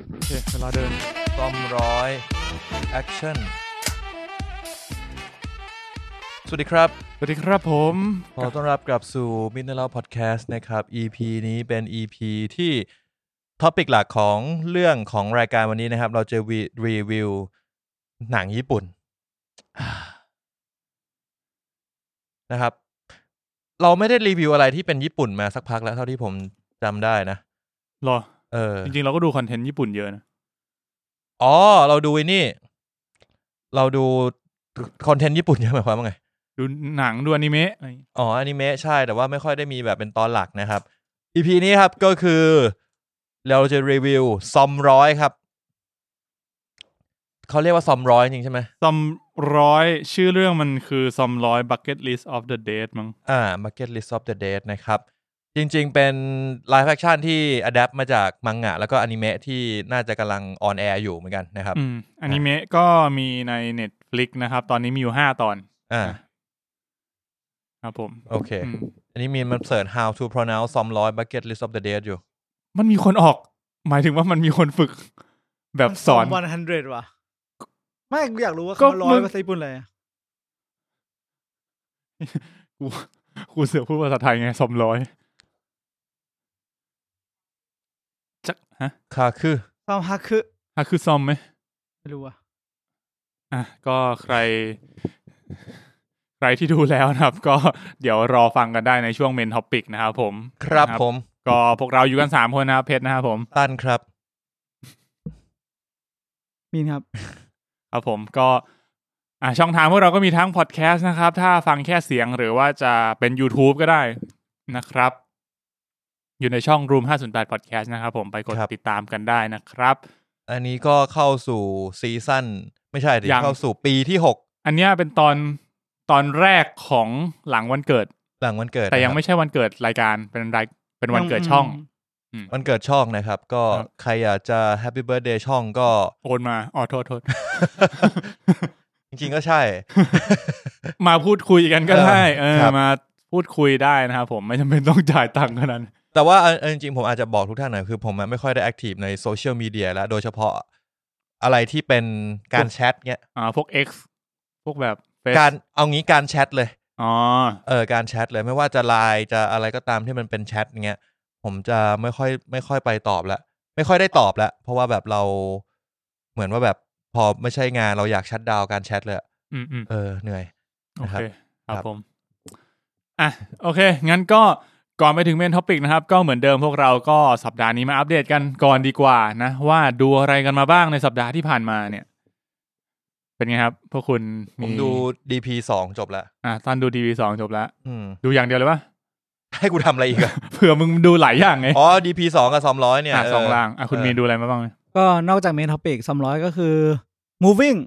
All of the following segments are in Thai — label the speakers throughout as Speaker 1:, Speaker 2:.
Speaker 1: อเดิน
Speaker 2: กล้อมร้อยแอคชั่นสวัสดีครับ
Speaker 1: สวัสดีครับผม
Speaker 2: ขอต้อนรับกลับสู่ m i n e r a l Podcast นะครับ EP นี้เป็น EP ที่ท็อปิกหลักของเรื่องของรายการวันนี้นะครับ เราจะวีรีวิวหนังญี่ปุ่น นะครับ เราไม่ได้รีวิวอะไรที่เป็นญี่ปุ่นมาสักพักแล้วเท่าที่ผมจำได้นะ
Speaker 1: หรอ
Speaker 2: เออ
Speaker 1: จริงๆ เราก็ดูคอนเทนต์ญี่ปุ่นเยอะนะ
Speaker 2: อ๋อ เราดูไอ้นี่ เราดูคอนเทนต์ญี่ปุ่นเยอะหมายความว่าไง
Speaker 1: ดูหนังดูอนิเมะอะไร
Speaker 2: อ๋ออนิเมะใช่แต่ว่าไม่ค่อยได้มีแบบเป็นตอนหลักนะครับ EP นี้ครับก็คือเราจะรีวิวซอมร้อยครับ เขาเรียกว่าซอมร้อยจริงใช่ไหม
Speaker 1: ซอมร้อยชื่อเรื่องมันคือซอมร้อย Bucket List of the Dead มั้ง
Speaker 2: อ่า Bucket List of the Dead นะครับ จริงๆ เป็นไลฟ์แฟคชั่นที่อัดแอปมาจากมังงะ แล้วก็อนิเมะที่น่าจะกำลังออนแอร์อยู่เหมือนกันนะครับ
Speaker 1: อืมอนิเมะก็มีใน Netflix นะครับ ตอนนี้มีอยู่ห้าตอน
Speaker 2: อ่า
Speaker 1: ครับผม
Speaker 2: โอเค
Speaker 1: อืม
Speaker 2: อันนี้มีมันเสิร์ช how to pronounce ซอมร้อย Bucket List of the Dead อยู่
Speaker 1: มันมีคนออก หมายถึงว่ามันมีคนฝึก แบบสอน
Speaker 3: วันฮันเดรดว่ะ ไม่กูอยากรู้ว่า
Speaker 1: ก็
Speaker 3: เขาร้อ
Speaker 1: มึ
Speaker 3: ย
Speaker 1: ง
Speaker 3: ภาษาญี่ปุ่นอะไรอะ
Speaker 1: กูกูเสือกพูดภาษาไทยไงซอมร้อยจักฮะ
Speaker 2: ค่ะคือ
Speaker 3: ซามฮักคือ
Speaker 1: ฮะคือซอมไหม
Speaker 3: ไม่รู้อ่ะ
Speaker 1: อ่ะก็ใคร ใครที่ดูแล้วนะครับ ก็เดี๋ยวรอฟังกันได้ในช่วงเมนท็อปิกนะครับผม
Speaker 2: ครับ
Speaker 1: นะ
Speaker 2: ผม
Speaker 1: ก็พวกเราอยู่กันสามคนนะครับเพชรนะครับผม
Speaker 2: ตันครับ
Speaker 3: มีนครับ
Speaker 1: ครับผมก็อ่ะช่องทางพวกเราก็มีทั้งพอดแคสต์นะครับ ถ้าฟังแค่เสียงหรือว่าจะเป็น YouTube ก็ได้นะครับ อยู่ในช่อง Room 508 Podcast นะครับผมไปกด
Speaker 2: ครับ
Speaker 1: ติดตามกันได้นะครับ
Speaker 2: อันนี้ก็เข้าสู่ซีซั่นไม่ใช่ดิ
Speaker 1: ยัง
Speaker 2: เข้าสู่ปีที่หก
Speaker 1: อันเนี้ยเป็นตอนตอนแรกของหลังวันเกิด
Speaker 2: หลังวันเกิด
Speaker 1: แต่ยัง
Speaker 2: นะครับ
Speaker 1: ไม่ใช่วันเกิดรายการเป็นรายเป็นวันเกิดช่อง
Speaker 2: วันเกิดช่องนะครับ ก็
Speaker 1: ครับ
Speaker 2: ใครอยากจะแฮปปี้เบิร์ดเดย์ช่องก็
Speaker 1: โอนมาอ๋อโทษโท ษ
Speaker 2: จริงๆก็ใช่
Speaker 1: มาพูดคุยกันก็ได้
Speaker 2: เอ
Speaker 1: เอ
Speaker 2: อ
Speaker 1: อ
Speaker 2: ครับ
Speaker 1: มาพูดคุยได้นะครับผมไม่จำเป็นต้องจ่ายตังค์ขนาดนั้น
Speaker 2: แต่ว่าเอาเอาจริงๆผมอาจจะบอกทุกท่านหน่อยคือผมอะไม่ค่อยได้แอคทีฟในโซเชียลมีเดียแล้วโดยเฉพาะอะไรที่เป็นการแชทเนี้ย
Speaker 1: อ่าพวก X พวกแบบ Face
Speaker 2: การเอางี้การแชทเลย
Speaker 1: อ๋อ
Speaker 2: เออการแชทเลยไม่ว่าจะไลน์จะอะไรก็ตามที่มันเป็นแชทเงี้ยผมจะไม่ค่อยไม่ค่อยไปตอบละไม่ค่อยได้ตอบละเพราะว่าแบบเราเหมือนว่าแบบพอไม่ใช่งานเราอยากชัดดาวน์การแชทเลยอะ
Speaker 1: อืมอืม
Speaker 2: เออเหนื่อย
Speaker 1: โอ
Speaker 2: นะครั
Speaker 1: เค
Speaker 2: บ
Speaker 1: ครั
Speaker 2: ครับ บ
Speaker 1: ผมอ่ะโอเค งั้นก็ก่อนไปถึงเมนท็อปิกนะครับ ก็เหมือนเดิมพวกเราก็สัปดาห์นี้มาอัปเดตกันก่อนดีกว่านะ ว่าดูอะไรกันมาบ้างในสัปดาห์ที่ผ่านมาเนี่ย เป็นไงครับ พวกคุณ
Speaker 2: ผมดูดีพีสองจบแล้ว
Speaker 1: อ่ะตอนดูดีวีสองจบแล้ว
Speaker 2: อืม
Speaker 1: ดูอย่างเดียวเลยปะ
Speaker 2: ให้กูทำอะไรอีกอะ
Speaker 1: เผื่อมึงดูหลายอย่างไง
Speaker 2: อ๋อดีพีสองกับสองร้อยเนี่ย
Speaker 1: อ่ะ
Speaker 2: เ
Speaker 1: สองล่างอ่ะคุณ
Speaker 2: เออ
Speaker 1: มีนดูอะไรมาบ้างไหม
Speaker 3: ก็นอกจากเมนท็อปิกสำร้อยก็คือ moving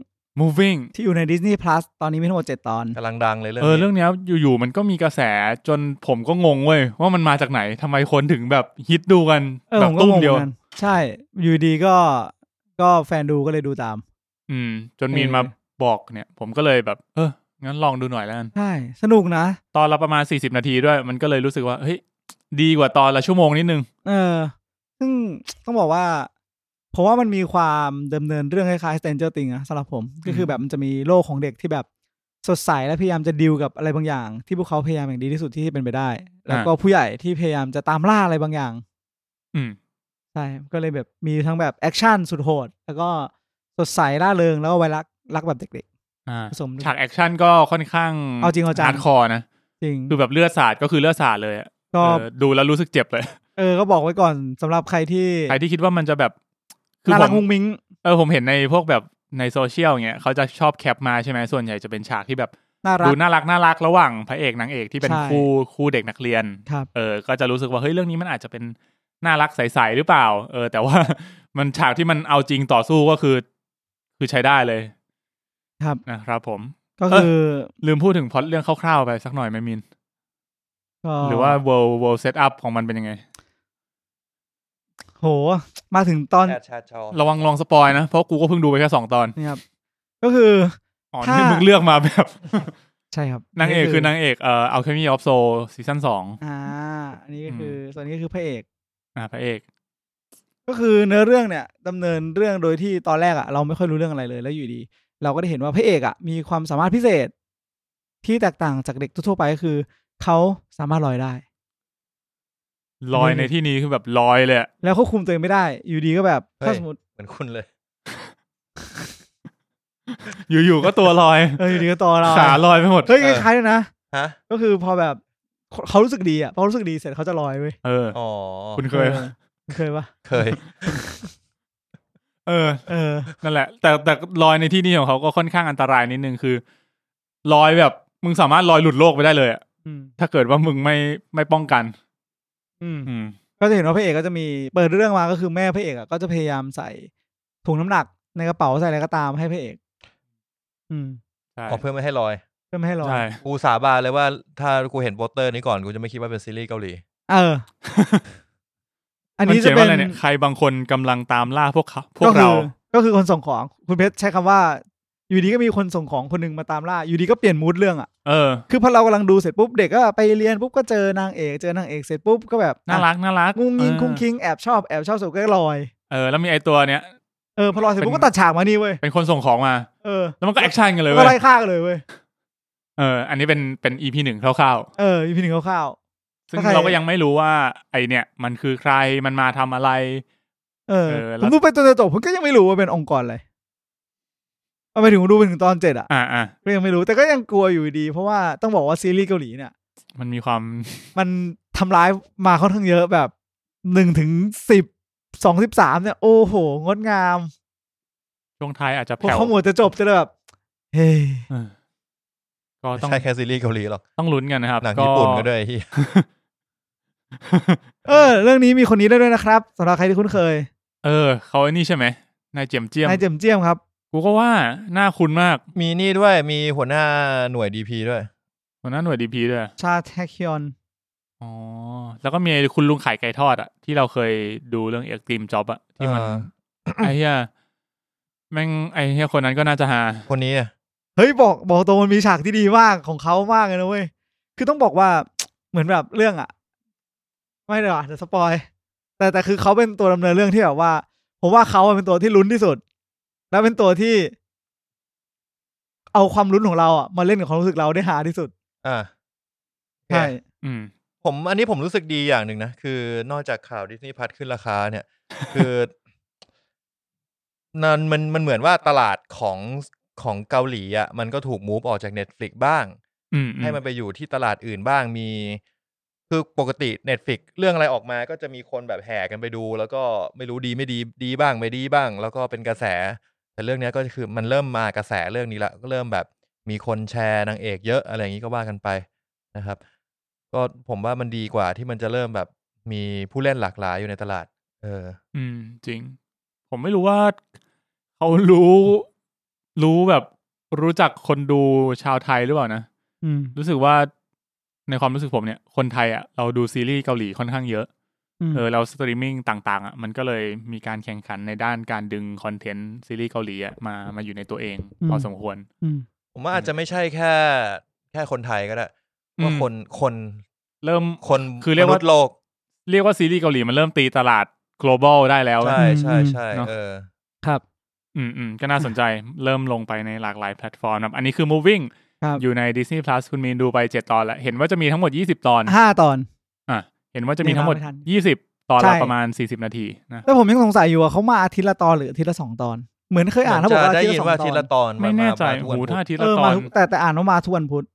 Speaker 1: moving
Speaker 3: ที่อยู่ใน Disney Plus ตอนนี้มีทั้งหมดเจ็ดตอน
Speaker 2: กำลังดังเลยเรื่อง
Speaker 1: เออเรื่อ
Speaker 2: นี้
Speaker 1: งเนี้ยอยู่ๆมันก็มีกระแสจนผมก็งงเว้ยว่ามันมาจากไหนทำไมคนถึงแบบฮิตดูกัน
Speaker 3: เออ
Speaker 1: แบ
Speaker 3: ผ
Speaker 1: บ
Speaker 3: มก็
Speaker 1: ตุ้
Speaker 3: ง
Speaker 1: ม
Speaker 3: งเห
Speaker 1: เดียว
Speaker 3: มือนกันใช่ อยู่ดีก็ก็แฟนดูก็เลยดูตาม
Speaker 1: อืม จนมีน
Speaker 3: เออ
Speaker 1: มาบอกเนี่ย ผมก็เลยแบบ เอองั้นลองดูหน่อยแล้วกัน
Speaker 3: ใช่ สนุกนะ
Speaker 1: ตอนละประมาณสี่สิบนาทีด้วย มันก็เลยรู้สึกว่าเฮ้ยดีกว่าตอนละชั่วโมงนิดนึง
Speaker 3: เออ ซึ่งต้องบอกว่า เพราะว่ามันมีความดำเนินเรื่องคล้ายๆ Stranger Things อะสำหรับผม ก็คือแบบมันจะมีโลกของเด็กที่แบบสดใสและพยายามจะดิวกับอะไรบางอย่าง ที่พวกเขาพยายามอย่างดีที่สุดที่จะเป็นไปได้ แล้วก็ผู้ใหญ่ที่พยายามจะตามล่าอะไรบางอย่าง
Speaker 1: อืม
Speaker 3: ใช่ ก็เลยแบบมีทั้งแบบแอคชั่นสุดโหด แล้วก็สดใสล่าเริงแล้วก็ไวรักรักแบบเด็ก
Speaker 1: อ่า
Speaker 3: ๆผสมด้วย
Speaker 1: ฉากแอคชั่นก็ค่อนข้าง
Speaker 3: เอาจริงเอาจัง
Speaker 1: ฮาร์ดคอร์นะ
Speaker 3: จริง
Speaker 1: คือแบบเลือดสาดก็คือเลือดสาดเลยอะ
Speaker 3: ก็
Speaker 1: เออดูแล้วรู้สึกเจ็บเลย
Speaker 3: เออก็บอกไว้ก่อนสำหรับใครที่
Speaker 1: ใครที่คิดว่ามันจะแบบคือ
Speaker 3: น่า
Speaker 1: ผ
Speaker 3: รัก
Speaker 1: ม
Speaker 3: มุ้งมิ้ง
Speaker 1: เออผมเห็นในพวกแบบในโซเชียลอย่างเงี้ยเขาจะชอบแคปมาใช่ไหมส่วนใหญ่จะเป็นฉากที่แบบ
Speaker 3: น่ารั
Speaker 1: ดู
Speaker 3: ก
Speaker 1: น่ารักน่ารักระหว่างพระเอกนางเอกที่เป็น
Speaker 3: ใช่
Speaker 1: คู่คู่เด็กนักเรียน
Speaker 3: ครับ
Speaker 1: เออ ก็จะรู้สึกว่าเฮ้ยเรื่องนี้มันอาจจะเป็นน่ารักใสๆหรือเปล่า เออ แต่ว่า มันฉากที่มันเอาจริงต่อสู้ก็คือ คือใช้ได้เลย
Speaker 3: ครับ
Speaker 1: นะครับผม
Speaker 3: ก็คือ
Speaker 1: ลืมพูดถึงพล็อตเรื่องคร่าวๆไปสักหน่อยไหมมิน
Speaker 3: ก็
Speaker 1: หรือว่า world world set up ของมันเป็นยังไง
Speaker 3: โห มาถึงตอน
Speaker 2: แชทแชทชอ
Speaker 1: ระวังลองสปอยนะเพราะกูก็เพิ่งดูไปแค่สองตอน
Speaker 3: นี่ครับ ก็คือ
Speaker 1: อ๋อนี่
Speaker 3: ถ้ามึ
Speaker 1: มึงเลือกมาแบบ
Speaker 3: ใช่ครับ
Speaker 1: นางเอกคือนางเอกเอ่อ alchemy of soul ซีซั่นสอง
Speaker 3: อ่า อันนี้ก็คืออส่วนนี้ก็คือพระเอก
Speaker 1: อ่าพระเอก
Speaker 3: ก็คือเนื้อเรื่องเนี่ยดำเนินเรื่องโดยที่ตอนแรกอะเราไม่ค่อยรู้เรื่องอะไรเลยแล้วอยู่ดี เราก็ได้เห็นว่าพระเอกอะมีความสามารถพิเศษ ที่แตกต่างจากเด็กทั่วๆไปก็คือเขาสามารถลอยได้
Speaker 1: ลอยในที่นี้คือแบบลอยเลยอะ
Speaker 3: แล้วควบคุมตัวเองไม่ได้ อยู่ดีก็แบบถ้า
Speaker 2: เฮ้ย
Speaker 3: สมมติ
Speaker 2: เหมือนคุณเลย
Speaker 1: อยู่ๆก็ตัวลอย
Speaker 3: เอออยู่ดีก็ตัวเรา
Speaker 1: ขาลอยไปหมด
Speaker 3: เฮ้ย
Speaker 2: เออ
Speaker 3: คล้ายๆด้วยนะ
Speaker 2: ฮะ
Speaker 3: ก็คือพอแบบเขารู้สึกดีอะพอรู้สึกดีเสร็จเขาจะลอยเว้ย
Speaker 1: เออ
Speaker 2: อ๋อ
Speaker 1: คุณเคย
Speaker 3: ออเคยปะ
Speaker 2: เค ย
Speaker 1: เออ
Speaker 3: เออ
Speaker 1: นั่นแหละ แต่แต่ลอยในที่นี้ของเขาก็ค่อนข้างอันตรายนิดนึงคือลอยแบบมึงสามารถลอยหลุดโลกไปได้เลยอะ
Speaker 3: อืม
Speaker 1: ถ้าเกิดว่ามึงไม่ไม่ป้องกัน
Speaker 3: อืม
Speaker 1: อืม
Speaker 3: ก็จะเห็นว่าพระเอกก็จะมีเปิดเรื่องมาก็คือแม่พระเอกอะก็จะพยายามใส่ถุงน้ำหนักในกระเป๋าใส่อะไรก็ตามให้พระเอก อืม
Speaker 1: ใช่
Speaker 2: ออกเพื่อไม่ให้ลอย
Speaker 3: เพื่อไม่ให้ลอย
Speaker 1: ใช่
Speaker 2: กูสาบานเลยว่าถ้ากูเห็นโปสเตอร์นี้ก่อนกูจะไม่คิดว่าเป็นซีรีส์เกาหลี
Speaker 3: เออ อัน
Speaker 1: มัน
Speaker 3: นี้
Speaker 1: เขี
Speaker 3: จะ
Speaker 1: ยน
Speaker 3: เป็
Speaker 1: ว่าน อะไรเนี่ยใครบางคนกำลังตามล่าพวกเขาพว
Speaker 3: ก็
Speaker 1: ก
Speaker 3: คื
Speaker 1: เรา
Speaker 3: อก็คือคนส่งของคุณเพชรใช้คำว่า อยู่ดีก็มีคนส่งของคนหนึ่งมาตามล่า อยู่ดีก็เปลี่ยนมูดเรื่องอ่ะ
Speaker 1: เออ
Speaker 3: คือพอเรากำลังดูเสร็จปุ๊บเด็กก็ไปเรียนปุ๊บก็เจอนางเอกเจอนางเอกเสร็จปุ๊บก็แบบ
Speaker 1: น่ารักน่ารัก
Speaker 3: งุ้งยิง
Speaker 1: เออ
Speaker 3: คุ้งคิงแอบชอบแอบชอบเสร็จก็ลอย
Speaker 1: เออ แล้วมีไอตัวเนี้ย
Speaker 3: เออพอลอยเสร็จปุ๊บ
Speaker 1: เป็น
Speaker 3: ก็ตัดฉากมานี่เว้ย
Speaker 1: เป็นคนส่งของมา
Speaker 3: เออ
Speaker 1: แล้วมันก็แอคชั่นกันเลย
Speaker 3: แล้ว
Speaker 1: เว้
Speaker 3: ก็ไล่
Speaker 1: ย
Speaker 3: ฆ่ากันเลยเว้ย
Speaker 1: เออ อันนี้เป็นเป็นอีพีหนึ่งคร่าว
Speaker 3: เอออีพีหนึ่งคร่าวๆ
Speaker 1: ๆซึ่ง
Speaker 3: ถ้าใคร
Speaker 1: เราก็ยังไม่รู้ว่า ไอเนี่ย มันคือใครมันมาทำอะไร
Speaker 3: เออ
Speaker 1: เออแล้
Speaker 3: ผ
Speaker 1: ว
Speaker 3: มดูไปจนจะจบผมก็ยังไม่รู้ว่าเป็นองค์กรอะไรเอาไปถึงผมดูไปถึงตอนเจ็ดอ่ะ
Speaker 1: อ่าอ่า
Speaker 3: ก็ยังไม่รู้แต่ก็ยังกลัวอยู่ดี เพราะว่าต้องบอกว่าซีรีส์เกาหลีเนี่ย
Speaker 1: มันมีความ
Speaker 3: มันทำร้ายมาค่อนข้างเยอะแบบหนึ่งถึงสิบสองสิบสามเนี่ย โอ้โห งดงาม
Speaker 1: ช่วงท้ายอาจจะ
Speaker 3: พอ
Speaker 1: แผ่ว
Speaker 3: ข้อมูลจะจบจะได้แบบ เฮ้ย
Speaker 1: เออก็
Speaker 2: ไม่
Speaker 1: ต้อง
Speaker 2: ใช่แค่ซีรีส์เกาหลีหรอก
Speaker 1: ต้องลุ้นกันนะครับ
Speaker 2: หนังญี่ปุ่นก็ด้วยไอ้เหี้ย
Speaker 3: เออ เรื่องนี้มีคนนี้ได้ด้วยนะครับสำหรับใครที่คุ้นเคย
Speaker 1: เออเขาไอ้นี่ใช่ไหมนายเจียมเจียม
Speaker 3: นายเจียมเจียมครับ
Speaker 1: กูก็ว่าหน้าคุณมาก
Speaker 2: มีนี่ด้วยมีหัวหน้าหน่วยดีพีด้วย
Speaker 1: หัวหน้าหน่วยดีพีด้วย
Speaker 3: ชาแทคยอน
Speaker 1: อ๋อแล้วก็มีคุณลุงขายไก่ทอดอะที่เราเคยดูเรื่องเอ็กตรีมจ็อบอะที่มัน
Speaker 2: เออ
Speaker 1: ไอ้เหี้ยแม่งไอ้เหี้ยคนนั้นก็น่าจะหา
Speaker 2: คนนี้เนี่ย
Speaker 3: เฮ้ยบอกบอกตรงมันมีฉากที่ดีมากของเขามากเลยนะเว้ย คือต้องบอกว่า เหมือนแบบเรื่องอะไม่ได้หรอเดี๋ยวสปอย แต่แต่คือเขาเป็นตัวดำเนินเรื่องที่แบบว่า ผมว่าเขาอะเป็นตัวที่ลุ้นที่สุด แล้วเป็นตัวที่ เอาความลุ้นของเราอะมาเล่นกับความรู้สึกเราได้หาที่สุด
Speaker 2: อ่า
Speaker 3: ใช่
Speaker 1: อืม
Speaker 2: ผมอันนี้ผมรู้สึกดีอย่างหนึ่งนะ คือนอกจากข่าวดิสนีย์พัทขึ้นราคา เนี่ย คือนั่นมันมันเหมือนว่าตลาดของของเกาหลีอ่ะมันก็ถูกมูฟออกจาก Netflix บ้าง
Speaker 1: อืม
Speaker 2: ให้มันไปอยู่ที่ตลาดอื่นบ้างมี คือปกติ Netflix เรื่องอะไรออกมาก็จะมีคนแบบแห่กันไปดู แล้วก็ไม่รู้ดีไม่ดีดีบ้างไม่ดีบ้าง แล้วก็เป็นกระแส แต่เรื่องเนี้ยก็คือมันเริ่มมากระแสเรื่องนี้ละก็เริ่มแบบมีคนแชร์นางเอกเยอะอะไรอย่างนี้ก็ว่ากันไปนะครับ ก็ผมว่ามันดีกว่าที่มันจะเริ่มแบบมีผู้เล่นหลากหลายอยู่ในตลาด เออ
Speaker 1: อืม จริง ผมไม่รู้ว่าเขารู้ รู้แบบรู้จักคนดูชาวไทยหรือเปล่านะ
Speaker 3: อืม
Speaker 1: รู้สึกว่าในความรู้สึกผมเนี่ยคนไทยอ่ะเราดูซีรีส์เกาหลีค่อนข้างเยอะ
Speaker 3: ม
Speaker 1: เออเราสตรีมมิ่งต่าง ๆอ่ะมันก็เลยมีการแข่งขันในด้านการดึงคอนเทนต์ซีรีส์เกาหลีอ่ะมามาอยู่ในตัวเองพอสมควร
Speaker 3: ม
Speaker 2: ผมว่าอาจจะไม่ใช่แค่ แค่คนไทยก็ได้ว่า
Speaker 1: อืม
Speaker 2: คนคน
Speaker 1: เริ่ม
Speaker 2: คน
Speaker 1: คือเรียกว่า
Speaker 2: มนุษโลก
Speaker 1: เรียกว่าซีรีส์เกาหลีมันเริ่มตีตลาด global ได้แล้วอะ
Speaker 2: ใช่ใช่ใช่เออ
Speaker 3: ครับ
Speaker 1: อืมอืมก็น่าสนใจเริ่มลงไปในหลากหลายแพลตฟอร์มนะครับอันนี้คือ moving
Speaker 3: ครับ
Speaker 1: อยู่ใน Disney Plus คุณมีนดูไป 7 ตอนแล้ว เห็นว่าจะมีทั้งหมด 20 ตอน
Speaker 3: ห้าตอน
Speaker 1: อ่ะ เห็นว่าจะมีทั้งหมด
Speaker 3: ไม่ทัน
Speaker 1: 20 ตอน
Speaker 3: ใช่
Speaker 1: ละประมาณ 40 นาทีนะ
Speaker 3: แล้วผมยังสงสัยอยู่ว่าเขามาอาทิตย์ละตอนหรืออาทิตย์ละสองตอน เหมือนเคยอ่านเขาบอก
Speaker 2: จะ
Speaker 3: ว่าอา
Speaker 2: ได้
Speaker 3: ทิตย์
Speaker 2: ยิน
Speaker 3: ละสอง
Speaker 2: ว่า
Speaker 3: ต
Speaker 2: ที
Speaker 3: อน
Speaker 2: ละตอน
Speaker 1: ไม่แน่ใจ
Speaker 2: าา
Speaker 1: โอ้โหู
Speaker 2: ทุก
Speaker 1: ถ้า
Speaker 2: วันพุธ
Speaker 1: อาที
Speaker 3: เอ
Speaker 1: ละ
Speaker 3: อ
Speaker 1: ตอ
Speaker 3: มาน ทุกแต่แต่อ่านว่ามาทุกวันพุธ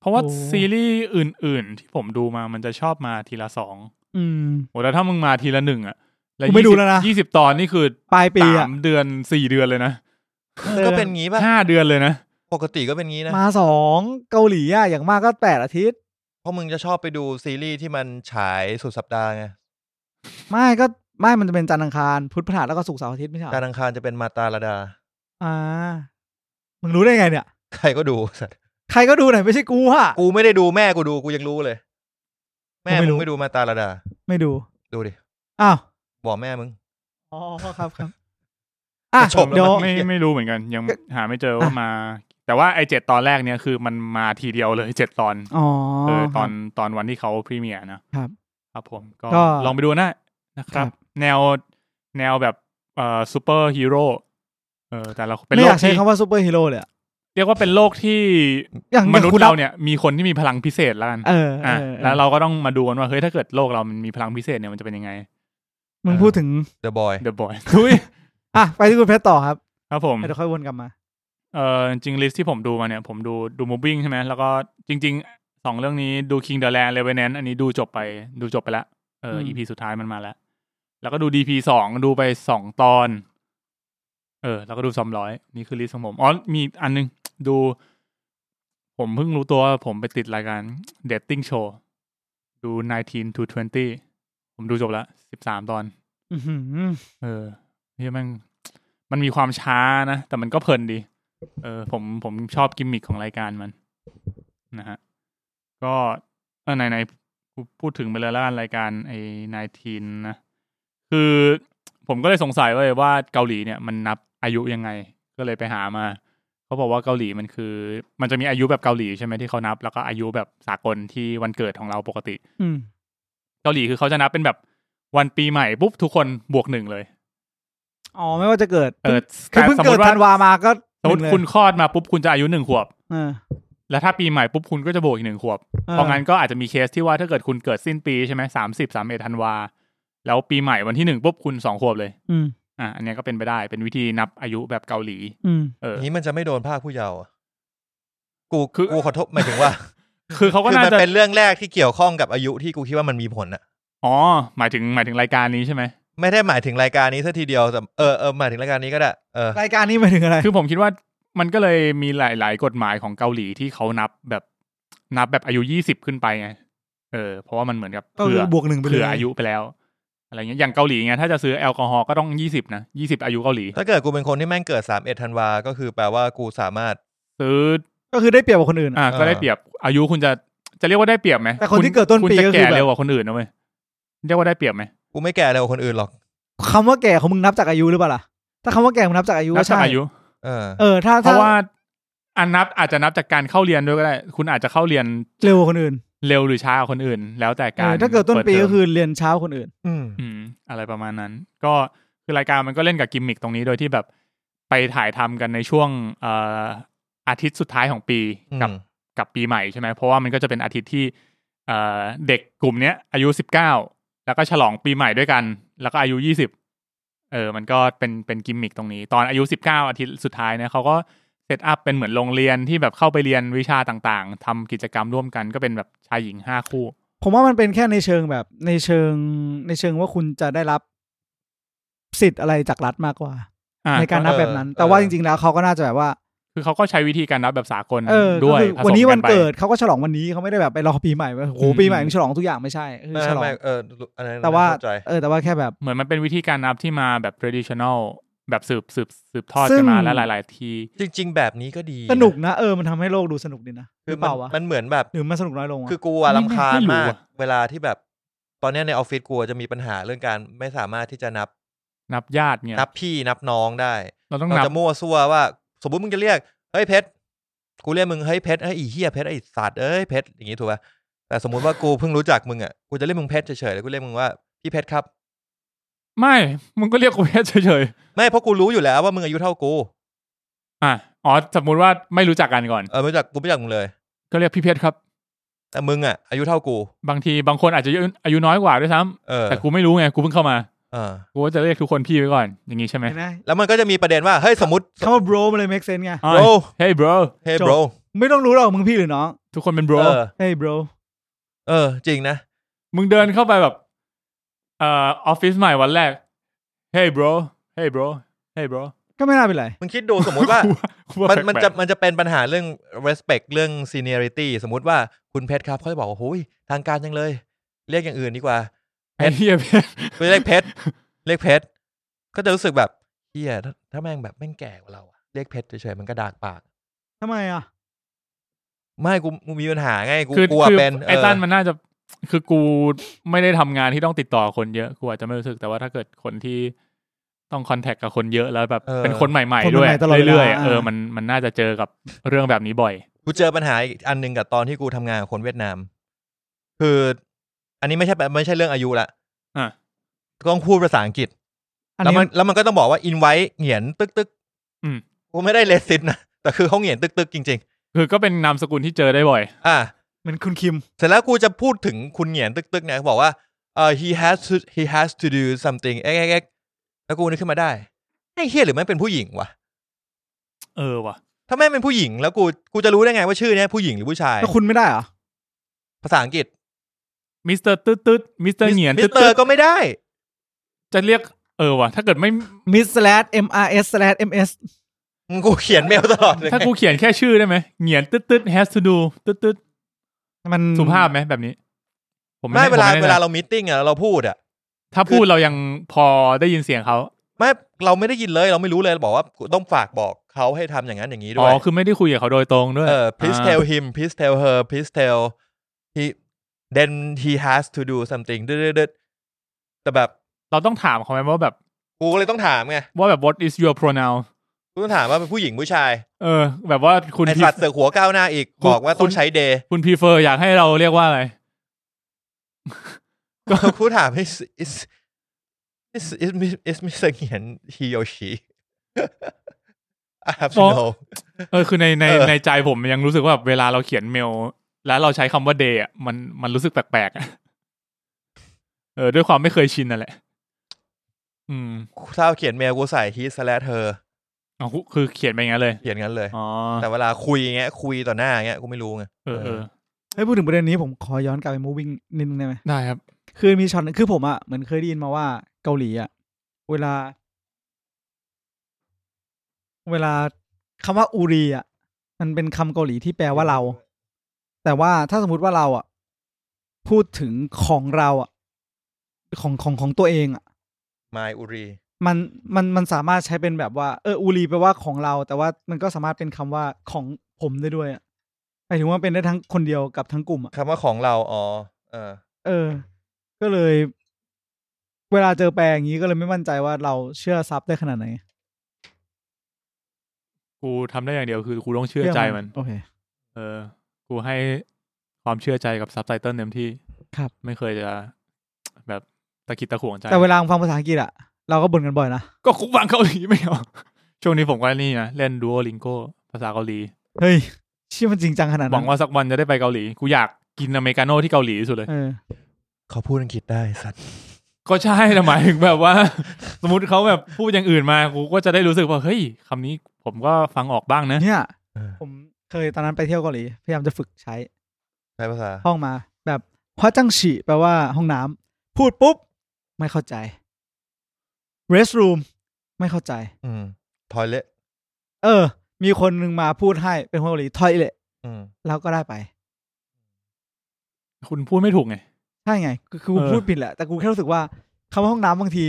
Speaker 1: เพราะว่า
Speaker 3: โอ้โห
Speaker 1: ซีรีส์อื่น ๆ ที่ผมดูมามันจะชอบมาทีละสอง
Speaker 3: อืม
Speaker 1: โอ้แล้วถ้ามึงมาทีละหนึ่งอ่ะ
Speaker 3: กูไม่ดูแล้วนะ
Speaker 1: ยี่สิบตอนนี่คือ
Speaker 3: ปลายปี
Speaker 1: สา
Speaker 3: อะ
Speaker 1: มเดือนสี่เดือนเลยนะ
Speaker 2: เออก็เป็นงี้ป่ะ
Speaker 1: ห้าเดือนเลยนะ
Speaker 2: ปกติก็เป็นงี้นะ
Speaker 3: มาสองเกาหลีอะอย่างมากก็แปดอาทิตย์
Speaker 2: เพราะมึงจะชอบไปดูซีรีส์ที่มันฉายสุดสัปดาห์ไง
Speaker 3: ไม่ก็ไม่มันจะเป็นจันทร์อังคารพุธพฤหัสแล้วก็ศุกร์เสาร์อาทิตย์ไม่ใช่เหร
Speaker 2: จา
Speaker 3: อน
Speaker 2: อังคารจะเป็นมาตาลาดา
Speaker 3: อ่ามึงรู้ได้ไงเนี่ย
Speaker 2: ใครก็ดู สัตว์
Speaker 3: ใครก็ดูหน่อยไม่ใช่กูฮะ
Speaker 2: กูไม่ได้ดูแม่กูดูกูยังรู้เลย แม่
Speaker 3: กูไม่รู้
Speaker 2: มึงไม่ดูมาตาลาดา
Speaker 3: ไม่ดู
Speaker 2: ดูดิ
Speaker 3: อ้าว
Speaker 2: บอกแม่มึง
Speaker 3: อ๋อครับครับอ่ะ
Speaker 2: จบแล้ว
Speaker 3: เดี๋ยว
Speaker 2: มั้ย
Speaker 1: ไม่ไม่รู้เหมือนกัน ยัง
Speaker 3: ก็
Speaker 1: หาไม่เจอว่า
Speaker 3: อ่ะ
Speaker 1: มา แต่ว่าไอเจ็ดตอนแรกเนี่ยคือมันมาทีเดียวเลยเจ็ดตอน
Speaker 3: อ๋อ
Speaker 1: เออตอน
Speaker 3: ครับ
Speaker 1: ตอนวันที่เขาพรีเมียร์นะครับ ครับผมก็
Speaker 3: ก็
Speaker 1: ลองไปดูนะนะครับ แนว แนวแบบเอ่อซูเปอร์ฮีโร่เออแต่เราเป็น
Speaker 3: ไม่
Speaker 1: โล
Speaker 3: อยาก กใช้
Speaker 1: ที่
Speaker 3: คำว่าซูเปอร์ฮีโร่เลยอะ
Speaker 1: เรียกว่าเป็นโลกที่
Speaker 3: อย่าง
Speaker 1: มนุษ
Speaker 3: คุณ
Speaker 1: ย์เราเนี่ยมีคนที่มีพลังพิเศษแล้วกัน
Speaker 3: เออเอ
Speaker 1: อ่ะ
Speaker 3: อเออ
Speaker 1: แล้วเราก็ต้องมาดูกันว่าเฮ้ยถ้าเกิดโลกเรามันมีพลังพิเศษเนี่ยมันจะเป็นยังไง
Speaker 3: มึงพูดถึง
Speaker 2: The Boy
Speaker 1: เดอะบอยทุย
Speaker 3: อ่ะไปที่คุณเพชรต่อครับ
Speaker 1: ครับผม
Speaker 3: เดี๋ยวค่อยวนกลับมา
Speaker 1: เออจริงลิสต์ที่ผมดูมาเนี่ย ผมดูดู moving ใช่ไหมแล้วก็จริงๆสองเรื่องนี้ดู king the land revenant อันนี้ดูจบไปดูจบไปแล้วเออ
Speaker 3: ม
Speaker 1: EP สุดท้ายมันมาแล้ว แล้วก็ดู DP สองดูไปสองตอน เออ แล้วก็ดูซอมร้อยนี่คือลิสต์ของผมอ๋อมีอันนึง ดู ผมเพิ่งรู้ตัวว่าผมไปติดรายการ dating show ดู 19 to 20 ผมดูจบแล้วสิบสามตอน
Speaker 3: อื้อหือ
Speaker 1: เออที่มันมันมีความช้านะ แต่มันก็เพลินดี เออ ผมผมชอบกิมมิคของรายการมันนะฮะ ก็เออไหนไหนพูพูดถึงไปแล้วละกันรายการไอ้นายทีนนะ คือผมก็เลยสงสัยว่าว่าเกาหลีเนี่ยมันนับอายุยังไง ก็เลยไปหามา เขาบอกว่าเกาหลีมันคือ มันจะมีอายุแบบเกาหลีใช่ไหมที่เขานับ แล้วก็อายุแบบสากลที่วันเกิดของเราปกติ
Speaker 3: อืม
Speaker 1: เกาหลีคือเขาจะนับเป็นแบบวันปีใหม่ปุ๊บทุกคนบวกหนึ่งเลย
Speaker 3: อ๋อไม่ว่าจะเกิด
Speaker 1: เออ
Speaker 3: คือเพิ่ง
Speaker 1: สมม
Speaker 3: เกิด
Speaker 1: ติว่า
Speaker 3: ธันวามาก็
Speaker 1: สมมติ
Speaker 3: หนึ่งเลย
Speaker 1: คุณคลอดมาปุ๊บคุณจะอายุหนึ่งขวบ
Speaker 3: เออ
Speaker 1: แล้วถ้าปีใหม่ปุ๊บคุณก็จะบวกอีกหนึ่งขวบ เพราะงั้นก็อาจจะมีเคสที่ว่าถ้าเกิดคุณเกิดสิ้นปีใช่ไหมสามสิบสามเอ็ดธันวา แล้วปีใหม่วันที่หนึ่งปุ๊บคุณสองขวบเลย
Speaker 3: อืม
Speaker 1: อ่ะอันเนี้ยก็เป็นไปได้เป็นวิธีนับอายุแบบเกาหลี
Speaker 3: อืม
Speaker 1: เออ
Speaker 2: นี้มันจะไม่โดนภาคผู้เยาว์อะกู
Speaker 1: คือ
Speaker 2: กูขอโทษหมายถึงว่า
Speaker 1: คือเขาก็
Speaker 2: คือ
Speaker 1: น่า
Speaker 2: มัน
Speaker 1: จะ
Speaker 2: เป็นเรื่องแรกที่เกี่ยวข้องกับอายุที่กูคิดว่ามันมีผลอะ
Speaker 1: อ๋อหมายถึงหมายถึงรายการนี้ใช่ไหม
Speaker 2: ไม่ได้หมายถึงรายการนี้ซะทีเดียวแต่เออเออหมายถึงรายการนี้ก็ได้เออ
Speaker 3: รายการนี้หมายถึงอะไร
Speaker 1: คือผมคิดว่ามันก็เลยมีหลาย ๆ กฎหมายของเกาหลีที่เขานับแบบนับแบบอายุยี่สิบขึ้นไปไงเออเพราะว่ามันเหมือนกับ
Speaker 3: ก็คื
Speaker 1: เผื่
Speaker 3: อ
Speaker 1: อ
Speaker 3: บวกหนึ่งไปเล
Speaker 1: เผื่
Speaker 3: ย
Speaker 1: ออายุไปแล้ว อะไรเงี้ยอย่างเกาหลีเงี้ยถ้าจะซื้อแอลกอฮอล์ก็ต้องยี่สิบนะยี่สิบอายุเกาหลี
Speaker 2: ถ้าเกิดกูเป็นคนที่แม่งเกิดสามเอ็ดธันวา ก็คือแปลว่ากูสามารถ
Speaker 1: ซื้อ
Speaker 3: ก็คือได้เปรียบกว่าคนอื่นอะ
Speaker 1: อ่ะก็ได้เปรียบอายุคุณจะจะเรียกว่าได้เปรียบไหม
Speaker 3: แต่คนที่
Speaker 1: ณ
Speaker 3: เกิดต้น
Speaker 1: คุณ
Speaker 3: ปี
Speaker 1: จะ
Speaker 3: ก็คือ
Speaker 1: แก่
Speaker 3: แบบ
Speaker 1: เร็วกว่าคนอื่นนะเว้ยเรียกว่าได้เปรียบไหม
Speaker 2: กูไม่แก่เร็วกว่าคนอื่นหรอก
Speaker 3: คำว่าแก่ของมึงนับจากอายุหรือเปล่าล่ะ ถ้าคำว่าแก่มึงนับจากอายุ
Speaker 1: นับจาก
Speaker 3: ใช่
Speaker 1: อายุ
Speaker 2: เออ
Speaker 3: เออถ้า
Speaker 1: เพ
Speaker 3: ถ้า
Speaker 1: ราะว่าอันนับอาจจะนับจากการเข้าเรียนด้วยก็ได้ คุณอาจจะเข้าเรียน
Speaker 3: เร็วกว่าคนอื่น
Speaker 1: เร็วหรือช้ากว่าคนอื่น แล้วแต่
Speaker 3: เอ
Speaker 1: การ
Speaker 3: อถ้าเกิดต้นปีก็
Speaker 1: เทม
Speaker 3: คือเรียนเช้าคนอื่น
Speaker 2: อืม
Speaker 1: มอะไรประมาณนั้น ก็คือรายการมันก็เล่นกับกิมมิคตรงนี้โดยที่แบบไปถ่ายทำกันในช่วงเอ่ออาทิตย์สุดท้ายของปีกับ
Speaker 2: อืม
Speaker 1: กับปีใหม่ใช่ไหมเพราะว่ามันก็จะเป็นอาทิตย์ที่เอ่อเด็กกลุ่มเนี้ยอายุสิบเก้าแล้วก็ฉลองปีใหม่ด้วยกัน แล้วก็อายุยี่สิบเออมันก็เป็นเป็นกิมมิคตรงนี้ ตอนอายุสิบเก้าอาทิตย์สุดท้ายเนี่ยเขาก็เซตอัพเป็นเหมือนโรงเรียนที่แบบเข้าไปเรียนวิชาต่างๆทำกิจกรรมร่วมกันก็เป็นแบบชายหญิงห้าคู่
Speaker 3: ผมว่ามันเป็นแค่ในเชิงแบบในเชิงในเชิงว่าคุณจะได้รับสิทธิ์อะไรจากรัฐมากกว่า
Speaker 1: อ่า
Speaker 3: ในการนับแบบนั้น แต่ว่าจริงๆแล้วเขาก็น่าจะแบบว่า
Speaker 1: คือเขาก็ใช้วิธีการนับแบบสากล
Speaker 3: เออ
Speaker 1: ด้วย
Speaker 3: ก็คือ
Speaker 1: ผสม
Speaker 3: วันนี้วัน
Speaker 1: ไป
Speaker 3: เกิดเขาก็ฉลองวันนี้เขาไม่ได้แบบไปรอปีใหม่ว่าโอ้โห
Speaker 1: อืม
Speaker 3: ปีใหม่มึงฉลองทุกอย่างไม่ใช่คือ
Speaker 2: ไม่
Speaker 3: ฉลอง
Speaker 2: ไม่เอออันนั้น
Speaker 3: แต่ว่า
Speaker 2: เข้ใจ
Speaker 3: เออแต่ว่าแค่แบบ
Speaker 1: เหมือนมันเป็นวิธีการนับที่มาแบบ traditional แบบสืบสืบสืบทอด
Speaker 3: ซึ่
Speaker 1: กัน
Speaker 3: ง
Speaker 1: มาแล้วหลาย ๆ ที่
Speaker 2: จริง ๆ แบบนี้ก็ดี
Speaker 3: สนุกนะเออมันทำให้โลกดูสนุกดีนะห
Speaker 2: คื
Speaker 3: รือ อ
Speaker 2: มัน
Speaker 3: เปล่าวะ
Speaker 2: มันเหมือนแบบ
Speaker 3: หรือมันสนุกน้อยลงวะ
Speaker 2: คือกูอะ
Speaker 1: ไม่
Speaker 2: ลำคาญ
Speaker 1: ไม่รู้
Speaker 2: มาก
Speaker 1: อะ
Speaker 2: เวลาที่แบบ ตอนเนี้ยในออฟฟิศกูอะจะมีปัญหาเรื่องการไม่สามารถที่จะนับ
Speaker 1: นับญาติเนี่ย
Speaker 2: นับพี่นับน้องได้
Speaker 1: เราต้อง
Speaker 2: เรา
Speaker 1: นับ
Speaker 2: จะมั่วซั่วว่า สมมติมึงจะเรียกเฮ้ยเพชรกูเรียกมึงเฮ้ยเพชรเฮ้ยอีเหี้ยเพชรไอ้สัตว์เอ้ยเพชรอย่างงี้ถูกป่ะแต่สมมติว่ากูเพิ่งรู้จักมึงอ่ะกูจะเรียกมึงเพชรเฉยๆแล้วกูเรียกมึงว่าพี่เพชรครับ
Speaker 1: ไม่มึงก็เรียกกูเพชรเฉย
Speaker 2: ไม่เพราะกูรู้อยู่แล้วว่ามึงอายุเท่ากู
Speaker 1: ๆ อ่ะ อ๋อ สมมุติว่าไม่รู้จักกันก่อน
Speaker 2: เออไม่รู้จักกูไม่รู้จักมึงเลย
Speaker 1: ก็เรียกพี่เพชรครับ
Speaker 2: แต่มึงอ่ะอายุเท่ากู
Speaker 1: บางทีบางคนอาจจะอายุอายุน้อยกว่าด้วยซ้ำ
Speaker 2: เออ
Speaker 1: แต่กูไม่รู้ไง กูเพิ่งเข้ามา
Speaker 2: เออ
Speaker 1: กูก็จะเรียกทุกคนพี่ไว้ก่อน อย่างนี้ใช่ไหม
Speaker 3: เห็นไหม
Speaker 2: แล้วมันก็จะมีประเด็นว่าเฮ้ยสมมติ
Speaker 3: คำว่า bro มันเลย make sense ไง
Speaker 1: อ้าว
Speaker 2: bro
Speaker 1: เฮ้ย bro
Speaker 2: เฮ้ย
Speaker 3: จบ
Speaker 2: bro
Speaker 3: ไม่ต้องรู้หรอกมึงพี่หรือน้อง
Speaker 1: ทุกคนเป็น
Speaker 2: เอ
Speaker 1: bro
Speaker 2: อ
Speaker 3: เฮ้ย bro
Speaker 2: เออ จริงนะ
Speaker 1: มึงเดินเข้าไปแบบ เอ่อออฟฟิศใหม่วันแรก เฮ้ย bro เฮ้ย bro เฮ้ย bro
Speaker 3: ก็ไม่น่าเป็นไร
Speaker 2: มึงคิดดูสมมุติ ว่า
Speaker 1: กูว่า
Speaker 2: มัน
Speaker 1: แปลกๆ
Speaker 2: มันจะมันจะเป็นปัญหาเรื่อง respect เรื่อง seniority สมมุติว่าคุณเพชรครับเขาจะบอกว่าโอ้ยทางการจังเลย เรียกอย่างอื่นดีกว่า
Speaker 1: ไอ้เฮียเพชร
Speaker 2: ไปเรียกเพชร เรียกเพชร ก็จะรู้สึกแบบเฮียถ้าถ้าแม่งแบบแม่งแก่กว่าเราอะเรียกเพชรเฉยๆมันก็ดากปาก
Speaker 3: ทำไมอ่ะ
Speaker 2: ไม่กูกูมีปัญหาไงกู
Speaker 1: คือก
Speaker 2: ลัว
Speaker 1: คือ
Speaker 2: เป็น
Speaker 1: ไอ้
Speaker 2: เออ
Speaker 1: ตั้นมันน่าจะ คือกูไม่ได้ทำงานที่ต้องติดต่อคนเยอะ กูอาจจะไม่รู้สึก แต่ว่าถ้าเกิดคนที่ต้องคอนแทคกับคนเยอะแล้วแบบ เป็นคนใหม่
Speaker 3: คน
Speaker 1: ๆด้วย
Speaker 3: ใหม่ๆตลอดเวลา
Speaker 1: เรื่อยๆอ่ะ
Speaker 3: อ่า
Speaker 1: เออ มันมันน่าจะเจอกับเรื่องแบบนี้บ่อย
Speaker 2: กูเจอปัญหาอีกอันหนึ่งกับตอนที่กูทำงานกับคนเวียดนาม คือ อันนี้ไม่ใช่แบบไม่ใช่เรื่องอายุละ
Speaker 1: อ่ะ
Speaker 2: ต้องพูดภาษาอังกฤษ
Speaker 3: อัน
Speaker 2: แล้ว
Speaker 3: นี้
Speaker 2: มันแล้วมันก็ต้องบอกว่าอินไว้เหงียนตึกตึก
Speaker 1: อืม
Speaker 2: กูไม่ได้เลสิตนะ แต่คือเขาเหงียนตึกตึกจริง
Speaker 1: คือก็เป็นนามสกุลที่เจอได้บ่อย
Speaker 2: ๆ อ่า
Speaker 3: เหมือนคุณคิม
Speaker 2: เสร็จแล้วกูจะพูดถึงคุณเหงียนตึกตึกเนี่ยบอกว่าเออ he has to he has to do something x x x แล้วกูนึกขึ้นมาได้ไอ้เฮียหรือไม่เป็นผู้หญิงวะ
Speaker 1: เออว่ะ
Speaker 2: ถ้าแม่งเป็นผู้หญิงแล้วกูกูจะรู้ได้ไงว่าชื่อเนี้ยผู้หญิงหรือผู้ชาย
Speaker 3: แล้วคุณไม่ได้เหรอ
Speaker 2: ภาษาอังกฤษ
Speaker 1: มิสเตอร์ตึ๊ดตึ๊ดมิสเตอร์เหงียน
Speaker 2: มิ
Speaker 1: ตึ๊ด
Speaker 2: สเตอ
Speaker 1: ตึ๊ด
Speaker 2: ร์ก็ไม่ได้
Speaker 1: จะเรียกเออว่ะ ถ้าเกิดไม่
Speaker 3: miss slash mrs slash ms
Speaker 2: กูเขียนเมลตลอดเลย
Speaker 1: ถ้ากูเขียนแค่ชื่อได้ไหมเหงียนตึ๊ดตึ๊ด has to do ตึ๊ดตึ๊ด
Speaker 3: มัน
Speaker 1: สุภาพไหมแบบนี้ ผม
Speaker 2: ไม่
Speaker 1: แน่
Speaker 2: เว
Speaker 1: ผ
Speaker 2: ลา
Speaker 1: แน่ใจ
Speaker 2: เวลาเรามีติ้งอ่ะเราพูดอ่ะ
Speaker 1: ถ้าพูดเรายังพอได้ยินเสียงเขา
Speaker 2: ไม่เราไม่ได้ยินเลยเราไม่รู้เลยบอกว่าต้องฝากบอกเขาให้ทำอย่างนั้นอย่างนี้ด้
Speaker 1: อ๋
Speaker 2: ว
Speaker 1: อย คือไม่ได้คุยกับเขาโดยตรงด้วย
Speaker 2: เออ please
Speaker 1: อ่า
Speaker 2: tell him please tell her please tell he then he has to do something เด็ดๆแต่แบบ
Speaker 1: เราต้องถามเขาไหมว่าแบบ
Speaker 2: กูก็เลยต้องถามไง
Speaker 1: ว่าแบบ what is your pronoun
Speaker 2: กูต้องถามว่าเป็นผู้หญิงผู้ชาย
Speaker 1: เออ แบบว่าคุณ
Speaker 2: ไอ
Speaker 1: pref-
Speaker 2: สัตว์เสือกหัวก้าวหน้าอีก
Speaker 1: คุณ
Speaker 2: บอกว่า
Speaker 1: คุ
Speaker 2: ต้อ
Speaker 1: ณ
Speaker 2: งใช้เดย์
Speaker 1: คุณ prefer อยากให้เราเรียกว่าอะไร
Speaker 2: กูถาม is is is is is- is Mr. เหียน he or she I have to
Speaker 1: อ๋อ
Speaker 2: know
Speaker 1: เออคือในใน
Speaker 2: เออ
Speaker 1: ในใจผมยังรู้สึกว่าแบบเวลาเราเขียนเมล แล้วเราใช้คำว่า day อะมันมันรู้สึกแปลกๆอะเออ ด้วยความไม่เคยชินนั่นแหละ อืม
Speaker 2: ถ้าเขียนเมลกูใส่ he slash her
Speaker 1: อ๋อคือคือเขียนไปอย่างนั้นเลย
Speaker 2: เขียนงั้นเลย
Speaker 1: อ๋อ
Speaker 2: แต่เวลาคุยอย่างเงี้ยคุยต่อหน้าอย่างเงี้ยกูไม่รู้ไง
Speaker 1: เออเออ
Speaker 3: เฮ้ยพูดถึงประเด็นนี้ผมขอย้อนกลับไป moving นิดนึงได้ไหม
Speaker 1: ได้ครับ
Speaker 3: คือมีช็อตหนึ่งคือผมอะเหมือนเคยได้ยินมาว่าเกาหลีอะเวลา เวลาคำว่าอูรีอะมันเป็นคำเกาหลีที่แปลว่าเรา แต่ว่าถ้าสมมติว่าเราอะพูดถึงของเราอะของของของตัวเองอะ
Speaker 2: มายอุรี
Speaker 3: มันมันมันสามารถใช้เป็นแบบว่าเอออูรีแปลว่าของเรา แต่ว่ามันก็สามารถเป็นคำว่าของผมได้ด้วยอะหมายถึงว่าเป็นได้ทั้งคนเดียวกับทั้งกลุ่มอะ
Speaker 2: คำว่าของเราอ๋อเออ
Speaker 3: เออ ก็เลย เวลาเจอแปลอย่างนี้ก็เลยไม่มั่นใจว่าเราเชื่อซับได้ขนาดไหน
Speaker 1: กูทำได้อย่างเดียวคือกูต้องเชื่อใจมัน
Speaker 3: โอเค
Speaker 1: เออ กูให้ความเชื่อใจกับซับไตเติลเต็มที่
Speaker 3: ครับ
Speaker 1: ไม่เคยจะ แบบตะกิดตะขวงใจ
Speaker 3: แต่เวลาฟังภาษาอังกฤษอะเราก็บ่นกันบ่อยนะ
Speaker 1: ก็คุกฟังเกาหลีไม่เอา ช่วงนี้ผมก็นี่นะ เล่นดูโอลิงโกภาษาเกาหลี
Speaker 3: เฮ้ยเชื่อมันจริงจังขนาด
Speaker 1: หวั
Speaker 3: นั้
Speaker 1: ง
Speaker 3: น
Speaker 1: ว่าสักวันจะได้ไปเกาหลี กูอยากกินอเมริกาโน่ที่เกาหลีที่สุดเลย
Speaker 3: เออ
Speaker 2: เขาพูดอังกฤษได้สัตว์
Speaker 1: ก็ใช่นะหมายถึงแบบว่า สมมติเขาแบบพูดอย่างอื่นมา กูก็จะได้รู้สึกว่า เฮ้ยคำนี้ผมก็ฟังออกบ้างนะ
Speaker 3: เนี่ย
Speaker 2: เออ
Speaker 3: ผมเคยตอนนั้นไปเที่ยวเกาหลีพยายามจะฝึกใช้
Speaker 2: ใช้ภาษา
Speaker 3: ห้องมา แบบฮอจังฉีแปลว่าห้องน้ำพูดปุ๊บ ไม่เข้าใจ restroom ไม่เข้าใจ
Speaker 2: อืมทอยเลท
Speaker 3: เออ มีคนหนึ่งมาพูดให้เป็นคนเกาหลีทอยเลย
Speaker 2: อืม
Speaker 3: เราก็ได้ไป
Speaker 1: คุณพูดไม่ถูกไง
Speaker 3: ใช่ไงคือคือกู
Speaker 1: เออ
Speaker 3: พูดผิดแหละ แต่กูแค่รู้สึกว่าคำว่าห้องน้ำบางที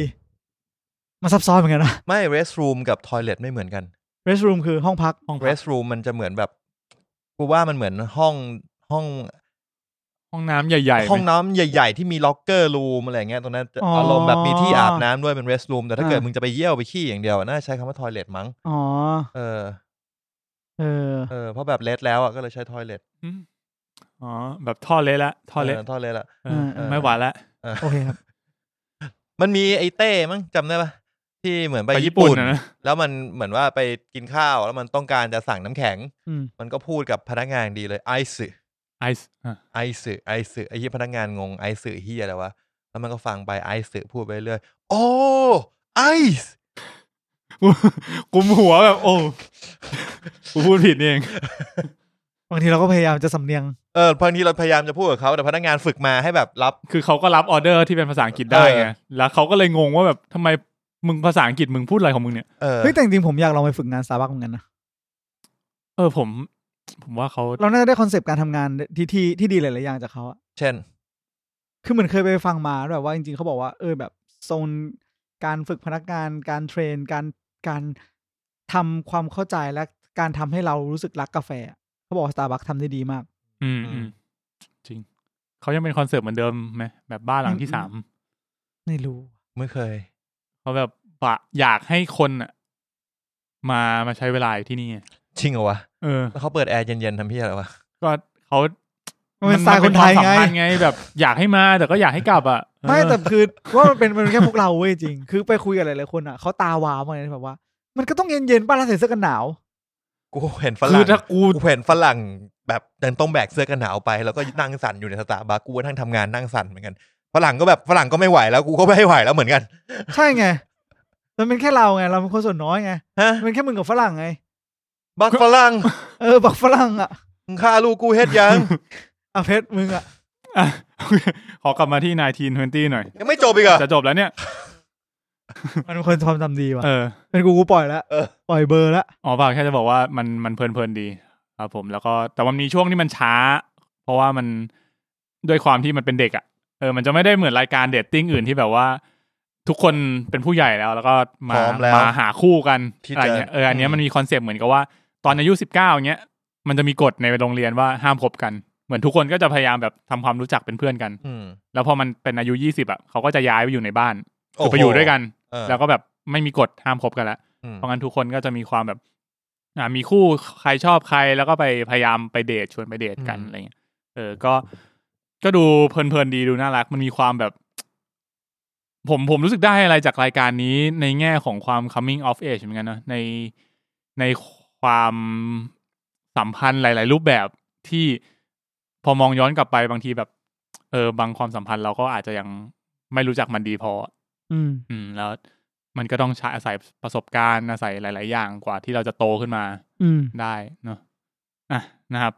Speaker 3: มันซับซ้อนเหมือนกันนะ
Speaker 2: ไม่ rest room กับ toilet ไม่เหมือนกัน
Speaker 3: restroom คือห้องพัก
Speaker 1: ห้องพัก
Speaker 2: rest room มันจะเหมือนแบบ กูว่ามันเหมือนห้องห้อง
Speaker 1: ห้องน้ำใหญ่ๆไหม
Speaker 2: ห้องน้ำใหญ่ ๆ ที่มี locker room อะไรอย่างเงี้ยตรงนั้นจะ
Speaker 3: อ๋ออ
Speaker 2: อารมณ์แบบมีที่อาบน้ำด้วยเป็น rest room แต่ถ้า
Speaker 3: อ่า
Speaker 2: เกิดมึงจะไปเยี่ยวไปขี้อย่างเดียวอะน่าใช้คำว่า toilet มั้ง
Speaker 3: อ๋อ
Speaker 2: เออ
Speaker 3: เออ
Speaker 2: เออเพราะแบบเลทแล้วอ่ะก็เลยใช้ toilet
Speaker 1: อืมอ๋อ แบบท่อเละละท่อเละ
Speaker 2: ทอเลทละ
Speaker 1: เออ
Speaker 3: เออ
Speaker 1: ไม่ไหวละ
Speaker 3: โอเคครับ
Speaker 2: มันมีไอ้เต้มั้งจำได้ปะที่เหมือนไป
Speaker 1: ไปญี่
Speaker 2: ญี่
Speaker 1: ปุ่
Speaker 2: ปุ่
Speaker 1: น
Speaker 2: น
Speaker 1: นะนะ
Speaker 2: แล้วมันเหมือนว่าไปกินข้าว แล้วมันต้องการจะสั่งน้ำแข็ง
Speaker 3: อืม
Speaker 2: มันก็พูดกับพนักงานดีเลยไอซ์
Speaker 1: ไอซ์อ่ะ
Speaker 2: ไอซ์ไอซ์ไอ้ที่พนักงานงงไอซ์เฮียอะไรวะแล้วมันก็ฟังไปไอซ์พูดไปเรื่อยโอ้ไอซ์
Speaker 1: กูกุมหัวแบบ โอ้ กูพูดผิดนี่เอง
Speaker 3: บางทีเราก็พยายามจะสำเนียง
Speaker 2: เออบางทีเราพยายามจะพูดกับเขาแต่พนักงานฝึกมาให้แบบรับ
Speaker 1: คือเขาก็รับออเดอร์ที่เป็นภาษาอังกฤษได้ไง
Speaker 2: เออ
Speaker 1: แล้วเขาก็เลยงงว่าแบบทำไมมึงภาษาอังกฤษมึงพูดอะไรของมึงเนี่ย
Speaker 2: เออ
Speaker 3: เฮ้ย แต่จริงๆผมอยากลองไปฝึกงานสตาร์บัคเหมือนกันนะ
Speaker 1: เออผม ผมว่าเขา
Speaker 3: เราน่าจะได้คอนเซปต์การทำงานที่ที่ที่ดีหลายๆอย่างจากเขาอะ
Speaker 2: เช่น
Speaker 3: คือเหมือนเคยไปฟังมาแบบว่าจริงๆเขาบอกว่าเออแบบโซนการฝึกพนักงาน การเทรน การการทำความเข้าใจและการทำให้เรารู้สึกรักกาแฟอะเขาบอกสตาร์บัคทำได้ดีมาก
Speaker 1: อืมอืมจริง เขายังเป็นคอนเสิร์ตเหมือนเดิมไหมแบบบ้านหลังที่สาม
Speaker 3: ไม่รู้
Speaker 2: ไม่เคย
Speaker 1: เขาแบบปะอยากให้คนอ่ะ มามาใช้เวลาอยู่ที่นี่ไง
Speaker 2: ชิงเหรอวะ
Speaker 1: เออ
Speaker 2: แล้วเขาเปิดแอร์เย็นๆทำเพี้ยอะไรวะ
Speaker 1: ก็เขา
Speaker 3: มันเป็นสไตล์คนไทย
Speaker 1: มัเป็วามสั
Speaker 3: ไง
Speaker 1: มพันธ์ไงแบบอยากให้มาแต่ก็อยากให้กลับอ่ะ
Speaker 3: ไม่
Speaker 1: เออ
Speaker 3: แต่คือว่ามัน เป็นมันเป็นแค่พวกเราเว้ยจริง คือไปคุยกับหลายๆคนอ่ะเขาตาวาวมาเลยแบบว่า มันก็ต้องเย็นๆป้าแล้วใส่เสื้อกันหนาว
Speaker 2: กูเห็นฝ
Speaker 1: คื
Speaker 2: รั่
Speaker 1: อง ถ้ากู
Speaker 2: กูเห็นฝรั่งแบบยังต้องแบกเสื้อกันหนาวไปแล้วก็นั่งสั่นอยู่ในสตาร์บัคกูก็นั่งทำงานนั่งสั่นเหมือนกันฝรั่งก็แบบฝรั่งก็ไม่ไหวแล้วกูก็ไม่ไหวแล้วเหมือนกัน
Speaker 3: ใช่ไง มันเป็นแค่เราไง เราเป็นคนส่วนน้อยไง
Speaker 2: ฮะ
Speaker 3: มันเป็นแค่มึงกับฝรั่งไง
Speaker 2: บักฝรั่ง
Speaker 3: เออบอกฝรั่งอ่ะ
Speaker 2: มึงฆ่าลูกกูเฮ็ดยัง
Speaker 3: อ่ะเพชรมึงอ่ะ
Speaker 1: อ่ะ ขอกลับมาที่นายทีนทเวนตี้หน่อย
Speaker 2: ยังไม่จบอีกเหรอ
Speaker 1: จะจบแล้วเนี่ย
Speaker 3: มันเป็นคนความจำดีว่ะ
Speaker 1: เออ
Speaker 3: เป็นกูกูปล่อยละ
Speaker 2: เออ
Speaker 3: ปล่อยเบอร์ละ
Speaker 1: อ๋อเปล่าแค่จะบอกว่ามันมันเพลินๆดี ครับผมแล้วก็แต่มันมีช่วงที่มันช้า เพราะว่ามันด้วยความที่มันเป็นเด็กอ่ะเออมันจะไม่ได้เหมือนรายการเดทติ้งอื่นที่แบบว่า ทุกคนเป็นผู้ใหญ่แล้ว แล้วก็มา
Speaker 2: พร้อมแล้ว
Speaker 1: มาหาคู่กัน
Speaker 2: ที่
Speaker 1: อะไรเงี้ย
Speaker 2: จะ
Speaker 1: เอออันเนี้ย
Speaker 2: อืม
Speaker 1: มันมีคอนเซปต์เหมือนกับว่า ตอนอายุสิบเก้าเงี้ยมันจะมีกฎในโรงเรียนว่าห้ามพบกัน เหมือนทุกคนก็จะพยายามแบบทำความรู้จักเป็นเพื่อนกัน
Speaker 2: อืม
Speaker 1: แล้วพอมันเป็นอายุยี่สิบอ่ะเขาก็จะย้ายไปอยู่ในบ้าน
Speaker 2: โโห
Speaker 1: คือไปอยู่ด้วยกัน
Speaker 2: เออ
Speaker 1: แล้วก็แบบไม่มีกฎห้ามคบกันละ
Speaker 2: อืม
Speaker 1: เพราะงั้นทุกคนก็จะมีความแบบ อ่ามีคู่ใครชอบใครแล้วก็ไปพยายามไปเดทชวนไปเดทกันอะไรเงี้ยเออก็ก็ดูเพลินๆดีดูน่ารัก มันมีความแบบ ผมผมรู้สึกได้อะไรจากรายการนี้ในแง่ของความ coming of age เหมือนกันเนอะในในความสัมพันธ์หลาย ๆ รูปแบบที่พอมองย้อนกลับไปบางทีแบบ เออบางความสัมพันธ์เราก็อาจจะยังไม่รู้จักมันดีพอ
Speaker 3: อืม
Speaker 1: อืมแล้วมันก็ต้องใช้อาศัยประสบการณ์อาศัยหลาย ๆ อย่างกว่าที่เราจะโตขึ้นมา
Speaker 3: อืม
Speaker 1: ได้เนาะอ่ะนะครับ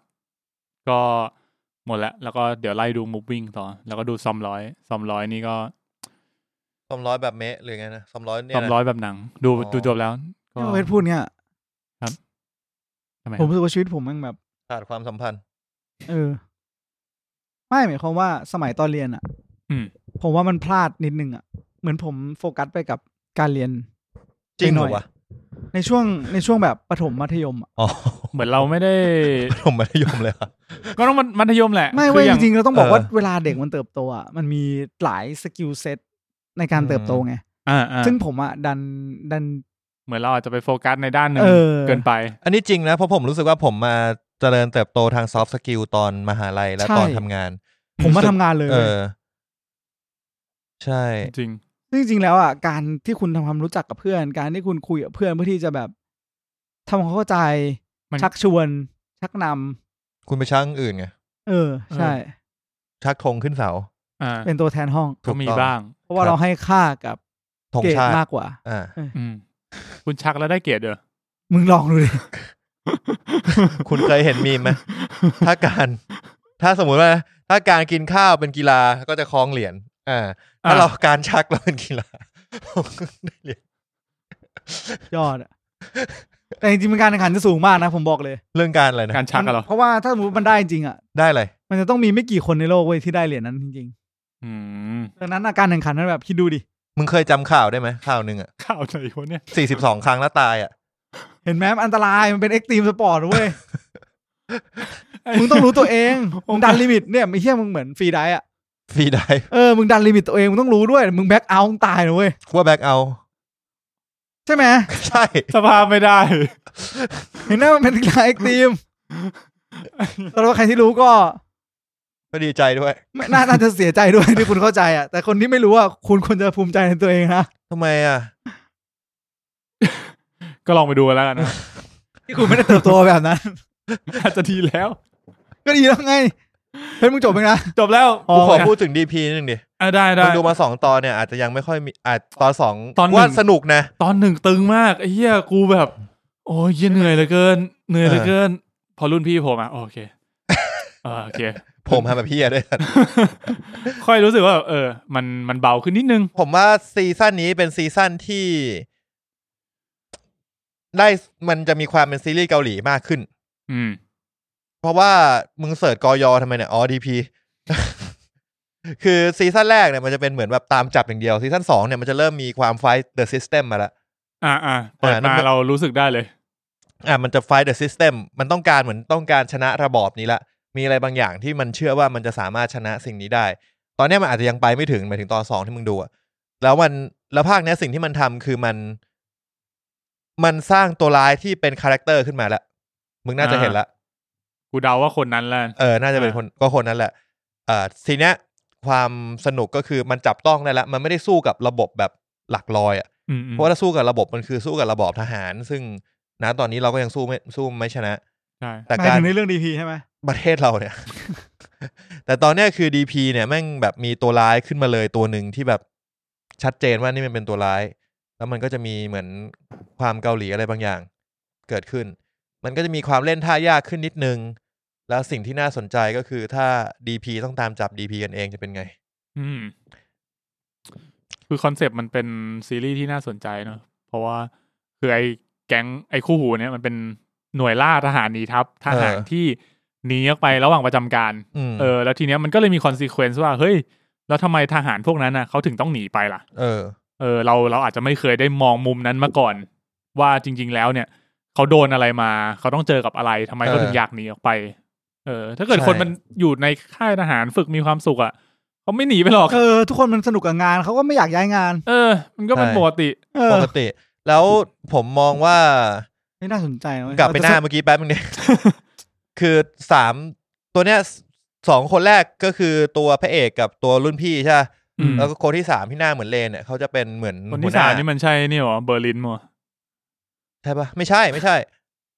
Speaker 1: ก็หมดแล้วแล้วก็เดี๋ยวไล่ดูมูฟวิ่งต่อ แล้วก็ดูซอมร้อยซอมร้อยนี่ก็
Speaker 2: ซอมร้อยแบบเมะหรือไงนะซอมร้อยเนี่ย
Speaker 1: ซอม
Speaker 2: นะ
Speaker 1: ร้อยแบบหนัง ดู
Speaker 2: อ๋อ
Speaker 1: ดูจบแล้วก็
Speaker 3: เพชรพูดเนี่ย
Speaker 1: ทำไม
Speaker 3: ผมรู้สึกว่าชีวิตผมแมันแบบ
Speaker 2: ขาดความสัมพันธ์
Speaker 3: เออ ไม่หมายความว่าสมัยตอนเรียนอ่ะ
Speaker 1: อืม
Speaker 3: ผมว่ามันพลาดนิดนึงอ่ะ เหมือนผมโฟกัสไปกับการเรียน
Speaker 2: จริงเหรอ
Speaker 3: หน่
Speaker 2: วะ
Speaker 3: อย ในช่วงในช่วงแบบประถมมัธยมอะ
Speaker 2: อ๋อ
Speaker 1: เหมือนเราไม่ได้
Speaker 2: ผมไม่ได้ยอมเลยว่ะ
Speaker 1: ก็ต้องมันมัธยมแหละ
Speaker 3: ไม่
Speaker 1: คื
Speaker 3: เว้
Speaker 1: อ
Speaker 3: ย
Speaker 1: อ
Speaker 3: จ
Speaker 1: ย่าง
Speaker 3: ริงๆเราต้องบอก
Speaker 2: เออ
Speaker 3: ว่าเวลาเด็กมันเติบโตอ่ะมันมีหลายสกิลเซ็ตในการเติบโตไง
Speaker 1: อ่าอ่า
Speaker 3: ซึ่งผมอ่ะดันดัน
Speaker 1: เหมือนเราอาจจะไปโฟกัสในด้านหนึ่ง
Speaker 3: เออ
Speaker 1: เกินไป
Speaker 2: อันนี้จริงนะเพราะผมรู้สึกว่าผมมาเจริญเติบโตทางซอฟต์สกิลตอนมหาลัยและ
Speaker 3: ใช่
Speaker 2: ตอนทำงาน
Speaker 3: ผมมา
Speaker 2: รู้สึก
Speaker 3: ทำงานเลย
Speaker 2: เออ ใช่
Speaker 1: จริง
Speaker 3: ซึ่งจริงๆแล้วอ่ะการที่คุณทำความรู้จักกับเพื่อน การที่คุณคุยกับเพื่อนเพื่อที่จะแบบทำความเข้าใจ
Speaker 1: มัน
Speaker 3: ชักชวน ชักนำ
Speaker 2: คุณไปช่างอื่นไง
Speaker 3: เออ ใช่
Speaker 2: ชักธงขึ้นเสา
Speaker 1: อ่า
Speaker 3: เป็นตัวแทนห้อง
Speaker 2: ถู
Speaker 1: ก็
Speaker 2: ก
Speaker 1: มี
Speaker 2: ต้อง
Speaker 1: บ้าง
Speaker 3: เพราะว่า
Speaker 2: ครับ
Speaker 3: เราให้ค่ากับ
Speaker 2: ธง
Speaker 3: เกรด
Speaker 2: ชาติ
Speaker 3: มากกว่า
Speaker 2: อ่า
Speaker 1: อืม คุณชักแล้วได้เกียรติเด้อ
Speaker 3: มึงลองดูดิ
Speaker 2: คุณเคยเห็นมีมไหม ถ้าการ ถ้าสมมุติว่า ถ้าการกินข้าวเป็นกีฬาก็จะคล้องเหรียญอ่า ถ้า
Speaker 1: อ่า
Speaker 2: เราการชักเราเป็นกีฬา ได้เหรียญ
Speaker 3: ยอดอะแต่จริงๆมันการแข่งขันจะสูงมากนะ ผมบอกเลย
Speaker 2: เรื่องการอะไรนะ
Speaker 1: การชักอะเหรอ
Speaker 3: เพราะว่าถ้าสมมติมันได้จริงอ่ะ
Speaker 2: ได้เลย
Speaker 3: มันจะต้องมีไม่กี่คนในโลกเว้ยที่ได้เหรียญนั้นจริง
Speaker 1: อืม
Speaker 3: ๆดังนั้นอะการแข่งขันมันแบบคิดดูดิ
Speaker 2: มึงเคยจำข่าวได้ไหมข่าวหนึ่งอ่ะ
Speaker 1: ข่าวไหนวะเนี่ย
Speaker 2: สี่สิบสองครั้งแล้วตายอ่ะ
Speaker 3: เห็นไหมมันอันตรายมันเป็นเอ็กซ์ตรีมสปอร์ต เว้ย มึงต้องรู้ตัวเองมึงดันลิมิตเนี่ยไอ้เหี้ยมึงเหมือนฟรีไดฟ์อ่ะ
Speaker 2: ฟรีได้
Speaker 3: เออ มึงดันลิมิตตัวเองมึงต้องรู้ด้วย มึงแบ็กเอาท์มึงตายนะเว้ย
Speaker 2: ขั้วแบ็กเอา
Speaker 3: ใช่ไหม
Speaker 2: ใช่
Speaker 1: สภาพไม่ได้
Speaker 3: เห็นไหมมันเป็นกีฬาเอ็กซ์ ตรีมสำหรับใครที่รู้ก็
Speaker 2: ก็ดีใจด้วย
Speaker 3: ไม่น่าน่าจะเสียใจด้วยที่คุณเข้าใจอ่ะ แต่คนที่ไม่รู้อ่ะคุณควรจะภูมิใจในตัวเองนะ
Speaker 2: ทำไมอ่ะ
Speaker 1: ก็ลองไปดูกันแล้วกันนะ
Speaker 3: ที่คุณไม่ได้เติบโตแบบนั้น
Speaker 1: อาจจะดีแล้ว
Speaker 3: ก็ดีแล้วไงเฮ้ยมึงจบไปนะ
Speaker 1: จบแล้ว
Speaker 3: อ๋
Speaker 2: กูขอ
Speaker 1: โเค
Speaker 2: พูดถึงดีพีนิดนึงดิ
Speaker 1: อ่ะได้ได้
Speaker 2: มึงดูมาสองตอนเนี่ยอาจจะยังไม่ค่อยมีอาจตอนสอง
Speaker 1: ตอนหนึ่ง
Speaker 2: ว่าสนุกนะ
Speaker 1: ตอนหนึ่งตึงมากไอ้เหี้ยกูแบบ โอ้ยเหี้ยเหนื่อยเหลือเกิน เหนื่อยเหลือเกิน พอรุ่นพี่ผมอ่ะ โอเค เออโอเค
Speaker 2: ผมทำแบบพี่อะด้วย
Speaker 1: ค่อยรู้สึกว่าแบบเออ มันมันเบาขึ้นนิดนึง
Speaker 2: ผมว่าซีซั่นนี้เป็นซีซั่นที่ ได้มันจะมีความเป็นซีรีส์เกาหลีมากขึ้น
Speaker 1: อืม
Speaker 2: เพราะว่ามึงเสิร์ชกอยอทำไมเนี่ยอ๋อดีพี คือซีซั่นแรกเนี่ยมันจะเป็นเหมือนแบบตามจับอย่างเดียวซีซั่นสองเนี่ยมันจะเริ่มมีความไฟเดอะซิสเต็มมาละ
Speaker 1: อ่าอ่าเปิด
Speaker 2: อ่ะนั่
Speaker 1: มาน
Speaker 2: มัน
Speaker 1: เรารู้สึกได้เลย
Speaker 2: อ่ะมันจะ fight the system มันต้องการเหมือนต้องการชนะระบอบนี้ละ มีอะไรบางอย่างที่มันเชื่อว่ามันจะสามารถชนะสิ่งนี้ได้ ตอนเนี้ยมันอาจจะยังไปไม่ถึงหมายถึงตอนสองที่มึงดูอะแล้วมันแล้วภาคเนี้ยสิ่งที่มันทำคือมัน มันสร้างตัวร้ายที่เป็นคาแรคเตอร์ขึ้นมาละมึงน่าจะเห็นละ
Speaker 1: กูเดาว่าคนนั้นแหละ
Speaker 2: เออ น่าจะเป็น
Speaker 1: อ่า
Speaker 2: คนก็คนนั้นแหละเอ่อทีเนี้ยความสนุกก็คือมันจับต้องได้แล้ว มันไม่ได้สู้กับระบบแบบหลักร้อยอ่ะ
Speaker 1: อืมอืม
Speaker 2: เพราะว่าถ้าสู้กับระบบมันคือสู้กับระบอบทหาร ซึ่งนะตอนนี้เราก็ยังสู้ไม่สู้ไม่ชนะ
Speaker 1: ใช่
Speaker 2: แต่
Speaker 3: หมาย
Speaker 2: การ
Speaker 3: ถึงในเรื่องดีพีใช่ไหม
Speaker 2: ประเทศเราเนี่ย แต่ตอนเนี้ยคือดีพีเนี่ยแม่งแบบมีตัวร้ายขึ้นมาเลยตัวหนึ่งที่แบบชัดเจนว่านี่มันเป็นตัวร้าย แล้วมันก็จะมีเหมือนความเกาหลีอะไรบางอย่าง เกิดขึ้น มันก็จะมีความเล่นท่ายากขึ้นนิดนึง แล้วสิ่งที่น่าสนใจก็คือถ้าดีพีต้องตามจับดีพีกันเองจะเป็นไง
Speaker 1: อืม คือคอนเซปต์มันเป็นซีรีส์ที่น่าสนใจเนอะเพราะว่าคือไอ้แก๊งไอ้คู่หูเนี่ยมันเป็นหน่วยล่าทหารหนีทัพทหาร
Speaker 2: เออ
Speaker 1: ที่หนีออกไประหว่างประจำการ
Speaker 2: อืม
Speaker 1: เออ แล้วทีเนี้ยมันก็เลยมีคอนซีเควนซ์ว่าเฮ้ย แล้วทำไมทหารพวกนั้นน่ะเขาถึงต้องหนีไปล่ะ
Speaker 2: เออ
Speaker 1: เออเราเราอาจจะไม่เคยได้มองมุมนั้นมาก่อน ว่าจริง ๆ แล้วเนี่ย เขาโดนอะไรมา เขาต้องเจอกับอะไรทำไมเขา
Speaker 2: เออ
Speaker 1: ถึงอยากหนีออกไป เออ ถ้าเกิด
Speaker 2: ใช่
Speaker 1: คนมันอยู่ในค่ายทหารฝึกมีความสุขอ่ะเขาไม่หนีไปหรอก
Speaker 3: เออ ทุกคนมันสนุกกับงานเขาก็ไม่อยากย้ายงาน
Speaker 1: เออ มันก็เป็น
Speaker 2: ใช่
Speaker 1: ปกติ
Speaker 3: เอ
Speaker 2: ป
Speaker 3: อก
Speaker 2: ติ แล้วผมมองว่า
Speaker 3: ไม่น่าสนใจนะเว้ย
Speaker 2: กลับไปหน้าเมื่อกี้แป๊บนึงเนี่ย คือสามตัวเนี้ยสองคนแรกก็คือตัวพระเอกกับตัวรุ่นพี่ใช่ปะ
Speaker 1: อืม
Speaker 2: แล้วก็คนที่สามที่หน้าเหมือนเลนเนี่ยเขาจะเป็นเหมือน
Speaker 1: คน
Speaker 2: หั
Speaker 1: ที่สา
Speaker 2: วห
Speaker 1: มนี่มันใช่นี่หรอเบอร์ลินมั้ง
Speaker 2: ใช่ปะไม่ใช่ไม่ใช่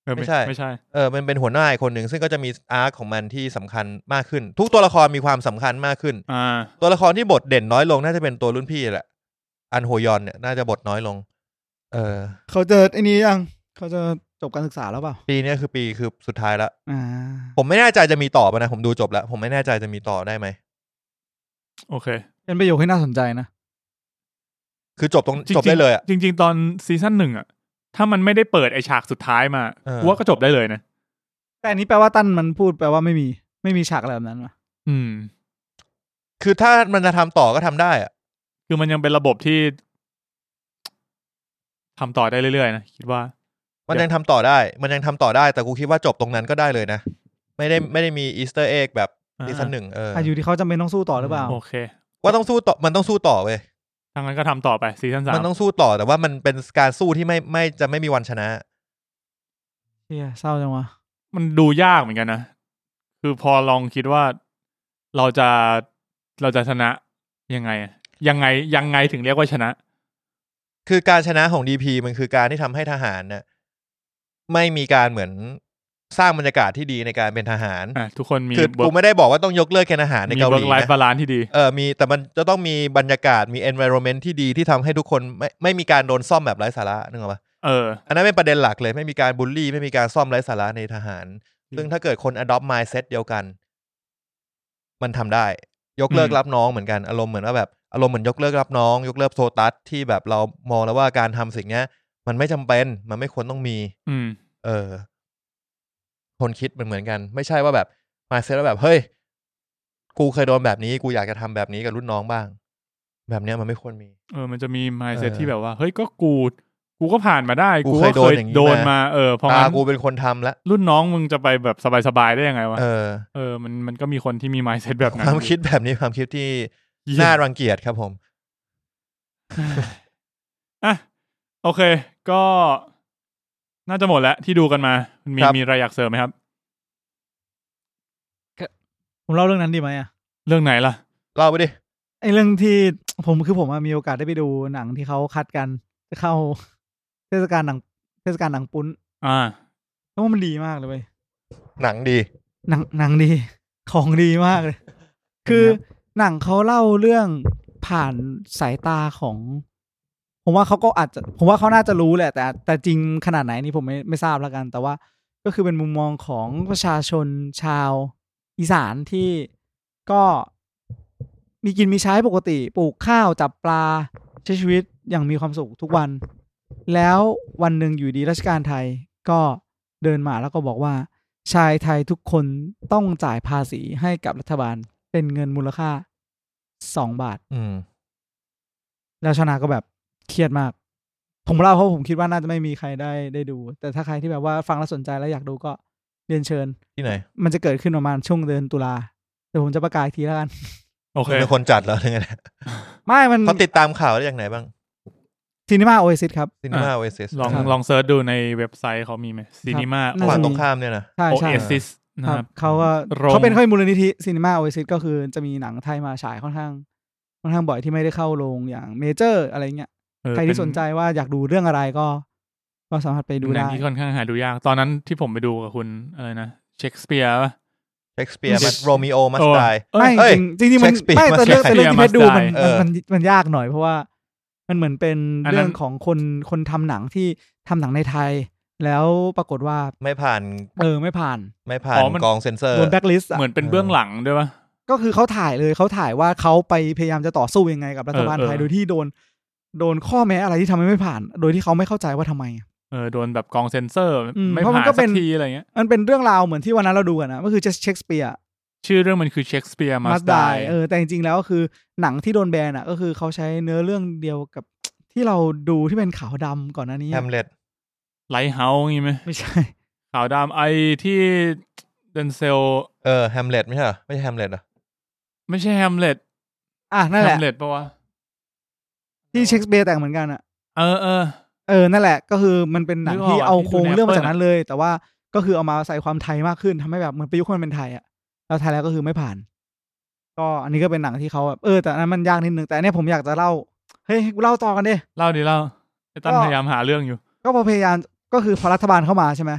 Speaker 1: เออ
Speaker 2: ไม่ใช่
Speaker 1: ไม่ใช่
Speaker 2: เออมันเป็นหัวหน้าอีกคนหนึ่งซึ่งก็จะมีอาร์คของมันที่สำคัญมากขึ้น ทุกตัวละครมีความสำคัญมากขึ้น
Speaker 1: อ่า
Speaker 2: ตัวละครที่บทเด่นน้อยลงน่าจะเป็นตัวรุ่นพี่แหละ อันโฮยอนเนี่ยน่าจะบทน้อยลง เออ
Speaker 3: เขาเจอไอ้นี้ยังเขาจะจบการศึกษาแล้วเปล่า
Speaker 2: ปีเนี้ยคือปีคือสุดท้ายละ
Speaker 3: อ่า
Speaker 2: ผมไม่แน่ใจจะมีต่อปะนะผมดูจบแล้วผมไม่แน่ใจจะมีต่อได้ไหม
Speaker 1: โอเค
Speaker 3: เป็นประโยคที่น่าสนใจนะ
Speaker 2: คือจบตรง
Speaker 1: จริงๆ
Speaker 2: จบได้เลยอ่ะ
Speaker 1: จริง ๆ ตอนซีซั่นหนึ่งอ่ะ ถ้ามันไม่ได้เปิดไอฉากสุดท้ายมา
Speaker 2: เออ
Speaker 1: กูว่าก็จบได้เลยนะ
Speaker 3: แต่อันนี้แปลว่าตั้นมันพูดแปลว่าไม่มีไม่มีฉากอะไรแบบนั้นวะ
Speaker 1: อืม
Speaker 2: คือถ้ามันจะทำต่อก็ทำได้อ่ะ
Speaker 1: คือมันยังเป็นระบบที่ทำต่อได้เรื่อยๆนะคิดว่า
Speaker 2: มันยังทำต่อได้ มันยังทำต่อได้ แต่กูคิดว่าจบตรงนั้นก็ได้เลยนะ ไม่ได้ไม่ได้มีอีสเตอร์เอ็กแบบ
Speaker 1: อ่า
Speaker 2: ซีซั่นหนึ่งเออ
Speaker 3: อ่ะอยู่ที่เขาจำเป็นต้องสู้ต่อหรือเปล่า
Speaker 1: โอเค
Speaker 2: ว่าต้องสู้ต่อ มันต้องสู้ต่อเว้ย
Speaker 1: ทางนั้นก็ทำต่อไปซีซั่นสาม
Speaker 2: มันต้องสู้ต่อแต่ว่ามันเป็นการสู้ที่ไม่ไม่จะไม่มีวันชนะ
Speaker 3: เฮียเศร้าจังวะ
Speaker 1: มันดูยากเหมือนกันนะ คือพอลองคิดว่าเราจะเราจะชนะยังไงอะยังไงยังไงถึงเรียกว่าชนะ
Speaker 2: คือการชนะของดีพีมันคือการที่ทำให้ทหารน่ะไม่มีการเหมือนสร้างบรรยากาศที่ดีในการเป็นทหาร
Speaker 1: อ่ะทุกคนมี
Speaker 2: คือ
Speaker 1: เบิ
Speaker 2: กู
Speaker 1: ร์ก
Speaker 2: ไม่ได้บอกว่าต้องยกเลิกแกณฑ์ทหารใน
Speaker 1: มี
Speaker 2: เกาห
Speaker 1: เบิร์
Speaker 2: ลี
Speaker 1: กไลฟ์
Speaker 2: นะ
Speaker 1: บาลานที่ดี
Speaker 2: เออ มี แต่มันจะต้องมีบรรยากาศ มี environment ที่ดีที่ทำให้ทุกคนไม่ไม่มีการโดนซ่อมแบบไร้สาระนึกออกปะ
Speaker 1: เออ
Speaker 2: อันนั้นเป็นประเด็นหลักเลย ไม่มีการบูลลี่ ไม่มีการซ่อมไร้สาระในทหาร ซึ่งถ้าเกิดคน adopt mindset เดียวกัน มันทำได้ ยกเลิก
Speaker 1: อืม
Speaker 2: รับน้องเหมือนกัน อารมณ์เหมือนว่าแบบ อารมณ์เหมือนยกเลิกรับน้อง ยกเลิกโซตัสที่แบบเรามองแล้วว่าการทำสิ่งเนี้ย มันไม่จำเป็น มันไม่ควรต้องมี
Speaker 1: อืม
Speaker 2: เออ คนคิดมันเหมือนกัน ไม่ใช่ว่าแบบ mindset ว่าแบบ เฮ้ย กูเคยโดนแบบนี้ กูอยากจะทำแบบนี้กับรุ่นน้องบ้าง แบบเนี้ยมันไม่ควรมี
Speaker 1: เออ มันจะมีมายเซต
Speaker 2: เออ
Speaker 1: ที่แบบว่า เฮ้ยก็กูกูก็ผ่านมาได้
Speaker 2: กู
Speaker 1: ก็
Speaker 2: เคยโด
Speaker 1: เค
Speaker 2: น
Speaker 1: ย
Speaker 2: อย่างนี้
Speaker 1: โดน
Speaker 2: มา
Speaker 1: มาเออเพราะ
Speaker 2: ตา
Speaker 1: งั้น
Speaker 2: กูเป็นคนทำละ
Speaker 1: รุ่นน้องมึงจะไปแบบสบายๆได้ยังไงวะ
Speaker 2: เออ
Speaker 1: เออมันมันก็มีคนที่มีมายเซตแบบ
Speaker 2: ค
Speaker 1: นั้น
Speaker 2: วามคิดแบบนี้ความคิดที่
Speaker 1: เหี้ย
Speaker 2: น่ารังเกียจครับผม
Speaker 1: อ่ะโอเค ก็น่าจะหมดแล้วที่ดูกันมา มี
Speaker 2: ครับ
Speaker 1: มีอะไรอยากเสริมไหมครับ
Speaker 3: ผมเล่าเรื่องนั้นดีไหมอ่ะ
Speaker 1: เรื่องไหนล่ะ
Speaker 2: เล่าไปดิ
Speaker 3: ไอเรื่องที่ ผมคือผมอะมีโอกาสได้ไปดูหนังที่เขาคัดกันจะเข้า เทศกาลหนัง เทศกาลหนังปุ้น
Speaker 1: อ่า
Speaker 3: แล้วว่ามันดีมากเลยเว้ย
Speaker 2: หนังดี
Speaker 3: หนังหนังดี ของดีมากเลย คือหนังเขาเล่าเรื่องผ่านสายตาของ ผมว่าเขาก็อาจจะ ผมว่าเขาน่าจะรู้แหละ แต่ แต่จริงขนาดไหนนี่ผมไม่ไม่ทราบแล้วกัน แต่ว่าก็คือเป็นมุมมองของประชาชนชาวอีสานที่ก็มีกินมีใช้ปกติปลูกข้าวจับปลาใช้ชีวิตอย่างมีความสุขทุกวัน แล้ววันหนึ่งอยู่ดีราชการไทยก็เดินมาแล้วก็บอกว่า ชายไทยทุกคนต้องจ่ายภาษีให้กับรัฐบาลเป็นเงินมูลค่าสองบาท
Speaker 2: อืม
Speaker 3: แล้วชาวนาก็แบบเครียดมาก ผมเล่าเพราะผมคิดว่าน่าจะไม่มีใครได้ได้ดู แต่ถ้าใครที่แบบว่าฟังแล้วสนใจแล้วอยากดูก็เรียนเชิญ
Speaker 2: ที่ไหน
Speaker 3: มันจะเกิดขึ้นประมาณช่วงเดือนตุลาเดี๋ยวผมจะประกาศอีกทีแล้วกัน
Speaker 1: โอ
Speaker 2: มึ
Speaker 1: เค
Speaker 2: งเป็นคนจัดเหรอทั้งนั้น
Speaker 3: ไม่มัน
Speaker 2: เขาติดตามข่าวได้อย่างไหนบ้าง
Speaker 3: ซีนีมาโอเอซิสครับ
Speaker 2: ซินีมาโอเอซิส
Speaker 1: ลอง
Speaker 3: ครับ
Speaker 1: ลองเซิร์ชดูในเว็บไซต์เขามีไหมซีนีมา
Speaker 3: น่า
Speaker 2: ฝั่ง
Speaker 3: จะมี
Speaker 2: ตรงข้ามเนี่ยนะ
Speaker 3: ใช่
Speaker 1: โอ
Speaker 3: ใช่
Speaker 1: เอซิส นะ
Speaker 3: ค
Speaker 1: ค
Speaker 3: รั
Speaker 1: รั
Speaker 3: บบ เขาก็
Speaker 1: โรง
Speaker 3: เขาเป็นค่อยมูลนิธิซีนีมาโอเอซิสก็คือจะมีหนังไทยมาฉายค่อนข้างค่อนข้างบ่อยที่ไม่ได้เข้าโรงอย่างเมเจอร์อะไรเงี้ย
Speaker 1: เออ
Speaker 3: ใครที่สนใจว่าอยากดูเรื่องอะไรก็ ก็สามารถไป
Speaker 1: เป็น
Speaker 3: ดู
Speaker 1: หนัง
Speaker 3: ได้
Speaker 1: ที่ค่อนข้างหาดูยาก ตอนนั้นที่ผมไปดูกับคุณอะไรนะเชคสเปียร์ป่ะ
Speaker 2: เช็คสเปียร์มัสโรมิโอมัส
Speaker 1: โอ้
Speaker 2: ไต
Speaker 1: เอ้ย
Speaker 3: ไม่
Speaker 2: เอ้ย
Speaker 3: จริงจริงๆมัน
Speaker 2: Shakespeare
Speaker 3: ไม่แต่เรื่อ
Speaker 2: Shakespeare
Speaker 3: งแต่เรื่องที่เพชรดูมัน
Speaker 1: เอ
Speaker 3: มัน
Speaker 2: อ
Speaker 3: มันมันยากหน่อยเพราะว่ามันเหมือนเป็น
Speaker 1: อันนั้น
Speaker 3: เรื่องของคนคนทำหนังที่ทำหนังในไทย แล้วปรากฏว่า
Speaker 2: ไม่ผ่าน
Speaker 3: เออไม่ผ่าน
Speaker 2: ไม่ผ่าน
Speaker 1: อ๋อมัน
Speaker 2: กองเซ็นเซอร์
Speaker 3: โดนแบ็คลิสต์อ่ะ
Speaker 1: เหมือนเป็นเบื้องหลังด้วยป่ะ
Speaker 3: ก็คือเขาถ่ายเลยเขาถ่ายว่าเขาไปพยายามจะต่อสู้ยังไงกับรัฐบาล
Speaker 1: เออ
Speaker 3: ไทย
Speaker 1: เออ
Speaker 3: โดยที่โดน โดนข้อแม้อะไรที่ทำให้ไม่ผ่าน โดยที่เขาไม่เข้าใจว่าทำไม
Speaker 1: เออโดนแบบกองเซนเซอร์
Speaker 3: อืม
Speaker 1: ไม่
Speaker 3: เพราะมั
Speaker 1: ผ่าน น
Speaker 3: ก็เป็
Speaker 1: สั
Speaker 3: น
Speaker 1: กทีอะไรเงี้ย
Speaker 3: มันเป็นเรื่องราวเหมือนที่วันนั้นเราดูกันนะก็คือเชคสเปียร์
Speaker 1: ชื่อเรื่องมันคือเชคสเปียร์มั
Speaker 3: มั
Speaker 1: ส
Speaker 3: ส
Speaker 1: ได
Speaker 3: ดายเออแต่จริงๆแล้วก็คือหนังที่โดนแบนอ่ะ ก็คือเขาใช้เนื้อเรื่องเดียวกับ ที่เราดูที่เป็นขาวดำก่อนหน้านี้
Speaker 2: แฮมเล็ต
Speaker 1: ไลท์เฮาส์งี้ไหม
Speaker 3: ไม่ใช่
Speaker 1: ขาวดำไอที่เดนเซล
Speaker 2: เออแฮมเล็ตไม่ใช่เหรอไม่ใช่แฮมเล็ตเหรอ
Speaker 1: ไม่ใช่แฮมเล็ต
Speaker 3: อ่ะ นั่น
Speaker 1: แฮ
Speaker 3: แหละ
Speaker 1: มเล็ตปะวะ
Speaker 3: ที่เชคสเปียร์แต่งเหมือนกันอ่ะ
Speaker 1: เออเออ
Speaker 3: เออนั่นแหละก็คือมันเป็นหนัง
Speaker 1: นึกออก
Speaker 3: ที่เอา
Speaker 1: ที่ดู
Speaker 3: โครงเรื่องมาจาก
Speaker 1: ใน Apple
Speaker 3: นั้นเลย แต่ว่าก็คือเอามาใส่ความไทยมากขึ้นทำให้แบบเหมือนประยุกต์ให้มันเป็นไทยอ่ะแล้วไทยแล้วก็คือไม่ผ่าน ก็อันนี้ก็เป็นหนังที่เขาแบบเออแต่อันนั้นมันยากนิดนึงแต่อันเนี้ยผมอยากจะเล่าเฮ้ยให้กูเล่าต่อกันดิ
Speaker 1: เล่าดิเล่าไอ้ตั้น
Speaker 3: ก็
Speaker 1: พยายามหาเรื่องอยู่
Speaker 3: ก็พอพยายามก็คือพอรัฐบาลเข้ามาใช่ไหม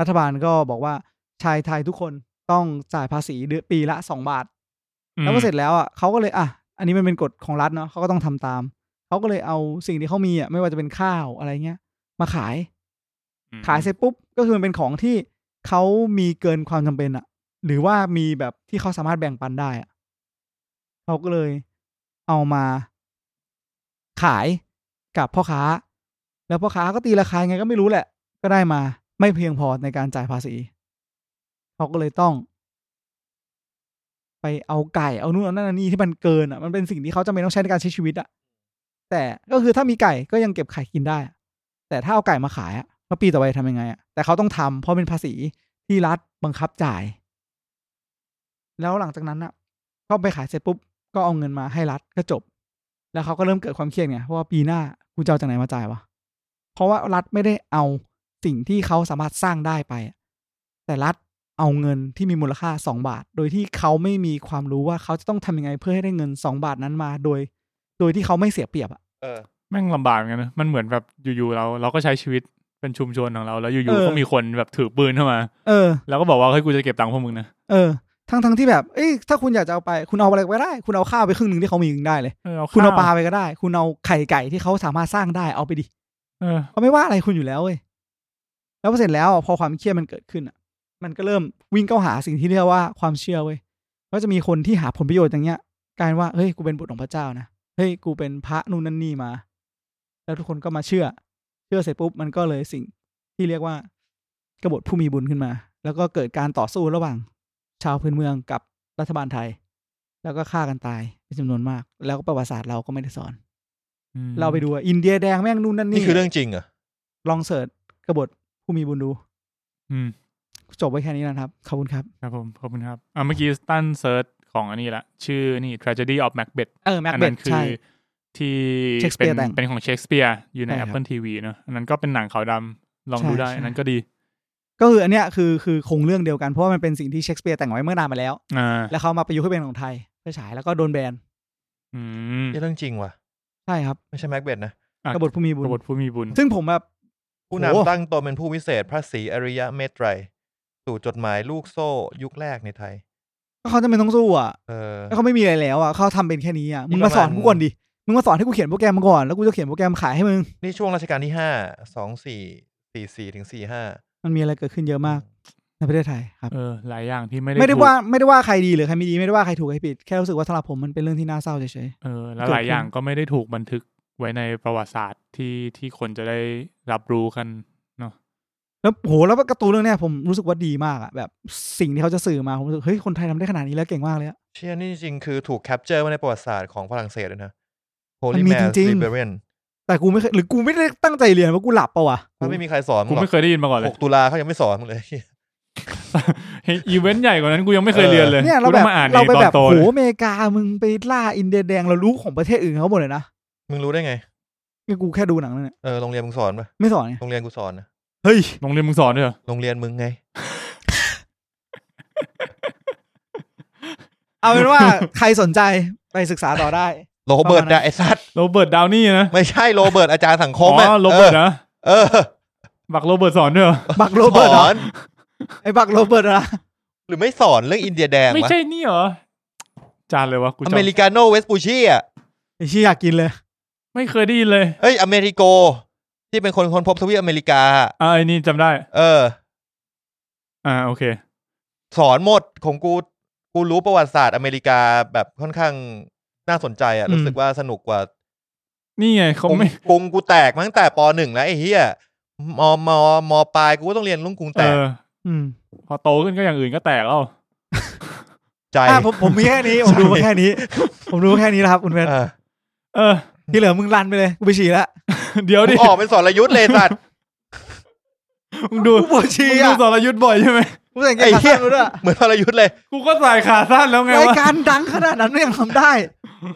Speaker 3: รัฐบาลก็บอกว่าชายไทยทุกคนต้องจ่ายภาษีเดือนปีละสองบาท
Speaker 1: อืม
Speaker 3: แล้วพอเสร็จแล้วอ่ะเขาก็เลยอ่ะอันนี้มันเป็นกฎของรัฐเนาะเขาก็ต้องทำตามเขาก็เลยเอาสิ่งที่เขามีอ่ะไม่ว่าจะเป็นข้าวอะไรเงี้ย มาขาย
Speaker 1: อืม
Speaker 3: ขายเสร็จปุ๊บก็คือมันเป็นของที่เขามีเกินความจำเป็นอ่ะ หรือว่ามีแบบที่เขาสามารถแบ่งปันได้อ่ะเขาก็เลยเอามา ขายกับพ่อค้า แล้วพ่อค้าก็ตีราคายังไงก็ไม่รู้แหละ ก็ได้มาไม่เพียงพอในการจ่ายภาษีเขาก็เลยต้อง ไปเอาไก่เอานู่นเอานั่นเอานี่ที่มันเกินอ่ะมันเป็นสิ่งที่เขาจำเป็นต้องใช้ในการใช้ชีวิตอ่ะแต่ก็คือถ้ามีไก่ก็ยังเก็บไข่กินได้อะแต่ถ้าเอาไก่มาขายอ่ะแล้วปีต่อไปทำยังไงอ่ะแต่เขาต้องทำเพราะเป็นภาษีที่รัฐบังคับจ่าย แล้วหลังจากนั้นอ่ะก็ไปขายเสร็จปุ๊บก็เอาเงินมาให้รัฐก็จบ แล้วเขาก็เริ่มเกิดความเครียดไงเพราะว่าปีหน้ากูจะเอาจากไหนมาจ่ายวะเพราะว่ารัฐไม่ได้เอาสิ่งที่เขาสามารถสร้างได้ไปอะแต่รัฐเอาเงินที่มีมูลค่าสองบาท โดยที่เขาไม่มีความรู้ว่าเขาจะต้องทำยังไงเพื่อให้ได้เงินสองบาทนั้นมาโดย โดยที่เขาไม่เสียเปรียบอะ
Speaker 2: เออ
Speaker 1: แม่งลำบากเหมือนกันนะมันเหมือนแบบอยู่ๆเรา เราก็ใช้ชีวิตเป็นชุมชนของเรา แล้วอยู่
Speaker 3: เออ
Speaker 1: ๆก็มีคนแบบถือปืนเข้ามา
Speaker 3: เออ
Speaker 1: แล้วก็บอกว่าเฮ้ยกูจะเก็บตังค์พวกมึงนะ
Speaker 3: เออ ทั้งทั้งที่แบบ เอ้ยถ้าคุณอยากจะเอาไป คุณเอาอะไรไปได้ คุณเอาข้าวไปครึ่งหนึ่งที่เขามียิงได้เลย
Speaker 1: เออเอา
Speaker 3: คุณเอาปลา
Speaker 1: ข้าว
Speaker 3: ไปก็ได้ คุณเอาไข่ไก่ที่เขาสามารถสร้างได้เอาไปดิ
Speaker 1: เออ
Speaker 3: เขาไม่ว่าอะไรคุณอยู่แล้วเว้ย แล้วพอเสร็จแล้วอะพอความเครียดมันเกิดขึ้นอ่ะ มันก็เริ่มวิ่งเข้าหาสิ่งที่เรียกว่าความเชื่อเว้ยก็จะมีคนที่หาผลประโยชน์อย่างเงี้ยกลารว่า เฮ้ย กูเป็นบุตรของพระเจ้านะ เฮ้ย กูเป็นพระนู่นนั่นนี่มา แล้วทุกคนก็มาเชื่อ เชื่อเสร็จปุ๊บ มันก็เลยสิ่งที่เรียกว่ากบฏผู้มีบุญขึ้นมา แล้วก็เกิดการต่อสู้ระหว่าง ชาวพื้นเมืองกับรัฐบาลไทย แล้วก็ฆ่ากันตายเป็นจำนวนมาก แล้วก็ประวัติศาสตร์เราก็ไม่ได้สอน
Speaker 1: อืม
Speaker 3: เราไปดูอะอินเดียแดงแม่งนู่นนั่นนี่
Speaker 2: นี่คือเรื่องจริงเหรอ
Speaker 3: ลองเสิร์ชกบฏผู้มีบุญดู
Speaker 1: อืม
Speaker 3: จบไว้แค่นี้นะครับ ขอบคุณครับ
Speaker 1: ครับผมขอบคุณครับอ่ะเมื่อกี้ตั้นเซิร์ชของอันนี้ละชื่อนี่ tragedy of Macbeth
Speaker 3: เออ แม็ก
Speaker 1: อัน
Speaker 3: เบ
Speaker 1: นั้
Speaker 3: ด
Speaker 1: นคื
Speaker 3: ใช่
Speaker 1: อที่
Speaker 3: Shakespeare
Speaker 1: เป็น
Speaker 3: แต่ง
Speaker 1: เป็นของเชคสเปียร์อยู่ใน
Speaker 3: ใช่ครับ
Speaker 1: Apple TV เนอะอันนั้นก็เป็นหนังขาวดำลองดูได้
Speaker 3: ใช่ใช่
Speaker 1: อันนั้นก็ดี
Speaker 3: ก็คืออันเนี้ยคือคือคงเรื่องเดียวกัน เพราะว่ามันเป็นสิ่งที่เชคสเปียร์แต่งไว้เมื่อนานมาแล้ว
Speaker 1: อ่า
Speaker 3: แล้วเขามาประยุกต์ให้เป็นของไทยเพื่อฉายแล้วก็โดนแบน
Speaker 1: อืม
Speaker 2: นี่เรื่องจริงว่ะ
Speaker 3: ใช่ครับ
Speaker 2: ไม่ใช่แม็กเบดนะ
Speaker 1: อ่ะ
Speaker 3: กบฏผู้มีบุญ
Speaker 1: กบฏผู้มีบุญ
Speaker 3: ซึ่งผมแบบ
Speaker 2: ผู้
Speaker 3: โอ้
Speaker 2: นำตั้งตนเป็นผู้วิเศษ พระศรีอริยะเมตไตรสู่จดหมายลูกโซ่ยุคแรกในไทย
Speaker 3: ก็เขาจะเป็นต้องสู้อ่ะ
Speaker 2: เออ
Speaker 3: แล้วเขาไม่มีอะไรแล้วอ่ะเขาทำเป็นแค่นี้อ่ะมึงมาสอน
Speaker 2: นี่
Speaker 3: กู
Speaker 2: ประมาณ
Speaker 3: ก่อนดิมึงมาสอนให้กูเขียนโปรแกรมมาก่อนแล้วกูจะเขียนโปรแกรมขายให้มึง
Speaker 2: นี่ช่วงรัชกาลที่ห้าสองสี่สี่สี่ถึงสี่ห้า
Speaker 3: มันมีอะไรเกิดขึ้นเยอะมากในประเทศไทยครับ
Speaker 1: เออ หลายอย่างที่ไม่ได้
Speaker 3: ไม่ได้
Speaker 1: ถูก
Speaker 3: ว่าไม่ได้ว่าใครดีหรือใครไม่ดีไม่ได้ว่าใครถูกใครผิดแค่รู้สึกว่าสำหรับผมมันเป็นเรื่องที่น่าเศร้าเฉย
Speaker 1: เออแล้ว
Speaker 3: เกิด
Speaker 1: หลายอย่าง
Speaker 3: ขึ้น
Speaker 1: ก็ไม่ได้ถูกบันทึกไว้ในประวัติศาสตร์ที่ที่คนจะได้รับรู้กัน
Speaker 3: แล้วโหแล้วการ์ตูนเรื่องเนี้ยผมรู้สึกว่าดีมากอะแบบสิ่งที่เขาจะสื่อมาผมรู้สึกเฮ้ยคนไทยทำได้ขนาดนี้แล้วเก่งมากเลยอะ
Speaker 2: เชื่อนี่จริงๆคือถูกแคปเจอร์ไว้ในประวัติศาสตร์ของฝรั่งเศสด้วยนะ
Speaker 3: มั
Speaker 2: Holy
Speaker 3: นมี
Speaker 2: Man
Speaker 3: จริงๆ
Speaker 2: Liberian
Speaker 3: แต่กูไม่เคยหรือกูไม่ได้ตั้งใจเรียนว่ากูหลับปะวะ
Speaker 2: ถ้าไม่มีใครสอน
Speaker 1: กู
Speaker 2: มึงหรอ
Speaker 1: ไม่เคยได้ยินมาก่อนเล
Speaker 2: ก
Speaker 1: ย
Speaker 2: 6ตุลาเขายังไม่สอนมึงเลย
Speaker 1: เฮ้ยอีเวนต์ใหญ่กว่านั้นกูยังไม่เคยเรียนเลย
Speaker 3: เนี่ยเรา
Speaker 1: กู
Speaker 3: แบ
Speaker 1: ต้อบ งมาอ่านเอ
Speaker 3: เรา
Speaker 1: ง
Speaker 3: ไป
Speaker 1: ตอ
Speaker 3: แบ
Speaker 1: น
Speaker 3: บ
Speaker 1: โต
Speaker 3: โห
Speaker 1: เลย
Speaker 3: อเมริกามึงไปล่าอินเดียแดงเรารู้ของประเทศอื่นเขาหมดเลยนะ
Speaker 2: มึงรู้ได้ไง
Speaker 3: นี่กูแค่ดูหนังนั่นแหละ
Speaker 2: เออโรงเรียนมึงสอนปะ
Speaker 3: ไม่สอนไง
Speaker 2: โรงเรียนกูสอนนะ
Speaker 3: เฮ้ย
Speaker 1: โรงเรียนมึงสอนด้วยเหรอ
Speaker 2: โรงเรียนมึงไง
Speaker 3: เอาเป็นว่าใครสนใจไปศึกษาต่อได้
Speaker 2: โรเบิร์ตนะไอ้สัตว์
Speaker 1: โรเบิร์ตดาวนี่นะ
Speaker 2: ไม่ใช่โรเบิร์ตอาจารย์สังค
Speaker 1: อ๋
Speaker 2: มะ
Speaker 1: อโรเบิร์ตนะ
Speaker 2: เออเออ
Speaker 1: บักโรเบิร์ตสอนด้วยเหรอ
Speaker 3: บักโรเบิร์ต
Speaker 2: ส
Speaker 3: เหร
Speaker 2: อ
Speaker 3: อน ไอ้บักโรเบิร์ตนะ
Speaker 2: หรือไม่สอนเรื่องอินเดียแดง
Speaker 1: ไม่
Speaker 2: วะ
Speaker 1: ใช่นี่เหรอจานเลยวะกู
Speaker 2: อ
Speaker 1: จำ
Speaker 2: เมริกาโน่เวสปูชีอ่ะ
Speaker 3: ไอ้ชี้อยากกินเลย
Speaker 1: ไม่เคยได้ยินเลย
Speaker 2: เอ้ยอเมริโก ที่เป็นคนค้นพบทวีปอเมริกา
Speaker 1: อ่าไอ้นี่จำได้
Speaker 2: เออ
Speaker 1: อ่าโอเค
Speaker 2: สอนหมดของกูกูรู้ประวัติศาสตร์อเมริกาแบบค่อนข้างน่าสนใจอ่ะ
Speaker 1: อืม
Speaker 2: รู้สึกว่าสนุกกว่า
Speaker 1: นี่ไงเขา
Speaker 2: กรุง
Speaker 1: ไม่
Speaker 2: กรุงกูแตกมาตั้งแต่ปหนึ่งแล้วไอ้เหี้ยมมมปลายกูก็ต้องเรียนรุ่งกรุง
Speaker 1: เอ
Speaker 2: แตก
Speaker 1: อ
Speaker 3: อืม
Speaker 1: พอโตขึ้นก็อย่างอื่นก็แตกแล้ว
Speaker 2: ใจ
Speaker 3: อ่ะผมผมมีแค่นี้ ผมรู้แค่นี้ ผมรู้แค่นี้นะครับคุณเพชร
Speaker 2: เออ
Speaker 1: เออ
Speaker 3: ที่เหลือมึงรันไปเลยกูไปฉี่ละ
Speaker 1: เดี๋ยว
Speaker 2: มึ
Speaker 1: ดิ
Speaker 2: งออกเป็นสอนรยุทธ์เลยสัตว์
Speaker 1: มึงดู
Speaker 3: กูปวดฉี่
Speaker 1: มึงดู
Speaker 3: อ่ะ
Speaker 1: สรยุทธ์บ่อยใช่ไหม
Speaker 3: กูแต่ง
Speaker 2: ไอ้
Speaker 3: เกงขา
Speaker 2: เหี้ย
Speaker 3: สั้นมาด้วย
Speaker 2: เหมือนสรยุทธ์เลย
Speaker 1: กูก็ใส่ขาสั้นแล้วไง
Speaker 3: รายว
Speaker 1: ะ
Speaker 3: การดังขนาดนั้นไม่ยังทำได้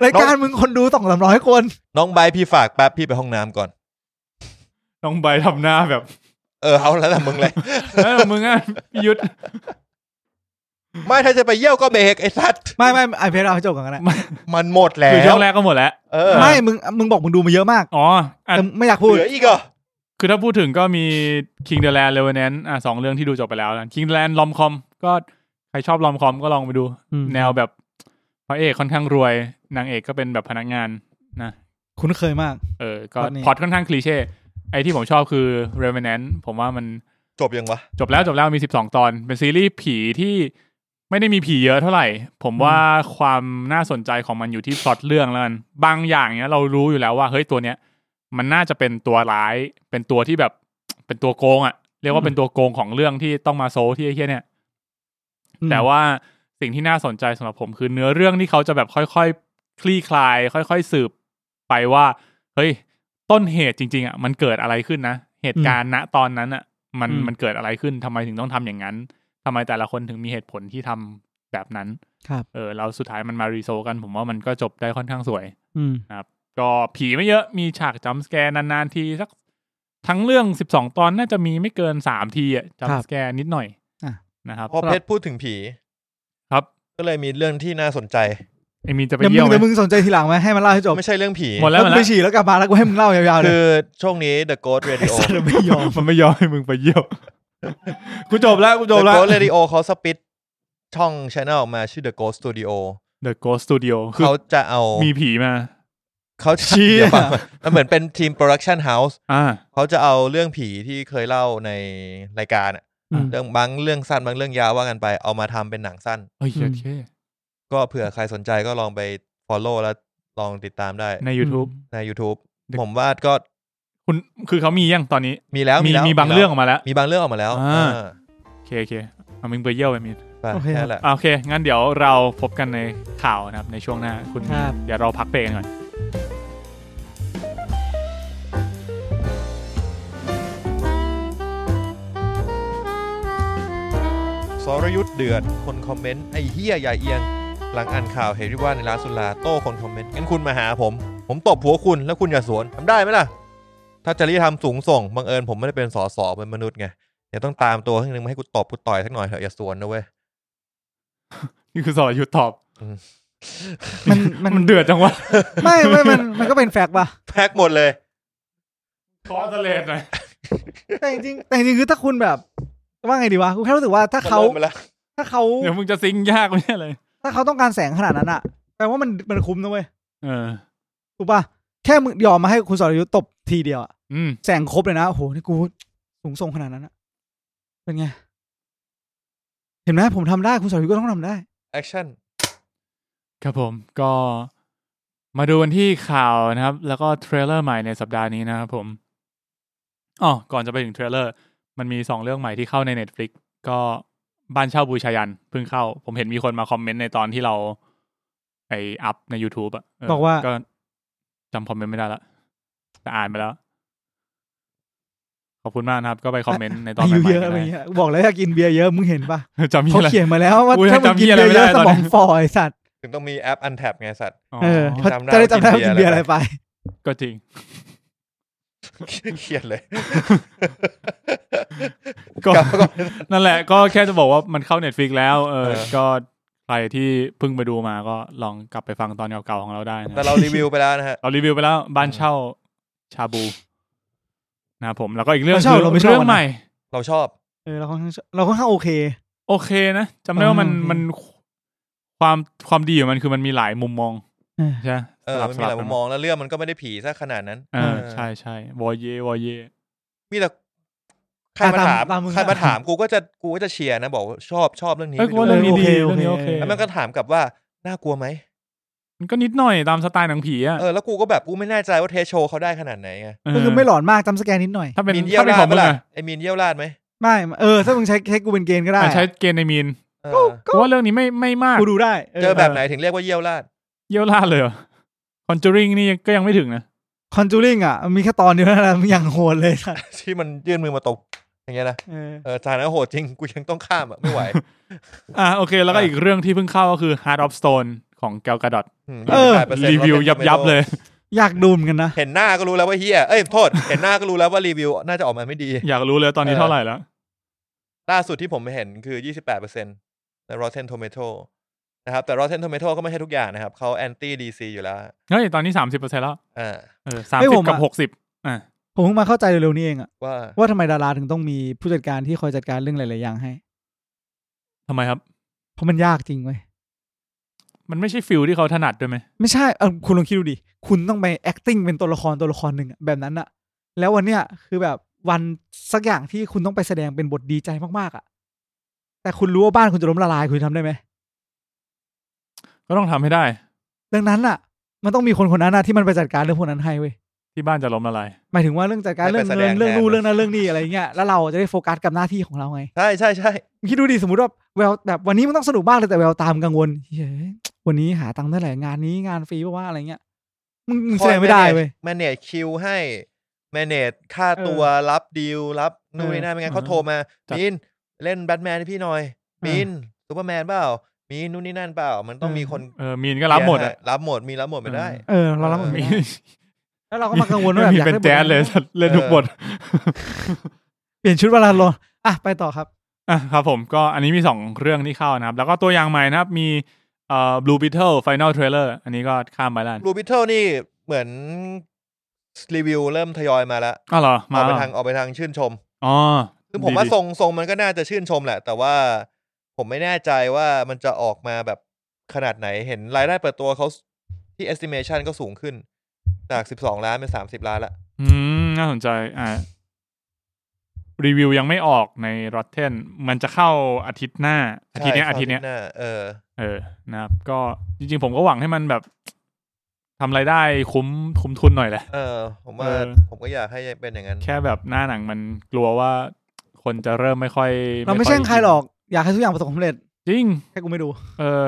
Speaker 3: รายการมึงคนดูสองสามร้อยคน
Speaker 2: น้องใบร์ทพี่ฝากแป๊บพี่ไปห้องน้ำก่อน
Speaker 1: น้องใบทำหน้า แบบ
Speaker 2: เอ อเอาแล้วแต่มึงเลย
Speaker 1: เออมึงอ่ะพี่ยุทธ
Speaker 2: ไม่ถ้าจะไปเยี่ยวก็เบรกไอ้สัตว์
Speaker 3: ไม่ไม่ไอเพชรเอาให้จบกันก็ได้
Speaker 2: มันหมดแล้
Speaker 1: คือช่
Speaker 2: ว
Speaker 1: วงแรกก็หมดแล้ว
Speaker 2: เออ
Speaker 3: ไม่มึงมึงบอกมึงดูมาเยอะมาก
Speaker 1: อ๋ออ่ะ
Speaker 3: แต่ไม่อยากพูด
Speaker 2: เหลืออีกเหรอ
Speaker 1: คือถ้าพูดถึงก็มี King the Land Revenant อ่ะสองเรื่องที่ดูจบไปแล้วนะ King the Land ลอมคอมก็ใครชอบลอมคอมก็ลองไปดู
Speaker 3: อืม
Speaker 1: แนวแบบพระเอกค่อนข้างรวย นางเอกก็เป็นแบบพนักงานนะ
Speaker 3: คุ้นเคยมาก
Speaker 1: เออ ก็
Speaker 3: พล็อตนี้
Speaker 1: พล็อตค่อนข้างคลีเช่ ไอที่ผมชอบคือ Revenant ผมว่ามัน
Speaker 2: จบยังวะ
Speaker 1: จบแล้วจบแล้วมี 12 ตอน เป็นซีรีส์ผีที่ไม่ได้มีผีเยอะเท่าไหร่ ผมว่าความน่าสนใจของมันอยู่ที่พล็อตเรื่องแล้วกันบางอย่างเนี้ยเรารู้อยู่แล้วว่าเฮ้ยตัวเนี้ย มันน่าจะเป็นตัวร้าย เป็นตัวที่แบบ เป็นตัวโกงอะเรียกว่าเป็นตัวโกงของเรื่องที่ต้องมาโซลที่ไอ้เหี้ยเนี่ย
Speaker 3: อืม
Speaker 1: แต่ว่าสิ่งที่น่าสนใจสำหรับผมคือเนื้อเรื่องที่เขาจะแบบค่อยๆ คลี่คลาย ค่อยๆ สืบไปว่า เฮ้ย ต้นเหตุจริง ๆอ่ะมันเกิดอะไรขึ้นนะ เหตุการณ์ณตอนนั้นอ่ะ มัน
Speaker 3: อืม
Speaker 1: มันเกิดอะไรขึ้นทำไมถึงต้องทำอย่างนั้นทำไมแต่ละคนถึงมีเหตุผลที่ทำแบบนั้น
Speaker 3: ครับ
Speaker 1: เออแล้วสุดท้ายมันมารีโซลกัน ผมว่ามันก็จบได้ค่อนข้างสวย
Speaker 3: อืม
Speaker 1: ก็ผีไม่เยอะมีฉากจัมป์สแกร์นานๆทีสักทั้งเรื่อง 12 ตอนน่าจะมีไม่เกิน 3 ทีอะจัม
Speaker 3: ครั
Speaker 1: ป์
Speaker 3: บ
Speaker 1: สแกร์นิดหน่อย
Speaker 3: อ่ะ
Speaker 1: นะครับ
Speaker 2: พอเพชรพูดถึงผี
Speaker 1: ครับ
Speaker 2: ก็เลยมีเรื่องที่น่าสนใจ
Speaker 1: ไอมีนจะไป
Speaker 3: เดี๋ยวมึ
Speaker 1: เยี่ย
Speaker 3: ง
Speaker 1: มไหม
Speaker 3: เดี๋ยวมึงสนใจทีหลังไหมให้มันเล่าให้จบ
Speaker 2: ไม่ใช่เรื่องผี
Speaker 1: หมดแล้วหมด
Speaker 3: มึง
Speaker 1: แล้
Speaker 3: ไป
Speaker 1: ว
Speaker 3: ฉี่แล้วกลับมาแล้วกูให้มึงเล่ายาวๆเลย
Speaker 2: คือช่วงนี้ The Ghost
Speaker 3: ไอ้
Speaker 2: Radio
Speaker 3: สัตว์ไม่ยอม
Speaker 1: มันไม่ยอมให้มึงไปเยี่ยม กูจบแล้วกูจบ
Speaker 2: The
Speaker 1: แล้ว
Speaker 2: Ghost Radio เขาสปิดช่องช n e l ออกมาชื่อ The Ghost Studio
Speaker 1: The Ghost Studio คือ
Speaker 2: เขาจะเอา
Speaker 1: มีผีมา
Speaker 2: เขาจะ
Speaker 3: เชี่ย
Speaker 2: เดี๋ยวก่อนมันเหมือนเป็นทีมโปรดักชันเฮาส์
Speaker 1: อ่า
Speaker 2: เขาจะเอาเรื่องผีที่เคยเล่าในรายการอะ
Speaker 1: อืม
Speaker 2: เรื่องบางเรื่องสั้นบางเรื่องยาวว่ากันไปเอามาทำเป็นหนังสั้น
Speaker 1: เอ้ย
Speaker 3: อืม
Speaker 1: โอเค
Speaker 2: ก็เผื่อใครสนใจก็ลองไป follow แล้วลองติดตามได้
Speaker 1: ใน YouTube
Speaker 2: ใน YouTube
Speaker 1: The-
Speaker 2: ผมว่าก็
Speaker 1: คุณคือเขามียังตอนนี้
Speaker 2: มีแล้ว
Speaker 1: มี
Speaker 2: แล้ว
Speaker 1: มีบางเรื่องอ
Speaker 2: แล้
Speaker 1: อกมาแล้ว
Speaker 2: วมีบางเรื่องออกมาแล้ว
Speaker 1: อ่า
Speaker 2: อ่า
Speaker 1: โอเคโอเคเอามึงไปเยี่ยมไปมีน
Speaker 2: ไป
Speaker 3: โอเค
Speaker 2: แค่นั้นแหละ
Speaker 1: อ่ะโอเค งั้นเดี๋ยวเราพบกันในข่าวนะครับ ในช่วงหน้าคุณมีน
Speaker 3: ครับ
Speaker 1: เดี๋ยวเราพักเบรกกันก่อน
Speaker 2: สรยุทธ์เดือด คนคอมเมนต์ไอ้เฮียอย่าเอียง หลังอ่านข่าวเห็นที่ว่าในร้านสุราโต้คนคอมเมนต์งั้นคุณมาหาผม ผมตบหัวคุณแล้วคุณอย่าสวนทำได้ไหมล่ะ ถ้าจริยธรรมสูงส่งบังเอิญผมไม่ได้เป็นสอสอเป็นมนุษย์ไงเดี๋ยวต้องตามตัวทั้งนึงมาให้กูตบกูต่อยสักหน่อยเถอะอย่าสวนนะเว้ย
Speaker 1: นี่คือสรยุทธตอบ
Speaker 3: มันมัน
Speaker 1: มันเดือดจังวะ
Speaker 3: ไม่ไม่มันมันก็เป็นแฟกต์ป่ะ
Speaker 2: แพ็กหมดเลย
Speaker 1: ขอสเลดหน่อย
Speaker 3: แต่จริงแต่จริงคือถ้าคุณแบบว่าไงดีวะกูแค่รู้สึกว่าถ้าเขา
Speaker 2: มันริ่มไปแล้ว
Speaker 3: ถ้าเขา
Speaker 1: เดี๋ยวมึงจะซิงค์ยากไม่ใช่เลย
Speaker 3: ถ้าเขาต้องการแสงขนาดนั้นอะแปลว่ามันมันคุ้มนะเว้ย
Speaker 1: เออ
Speaker 3: ถูกป่ะแค่มึงยอมมาให้คุณสรยุทธ์ตบทีเดียวอะ
Speaker 1: อืม
Speaker 3: แสงครบเลยนะโอ้โหนี่กูสูงส่งขนาดนั้นอะเป็นไง เห็นไหมผมทำได้คุณสรยุทธ์ก็ต้องทำได้
Speaker 2: แอคชั่น
Speaker 1: ครับผมก็มาดูกันที่ข่าวนะครับ แล้วก็เทรลเลอร์ใหม่ในสัปดาห์นี้นะครับผมอ๋อก่อนจะไปถึงเทรลเลอร์ มันมีสองเรื่องใหม่ที่เข้าใน Netflix ก็บ้านเช่าบูชายันเพิ่งเข้า ผมเห็นมีคนมาคอมเมนต์ในตอนที่เรา ไออัพใน YouTube อะเ
Speaker 3: บอกว่า
Speaker 1: ก็จำคอมเมนต์ไม่ได้ละแต่อ่านไปแล้ว ขอบคุณมากนะครับ ก็ไปคอมเมนต์ในตอน
Speaker 3: อา
Speaker 1: ให
Speaker 3: ยุ
Speaker 1: ม่
Speaker 3: เย
Speaker 1: ๆ
Speaker 3: อะ
Speaker 1: กั
Speaker 3: อะ
Speaker 1: น
Speaker 3: ไร
Speaker 1: ได้
Speaker 3: เงี้ยบอกแล้วอยากกินเบียร์เยอะมึงเห็นป่ะ
Speaker 1: จำยี่
Speaker 3: เขา
Speaker 1: อะไร
Speaker 3: เขียนมาแล้วว่า
Speaker 1: กูยัง
Speaker 3: ถ้ามึงกิน
Speaker 1: จำเหี้ยอะไร
Speaker 3: เบียร์
Speaker 1: ไม่ได้
Speaker 3: เยอะส
Speaker 1: ตอน
Speaker 3: ม
Speaker 1: นี้
Speaker 3: องฟอยสัตว์
Speaker 2: ถึงต้องมีแอปอันแท็บไงสัตว์
Speaker 1: อ๋อ
Speaker 3: เออเพราะ
Speaker 2: จำได้
Speaker 3: จะได้จำได้ว่า
Speaker 2: ว่ากิ
Speaker 3: กิน
Speaker 2: นเบี
Speaker 3: เบี
Speaker 2: ย
Speaker 3: ย
Speaker 2: ร์
Speaker 3: ร์อะ
Speaker 2: อะไร ไร
Speaker 3: ไป
Speaker 1: ก็จริง
Speaker 2: เขียนเลย
Speaker 1: ก็
Speaker 2: กลับมาก่อน
Speaker 1: นั่นแหละก็แค่จะบอกว่ามันเข้า Netflix แล้ว เออ
Speaker 2: เออ
Speaker 1: ก็ ใครที่เพิ่งไปดูมาก็ลองกลับไปฟังตอนเก่าๆของเราได้นะ
Speaker 2: แต่เรารีวิวไปแล้วนะฮะ
Speaker 1: เรารีวิวไปแล้วบ้านเช่าชาบูนะครับผมแล้วก็อีกเรื่อง
Speaker 3: บ้านเช่า
Speaker 1: คือ
Speaker 3: เราไม่ชอบ
Speaker 1: เรื่องใหม่
Speaker 2: เราชอบ
Speaker 3: เออเราค่อนข้างเราค่อนข้างโอเค
Speaker 1: โอเคนะจำได้ว่ามัน
Speaker 3: อ่าโอเค
Speaker 1: มันความความดีของมันคือมันมีหลายมุมมอง
Speaker 3: เออ
Speaker 1: ใช่ไหม
Speaker 2: เออมันมีหลายมุมมองแล้วเรื่องมันก็ไม่ได้ผีซะขนาดนั้น
Speaker 1: อ่า
Speaker 2: เออ
Speaker 1: ใช่ใช่วอเยวอเย
Speaker 2: มีแต่ใครมา
Speaker 3: อ่ะ
Speaker 2: ถา
Speaker 3: ตาม
Speaker 2: ม
Speaker 3: ตามมึง
Speaker 2: ใครมา
Speaker 3: อะ
Speaker 2: ถามกูก็จะกูก็จะเชียร์นะ บอกว่าชอบชอบเรื่องนี้
Speaker 1: เอ้ย
Speaker 2: ไป
Speaker 1: กู
Speaker 2: ดู
Speaker 1: ว่าเรื่องนี้
Speaker 3: เออ
Speaker 1: ดี
Speaker 3: โอ
Speaker 1: เรื่อง
Speaker 3: เค
Speaker 1: นี้โอ
Speaker 3: โอ
Speaker 1: เค
Speaker 3: เค
Speaker 2: แล้วมันก็ถามกลับว่าน่ากลัวไหม
Speaker 1: มันก็นิดหน่อยตามสไตล์หนังผีอ่ะ
Speaker 2: เออแล้วกูก็แบบกูไม่แน่ใจว่าเทสโชว์เขาได้ขนาดไหนไง
Speaker 3: ก็คือไม่หลอนมากจำสแกนนิดหน่อย
Speaker 1: ถ้าเป็น
Speaker 2: มีนเยี่ย
Speaker 1: ถ้าว เป็น
Speaker 2: รา
Speaker 1: ข
Speaker 2: ด
Speaker 1: อง
Speaker 2: ไห
Speaker 1: มึง
Speaker 2: ล่ะ
Speaker 1: อะ
Speaker 2: ไอมีนเยี่ยวราดไหม
Speaker 3: ไม่เออ ถ้ามึงใช้ใช้กูเป็นเกณฑ์ก็ได้
Speaker 1: อ่ะใช้เกณฑ์ในมีน
Speaker 2: เอ
Speaker 3: ก็
Speaker 2: อ
Speaker 3: ก็
Speaker 1: กูว่าเรื่องนี้ไม่ไม่มาก
Speaker 3: กูดูได้
Speaker 2: เจอแบบไหนถึงเรียกว่าเยี่ยวราด
Speaker 1: เยี่ยวล่าดเลยคอนจูริงนี่ยังก็ยังไม่ถึงนะ
Speaker 3: คอนจูริงอ่ะมีแค่ตอนเดียวนั่นแหละ มันอย่างโหดเลยสัส
Speaker 2: ที่มันยื่นมือมาตบอย่างเงี้ยนะ
Speaker 3: เออ
Speaker 2: เออจานนั้นโหดจริง กูยังต้องข้ามอ่ะ ไม่ไหว
Speaker 1: อ่ะโอเค แล้วก็อีกเรื่องที่เพิ่งเข้าก็คือ Heart of Stone ของแกลกาดอต
Speaker 2: ม28%
Speaker 1: รีวิว
Speaker 2: ถ
Speaker 1: ยับ
Speaker 2: ป็น
Speaker 1: ยับ
Speaker 2: Tomato
Speaker 1: เลย
Speaker 3: อยากดูเหมอนกันนะ
Speaker 2: เห็นหน้าก็รู้แล้วว่าเฮียเอ้ยโทษ เห็นหน้าก็รู้แล้วว่ารีวิวน่าจะออกมาไม่ดี
Speaker 1: อยากรู้เลยตอนนี้
Speaker 2: เออ
Speaker 1: เท่าไหร่แล้ว
Speaker 2: ล่าสุดที่ผมไปเห็นคือ 28%ใน Rotten Tomato นะครับ แต่ Rotten Tomato ก็ไม่ใช่ทุกอย่างนะครับ เขา anti DC อยู่แล้ว
Speaker 1: เฮ้ย ตอนนี้สามสิบเปอร์เซ็นต์แล้ว
Speaker 2: อ่า
Speaker 1: เออสามสิบกับหกสิบอ่ะ
Speaker 3: ผมเพิ่งมาเข้าใจเร็วๆนี้เองอ่ะ
Speaker 2: ว่า
Speaker 3: ว่าทำไมดาราถึงต้องมีผู้จัดการที่คอยจัดการเรื่องหลายๆอย่างให้
Speaker 1: ทำไมครับ
Speaker 3: เพราะมันยากจริงเว้ย
Speaker 1: มันไม่ใช่ฟิลที่เขาถนัดด้วยไหม
Speaker 3: ไม่ใช่เออคุณลองคิดดูดิ คุณต้องไป acting เป็นตัวละครตัวละครหนึ่งอะแบบนั้นอะแล้ววันเนี้ยคือแบบวันสักอย่างที่คุณต้องไปแสดงเป็นบทดีใจมากๆอะแต่คุณรู้ว่าบ้านคุณจะล้มละลายคุณทำได้ไหม
Speaker 1: ก็ต้องทำให้ได้
Speaker 3: ดังนั้นอ่ะ มันต้องมีคนคนนั้นน่ะที่มันไปจัดการเรื่องพวกนั้นให้เว้ย
Speaker 1: ที่บ้านจะล้มละลาย
Speaker 3: หมายถึงว่าเรื่องจัดการเรื่องเงินเรื่องนู่นเรื่องนั้นเรื่องนี้อะไรเงี้ยแล้วเราจะได้โฟกัสกับหน้าที่ของเราไง
Speaker 2: ใช่ใช่ใช่
Speaker 3: คิดดูดิสมมติว่าแววแบบวันนี้มันต้องสนุกบ้างเลยแต่แววตามกังวลเฮ้ยวันนี้หาตังค์เท่าไหร่งานนี้งานฟรีเพราะว่าอะไรเงี้ยมึงมึงแสดงไม่ได้เว้ย
Speaker 2: แมเนจคิวให้ แมเนจค่า
Speaker 3: เออ
Speaker 2: ตัวรับดีลรับนู่น
Speaker 3: เออ
Speaker 2: นี่นั่นไม่งั้น
Speaker 1: อ่า
Speaker 2: เขาโทรมา
Speaker 1: จัด
Speaker 2: มีนเล่นแบทแมนให้พี่หน่อยมีนซูเปอร์แมนเปล่ามีนนู่นนี่นั่นเปล่า มันต้องมีคน
Speaker 1: เออมีนก็รับหมดอ่ะ
Speaker 2: รับหมดมีรับหมดไม่ได้
Speaker 3: เออเรารับมัน
Speaker 2: เออ
Speaker 3: ไม่
Speaker 1: มี
Speaker 3: ได้แล้วเราก็มากังวลว่าแบบ
Speaker 1: มี
Speaker 3: อยาก
Speaker 1: เป็น
Speaker 3: ได้บท
Speaker 1: แจ๊ส เลย
Speaker 3: นั้น
Speaker 1: เล่นทุกบท
Speaker 3: เปลี่ยนชุดเวลาลงอ่ะไปต่อครับ
Speaker 1: อ่ะครับผมก็อันนี้มีสองเรื่องที่เข้านะครับ แล้วก็ตัวอย่างใหม่นะครับ มีเอ่อ Blue Beetle Final Trailer อันนี้ก็ข้ามไปแล้ว
Speaker 2: รูบิทเทิลนี่เหมือนรีวิวเริ่มทยอยมาแล้ว
Speaker 1: อ้าวเหรอ
Speaker 2: อ
Speaker 1: มา
Speaker 2: อกไป
Speaker 1: แล้ว
Speaker 2: ทางออกไปทางชื่นชม
Speaker 1: อ๋อ
Speaker 2: คือผมว่า
Speaker 1: ดีๆ
Speaker 2: ทรงทรงมันก็น่าจะชื่นชมแหละ แต่ว่าผมไม่แน่ใจว่ามันจะออกมาแบบขนาดไหนเห็นรายได้เปิดตัวเขาที่ estimation ก็สูงขึ้น จาก 12 ล้านเป็น 30 ล้านละ
Speaker 1: อืมน่าสนใจอ่ะรีวิวยังไม่ออกใน Rotten มันจะเข้าอาทิตย์หน้า อาทิตย์เนี้ย
Speaker 2: ใช่
Speaker 1: อาทิตย์เนี้ย
Speaker 2: หเออ
Speaker 1: เออ นะครับ ก็จริง ๆ ผมก็หวังให้มันแบบทำรายได้คุ้มคุ้มทุนหน่อยแหละ
Speaker 2: เออ ผมว่า
Speaker 1: เออ
Speaker 2: ผมก็อยากให้เป็นอย่างนั้น
Speaker 1: แค่แบบหน้าหนังมันกลัวว่าคนจะเริ่มไม่ค่อย
Speaker 3: เราไม่
Speaker 1: อย
Speaker 3: แช่งใครหรอกอยากให้ทุกอย่างประสบความสำเร็จ
Speaker 1: จริง
Speaker 3: แค่กูไม่ดู
Speaker 1: เออ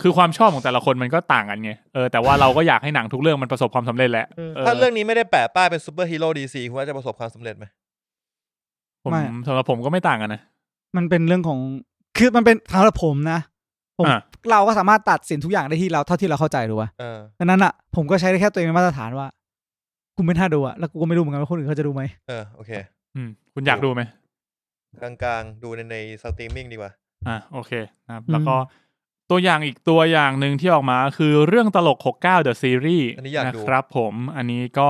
Speaker 1: คือความชอบของแต่ละคนมันก็ต่างกันไง เออ แต่ว่าเราก็อยากให้หนังทุกเรื่องมันประสบความสำเร็จแหละ
Speaker 3: เออ
Speaker 1: เออ
Speaker 2: ถ้าเรื่องนี้ไม่ได้แปะป้ายเป็นซูเปอร์ฮีโร่ดีซีคุณว่าจะประสบความสำเร็จไหม
Speaker 1: ผม
Speaker 3: ไม่
Speaker 1: สำหรับผมก็ไม่ต่างกันนะ
Speaker 3: มันเป็นเรื่องของคือมันเป็นสำหรับผมนะ ผม
Speaker 1: อ่ะ
Speaker 3: เราก็สามารถตัดสินทุกอย่างได้ที่เราเท่าที่เราเข้าใจถูกป่ะ
Speaker 2: เออ
Speaker 3: ดังนั้นอ่ะผมก็ใช้ได้แค่ตัวเองเป็นมาตรฐานว่ากูไม่น่าดูอ่ะแล้วกูก็ไม่รู้เหมือนกันว่าคนอื่นเขาจะดูไหม
Speaker 2: เออโอเค
Speaker 1: อืม คุณอยากดูไหม
Speaker 2: กลางๆ ดูในในสตรีมมิ่งดีกว่า
Speaker 1: อ่ะโอเคนะครับ แล้วก็ตัวอย่างอีกตัวอย่างหนึ่งที่ออกมาคือเรื่องตลก 69 The Series
Speaker 2: อันนี้อยากดู
Speaker 1: ครับผมอันนี้ก็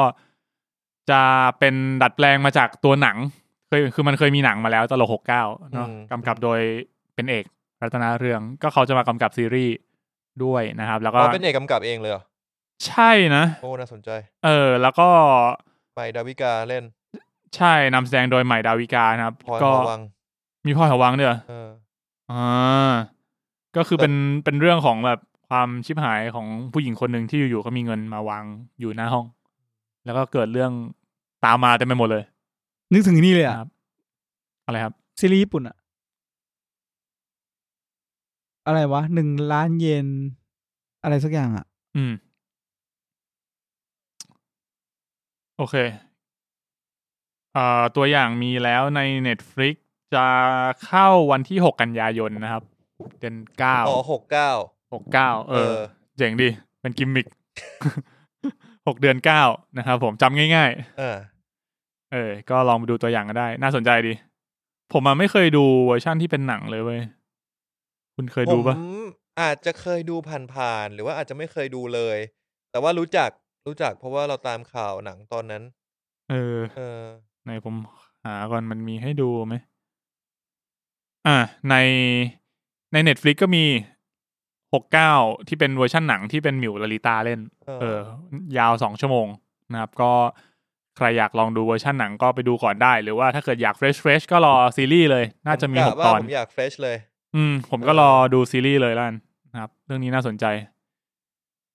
Speaker 1: จะเป็นดัดแปลงมาจากตัวหนัง เคยคือมันเคยมีหนังมาแล้วตลก 69เนาะกำกับโดยเป็นเอกรัตนาเรือง ก็เขาจะมากำกับซีรีส์ด้วยนะครับ แล้วก็
Speaker 2: อ๋อเป็นเอกกำกับเองเลยเหรอ
Speaker 1: ใช่นะ
Speaker 2: โอ้ น่าสนใจ
Speaker 1: เออ แล้วก็
Speaker 2: ไปดาวิกาเล่น
Speaker 1: ใช่นำแสดงโดยใหม่ดาวิกานะครับ
Speaker 2: พลอย
Speaker 1: ก็
Speaker 2: หอวัง
Speaker 1: มีพ่อยหอวังด้วยเหรอ
Speaker 2: เออ
Speaker 1: อ่าก็คือ
Speaker 2: แต่
Speaker 1: เป็นเป็นเรื่องของแบบความชิบหายของผู้หญิงคนหนึ่งที่อยู่ๆก็มีเงินมาวางอยู่หน้าห้อง แล้วก็เกิดเรื่องตามมาเต็มไปหมดเลย
Speaker 3: นึกถึงนี่เลยอ่ะ
Speaker 1: ครับ อะไรครับ
Speaker 3: ซีรีส์ญี่ปุ่นอ่ะอะไรวะหนึ่งล้านเยนอะไรสักอย่างอ่ะ
Speaker 1: อืม โอเคอ่าตัวอย่างมีแล้วใน Netflix จะเข้าวันที่หกกันยายนนะครับ เดือนเก้า
Speaker 2: อ๋อหกเก้า
Speaker 1: หกเก้าเอ
Speaker 2: เอ
Speaker 1: อ
Speaker 2: อ
Speaker 1: เจ๋งดี เป็นกิมมิค หกเดือนเก้านะครับผมจำง่าย ๆ
Speaker 2: เออ
Speaker 1: เออ ก็ลองไปดูตัวอย่างก็ได้ น่าสนใจดี ผมมาไม่เคยดูเวอร์ชั่นที่เป็นหนังเลยเว้ย คุณเคย
Speaker 2: ผ
Speaker 1: ดู
Speaker 2: ม
Speaker 1: ปะ
Speaker 2: อาจจะเคยดูผ่านๆหรือว่าอาจจะไม่เคยดูเลย แต่ว่ารู้จักรู้จัก เพราะว่าเราตามข่าวหนังตอนนั้น
Speaker 1: เออ
Speaker 2: เออ
Speaker 1: ไหนผมหาก่อนมันมีให้ดูไหม อ่า ในใน Netflix ก็มีหกเก้าที่เป็นเวอร์ชั่นหนังที่เป็นหมิวลลิตาเล่น
Speaker 2: เออ
Speaker 1: เออ ยาวสองชั่วโมงนะครับ ก็ใครอยากลองดูเวอร์ชั่นหนังก็ไปดูก่อนได้ หรือว่าถ้าเกิดอยากเฟรชเฟรชก็รอซีรีส์เลย น่าจะมี
Speaker 2: ผ
Speaker 1: ห
Speaker 2: ก
Speaker 1: ก
Speaker 2: ว่า
Speaker 1: ตอน
Speaker 2: ผมอยากเฟรชเลย
Speaker 1: อืม ผมก็รอดูซีรีส์เลยล่ะกันนะครับ เรื่องนี้น่าสนใจ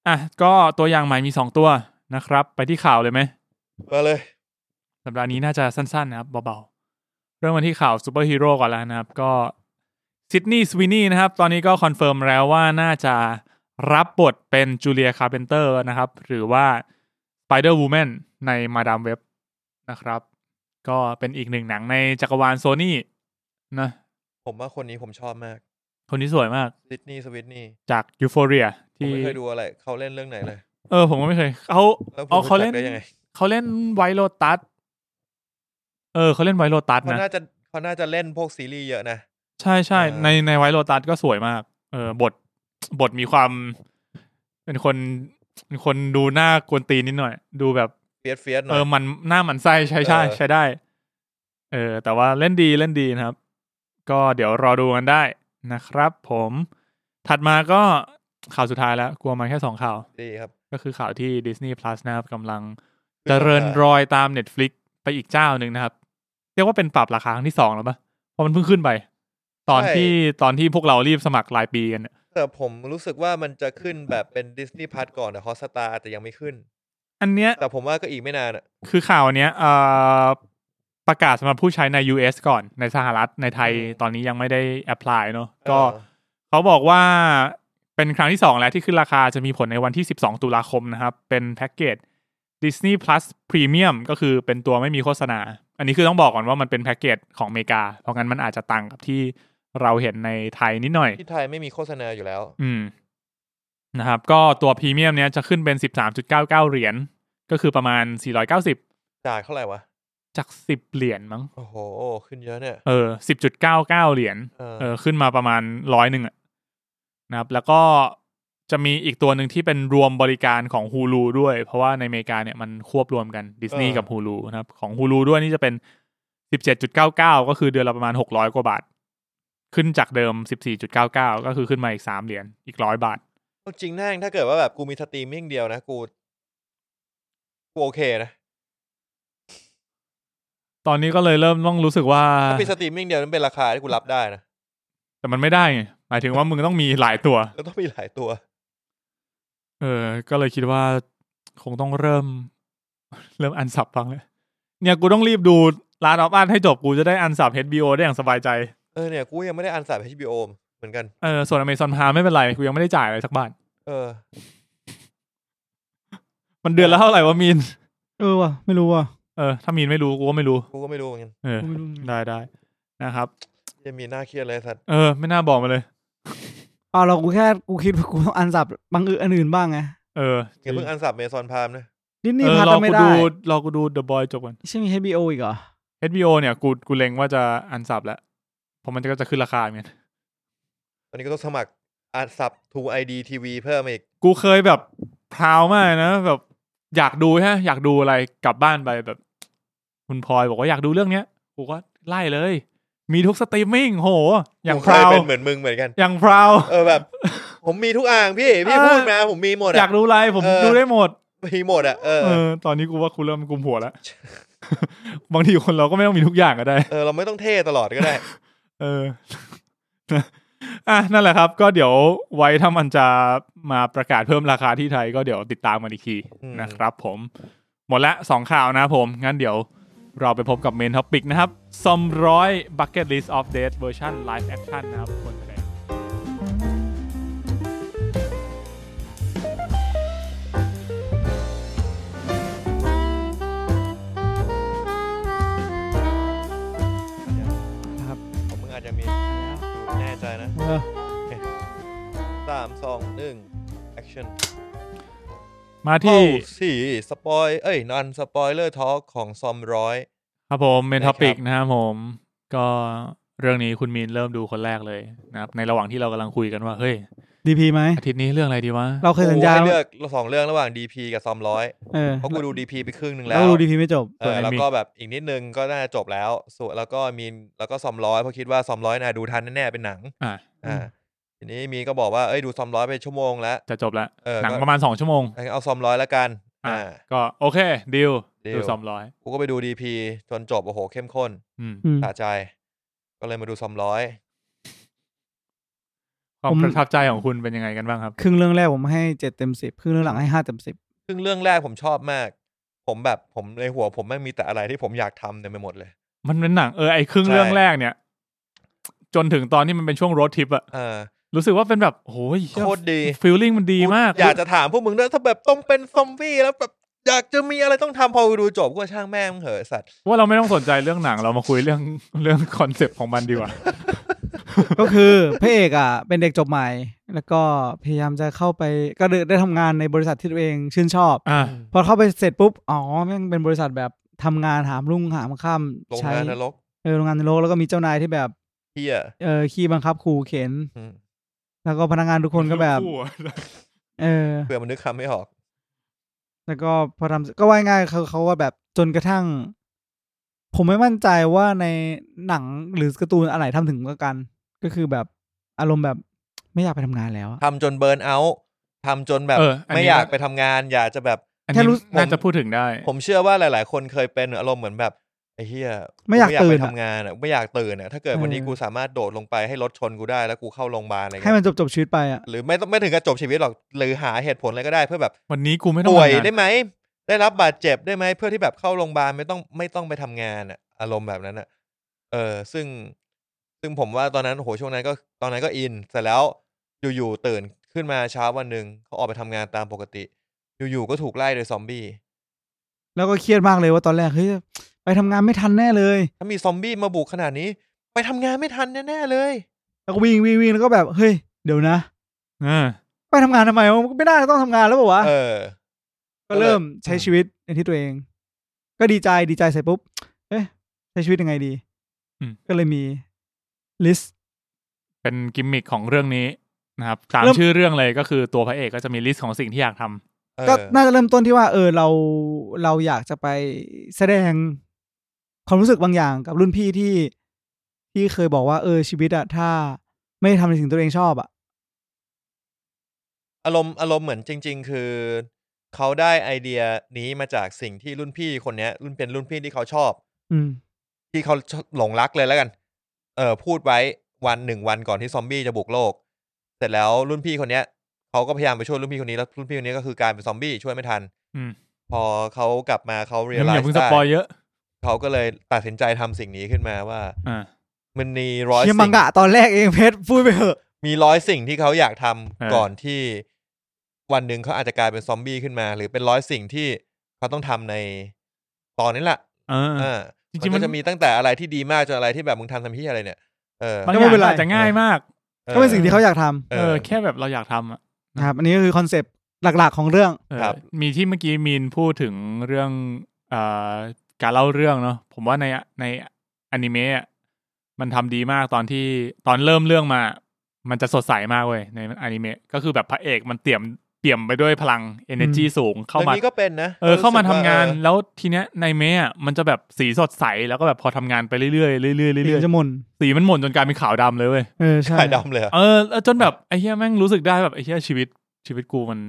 Speaker 1: อ่ะ ก็ตัวอย่างใหม่มีสองตัวนะครับ ไปที่ข่าวเลยไหม
Speaker 2: มาเลย
Speaker 1: สัปดาห์นี้น่าจะสั้น ๆ นะครับเบาๆ เริ่มกันที่ข่าวซูเปอร์ฮีโร่ก่อนแล้วนะครับ ก็ซิดนีย์สวินนี่นะครับ ตอนนี้ก็คอนเฟิร์มแล้วว่าน่าจะรับบทเป็นจูเลียคาร์เพนเตอร์นะครับ หรือว่า Spider Woman ในมาดามเว็บนะครับ ก็เป็นอีกหนึ่งหนังในจักรวาลโซนี่นะ
Speaker 2: ผมว่าคนนี้ผมชอบมาก
Speaker 1: คนที่สวยมาก
Speaker 2: ซิดนีย์สวิตนี่
Speaker 1: จากยูโฟเรีย
Speaker 2: ผม
Speaker 1: ที่
Speaker 2: ไม่เคยดูอะไร เขาเล่นเรื่องไหนเลย
Speaker 1: เออผมก็ไม่เคยเขา
Speaker 2: แล้วผม
Speaker 1: เอาเขา
Speaker 2: รู้จั
Speaker 1: เล่น
Speaker 2: กได้ยังไง
Speaker 1: เขาเล่นไวโรตัสเออเขาเล่นไวโรตัส
Speaker 2: เขา
Speaker 1: นะ
Speaker 2: น่าจะเขาน่าจะเล่นพวกซีรีส์เยอะนะ
Speaker 1: ใช่ใช่
Speaker 2: เออ
Speaker 1: ในในไวโรตัสก็สวยมาก เออบทบทมีความเป็นคนเป็นคนดูหน้ากวนตีนนิดหน่อย ดูแบบ
Speaker 2: เฟียสเฟียสหน่
Speaker 1: เอ
Speaker 2: อย
Speaker 1: อมันหน้ามันไส้ใช่ใช่
Speaker 2: เออ
Speaker 1: ใช้ได้ เออ แต่ว่าเล่นดีเล่นดีนะครับ ก็เดี๋ยวรอดูกันได้นะครับ ผมถัดมาก็ข่าวสุดท้ายแล้ว กลัวมาแค่สองข่าว
Speaker 2: ดีครับ
Speaker 1: ก็คือข่าวที่ Disney Plus นะครับกำลังเจริญรอยตาม Netflix ไปอีกเจ้าหนึ่งนะครับ เรียกว่าเป็นปรับราคาครั้งที่สองแล้วปะเพราะมันเพิ่งขึ้นไป ตอน
Speaker 2: ใช่
Speaker 1: ที่ตอนที่พวกเรารีบสมัครรายปีกันเนี่ย
Speaker 2: แต่ผมรู้สึกว่ามันจะขึ้นแบบเป็นดิสนีย์พาร์ทก่อนแต่ฮอสตาอาจจะยังไม่ขึ้น
Speaker 1: อันเนี้ย
Speaker 2: แต่ผมว่าก็อีกไม่นานอะ
Speaker 1: คือข่าวอันเนี้ยเอ่อประกาศสำหรับผู้ใช้ใน US ก่อนในสหรัฐในไทยตอนนี้ยังไม่ได้แอพพลายเนาะก็
Speaker 2: เออ
Speaker 1: เขาบอกว่าเป็นครั้งที่สองแล้วที่ขึ้นราคาจะมีผลในวันที่ 12 ตุลาคมนะครับ เป็นแพ็กเกจ Disney Plus Premium ก็คือเป็นตัวไม่มีโฆษณา อันนี้คือต้องบอกก่อนว่ามันเป็นแพ็กเกจของอเมริกา เพราะงั้นมันอาจจะต่างกับที่เราเห็นในไทยนิดหน่อย
Speaker 2: ที่ไทยไม่มีโฆษณาอยู่แล้ว
Speaker 1: อืม นะครับ ก็ตัวพรีเมียมเนี้ยจะขึ้นเป็น 13.99 เหรียญ ก็คือประมาณ 490
Speaker 2: จากเท่าไหร่วะ
Speaker 1: จาก 10 เหรียญมั้ง
Speaker 2: โอ้โห ขึ้นเยอะเนี่ย
Speaker 1: เออ 10.99 เหรียญ
Speaker 2: เออ
Speaker 1: เออ ขึ้นมาประมาณร้อยหนึ่งอะนะครับ แล้วก็จะมีอีกตัวหนึ่งที่เป็นรวมบริการของ Hulu ด้วย เพราะว่าในอเมริกาเนี่ยมันควบรวมกันดิสนีย์
Speaker 2: เออ
Speaker 1: กับ Hulu นะครับ ของ Hulu ด้วยนี่จะเป็น 17.99 ก็คือเดือนละประมาณ 600 กว่าบาท ขึ้นจากเดิม 14.99 ก็คือขึ้นมาอีก 3 เหรียญอีกร้อยบาท
Speaker 2: เอาจริงนั่งถ้าเกิดว่าแบบกูมีสตรีมมิ่งเดียวนะ กูกูโอเคนะ
Speaker 1: ตอนนี้ก็เลยเริ่มต้องรู้สึกว่า
Speaker 2: ถ้ามีสตรีมมิ่งเดียวนั้นเป็นราคาที่กูรับได้ นะ
Speaker 1: แต่มันไม่ได้ไงหมายถึงว่ามึงต้องมีหลายตัว
Speaker 2: แล้วต้องมีหลายตัว
Speaker 1: เออ ก็เลยคิดว่าคงต้องเริ่ม เริ่มอันสับบ้างแล้วเนี่ยกูต้องรีบดูร้านออฟอันให้จบกูจะได้อันสับ HBO ได้อย่างสบายใจ
Speaker 2: เออเนี่ย กูยังไม่ได้อันสับ HBO เหมือนกัน
Speaker 1: เออ ส่วนอเมซอนพาไม่เป็นไร กูยังไม่ได้จ่ายอะไรสักบาท
Speaker 2: เออ
Speaker 1: มันเดือนละเท่าไหร่วะมีน
Speaker 3: เออว่ะไม่รู้ว่ะ
Speaker 1: เออ ถ้ามีนไม่รู้ กูก็ไม่รู้
Speaker 2: กูก็ไม่รู้เหมือนกัน
Speaker 1: เออ
Speaker 3: กูไม่รู้เหมือนกัน
Speaker 1: ได้ได้นะครับ
Speaker 2: จะมีหน้าเครียดเลยสัตว์
Speaker 1: เออ ไม่น่าบอกมาเลย
Speaker 3: เปล่าเรากูแค่กูคิดว่ากูต้องอันสับบางอื่นอันอื่นบ้างไง
Speaker 1: เออ
Speaker 2: อย่าเพิ่งอันสับเมซอนพามนะ
Speaker 3: ดิสนี
Speaker 1: เออ
Speaker 3: ย์พาร์
Speaker 1: รอ
Speaker 3: ทไม่
Speaker 1: กู
Speaker 3: ได้
Speaker 1: ดูรอกูดู The Boy จบก่อน
Speaker 3: ใช่มี HBO อีกเหรอ
Speaker 1: HBO เนี่ยกูกูเล็งว่าจะอันสับแล้วเพราะมันก็จะขึ้นราคาเหมือนกัน
Speaker 2: ตอนนี้ก็ต้องสมัครอันสับ True ID TV เพิ่มอีก
Speaker 1: กูเคยแบบพราวมากนะ แบบอยากดูฮะ อยากดูอะไรกลับบ้านไปแบบ คุณพลอยบอกว่าอยากดูเรื่องเนี้ยกูก็ไล่เลย มีทุกสตรีมมิ่งโห อย่าง
Speaker 2: ผม
Speaker 1: พ
Speaker 2: เค
Speaker 1: รา
Speaker 2: ยว เป็นเหมือนมึงเหมือนกัน
Speaker 1: อย่างพราว
Speaker 2: เออแบบ ผมมีทุกอ่างพี่ พี่
Speaker 1: เออ
Speaker 2: พูดมาผมมีหมด
Speaker 1: อ
Speaker 2: อะ
Speaker 1: ยากดูอะไรผม
Speaker 2: เออ
Speaker 1: ดูได้หมด
Speaker 2: มีหมดอ่ะเออ
Speaker 1: เออ ตอนนี้กูว่ากูเริ่มกุมหัว แล้ว บางทีคนเราก็ไม่ต้องมีทุกอย่างก็ได้
Speaker 2: เออเราไม่ต้องเท่ตลอดก็ได้
Speaker 1: เออ อ่ะนั่นแหละครับ ก็เดี๋ยวไว้ถ้ามันจะมาประกาศเพิ่มราคาที่ไทยก็เดี๋ยวติดตามกันอีกที
Speaker 2: อืม
Speaker 1: นะครับผม หมดละสองข่าวนะครับผม งั้นเดี๋ยวเราไปพบกับเมนท็อปิกนะครับซอมร้อย Bucket List of Death เวอร์ชัน Live Action นะครับคนแสดง
Speaker 2: ผมมึงอาจจะมีแน่ใจนะ
Speaker 3: เออ
Speaker 2: สามสองหนึ่ง action
Speaker 1: มาที่
Speaker 2: สี่สปอย เอ้ยนอนสปอยเลอร์ทอลของซอมร้อย
Speaker 1: ครับผมเมนท็อปิก
Speaker 2: ได้ครับ
Speaker 1: นะครับผม ก็เรื่องนี้คุณมีนเริ่มดูคนแรกเลยนะครับ ในระหว่างที่เรากำลังคุยกันว่า เฮ้ย
Speaker 3: ดีพีไหม
Speaker 1: อาทิตย์นี้เรื่องอะไรดีวะ
Speaker 3: เราเคยสัญญา
Speaker 2: ให้เลือกสองเรื่องระหว่าง DP กับซอมร้อย
Speaker 3: เออ
Speaker 2: เพราะกูดู DP ไปครึ่งหนึ่งแล้
Speaker 3: เรา
Speaker 2: ว
Speaker 3: ดูดีพีไม่จบ
Speaker 2: เออแล้วก็แบบอีกนิดนึงก็น่าจะจบแล้วส่วนแล้วก็มีนแล้วก็ซอมร้อยเพราะคิดว่าซอมร้อยน่าดูทันแน่ๆเป็นหนัง
Speaker 1: อ่ะ
Speaker 2: อ่า
Speaker 3: อืม
Speaker 2: ทีนี้มีก็บอกว่าเอ้ยดูซอมร้อยไปชั่วโมงแล้ว
Speaker 1: จะจบละ
Speaker 2: เออ
Speaker 1: หนัง
Speaker 2: ก็
Speaker 1: ประมาณสองชั่วโมง
Speaker 2: งั้นเอาซอมร้อยแล้วกัน
Speaker 1: อ่ะ
Speaker 2: อ่า
Speaker 1: ก็โอเคดิว
Speaker 2: ดีล
Speaker 1: ดูสองร้อย
Speaker 2: กูก็ไปดูดีพีจนจบโอ้โห เข้มข้น
Speaker 1: อืม
Speaker 3: อืม
Speaker 2: สะใจ ก็เลยมาดูซอมร้อย
Speaker 1: ความ
Speaker 3: ผม
Speaker 1: ประทับใจของคุณเป็นยังไงกันบ้างครับ
Speaker 3: ครึ่งเรื่องแรกผมให้เจ็ดเต็มสิบครึ่งเรื่องหลังให้ห้าเต็มสิบ
Speaker 2: ซึ่งเรื่องแรกผมชอบมาก ผมแบบผมในหัวผมไม่งมีแต่อะไรที่ผมอยากทำเต็มไปหมดเลย
Speaker 1: มันเป็นหนังเออไอครึ่ง
Speaker 2: ใช่
Speaker 1: เรื่องแรกเนี่ย จนถึงตอนที่มันเป็นช่วงรถทริปอะ
Speaker 2: เออ
Speaker 1: รู้สึกว่าเป็นแบบโอ้ย
Speaker 2: โคตรดี
Speaker 1: ฟีลลิ่งมันดีมาก
Speaker 2: อยากจะถามพวกมึงด้วยถ้าแบบต้องเป็นซอมบี้แล้วแบบอยากจะมีอะไรต้องทำพอดูจบก็ช่างแม่งมึงเหอะไอ้สัตว์
Speaker 1: ว่าเราไม่ต้องสนใจเรื่องหนังเรามาคุยเรื่อง เรื่องคอนเซปต์ของมันดีกว่า
Speaker 3: ก็คือ พระเอกอ่ะเป็นเด็กจบใหม่ แล้วก็พยายามจะเข้าไปก็ได้ได้ทำงานในบริษัทที่ตัวเองชื่นช อบ
Speaker 1: อ่ะ
Speaker 3: พอเข้าไปเสร็จปุ๊บ อ๋อแม่งเป็นบริษัทแบบทำงานหามรุ่งหามค่
Speaker 2: ลง
Speaker 3: ำใช้
Speaker 2: งานนรก
Speaker 3: เออโรงงานในโลกแล้วก็มีเจ้านายที่แบบ
Speaker 2: เฮีย
Speaker 3: เออขี้บังคับขู่เข็น
Speaker 2: อืม
Speaker 3: แล้วก็พนักงานทุกคนก็ แบบ
Speaker 1: คู่อะ
Speaker 3: เออ
Speaker 2: เพื่อมันนึกคำไม่ออก
Speaker 3: แล้วก็พอทำก็ว่าง่ายๆเขาเขาว่าแบบจนกระทั่ง ผมไม่มั่นใจว่าในหนังหรือการ์ตูนอะไรทำถึงกัน ก็คือแบบอารมณ์แบบไม่อยากไปทำงานแล้วอะ
Speaker 2: ทำจนเบิร์นเอาท์ทำจนแบบ
Speaker 1: เอออัน
Speaker 2: ไม่
Speaker 1: นี้
Speaker 2: อยากไปทำงานอยากจะแบบ
Speaker 1: อัน
Speaker 3: แค่
Speaker 1: นี้
Speaker 3: รู้
Speaker 1: น่าจะพูดถึงได้
Speaker 2: ผมเชื่อว่าหลาย ๆ คนเคยเป็นอารมณ์เหมือนแบบไอ้เหี้ย
Speaker 3: ไม่อยาก
Speaker 2: ไป
Speaker 3: ตื่นอะ
Speaker 2: ทำงานอะไม่อยากตื่นอะถ้าเกิดวันนี้
Speaker 3: เออ
Speaker 2: กูสามารถโดดลงไปให้รถชนกูได้แล้วกูเข้าโรงพยาบาลอะไร
Speaker 3: ให้
Speaker 2: เงี้ย
Speaker 3: มันจบจบๆชีวิตไปอ่ะ
Speaker 2: หรือไม่ต้องไม่ถึงกับจบชีวิตหรอกหรือหาเหตุผลอะไรก็ได้เพื่อแบบ
Speaker 1: วันนี้กูไม่ต้อง
Speaker 2: ป่วย
Speaker 1: ทำงาน
Speaker 2: ได้ไหมได้รับบาดเจ็บได้ไหมเพื่อที่แบบเข้าโรงพยาบาลไม่ต้องไม่ต้องไปทำงานอะอารมณ์แบบนั้นอะเออ ซึ่งซึ่งผมว่าตอนนั้นโอ้โหช่วงนั้นก็ตอนนั้นก็อินเสร็จแล้วอยู่ๆตื่นขึ้นมาเช้าวันหนึ่งเขาออกไปทำงานตามปกติ อยู่ๆก็ถูกไล่โดยซอมบี้
Speaker 3: แล้วก็เครียดมากเลยว่าตอนแรกเฮ้ยไปทำงานไม่ทันแน่เลย
Speaker 2: ถ้ามีซอมบี้มาบุกขนาดนี้ ไปทำงานไม่ทันแน่ๆเลย
Speaker 3: แล้วก็วิ่งวิ่งวิ่งแล้วก็แบบเฮ้ยเดี๋ยวนะ
Speaker 1: อ่า
Speaker 3: ไปทำงานทำไมวะไม่ได้ต้องทำงานแล้วเปล่าวะ
Speaker 2: เออ
Speaker 3: ก็เริ่มใช้ชีวิตในที่ตัวเอง ก็ดีใจดีใจเสร็จปุ๊บ เอ๊ะใช้ชีวิตยังไงดี ก็เลยมีลิสต์
Speaker 1: เป็นกิมมิคของเรื่องนี้นะครับตาม
Speaker 3: เริ่ม
Speaker 1: ชื่อเรื่องเลยก็คือตัวพระเอกก็จะมีลิสต์ของสิ่งที่อยากทำ
Speaker 2: เออ
Speaker 3: ก็น่าจะเริ่มต้นที่ว่าเออเราเราอยากจะไปแสดงความรู้สึกบางอย่างกับรุ่นพี่ที่ที่เคยบอกว่าเออชีวิตอะถ้าไม่ทำในสิ่งตัวเองชอบอะ
Speaker 2: อารมณ์อารมณ์เหมือนจริง ๆ คือ เขาได้ไอเดียนี้มาจากสิ่งที่รุ่นพี่คนเนี้ย รุ่นเป็นรุ่นพี่ที่เขาชอบ
Speaker 3: อืม
Speaker 2: ที่เขาหลงรักเลยแล้วกัน เออพูดไว้วันหนึ่งวันก่อนที่ซอมบี้จะบุกโลก เสร็จแล้วรุ่นพี่คนเนี้ยเขาก็พยายามไปช่วยรุ่นพี่คนนี้แล้วรุ่นพี่คนนี้ก็คือกลายเป็นซอมบี้ช่วยไม่ทัน
Speaker 1: อืม
Speaker 2: พอเขากลับมาเขาเรีย
Speaker 1: อ
Speaker 2: ลไล
Speaker 1: ย่า
Speaker 2: ซ์
Speaker 1: เพิ่งส
Speaker 2: ได้
Speaker 1: ปอยเยอะ
Speaker 2: เขาก็เลยตัดสินใจทำสิ่งนี้ขึ้นมาว่า
Speaker 1: อ่า
Speaker 2: มันมีร้อย
Speaker 3: เชีย
Speaker 2: สิ่
Speaker 3: มัง
Speaker 2: ง
Speaker 3: กะตอนแรกเองเพชรพูดไปเถอะ
Speaker 2: มีร้อยสิ่งที่เขาอยากทำ
Speaker 1: เออ
Speaker 2: ก่อนที่วันหนึ่งเขาอาจจะกลายเป็นซอมบี้ขึ้นมา หรือเป็นร้อยสิ่งที่เขาต้องทำในตอนนี้แหละ
Speaker 1: เออ
Speaker 2: เออ
Speaker 1: จริงๆ
Speaker 2: มั
Speaker 1: มัน น
Speaker 2: ก็จะมีตั้งแต่อะไรที่ดีมากจนอะไรที่แบบมึงทำทำที่อะไรเนี่ยเออบ
Speaker 1: าง
Speaker 3: ก็
Speaker 1: อ
Speaker 3: ไม่
Speaker 1: ย่าง
Speaker 3: เป็นไร
Speaker 1: อาจจะง่ายมาก
Speaker 2: ออ
Speaker 3: ก็เป็นสิ่งที่เขาอยากทำ
Speaker 2: เอ
Speaker 1: เออ
Speaker 2: อ
Speaker 1: แค่แบบเราอยากทำอ่ะ
Speaker 3: นะครับ อันนี้ก็คือคอนเซปต์หลักๆของเรื่อง
Speaker 1: เออ
Speaker 2: ครับ
Speaker 1: มีที่เมื่อกี้มีนพูดถึงเรื่องเอ่อการเล่าเรื่องเนาะผมว่าในในอนิเมะอะมันทำดีมากตอนที่ตอนเริ่มเรื่องมา มันจะสดใสมากเว้ยในอนิเมะก็คือแบบพระเอกมันเตี่ยมเตี่ยมไปด้วยพลัง energy สูงเข้า
Speaker 2: เรื่อง
Speaker 1: มา
Speaker 2: นี้ก็เป็นนะ
Speaker 1: เออเข้ามา
Speaker 2: รู้
Speaker 1: ทำ
Speaker 2: สึกว่
Speaker 1: งาน
Speaker 2: เออ
Speaker 1: แล้วทีเนี้ยในเมะอะมันจะแบบสีสดใสแล้วก็แบบพอทำงานไปเรื่อยๆเรื่อยๆเรื่อย
Speaker 3: เรื่
Speaker 1: ๆ
Speaker 3: องจะมน
Speaker 1: สีมันหม่นจนกลายเป็นขาวดำเลยเว้ย
Speaker 3: เออใช่
Speaker 2: ถ่ายดำเลยอะ
Speaker 1: เออแล้วจนแบบไอ้เฮียแม่งรู้สึกได้แบบไอ้เฮียชีวิตชีวิตกูมัน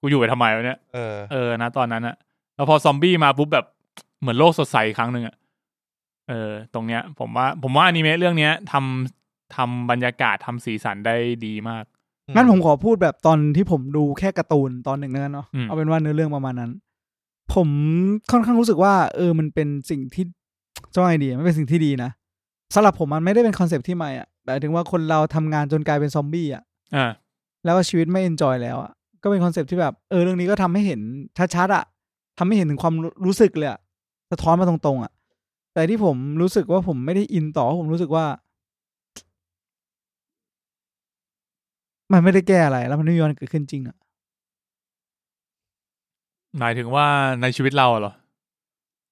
Speaker 1: กูอยู่ไปทำไมวะเนี่ย
Speaker 2: เออ
Speaker 1: เออนะตอนนั้นอะแล้วพอซอมบี้มาปุ๊บแบบเหมือนโลกสดใสอีกครั้งหนึ่งอะเออ ตรงเนี้ย ผมว่าผมว่าอนิเมะเรื่องเนี้ยทำทำบรรยากาศทำสีสันได้ดีมาก
Speaker 3: งั้นผมขอพูดแบบตอนที่ผมดูแค่การ์ตูนตอนหนึ่งแล้วกันเนาะ
Speaker 1: อืม
Speaker 3: เอาเป็นว่าเนื้อเรื่องประมาณนั้น ผมค่อนข้างรู้สึกว่า เออมันเป็นสิ่งที่จะว่าไงดีมันเป็นสิ่งที่ดีนะสำหรับผมมันไม่ได้เป็นคอนเซปต์ที่ใหม่อ่ะแต่ถึงว่าคนเราทำงานจนกลายเป็นซอมบี้อ่ะ
Speaker 1: อ่า
Speaker 3: แล้วก็ชีวิตไม่เอนจอยแล้วอ่ะก็เป็นคอนเซปต์ที่แบบเออเรื่องนี้ก็ทำให้เห็นชัดๆอ่ะทำให้เห็นถึงความรู้สึกเลยอะสะท้อนมาตรงๆอ่ะ แต่ที่ผมรู้สึกว่าผมไม่ได้อินต่อผมรู้สึกว่า มันไม่ได้แก้อะไร แล้วมันไม่มีวันเกิดขึ้นจริงอ่ะ
Speaker 1: หมายถึงว่าในชีวิตเราเหรอ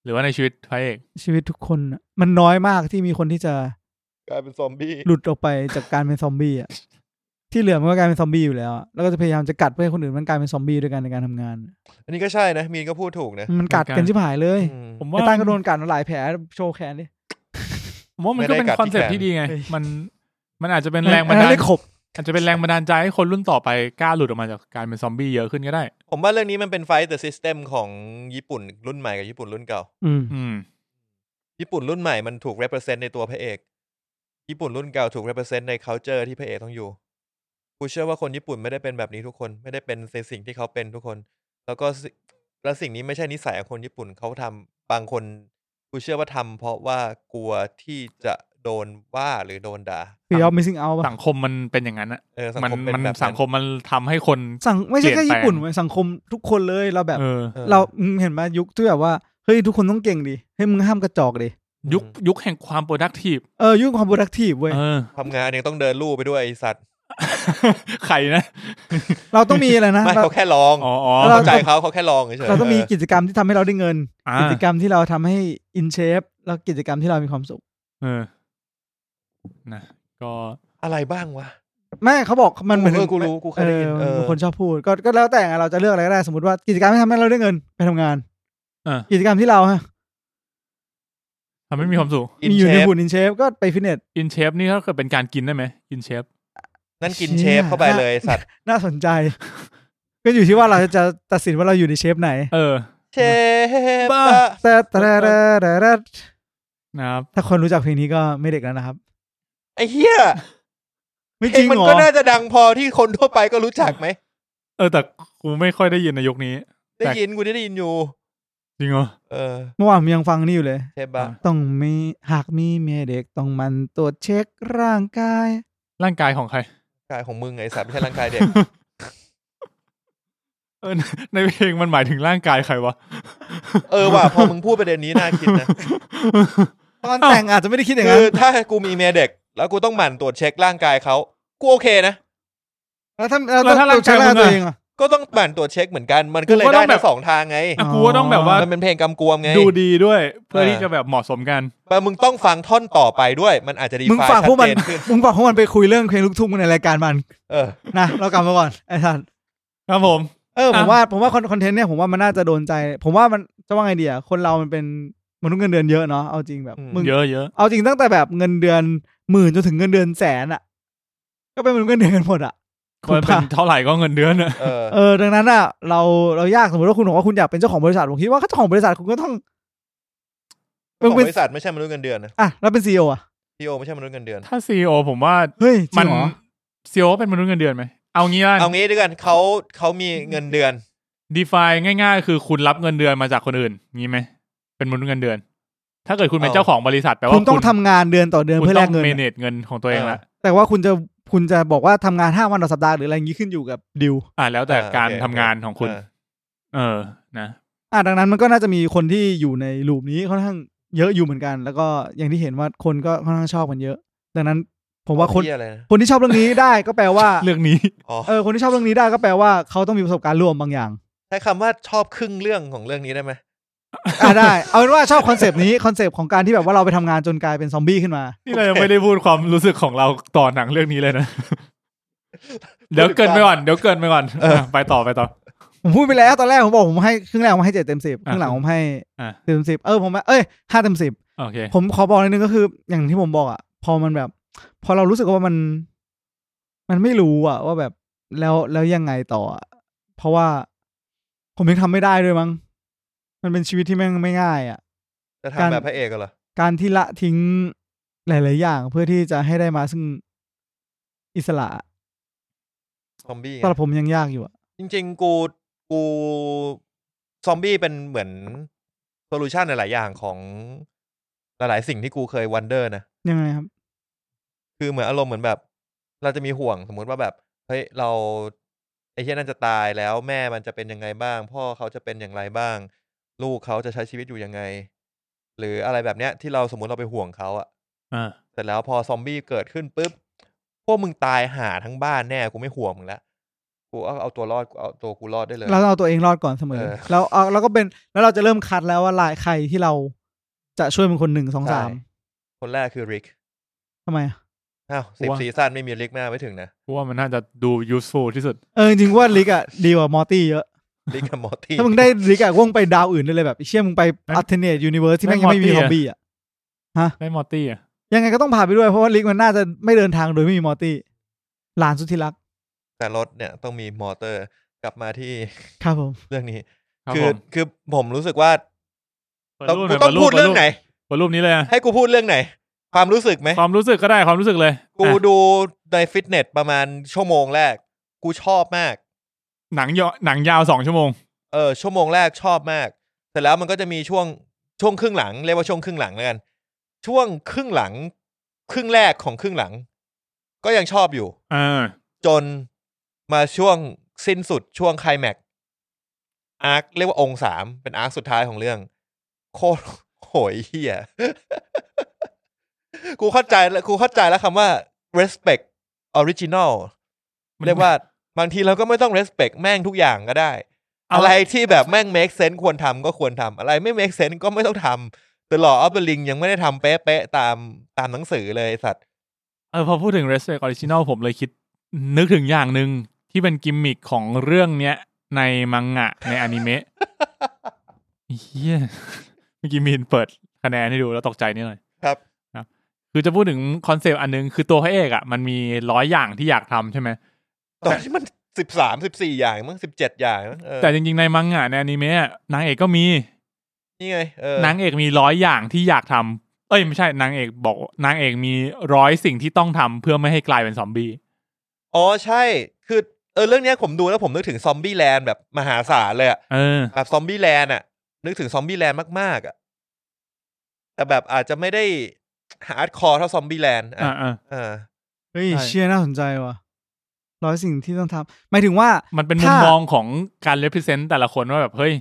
Speaker 1: หรือว่าในชีวิตพระเอก
Speaker 3: ชีวิตทุกคนน่ะมันน้อยมากที่มีคนที่จะ
Speaker 2: กลายเป็นซอมบี้
Speaker 3: หลุดออกไปจากการเป็นซอมบี้อ่ะ ที่เหลือมันก็กลายเป็นซอมบี้อยู่แล้วอะแล้วก็จะพยายามจะกัดเพื่อให้คนอื่นมันกลายเป็นซอมบี้ด้วยกันในการทำงาน
Speaker 2: อันนี้ก็ใช่นะมีนก็พูดถูกนะ
Speaker 3: มันกัดกันชิบหายเลย
Speaker 2: อืม
Speaker 1: ผม
Speaker 3: ไอ้
Speaker 1: ว่า
Speaker 3: ตั้งก็โดนกัดมาหลายแผลโชว์แขนดิ
Speaker 1: ผมว่ามันก็เป็น
Speaker 2: ไม่ได้กัด
Speaker 1: คอนเซ็ปต์
Speaker 2: ที่
Speaker 1: ที่ดี
Speaker 2: แขน
Speaker 1: ไง
Speaker 3: เอ้ย
Speaker 1: มันมันอาจจะเป็นแรงบันดา
Speaker 3: อั
Speaker 1: ล
Speaker 3: ได้ขบ
Speaker 1: อาจจะเป็นแรงบันดาลใจให้คนรุ่นต่อไปกล้าหลุดออกมาจากการเป็นซอมบี้เยอะขึ้นก็ได้
Speaker 2: ผมว่าเรื่องนี้มันเป็นไฟต์เดอะซิสเต็มของญี่ปุ่นรุ่นใหม่กับญี่ปุ่นรุ่นเก่า
Speaker 3: อืม
Speaker 1: อืม
Speaker 2: ญี่ปุ่นรุ่นใหม่มันถูก represent ในตัวพระเอก ญี่ปุ่นรุ่นเก่าถูก represent ใน culture ที่พระเอกต้องอยู่ กูเชื่อว่าคนญี่ปุ่นไม่ได้เป็นแบบนี้ทุกคน ไม่ได้เป็นในสิ่งที่เขาเป็นทุกคน แล้วก็สิและสิ่งนี้ไม่ใช่นิสัยของคนญี่ปุ่นเขาทำบางคน กูเชื่อว่าทำเพราะว่ากลัวที่จะโดนว่าหรือโดนด่า
Speaker 3: คือยอมมิซิ่งเอาป่ะ
Speaker 1: สังคมมันเป็นอย่างนั้นอะ
Speaker 2: เออสัง
Speaker 1: มัน
Speaker 2: คมเป็น
Speaker 1: มัน
Speaker 2: แบบนั้น
Speaker 1: สังคมมันทำให้คน
Speaker 3: สังไม่ใช่แค่
Speaker 1: เปลี่ยนแปลง
Speaker 3: ญี่ปุ่นเว้ยสังคมทุกคนเลยเราแบบ
Speaker 1: เออ
Speaker 2: ออ
Speaker 3: เราอืมเห็นไหมยุคที่แบบว่าเฮ้ยทุกคนต้องเก่งดิเฮ้ยมึงห้ามกระจอกดิ
Speaker 1: ยุค
Speaker 2: อืม
Speaker 1: ยุคแห่งความ productive
Speaker 3: เออยุคความ productive เว้ย
Speaker 1: เออ
Speaker 2: ทำงานยังต้องเดินลู่ไปด้วยไอสัตว์
Speaker 1: ใครนะ
Speaker 3: เราต้องมีอะไรนะ
Speaker 2: ไม่เขาแค่ลอง
Speaker 1: อ๋ออ๋อ
Speaker 3: เรา
Speaker 2: เข้าใจเขาเขาแค่ลองเฉยๆ
Speaker 3: เราต้องมี
Speaker 2: เออ
Speaker 3: กิจกรรมที่ทำให้เราได้เงิน
Speaker 1: อ่า
Speaker 3: กิจกรรมที่เราทำให้อินเชฟแล้วกิจกรรมที่เรามีความสุข
Speaker 1: เออนะก็
Speaker 2: อะไรบ้างวะ
Speaker 3: ไม่เขาบอกมันเหมือน
Speaker 2: เออกูรู้กูเคยได้ยิน
Speaker 3: ออ
Speaker 2: เออ
Speaker 3: คนชอบพูดก็ก็แล้วแต่ไงเราจะเลือกอะไรก็ได้สมมติว่ากิจกรรมที่ทำให้เราได้เงินไปทำงาน
Speaker 1: เออ
Speaker 3: กิจกรรมที่เราฮะ
Speaker 1: ทำให้มีความสุข
Speaker 3: มีอยู่ใน
Speaker 2: InShape
Speaker 3: หุ่นอินเชฟก็ไปฟิตเนส
Speaker 1: อินเชฟนี่ถ้าเกิดเป็นการกินได้ไหมอินเชฟ
Speaker 2: นั่นกิน
Speaker 3: เชี่
Speaker 2: เช
Speaker 3: ย
Speaker 2: ฟเข้าไปเลยไอ้สัตว์
Speaker 3: น่าสนใจ ก็อยู่ที่ว่าเราจะตัดสินว่าเราอยู่ในเชฟไหน
Speaker 1: เออ
Speaker 2: เชฟ
Speaker 1: บ้า
Speaker 2: อะ
Speaker 3: แต่แต่แต่แต่แต่แต่
Speaker 1: นะครับ
Speaker 3: ถ้าคนรู้จักเพลงนี้ก็ไม่เด็กแล้วนะครับ
Speaker 2: ไอ้เหี้ย
Speaker 3: ไม่
Speaker 2: เพ
Speaker 3: จ
Speaker 2: ล
Speaker 3: ริ
Speaker 2: ง
Speaker 3: ง
Speaker 2: มัน
Speaker 3: เหรอ
Speaker 2: ก็น่าจะดังพอที่คนทั่วไปก็รู้จักไหม
Speaker 1: เออ แต่กูไม่ค่อยได้ยินในยุคนี้
Speaker 2: ได้
Speaker 1: แต่
Speaker 2: ยินกูได้ยินอยู่
Speaker 1: จริงเหรอ
Speaker 2: เออ
Speaker 3: เมื่อวานผมยังฟังนี่อยู่เลย
Speaker 2: เชฟบ้า
Speaker 1: อ่ะ
Speaker 3: ต้องมีหากมีเมียเด็กต้องหมันตรวจเช็คร่างกาย
Speaker 1: ร่างกายของใคร
Speaker 2: กายของมึงไงสัตว์ไม่ใช่ร่างกายเด็ก
Speaker 1: เออในในเพลงมันหมายถึงร่างกายใครวะ
Speaker 2: เออ ว่ะพอมึงพูดประเด็นนี้น่าคิดนะ
Speaker 3: ตอนแต่งอาจจะไม่ได้คิดอย่าง
Speaker 2: คื
Speaker 3: นั้น
Speaker 2: อถ้ากูมีเมียเด็ก แล้วกูต้องหมั่นตรวจเช็คร่างกายเขากูโอเคนะ
Speaker 3: แล้วถ้า
Speaker 1: แล้
Speaker 3: แล้ว ว
Speaker 1: ถ้า
Speaker 3: ถ้าเรา
Speaker 1: ร่าง
Speaker 3: ใช้
Speaker 1: กาย
Speaker 3: ร่าง
Speaker 1: มึงอะ
Speaker 3: ตัวเองอ่ะ
Speaker 2: ก็ต้องหมั่นตรวจเช็คเหมือนกัน มันก็เลย
Speaker 1: กูก็ต้
Speaker 2: ได้
Speaker 1: องแบบ
Speaker 2: ทั้งสองทางไง
Speaker 1: อ่ะกูก็ต้องแบบว่า
Speaker 2: มันเป็นเพลงกำกวมไง
Speaker 1: ดูดีด้วย เพื่อ
Speaker 2: เออ
Speaker 1: ที่จะแบบเหมาะสมกัน
Speaker 2: แต่มึงต้องฟังท่อนต่อไปด้วย มันอาจจะดี
Speaker 3: มึง
Speaker 2: ไฟล์
Speaker 3: ฝาก
Speaker 2: ชั
Speaker 3: พว
Speaker 2: ด
Speaker 3: กมัน
Speaker 2: เจนขึ้น
Speaker 3: มึงบอกพวกมันไปคุยเรื่องเพลงลูกทุ่งในรายการมัน
Speaker 2: เออ
Speaker 3: นะเรากลับมาก่อนไอ้ท่าน
Speaker 1: ครับผม
Speaker 3: เออผม
Speaker 1: อ่ะ
Speaker 3: ว่าผมว่าคอนเทนต์เนี่ยผมว่ามันน่าจะโดนใจ ผมว่ามันจะว่าไงดีอ่ะคนเรามันเป็นมนุษย์เงินเดือนเยอะเนาะเอาจริงแบบ
Speaker 2: อืม
Speaker 3: มึง
Speaker 1: เยอะเยอะ
Speaker 3: เอาจริงตั้งแต่แบบเงินเดือนหมื่นจนถึงเงินเดือนแสนอ่ะ ก็เป็นมนุษย์เงินเดือนกันหมดอ่ะ
Speaker 1: ก็เป็นเท่าไหร่ก็เงินเดือนอะ
Speaker 2: เออ
Speaker 3: เออดังนั้นอ่ะเราเรายากสมมติว่าคุณบอกว่าคุณอยากเป็นเจ้าของบริษัทผมคิดว่าเจ้าของบริษัทคุณก็ต้อง
Speaker 2: ของ
Speaker 3: เป็น
Speaker 2: บริษัทไม่ใช่มนุษย์เงินเดือนนะ
Speaker 3: อ่ะแล้วเป็นซีออ่ะ
Speaker 2: พีโอไม่ใช่มนุษย์เงินเดือน
Speaker 1: ถ้าซีอผมว่า
Speaker 3: เฮ้ยจ
Speaker 1: มัน
Speaker 3: ริงเหรอ
Speaker 1: ซีอเป็นมนุษย์เงินเดือนไหมเอางี้ละ
Speaker 2: เอางี้ด้วยกันเขาเขามีเงินเดือน
Speaker 1: ดีฟายง่ายๆ คือคุณรับเงินเดือนมาจากคนอื่นงี้ไหมเป็นมนุษย์เงินเดือน ถ้าเกิดคุณเป็น
Speaker 2: เออ
Speaker 1: เจ้าของบริษัทแปลว่า
Speaker 3: คุณต้องทำงานเดือนต่อเดือน
Speaker 1: คุณ
Speaker 3: เพื่อ
Speaker 1: ต้
Speaker 3: แล
Speaker 1: อง
Speaker 3: กเงิน
Speaker 1: เม
Speaker 3: อะ
Speaker 1: เนจเงินของตัวเองละ
Speaker 3: แต่ว่าคุณจะคุณจะบอกว่าทำงานห้าวันต่อสัปดาห์หรืออะไรอย่างนี้ขึ้นอยู่กับดิว
Speaker 1: อ่าแล้วแต่
Speaker 2: เออ
Speaker 1: การ
Speaker 2: โอเค
Speaker 1: ทำงานของคุณ
Speaker 2: เออ
Speaker 1: เออนะ
Speaker 3: อ่ะดังนั้นมันก็น่าจะมีคนที่อยู่ในลูปนี้ค่อนข้างเยอะอยู่เหมือนกัน แล้วก็อย่างที่เห็นว่าคนก็ค่อนข้างชอบกันเยอะ ดังนั้นผมว่าคน
Speaker 2: เหี้ยอะไรนะ
Speaker 3: คนที่ชอบเรื่องนี้ได้ก็แปล ว่า
Speaker 1: เรื่องนี้
Speaker 2: อ๋อ
Speaker 3: เออคนที่ชอบเรื่องนี้ได้ก็แปลว่าเขาต้องมีประสบการณ์ร่วมบางอย่าง
Speaker 2: ใช้คำว่าชอบครึ่งเรื่องของเรื่องนี้ได้ไหม
Speaker 3: อ่ะ ได้ เอาเป็นว่าชอบคอนเซปต์นี้คอนเซปต์ของการที่แบบว่าเราไปทำงานจนกลายเป็นซอมบี้ขึ้นมา
Speaker 1: นี่เรายังไม่ได้พูดความรู้สึกของเราต่อหนังเรื่องนี้เลยนะ เดี๋ยวเกรินไปก่อนเดี๋ยวเกรินไปก่อนเออไปต่อไปต่อ
Speaker 3: ผมพูดไปแล้วตอนแรกผมบอกผมให้ครึ่งแรกผมให้เจ็ดเต็มสิบครึ่งหลังผมให้
Speaker 1: อ่ะ
Speaker 3: เต็มสิบเออผมว่าเอ้ยห้าเต็มสิบ
Speaker 1: โอเค
Speaker 3: ผมขอบอกนิดนึงก็คืออย่างที่ผมบอกอ่ะ พอมันแบบ พอเรารู้สึกว่ามัน มันไม่รู้อ่ะ ว่าแบบแล้วแล้วยังไงต่ออะเพราะว่าผมยังทำไม่ได้ด้วยมั้งมันเป็นชีวิตที่แม่งไม่ง่าย อ่ะ
Speaker 2: จะ
Speaker 3: การ
Speaker 2: ทำแบบพระเอกเหรอ
Speaker 3: การที่ละทิ้งหลาย ๆ อย่าง เพื่อที่จะให้ได้มาซึ่งอิสระ
Speaker 2: ซอมบี้ไง
Speaker 3: สำหรับผมยังยากอยู่อ่ะ
Speaker 2: จริง ๆ กูกูซอมบี้เป็นเหมือนโซลูชันหลาย ๆ อย่างของหลาย ๆ สิ่งที่กูเคยวันเดอร์นะ
Speaker 3: ยังไงครับ
Speaker 2: คือเหมือนอารมณ์เหมือนแบบ เราจะมีห่วงสมมุติว่าแบบเฮ้ยเราไอ้เหี้ยนั่นจะตายแล้วแม่มันจะเป็นยังไงบ้าง พ่อเขาจะเป็นอย่างไรบ้าง ลูกเขาจะใช้ชีวิตอยู่ยังไง หรืออะไรแบบเนี้ยที่เราสมมติเราไปห่วงเขาอะ
Speaker 1: อ่า
Speaker 2: เสร็จแล้วพอซอมบี้เกิดขึ้นปุ๊บ พวกมึงตายหาทั้งบ้านแน่กูไม่ห่วงมึงละกูเอาเอาตัวรอดกูเอาตัวกูรอดได้เลย
Speaker 3: เราต้องเอาตัวเองรอดก่อนเสมอ
Speaker 2: เออ
Speaker 3: แล้วเอาแล้วก็เป็นแล้วเราจะเริ่มคัดแล้วว่าลายใครที่เราจะช่วยเป็นคนหนึ่งสองสาม
Speaker 2: ใช่ คนแรกคือริก
Speaker 3: ทำไมอะ
Speaker 2: อ้าวสิบ
Speaker 1: ว่า
Speaker 2: ซีซั่นไม่มีลิกหน้าไม่ถึงนะ
Speaker 1: กูว่ามันน่าจะดู useful ที่สุด
Speaker 3: เออจริงๆว่าลิกอะดีกว่ามอร์ตี้เยอะ
Speaker 2: ลิกกับมอร์ตี้
Speaker 3: ถ้ามึงได้ลิกอะว่องไปดาวอื่นได้เลยแบบไอ้เชี่ยมึงไปอัลเทเนตยูนิเวิร์สที่แม่งยังไม่มี
Speaker 1: ได้ม
Speaker 3: ฮ
Speaker 1: อร์ตี้อะ
Speaker 3: อบบี้อะ
Speaker 1: ได้มอร์ตี้อ่ะ
Speaker 3: ยังไงก็ต้องพาไปด้วยเพราะว่าลิกมันน่าจะไม่เดินทางโดยไม่มีมอร์ตี้หลานสุดที่รัก
Speaker 2: แต่รถเนี่ยต้องมีมอเตอร์ กลับมาที่
Speaker 3: ครับผม
Speaker 2: เรื่องนี้
Speaker 1: ครับ
Speaker 2: คื
Speaker 1: ผ
Speaker 2: อ
Speaker 1: ม
Speaker 2: คือผมรู้สึกว่าต้
Speaker 1: เปิ
Speaker 2: อง
Speaker 1: รูปหน่ย
Speaker 2: กูต้องพูดเรื่องไหน
Speaker 1: เปิดรูปนี้เลยอะ
Speaker 2: ให้กูพูดเรื่องไหน ความรู้สึกไหม
Speaker 1: ความรู้สึกก็ได้ความรู้สึกเลย
Speaker 2: กู
Speaker 1: อ่ะ
Speaker 2: ดูในฟิตเนสประมาณชั่วโมงแรก กูชอบมาก
Speaker 1: หนังยอหนังยาวสองชั่วโมง
Speaker 2: เออชั่วโมงแรกชอบมากเสร็จแล้วมันก็จะมีช่วงช่วงครึ่งหลังเรียกว่าช่วงครึ่งหลังแล้วกัน ช่วงครึ่งหลัง ครึ่งแรกของครึ่งหลัง ก็ยังชอบอยู่
Speaker 1: เออ
Speaker 2: จนมาช่วงสิ้นสุดช่วงไคลแม็กซ์อาร์คเรียกว่าองค์สามเป็นอาร์คสุดท้ายของเรื่อง โคตร โหยเฮีย กูเข้าใจแล้วกูเข้าใจแล้วคำว่า respect original
Speaker 1: มัน
Speaker 2: เรียกว่าบางทีเราก็ไม่ต้อง respect แม่งทุกอย่างก็ได้
Speaker 1: เอา
Speaker 2: อะไรที่แบบแม่ง make sense ควรทำก็ควรทำอะไรไม่ make sense ก็ไม่ต้องทำแต่หล่ออัปเปอร์ลิงยังไม่ได้ทำเป๊ะๆตามตามหนังสือเลยไอ้สัตว์
Speaker 1: เออพอพูดถึง Respect Original ผมเลยคิด นึกถึงอย่างหนึ่งที่เป็นกิมมิคของเรื่องเนี้ย ในมังงะ ในอนิ เมะเฮียเมื่อกี้มีนเปิดคะแนนให้ดูแล้วตกใจนิดหน่อย
Speaker 2: ครับ
Speaker 1: ครับคือจะพูดถึงคอนเซปต์อันหนึง คือตัวพระเอกอ่ะ มันมีร้อยอย่างที่อยากทำใช่ไหม
Speaker 2: ตอนนี้มันสิบสามสิบสี่อย่างมั้งสิบเจ็ดอย่างมั้งเออ
Speaker 1: แต่จริงๆ ในมังงะในอนิเมะอะนางเอกก็มี
Speaker 2: นี่ไงเออน
Speaker 1: างเอกมีร้อยอย่างที่อยากทำเอ้ยไม่ใช่นางเอกบอกนางเอกมีร้อยสิ่งที่ต้องทำเพื่อไม่ให้กลายเป็นซอมบี้
Speaker 2: อ๋อใช่ คือเออเรื่องเนี้ยผมดูแล้วผมนึกถึงซอมบี้แลนด์แบบมหาศาลเลยอะ
Speaker 1: เออ
Speaker 2: แบบซอมบี้แลนด์อะนึกถึงซอมบี้แลนด์มากๆอะแต่แบบอาจจะไม่ได้ฮาร์ดคอร์เท่าซอมบี้แลนด์อะ
Speaker 1: อ่า
Speaker 2: เออ
Speaker 3: เฮ้ย
Speaker 2: ใช่
Speaker 3: เชี่ยน่าสนใจว่ะร้อยสิ่งที่ต้องทำหมายถึงว่า
Speaker 1: มันเป็นมุม
Speaker 3: ถ้าม ม
Speaker 1: องของการ represent แต่ละคนว่าแบบ เฮ้ย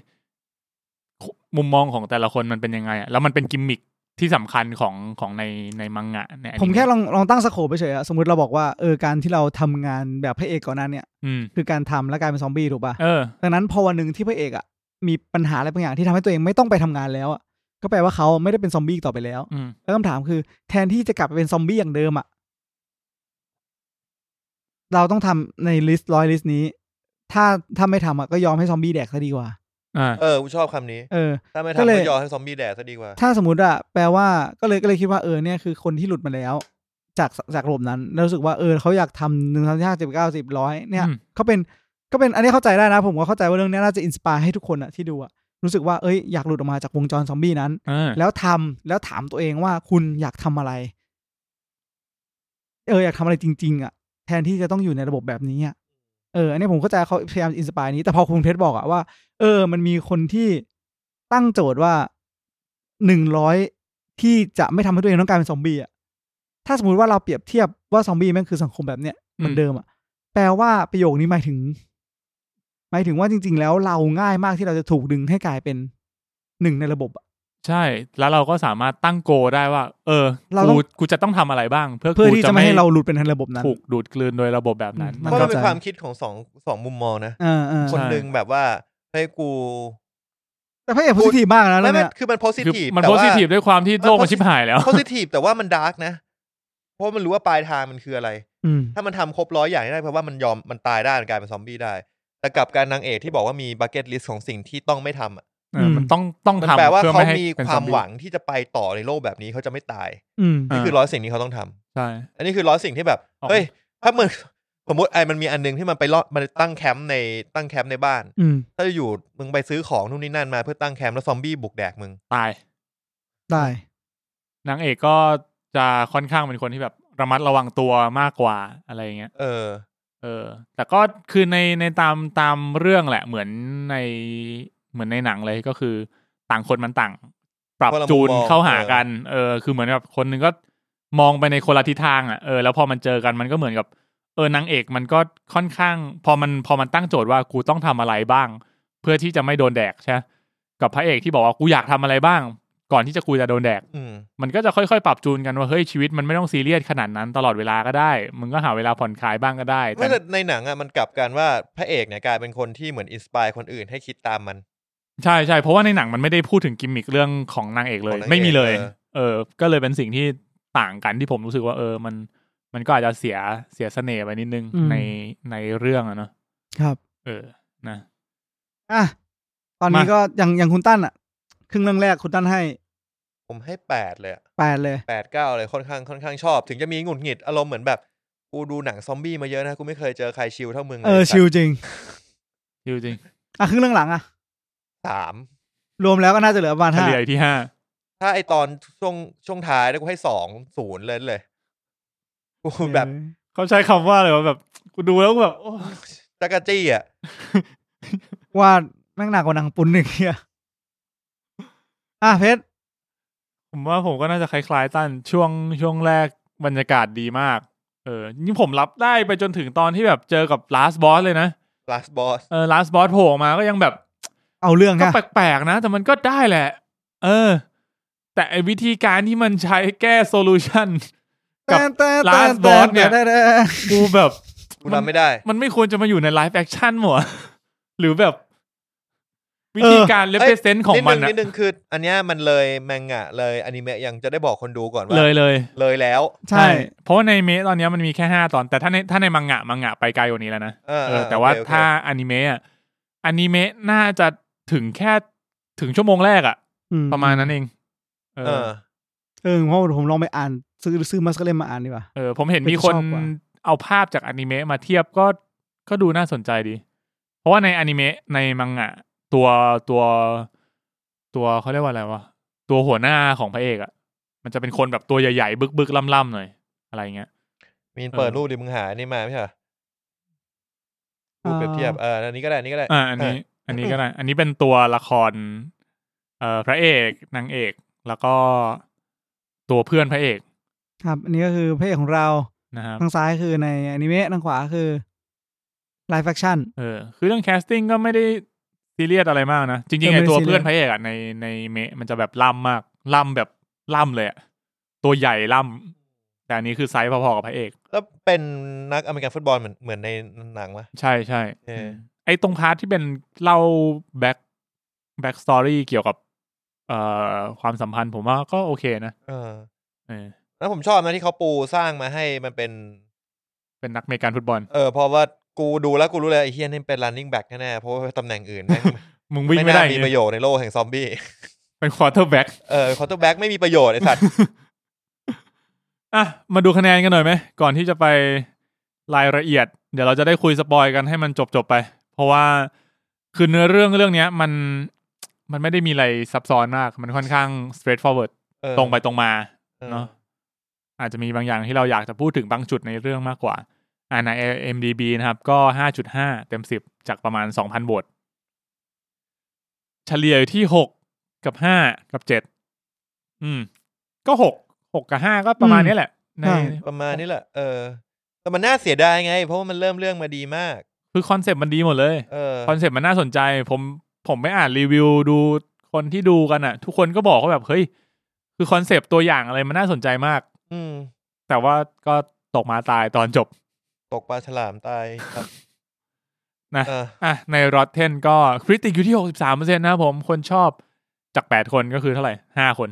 Speaker 1: มุมมองของแต่ละคนมันเป็นยังไงอะแล้วมันเป็นกิมมิคที่สำคัญของของในในมังงะในอนิเะ
Speaker 3: ผมแค่ลองลองตั้งสโคปไปเฉยอะสมมติเราบอกว่าเออการที่เราทำงานแบบพระเอกก่อนหนั้นเนี่ย
Speaker 1: อืม
Speaker 3: คือการทำแล้วกลายเป็นซอมบี้ถูกป่ะ
Speaker 1: เออ
Speaker 3: ดังนั้นพอวันหนึ่งที่พระเอกอะมีปัญหาอะไรบางอย่างที่ทำให้ตัวเองไม่ต้องไปทำงานแล้วอะก็แปลว่าเขาไม่ได้เป็นซอมบี้อีกต่อไปแล้ว
Speaker 1: อืม
Speaker 3: แล้วคำถามคือ แทนที่จะกลับไปเป็นซอมบี้อย่างเดิมอะเราต้องทำในลิสต์ร้อยลิสต์นี้ ถ้าถ้าไม่ทำอะก็ยอมให้ซอมบี้แดกซะดีกว่า
Speaker 1: อ่า
Speaker 2: เออกูชอบคำนี้
Speaker 3: เออ
Speaker 2: ถ้าไม่
Speaker 3: ก็
Speaker 2: ทำ
Speaker 3: เลย
Speaker 2: ก็ยอมให้ซอมบี้แดดซะดีกว่า
Speaker 3: ถ้าสมมติอะแปลว่าก็เลยก็เลยคิดว่าเออเนี่ยคือคนที่หลุดมาแล้ว จากจากระบบนั้นแล้วรู้สึกว่าเออเขาอยากทำหนึ่งสามห้าสิบเก้าสิบร้อยเนี่ย
Speaker 1: อืม
Speaker 3: เขาเป็นก็เป็นอันนี้เข้าใจได้นะ ผมก็เข้าใจว่าเรื่องเนี้ยน่าจะอินสปายให้ทุกคนอะที่ดูอะรู้สึกว่าเอ้ยอยากหลุดออกมาจากวงจรซอมบี้นั้น
Speaker 1: เออ
Speaker 3: แล้วทำแล้วถามตัวเองว่าคุณอยากทำอะไร เอออยากทำอะไรจริง ๆอะแทนที่จะต้องอยู่ในระบบแบบนี้อะเอออันนี้ผมเข้าใจเขาพยายามอินสปายนี้แต่พอคุณเพชรบอกอะว่า เออ มันมีคนที่ตั้งโจทย์ว่าหนึ่งร้อยที่จะไม่ทำให้ตัวเองต้องกลายเป็นซอมบี้อะถ้าสมมติว่าเราเปรียบเทียบว่าซอมบี้แม่งคือสังคมแบบเนี้ยเหมือนเดิมอะแปลว่าประโยคนี้หมายถึง หมายถึงว่าจริง ๆ แล้วเราง่ายมากที่เราจะถูกดึงให้กลายเป็นหนึ่งในระบบอะ
Speaker 1: ใช่ แล้วเราก็สามารถตั้งโกได้ว่า เออ
Speaker 3: เราต้
Speaker 1: กู
Speaker 3: อง
Speaker 1: กูจะต้องทำอะไรบ้าง เพื่อ
Speaker 3: เพื่อที่
Speaker 1: กู
Speaker 3: จะไม่ให้เราหลุดเป็นทางระบบนั้น
Speaker 1: ถูกดูดกลืนโดยระบบแบบนั้น
Speaker 3: อืม
Speaker 2: ก็
Speaker 3: ข้าใจ
Speaker 2: เป็นความคิดของสองสองมุมมองนะ
Speaker 3: เออเออ
Speaker 2: คน
Speaker 1: ใช่
Speaker 2: หนึ่งแบบว่าให้กู
Speaker 3: แต่พระเอกพูดทีมากนะ
Speaker 2: ไม่
Speaker 3: เรื่อง
Speaker 2: ไม่
Speaker 3: เนี่ย
Speaker 2: คือมันโพสิ
Speaker 1: คือ
Speaker 2: ทีฟ
Speaker 1: มัน
Speaker 2: แต่
Speaker 1: โพ
Speaker 2: ว่า
Speaker 1: สิทีฟด้วยความที่โลก
Speaker 2: มั
Speaker 1: มัน นชิบหายแล้ว
Speaker 2: โพสิทีฟแต่ว่ามันดาร์กนะ เพราะมันรู้ว่าปลายทางมันคืออะไร
Speaker 3: อืม
Speaker 2: ถ้ามันทำครบร้อยอย่างได้เพราะว่ามันยอมมันตายได้มันกลายเป็นซอมบี้ได้ แต่กลับการนางเอกที่บอกว่ามีบั c เก็ตลิสต์ของสิ่งที่ต้องไม่ทำอะ
Speaker 1: เออมันต้องต้อง
Speaker 2: มัน
Speaker 1: ทำ
Speaker 2: แปลว่า
Speaker 1: พื่อ
Speaker 2: เขา
Speaker 1: ไให้
Speaker 2: มี
Speaker 1: เป็น
Speaker 2: ค
Speaker 1: ซ
Speaker 2: วา
Speaker 1: อ
Speaker 2: ม
Speaker 1: บี้
Speaker 2: หวังที่จะไปต่อในโลกแบบนี้เขาจะไม่ตาย
Speaker 3: อืม
Speaker 1: อ่า
Speaker 2: นี่คือร้อยสิ่งที่เขาต้องทำ
Speaker 1: ใช่
Speaker 2: อันนี้คือร้อยสิ่งที่แบบ
Speaker 1: อ๋อ
Speaker 2: เฮ้ย ถ้ามึงสมมติไอ้มันมีอันหนึงที่มันไปรอดมันตั้งแคมป์ในตั้งแคมป์ในบ้าน
Speaker 3: อืม
Speaker 2: ถ้าอยู่มึงไปซื้อของนู่นนี่นั่นมาเพื่อตั้งแคมป์แล้วซอมบี้บุกแดกมึง
Speaker 1: ตาย
Speaker 3: ได้
Speaker 1: นางเอกก็จะค่อนข้างเป็นคนที่แบบระมัดระวังตัวมากกว่าอะไรอย่างเงี้ย
Speaker 2: เออ
Speaker 1: เออ แต่ก็คือในในตามตามเรื่องแหละ เหมือนในเหมือนในหนังเลยก็คือ ต่างคนมันต่าง ปรับ
Speaker 2: คนละมุม
Speaker 1: จูน
Speaker 2: มอง
Speaker 1: เข้าหากัน เออ คือเหมือนแบบคนหนึ่งก็มองไปในคนละทิศทางอ่ะเออแล้วพอมันเจอกันมันก็เหมือนกับ เออนางเอกมันก็ค่อนข้าง พอมันพอมันตั้งโจทย์ว่ากูต้องทำอะไรบ้าง เพื่อที่จะไม่โดนแดกใช่ไหมกับพระเอกที่บอกว่ากูอยากทำอะไรบ้าง ก่อนที่จะกูจะโดนแดก
Speaker 2: อืม
Speaker 1: มันก็จะค่อยๆ ปรับจูนกันว่าเฮ้ยชีวิตมันไม่ต้องซีเรียสขนาดนั้นตลอดเวลาก็ได้ มึงก็หาเวลาผ่อนคลายบ้างก็ได้
Speaker 2: ไม่
Speaker 1: แต่
Speaker 2: แต่ในหนังอ่ะมันกลับกันว่าพระเอกเนี่ยกลายเป็นคนที่เหมือนอินสปายคนอื่นให้คิดตามมัน
Speaker 1: ใช่ใช่เพราะว่าในหนังมันไม่ได้พูดถึงกิมมิคเรื่องของนางเอกเลย
Speaker 2: ของนางเอก
Speaker 1: ไม่มีเลย
Speaker 2: เออ
Speaker 1: เออ ก็เลยเป็นสิ่งที่ต่างกันที่ผมรู้สึกว่าเออมัน มันก็อาจจะเสียเสียเสน่ห์ไปนิดนึง
Speaker 3: อืม
Speaker 1: ในในเรื่องอะเนาะ
Speaker 3: ครับ
Speaker 1: เออนะ
Speaker 3: อ่ะตอนนี้
Speaker 1: มา
Speaker 3: ก็อย่างอย่างคุณตั้นอ่ะ ครึ่งเรื่องแรกคุณตั้นให้
Speaker 2: ผมให้แปดเลยอะ
Speaker 3: แปดเลย
Speaker 2: แปดเก้าเลยค่อนข้างค่อนข้างชอบ ถึงจะมีหงุดหงิดอารมณ์เหมือนแบบกูดูหนังซอมบี้มาเยอะนะกูไม่เคยเจอใครชิลเท่ามึงลย
Speaker 3: เออ
Speaker 2: สัตว์
Speaker 3: ชิลจริง
Speaker 1: จริงจริง
Speaker 3: อ่ะครึ่งเรื่องหลังอ่ะ
Speaker 2: สาม
Speaker 3: รวมแล้วก็น่าจะเหลือประมาณ
Speaker 1: เฉ
Speaker 3: ห้า
Speaker 1: ลี่ยอยู่ที่ห้า
Speaker 2: ถ้าไอตอนช่วงช่วงท้ายเนี่ยกูให้สองศูนย์เลยเลยกูแบบ
Speaker 1: เขาใช้คำว่าอะไรวะแบบกูดูแล้วกูแบบโอ้
Speaker 2: จักรจี้อ่ะ
Speaker 3: ว่าแม่งหนักกว่าหนังปุนหนึ่งเฮียอ่ะเพชร
Speaker 1: ผมว่าผมก็น่าจะคล้ายๆตั้นช่วงช่วงแรกบรรยากาศดีมาก เออนี่ผมรับได้ไปจนถึงตอนที่แบบเจอกับ last boss เลยนะ
Speaker 2: ลาสบอส
Speaker 1: เออ last boss โผล่ออกมาก็ยังแบบ
Speaker 3: เอาเรื่อง
Speaker 1: ก็
Speaker 3: ฮะ
Speaker 1: แปลกๆนะ แต่มันก็ได้แหละ เออ แต่ไอ้วิธีการที่มันใช้แก้โซลูชัน กับ Last Boss เนี่ย
Speaker 3: แต่แต่แต่
Speaker 1: กูแบบ
Speaker 2: กูทำไม่ได้
Speaker 1: มันไม่ควรจะมาอยู่ในไลฟ์แอคชั่นหมวะ หรือแบบ วิธีการเล
Speaker 2: เอ้
Speaker 1: เ e
Speaker 2: ย
Speaker 1: เซนต์ของมัน
Speaker 2: ด
Speaker 1: อะ
Speaker 2: งนิดนึงคือ อันเนี้ยมันเลยแมงงะเลยอนิเมะยังจะได้บอกคนดูก่อนว่า
Speaker 1: เลยเลย
Speaker 2: เลยแล้ว
Speaker 3: ใช่
Speaker 1: เพราะว่าในเมะตอนเนี้ยมันมีแค่ห้าตอน แต่ถ้าในถ้าในมังงะมังงะไปไกลกว่านี้แล้วนะ
Speaker 2: เออ
Speaker 1: เอ
Speaker 2: เอ
Speaker 1: อ
Speaker 2: อ
Speaker 1: แต่ว่า
Speaker 2: โอเคโอเค
Speaker 1: ถ้าอนิเมะอะอนิเมะน่าจะถึงแค่ถึงชั่วโมงแรกอะ
Speaker 3: อื
Speaker 1: ประมาณนั้นเองเอ
Speaker 2: เอ
Speaker 1: อ
Speaker 2: อ
Speaker 3: เออเพราะผมลองไปอ่าน ซื้อซื้อมัสกเล่มมาอ่านดีกว่า
Speaker 1: เออผมเห็น
Speaker 3: เป็น
Speaker 1: มีคน
Speaker 3: ชอบกว่า
Speaker 1: เอาภาพจากอนิเมะมาเทียบก็ก็ดูน่าสนใจดี เพราะว่าในอนิเมะในมังงะตัวตัว ตัวเขาเรียกว่าอะไรวะตัวหัวหน้าของพระเอกอะมันจะเป็นคนแบบตัวใหญ่ๆ บึกๆล่ำๆหน่อยอะไรเงี้ย
Speaker 2: มีน
Speaker 1: เออ
Speaker 2: เปิดรูปดิมึงหาอันนี่มาไม่ใช่เหรอรูปเปรียบเทียบเอออันนี้ก็ได้อันนี้ก็ได้
Speaker 1: อ่าอันนี้ อันนี้ก็ได้ อันนี้เป็นตัวละคร เอ่อพระเอกนางเอก แล้วก็ตัวเพื่อนพระเอก
Speaker 3: ครับ อันนี้ก็คือพระเอกของเรา
Speaker 1: นะครับ
Speaker 3: ทางซ้ายคือในอนิเมะทางขวาคือไลฟ์แฟคชั่น
Speaker 1: เออคือเรื่องแคสติ้งก็ไม่ได้ซีเรียสอะไรมากนะ จริงๆไอ
Speaker 3: เออไม่ได้
Speaker 1: ตัว
Speaker 3: ซีเรียส
Speaker 1: เพื่อนพระเอกอะในในเมะมันจะแบบล่ำมากล่ำแบบล่ำเลยอะตัวใหญ่ล่ำแต่อันนี้คือไซส์พอๆกับพระเอก
Speaker 2: แล้วเป็นนักอเมริกันฟุตบอลเหมือนเหมือนในหนังมะ
Speaker 1: ใช่ใช่
Speaker 2: เออ
Speaker 1: ไอตรงพาร์ทที่เป็นเล่าแบ็คแบ็คสตอรี่เกี่ยวกับ เอ่อความสัมพันธ์ผมว่าก็โอเคนะ
Speaker 2: เออ
Speaker 1: เออ
Speaker 2: แล้วผมชอบนะที่เขาปูสร้างมาให้มันเป็น
Speaker 1: เป็นนักเมการฟุตบอล
Speaker 2: เออเพอว่ากูดูแล้วกูรู้เลยไอ้เฮียนี่เป็น running back แน่ๆเพราะว่าตำแหน่งอื่นแม่ง
Speaker 1: มึงวิ่ง
Speaker 2: ไม่
Speaker 1: ไม่
Speaker 2: น่า
Speaker 1: ได้
Speaker 2: มี
Speaker 1: นี่
Speaker 2: ประโยชน์ในโลกแห่งซอมบี้
Speaker 1: เป็นควอเตอร์แบ็ก
Speaker 2: เออคอร์เตอร์แบ็กไม่มีประโยชน์ไอ้สัตว์
Speaker 1: อ่ะมาดูคะแนนกันหน่อยไหมก่อนที่จะไปรายละเอียด เดี๋ยวเราจะได้คุยสปอยกันให้มันจบจบๆไป เพราะว่าคือเนื้อเรื่องเรื่องเนี้ย มันมันไม่ได้มีอะไรซับซ้อนมาก มันค่อนข้าง straightforward
Speaker 2: เออ
Speaker 1: ตรงไปตรงมา
Speaker 2: เออ
Speaker 1: เนอะ อาจจะมีบางอย่างที่เราอยากจะพูดถึงบางจุดในเรื่องมากกว่าอ่าใน MDB นะครับ ก็ 5.5 เต็ม 10 จากประมาณ 2,000โหวตเฉลี่ยอยู่ที่ 6 กับ 5 กับ 7 อืม ก็ 6 6 กับ 5 ก็ประมาณ
Speaker 3: อืม
Speaker 1: นี้แหละ ใน
Speaker 3: ใช่
Speaker 2: ประมาณนี้แหละ เออ แต่มันน่าเสียดายไง เพราะว่ามันเริ่มเรื่องมาดีมาก
Speaker 1: คือคอนเซปต์มันดีหมดเลย
Speaker 2: เออ
Speaker 1: คอนเซปต์มันน่าสนใจ ผมผมไม่อ่านรีวิวดูคนที่ดูกันอ่ะ ทุกคนก็บอกว่าแบบ เฮ้ย คือคอนเซปต์ตัวอย่างอะไรมันน่าสนใจมาก
Speaker 2: อืม
Speaker 1: แต่ว่าก็ตกมาตายตอนจบ
Speaker 2: ตกปลาฉลามตายครับ
Speaker 1: นะ
Speaker 2: เออ
Speaker 1: อ่ะ ใน Rotten ก็คริติกอยู่ที่หกสิบสามเปอร์เซ็นต์นะครับผม คนชอบจากแปดคนก็คือเท่าไหร่ห้าคน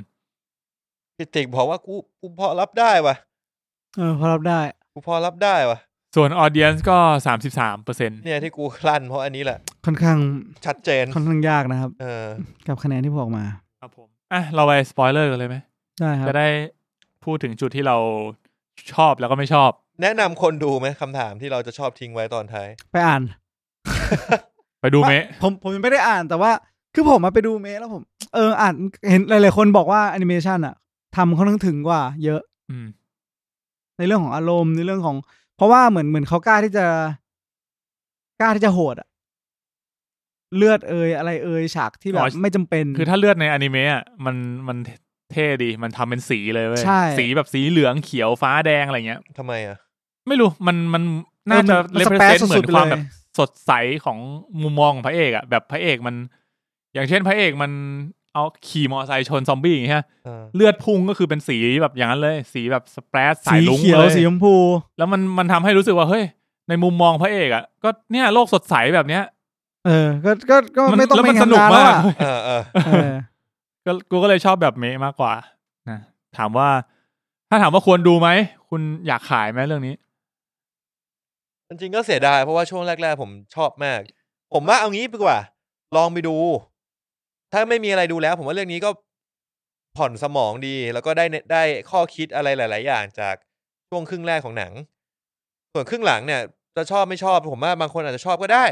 Speaker 2: พิติกบอกว่ากูกูพอรับได้วะ
Speaker 3: เออพอรับได้
Speaker 2: กูพอรับได้วะ
Speaker 1: ส่วนออเดียนก็สามสิบสามเปอร์เซ็นต์
Speaker 2: เนี่ยที่กูคลั่นเพราะอันนี้แหละ
Speaker 3: ค่อนข้าง
Speaker 2: ชัดเจน
Speaker 3: ค่อนข้างยากนะครับ
Speaker 2: เออ
Speaker 3: กับคะแนนที่พวกออกมา
Speaker 1: ครับผม อ่ะ เราไปสปอยเลอร์กันเลยไหม
Speaker 3: ได้ครับ
Speaker 1: จะได้พูดถึงจุดที่เราชอบแล้วก็ไม่ชอบ
Speaker 2: แนะนำคนดูไหมคำถามที่เราจะชอบทิ้งไว้ตอนท้าย
Speaker 3: ไปอ่าน
Speaker 1: ไปดูเมะ
Speaker 3: ผมผมยังไม่ได้อ่านแต่ว่า คือผมมาไปดูเมะแล้วผม เอออ่านเห็นหลายๆคนบอกว่าแอนิเมชันอะทำเขาทั้งถึงกว่า เยอะ
Speaker 1: อืม
Speaker 3: ในเรื่องของอารมณ์ในเรื่องของ เพราะว่าเหมือนเหมือนเขากล้าที่จะ กล้าที่จะโหดอะเลือดเอยอะไรเอยฉากที่แบ
Speaker 1: อ๋
Speaker 3: บ
Speaker 1: อ
Speaker 3: ไม่จำเป็น
Speaker 1: คือถ้าเลือดในอนิเมะอะมันมันเท่ดี มันทำเป็นสีเลยเว้ย
Speaker 3: ใช่
Speaker 1: สีแบบสีเหลืองเขียวฟ้าแดงอะไรเงี้ย
Speaker 2: ทำไมอ่ะ
Speaker 1: ไม่รู้ มันมันน่าจะ
Speaker 3: มั
Speaker 1: เล
Speaker 3: ส
Speaker 1: เ e
Speaker 3: แปซ
Speaker 1: เซนต์เหมื
Speaker 3: สุ
Speaker 1: อน
Speaker 3: ดๆ
Speaker 1: ค
Speaker 3: ไป
Speaker 1: วาม
Speaker 3: เล
Speaker 1: แบ
Speaker 3: ย
Speaker 1: บ สดใสของมุมมองของพระเอกอะแบบพระเอกมัน อย่างเช่นพระเอกมันเอาขี่มอไซค์ชนซอมบี้อย่างเงี้ย
Speaker 2: เออ
Speaker 1: เลือดพุ่งก็คือเป็นสีแบบอย่างนั้นเลย สีแบบสเปรสสา
Speaker 3: สี
Speaker 1: ยลุ้ง
Speaker 3: เขียว
Speaker 1: เลย
Speaker 3: สีชมพู
Speaker 1: แล้วมันมันทำให้รู้สึกว่าเฮ้ย ในมุมมองพระเอกอะก็เนี่ยโลกสดใสแบบเนี้ย
Speaker 3: เออ ก็ก็ก็
Speaker 1: มัน
Speaker 3: ไม่ต้อง
Speaker 1: แล้วมัน
Speaker 3: ไป
Speaker 1: สนุก
Speaker 3: ทำ
Speaker 1: มาก
Speaker 3: แล้วอะ
Speaker 2: เออเออ
Speaker 3: เออ
Speaker 1: ก็กูก็เลยชอบแบบเมะมากกว่านะถามว่า ถ้าถามว่าควรดูไหม คุณอยากขายไหมเรื่องนี้
Speaker 2: จริงๆก็เสียดายเพราะว่าช่วงแรก ๆ ผมชอบมาก ผมว่าเอางี้ดีกว่า ลองไปดู ถ้าไม่มีอะไรดูแล้ว ผมว่าเรื่องนี้ก็ผ่อนสมองดี แล้วก็ได้เนได้ข้อคิดอะไรหลาย ๆ อย่างจากช่วงครึ่งแรกของหนัง ส่วนครึ่งหลังเนี่ย จะชอบไม่ชอบ ผมว่าบางคนอาจจะชอบก็ได้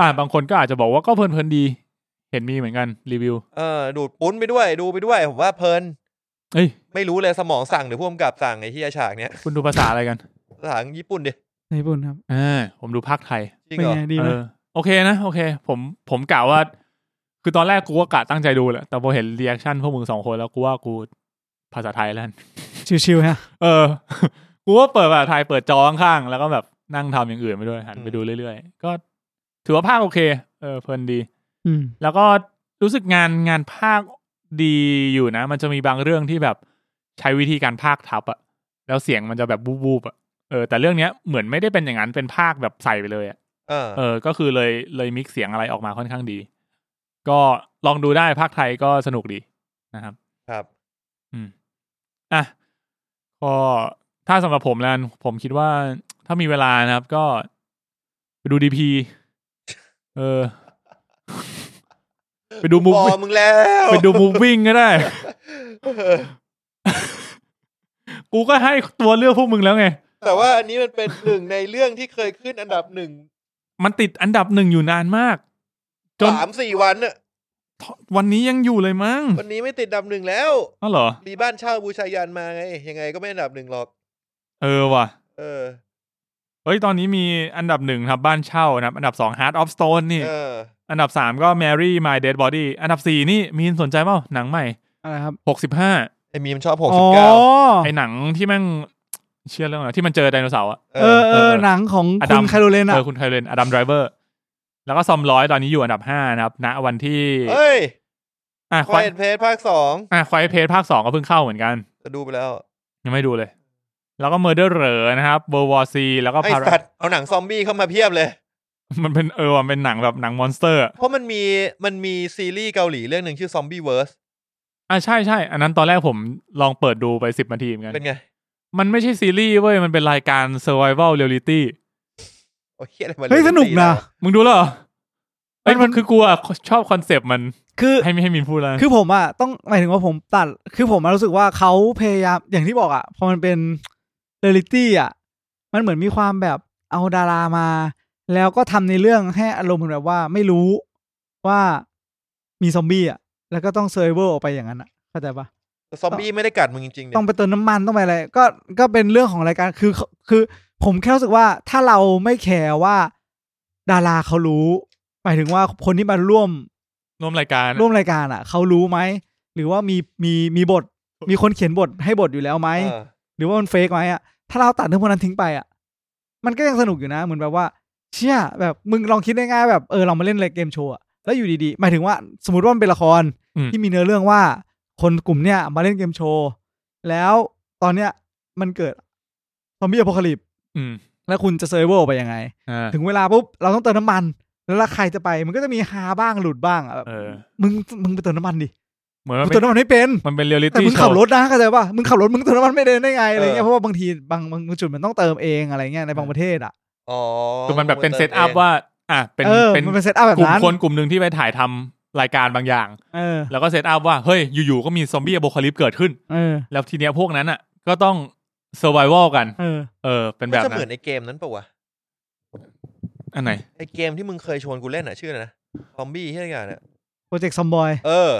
Speaker 1: อ่าบางคนก็อาจจะบอกว่าก็เพลินๆดี เห็นมีเหมือนกันรีวิว
Speaker 2: เออดูดปุ้นไปด้วย ดูไปด้วย ผมว่าเพลิน
Speaker 1: เอ้ย
Speaker 2: ไม่รู้เลยสมองสั่งหรือพ่วงกับสั่งไอ้ที่ฉากเนี้ย
Speaker 1: คุณดูภาษาอะไรกัน
Speaker 2: ภาษาญี่ปุ่นดิ
Speaker 3: ในญี่ปุ่นครับ
Speaker 1: อ่าผมดูภาคไทย
Speaker 2: จริง
Speaker 3: เป็น
Speaker 2: เหรอ
Speaker 3: ไงดีไหม
Speaker 1: เออโอเคนะ โอเค ผมผมกะว่า คือตอนแรกกูก็กะตั้งใจดูแหละแต่พอเห็นเรีแอคชั่นพวกมึงสองคนแล้วกูว่ากูภาษาไทยแล้วกัน
Speaker 3: ชิวๆฮะ
Speaker 1: เอ อ กูก็เปิดภาษาไทยเปิดจอข้างๆแล้วก็แบบนั่งทำอย่างอื่นไปด้วยหันไปดูเรื่อยๆ ก็ถือว่าภาคโอเค เออเพลินดี
Speaker 3: อืม
Speaker 1: แล้วก็รู้สึกงานงานภาคดีอยู่นะ มันจะมีบางเรื่องที่แบบใช้วิธีการภาคทับอะแล้วเสียงมันจะแบบบูบๆอะเออแต่เรื่องเนี้ยเหมือนไม่ได้เป็นอย่างนั้นเป็นภาคแบบใส่ไปเลยอะ
Speaker 2: เออ
Speaker 1: เออ ก็คือเลยเลยมิกซ์เสียงอะไรออกมาค่อนข้างดี ก็ลองดูได้ภาคไทยก็สนุกดีนะครับ
Speaker 2: ครับ
Speaker 1: อืม อ่ะ ก็ถ้าสำหรับผมแล้วกันผมคิดว่าถ้ามีเวลานะครับ ก็ไปดูดีพี เออ ไปดู
Speaker 2: บ
Speaker 1: มูฟ
Speaker 2: อมึงแล้ว
Speaker 1: ไปดูมูฟวิ่งก็ได้
Speaker 2: เออ
Speaker 1: กูก็ให้ตัวเลือกพวกมึงแล้วไง
Speaker 2: แต่ว่าอันนี้มันเป็นหนึ่งในเรื่องที่เคยขึ้นอันดับหนึ่ง
Speaker 1: มันติดอันดับหนึ่งอยู่นานมาก จน
Speaker 2: สามสี่วันน่ะ
Speaker 1: วันนี้ยังอยู่เลยมั้ง
Speaker 2: วันนี้ไม่ติดอันดับหนึ่งแล้ว
Speaker 1: อ๋อเหรอ
Speaker 2: มีบ้านเช่าบูชายันมาไง ยังไงก็ไม่อันดับหนึ่งหรอก
Speaker 1: เออว่ะ
Speaker 2: เออ
Speaker 1: เฮ้ย ตอนนี้มีอันดับหนึ่งครับบ้านเช่านะครับ อันดับสอง Heart of Stone นี่
Speaker 2: เออ
Speaker 1: อันดับสามก็ Mary My Dead Body อันดับสี่นี่มีนสนใจเปล่า หนังใหม่
Speaker 3: อะไรครับ
Speaker 1: หกสิบห้า
Speaker 2: ไอมีมชอบหก
Speaker 3: อ๋
Speaker 2: สิ
Speaker 3: อบ
Speaker 2: เก้า
Speaker 1: ไอหนังที่แม่ง เชื่อเรื่องอะไรที่มันเจอไดโนเสาร์อะ
Speaker 2: เอ
Speaker 3: เออ
Speaker 2: อ
Speaker 3: เออ
Speaker 1: เออ
Speaker 3: หนังของ
Speaker 1: อดั
Speaker 3: คุ
Speaker 1: ม
Speaker 3: ณคาโรเลน
Speaker 1: เอ
Speaker 3: อะ
Speaker 1: อคุณไทยเรนอดัมไดรเวอร์ แล้วก็ซอมร้อยตอนนี้อยู่อันดับห้านะครับ ณวันที่
Speaker 2: เฮ้ย
Speaker 1: อ่ะค
Speaker 2: คาว
Speaker 1: วาย ย
Speaker 2: เพจภาคสอง
Speaker 1: อ่ะควายเพจภาคสองก็เพิ่งเข้าเหมือนกัน
Speaker 2: จะดูไปแล้ว
Speaker 1: ยังไม่ดูเลย แล้วก็เมอร์เดอร์เหรอนะครับเบอร์วอซี แล้วก็
Speaker 2: ไอ
Speaker 1: พารา
Speaker 2: สัตว์เอาหนังซอมบี้เข้ามาเพียบเลย
Speaker 1: มันเป็นเออว่ะมันเป็นหนังแบบหนังมอนสเตอร์อะ
Speaker 2: เพราะมันมีมันมีซีรีส์เกาหลีเรื่องหนึ่งชื่อซอมบี้เวิร์ส
Speaker 1: อ่ะใช่ใช่อันนั้นตอนแรกผมลองเปิดดูไปสิบนาทีเหมือนกัน
Speaker 2: เป็นไง
Speaker 1: มันไม่ใช่ซีรีส์เว้ย มันเป็นรายการ Survival Reality
Speaker 2: โอ้ยเหี้ยอะไรมา
Speaker 3: เฮ้ยสนุกนะ
Speaker 1: มึงดูแล้วเหรอไอ้ย
Speaker 3: มั
Speaker 1: มัน
Speaker 3: น
Speaker 1: คือกูอะชอบคอนเซปต์มัน
Speaker 3: คือ
Speaker 1: ให้ไม่ให้มินพูดแล้วนะ
Speaker 3: คือผมอะต้องหมายถึงว่าผมตัด คือผมอะรู้สึกว่าเขาพยายามอย่างที่บอกอะพอมันเป็นเรลิตี้อะมันเหมือนมีความแบบเอาดารามา แล้วก็ทำในเรื่องให้อารมณ์เหมือนแบบว่าไม่รู้ว่ามีซอมบี้อะแล้วก็ต้องเซอร์ไวเวอร์ออกไปอย่างนั้นอะเข้าใจปะ
Speaker 2: ซอมบี้ไม่ได้กัดมึงจริงๆเนี่ย
Speaker 3: ต้องไปเติมน้ำมันต้องไปอะไรก็ก็เป็นเรื่องของรายการคือคือผมแค่รู้สึกว่าถ้าเราไม่แคร์ว่า ดาราเขารู้ หมายถึงว่าคนที่มาร่วม
Speaker 1: ร่วมรายการ
Speaker 3: ร่วมรายการอ่ะเขารู้ไหม หรือว่ามีมีมีบท มีคนเขียนบทให้บทอยู่แล้วไหม
Speaker 2: เออ
Speaker 3: หรือว่ามันเฟกไหมอ่ะถ้าเราตัดเรื่องพวกนั้นทิ้งไปอ่ะมันก็ยังสนุกอยู่นะ เหมือนแบบว่า เชี่ยแบบมึงลองคิดง่ายๆแบบเออเรามาเล่นเกมโชว์อะแล้วอยู่ดีๆหมายถึงว่าสมมติว่ามันเป็นละคร
Speaker 1: อืม
Speaker 3: ที่มีเนื้อเรื่องว่าคนกลุ่มเนี้ยมาเล่นเกมโชว์ แล้วตอนเนี้ยมันเกิดซอมบี้อพอลิป
Speaker 1: อืม
Speaker 3: แล้วคุณจะเซอร์ไวไปยังไง
Speaker 1: อ่า
Speaker 3: ถึงเวลาปุ๊บ เราต้องเติมน้ำมัน แล้วละใครจะไป มันก็จะมีฮาบ้างหลุดบ้างอะแบบ
Speaker 1: เออ
Speaker 3: มึงมึงไปเติมน้ำมันดิ
Speaker 1: เหมือน
Speaker 3: มึ
Speaker 1: มัน
Speaker 3: ง
Speaker 1: เป็
Speaker 3: เติม
Speaker 1: น
Speaker 3: น้ำมันไม่เป็น
Speaker 1: มันเป็นเรียลิ
Speaker 3: แต่
Speaker 1: ตี้
Speaker 3: มึงขับรถนะเข้าใจป่ะมึงขับรถมึงเติมน้ำมันไม่ได้ได้ไงอะไรเงี้
Speaker 2: เออ
Speaker 3: ยเพราะว่าบางทีบางบางจุดมันต้องเติมเอง อะไรเงี้ยในบางประเทศอ่ะ
Speaker 2: อ๋อ
Speaker 1: คือมันแบบเป็นเซตอัพว่า อ่ะเป็น
Speaker 3: เออ
Speaker 1: เป็น
Speaker 3: มันเป็นเซตอัพแบบ
Speaker 1: กลุ่ม
Speaker 3: นั้น
Speaker 1: คนกลุ่มหนึ่งที่ไปถ่ายทำรายการบางอย่าง
Speaker 3: เออ
Speaker 1: แล้วก็เซตอัพว่า เฮ้ย อยู่ๆก็มีซอมบี้อโบคาลิปเกิดขึ้น
Speaker 3: เออ
Speaker 1: แล้วทีเนี้ยพวกนั้นอ่ะ ก็ต้องเซอร์ไ a วลกัน
Speaker 3: เออ
Speaker 1: เออ เป็นแบ
Speaker 2: มั
Speaker 1: บ
Speaker 2: นจะเห
Speaker 1: นั้
Speaker 2: มือน
Speaker 1: น
Speaker 2: ไอเกมนั้นปะวะ
Speaker 1: อันไหน
Speaker 2: ไอเกมที่มึงเคยชวนกูเล่นอ่ะ ชื่ออะไรนะ ซอมบี้ที่อะไรอย่างเงี้ย
Speaker 3: โปรเจกต์ซอมบอย
Speaker 2: เออ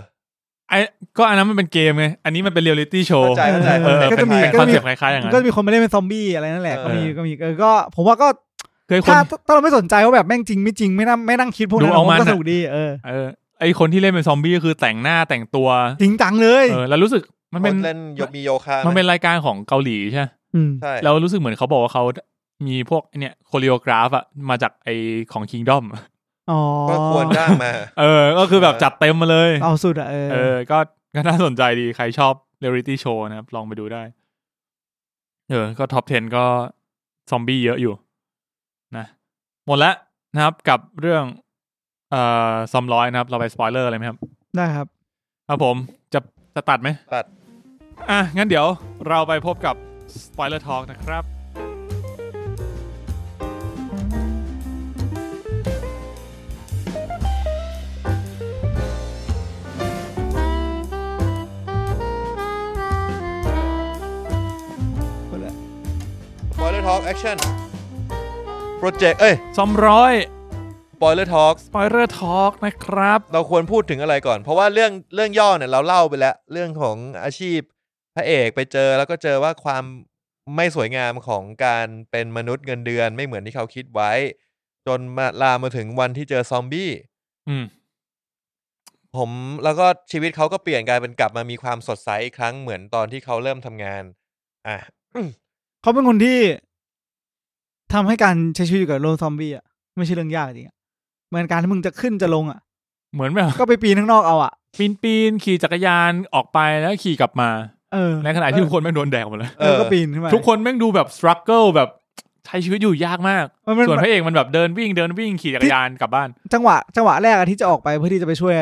Speaker 1: ไอ้ก็อันนั้นมันเป็นเกมไงอันนี้มันเป็นเรียลิตี้โชว์
Speaker 2: เข้าใจเข้าใจ
Speaker 1: เออ
Speaker 3: ก็
Speaker 1: เป็
Speaker 3: จะ
Speaker 1: น
Speaker 3: มี
Speaker 1: เป็น
Speaker 3: ก็
Speaker 1: คอน
Speaker 3: จะมี
Speaker 1: เซปต์คล้ายๆอย่างนั้น
Speaker 3: ก็จะมีคนมาเล่นเป็นซอมบี้อะไรนั่นแหละก็มี
Speaker 2: เออ
Speaker 3: ก็มีเออก็ผมว่าก็
Speaker 1: เคยคน
Speaker 3: ถ้าถ้าเราไม่สนใจว่าแบบแม่งจริงไม่จริงไม่นั่งไม่นั่งคิดพวกนั้
Speaker 1: ดู
Speaker 3: น
Speaker 1: เอา
Speaker 3: ผม
Speaker 1: มัน
Speaker 3: ก็
Speaker 1: อะ
Speaker 3: สนุกดีเออ
Speaker 1: เออไอคนที่เล่นเป็นซอมบี้ก็คือแต่งหน้าแต่งตัว
Speaker 3: จริงจังเลย
Speaker 1: เออแล้วรู้สึกมันเป็น
Speaker 2: เล่นโยมีโยคะ
Speaker 1: มันเป็นรายการของเกาหลีใช่ไหม
Speaker 3: ม
Speaker 2: ใช่
Speaker 1: แล้วรู้สึกเหมือนเขาบอกว่าเขามีพวกเนี่ยโคเรียกราฟอะมาจากไอของคิงดอม
Speaker 3: อ๋อ
Speaker 2: ก็ควรจ้างมา
Speaker 1: เออ ก็คือแบบจัดเต็มมาเลย
Speaker 3: เอาสุดอ่ะเอ
Speaker 1: เอ
Speaker 3: อ
Speaker 1: อ ก็ก็น่าสนใจดีใครชอบเรียลิตี้โชว์นะครับ ลองไปดูได้ เออ ก็ท็อป 10 ก็ซอมบี้เยอะอยู่ นะ หมดแล้วนะครับกับเรื่อง เอ่อซอมร้อยนะครับ เราไปสปอยเลอร์อะไรไหมครับ
Speaker 3: ได้ครับ
Speaker 1: ครับผมจะจะตัดไหม
Speaker 2: ตัด
Speaker 1: อ่ะ งั้นเดี๋ยวเราไปพบกับ Spoiler Talk นะครับ
Speaker 2: Spoiler Talk Action Project เอ้ย
Speaker 1: สองร้อย
Speaker 2: Spoiler Talk
Speaker 1: Spoiler Talk นะครับ
Speaker 2: เราควรพูดถึงอะไรก่อน เพราะว่าเรื่องเรื่องย่อเนี่ยเราเล่าไปแล้ว เรื่องของอาชีพพระเอกไปเจอแล้วก็เจอว่าความไม่สวยงามของการเป็นมนุษย์เงินเดือนไม่เหมือนที่เขาคิดไว้ จนมาลามมาถึงวันที่เจอซอมบี้
Speaker 1: อืม
Speaker 2: ผมแล้วก็ชีวิตเขาก็เปลี่ยนกลายเป็นกลับมามีความสดใสอีกครั้งเหมือนตอนที่เขาเริ่มทำงาน อ่ะ
Speaker 3: เขาเป็นคนที่ทำให้การใช้ชีวิตอยู่กับโลนซอมบี้อ่ะไม่ใช่เรื่องยากจริงอะเหมือนการที่มึงจะขึ้นจะลงอ่ะ
Speaker 1: เหมือนแบบ
Speaker 3: ก็ไปปีนข้างนอกเอาอ่ะ
Speaker 1: ปีนปีนขี่จักรยานออกไปแล้วขี่กลับมา
Speaker 3: เออ
Speaker 1: ในขณะที่ทุกคนแม่งโดนแดกหมดเลย
Speaker 3: เออก็ปีนขึ้นมา
Speaker 1: ทุกคนแม่งดูแบบ struggle แบบใช้ชีวิตอยู่ยากมาก
Speaker 3: มันเป็น
Speaker 1: ส่วนพระเอกมันแบบเดินวิ่งเดินวิ่งขี่จักรยานกลับบ้าน
Speaker 3: จังหวะ จังหวะแรกอะที่จะออกไปเพื่อที่จะไปช่วย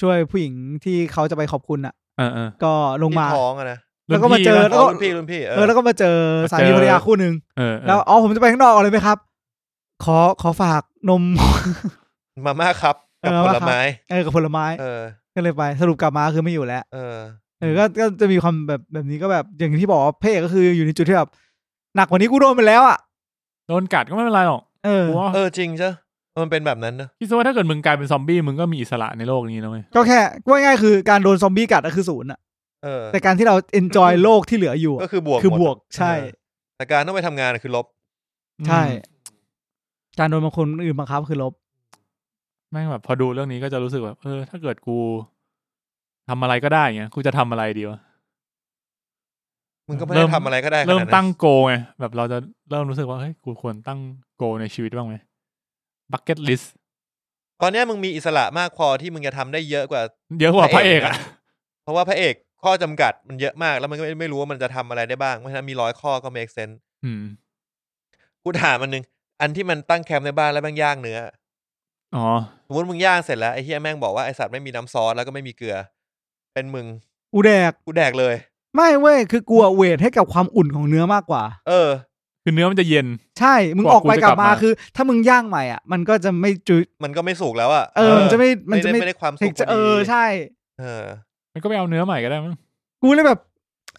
Speaker 3: ช่วยผู้หญิงที่เขาจะไปขอบคุณอ่ะ
Speaker 1: เออเออ
Speaker 3: ก็ลง
Speaker 2: ที่
Speaker 3: มา
Speaker 2: ท้องอะนะ
Speaker 3: แล้วก็มาเจอ
Speaker 1: รุ่นพี่ปะ
Speaker 2: รุ่น
Speaker 3: แล้วก็
Speaker 2: พี่รุ่นพี่เอ
Speaker 3: เออ
Speaker 2: อ
Speaker 3: แล้วก็มาเจอสามีภรรยาคู่หนึ่ง
Speaker 1: เออเออ
Speaker 3: แล้วอ๋อผมจะไปข้างนอกเอาเลยไหมครับ ขอขอฝากนม
Speaker 2: มาม่าครับกับ
Speaker 3: เออ
Speaker 2: ผ
Speaker 3: มาม่าค
Speaker 2: ล
Speaker 3: รับ
Speaker 2: ไม้
Speaker 3: เออกับผลไม้
Speaker 2: เออ
Speaker 3: ก็เลยไปสรุปกลับมาคือไม่อยู่แล้ว
Speaker 2: เออ
Speaker 3: เออก็ก็จะมีความแบบแบบนี้ก็แบบอย่างที่บอกว่าพระเอกก็คืออยู่ในจุดที่แบบหนักกว่านี้กูโดนไปแล้วอ่ะ
Speaker 1: โดนกัดก็ไม่เป็นไรหรอก
Speaker 3: เออ
Speaker 1: กูว่า
Speaker 2: เออจริงจ้ะมันเป็นแบบนั้นเนอะ
Speaker 1: คิดซะว่าถ้าเกิดมึงกลายเป็นซอมบี้มึงก็มีอิสระในโลกนี้นะเว้ย
Speaker 3: ก็แค่ว่าง่ายๆคือการโดนซอมบี้กัดก็คือศูนย์อ่ะ
Speaker 2: เออ
Speaker 3: แต่การที่เรา enjoy โลกที่เหลืออยู่
Speaker 2: ก็
Speaker 3: อะ
Speaker 2: คือบวก
Speaker 3: คือ
Speaker 2: หมด
Speaker 3: บวกใช่
Speaker 2: เออแต่การต้องไปทำงานอะคือลบ
Speaker 3: ใช่
Speaker 1: อืม
Speaker 3: การโดนบางคนอื่นบังคับคือลบ
Speaker 1: แม่งแบบพอดูเรื่องนี้ก็จะรู้สึกแบบเออ ถ้าเกิดกูทำอะไรก็ได้เงี้ยกูจะทำอะไรดีวะ
Speaker 2: มึงก็ไม่
Speaker 1: เริ่
Speaker 2: ได้
Speaker 1: ม
Speaker 2: ทำอะไรก็ได้ขนาด
Speaker 1: เริ่ม
Speaker 2: นั้น
Speaker 1: ตั้งโกไงแบบเราจะเริ่มรู้สึกว่าเฮ้ยกูควรตั้งโกในชีวิตบ้างไหมบักเก็ตลิส
Speaker 2: ตอนเนี้ยมึงมีอิสระมากพอที่มึงจะทำได้เยอะกว่า
Speaker 1: เยอะกว่าพระเอกอะ
Speaker 2: เพราะว่าพระเอกข้อจำกัดมันเยอะมาก แล้วมันก็ไม่ไม่รู้ว่ามันจะทำอะไรได้บ้าง เพราะฉะนั้นมีร้อยข้อก็ make sense
Speaker 1: อืม
Speaker 2: กูถามอันนึง อันที่มันตั้งแคมป์ในบ้านแล้วแม่งย่างเนื้อ
Speaker 1: อ๋อ
Speaker 2: สมมติมึงย่างเสร็จแล้วไอ้เฮียแม่งบอกว่าไอสัตว์ไม่มีน้ำซอสแล้วก็ไม่มีเกลือ เป็นมึง
Speaker 3: อูแดก
Speaker 2: กูแดกเลย
Speaker 3: ไม่เว้ยคือกลัวเวทให้กับความอุ่นของเนื้อมากกว่า
Speaker 2: เออ
Speaker 1: คือเนื้อมันจะเย็น
Speaker 3: ใช่ มึง
Speaker 1: กว่า
Speaker 3: ออกไป
Speaker 1: กูจะ
Speaker 3: กลับ
Speaker 1: กลับ
Speaker 3: มา
Speaker 1: มา
Speaker 3: คือ ถ้ามึงย่างใหม่อ่ะ มันก็จะไม่จุด
Speaker 2: มันก็ไม่สุกแล้วอะ
Speaker 3: เออมันจะไม่มันจะไม่
Speaker 2: ด้ไม่ได้ความสุก
Speaker 3: เออใช่
Speaker 2: เออ
Speaker 1: มันก็ไปเอาเนื้อใหม่ก็ได้มั้ง
Speaker 3: กูเลยแบบ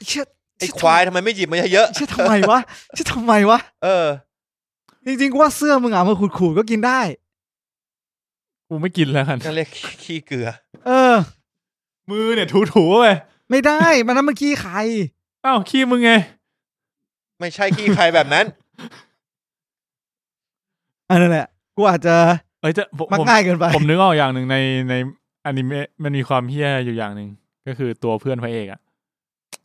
Speaker 3: เชี่ย
Speaker 2: ไอ้ควายทำไมไม่หยิบมาเยอะๆ
Speaker 3: เชี่ยทำไมวะเชี่ยทำไมวะ
Speaker 2: เออ
Speaker 3: จริงๆกูว่าเสื้อมึงอ่ะมาขูดๆก็กินได้
Speaker 1: กูไม่กินแล้วกัน
Speaker 2: นั่นเรียกขี้เกลือ
Speaker 3: เออ
Speaker 1: มือเนี่ยถูถูๆไป
Speaker 3: ไม่ได้ มันนั้นมันขี้ใคร
Speaker 1: อ้าวขี้มึงไง
Speaker 2: ไม่ใช่ขี้ใครแบบนั้น
Speaker 3: อันนั้นแหละ กูอาจจะ
Speaker 1: เอ้ยจะผม
Speaker 3: มัก
Speaker 1: ผม
Speaker 3: ง่ายเกินไป
Speaker 1: ผมนึกออกอย่างหนึ่งในในอนิเมะมันมีความเฮี้ยอยู่อย่างหนึ่งก็คือตัวเพื่อนพระเอกอ่ะ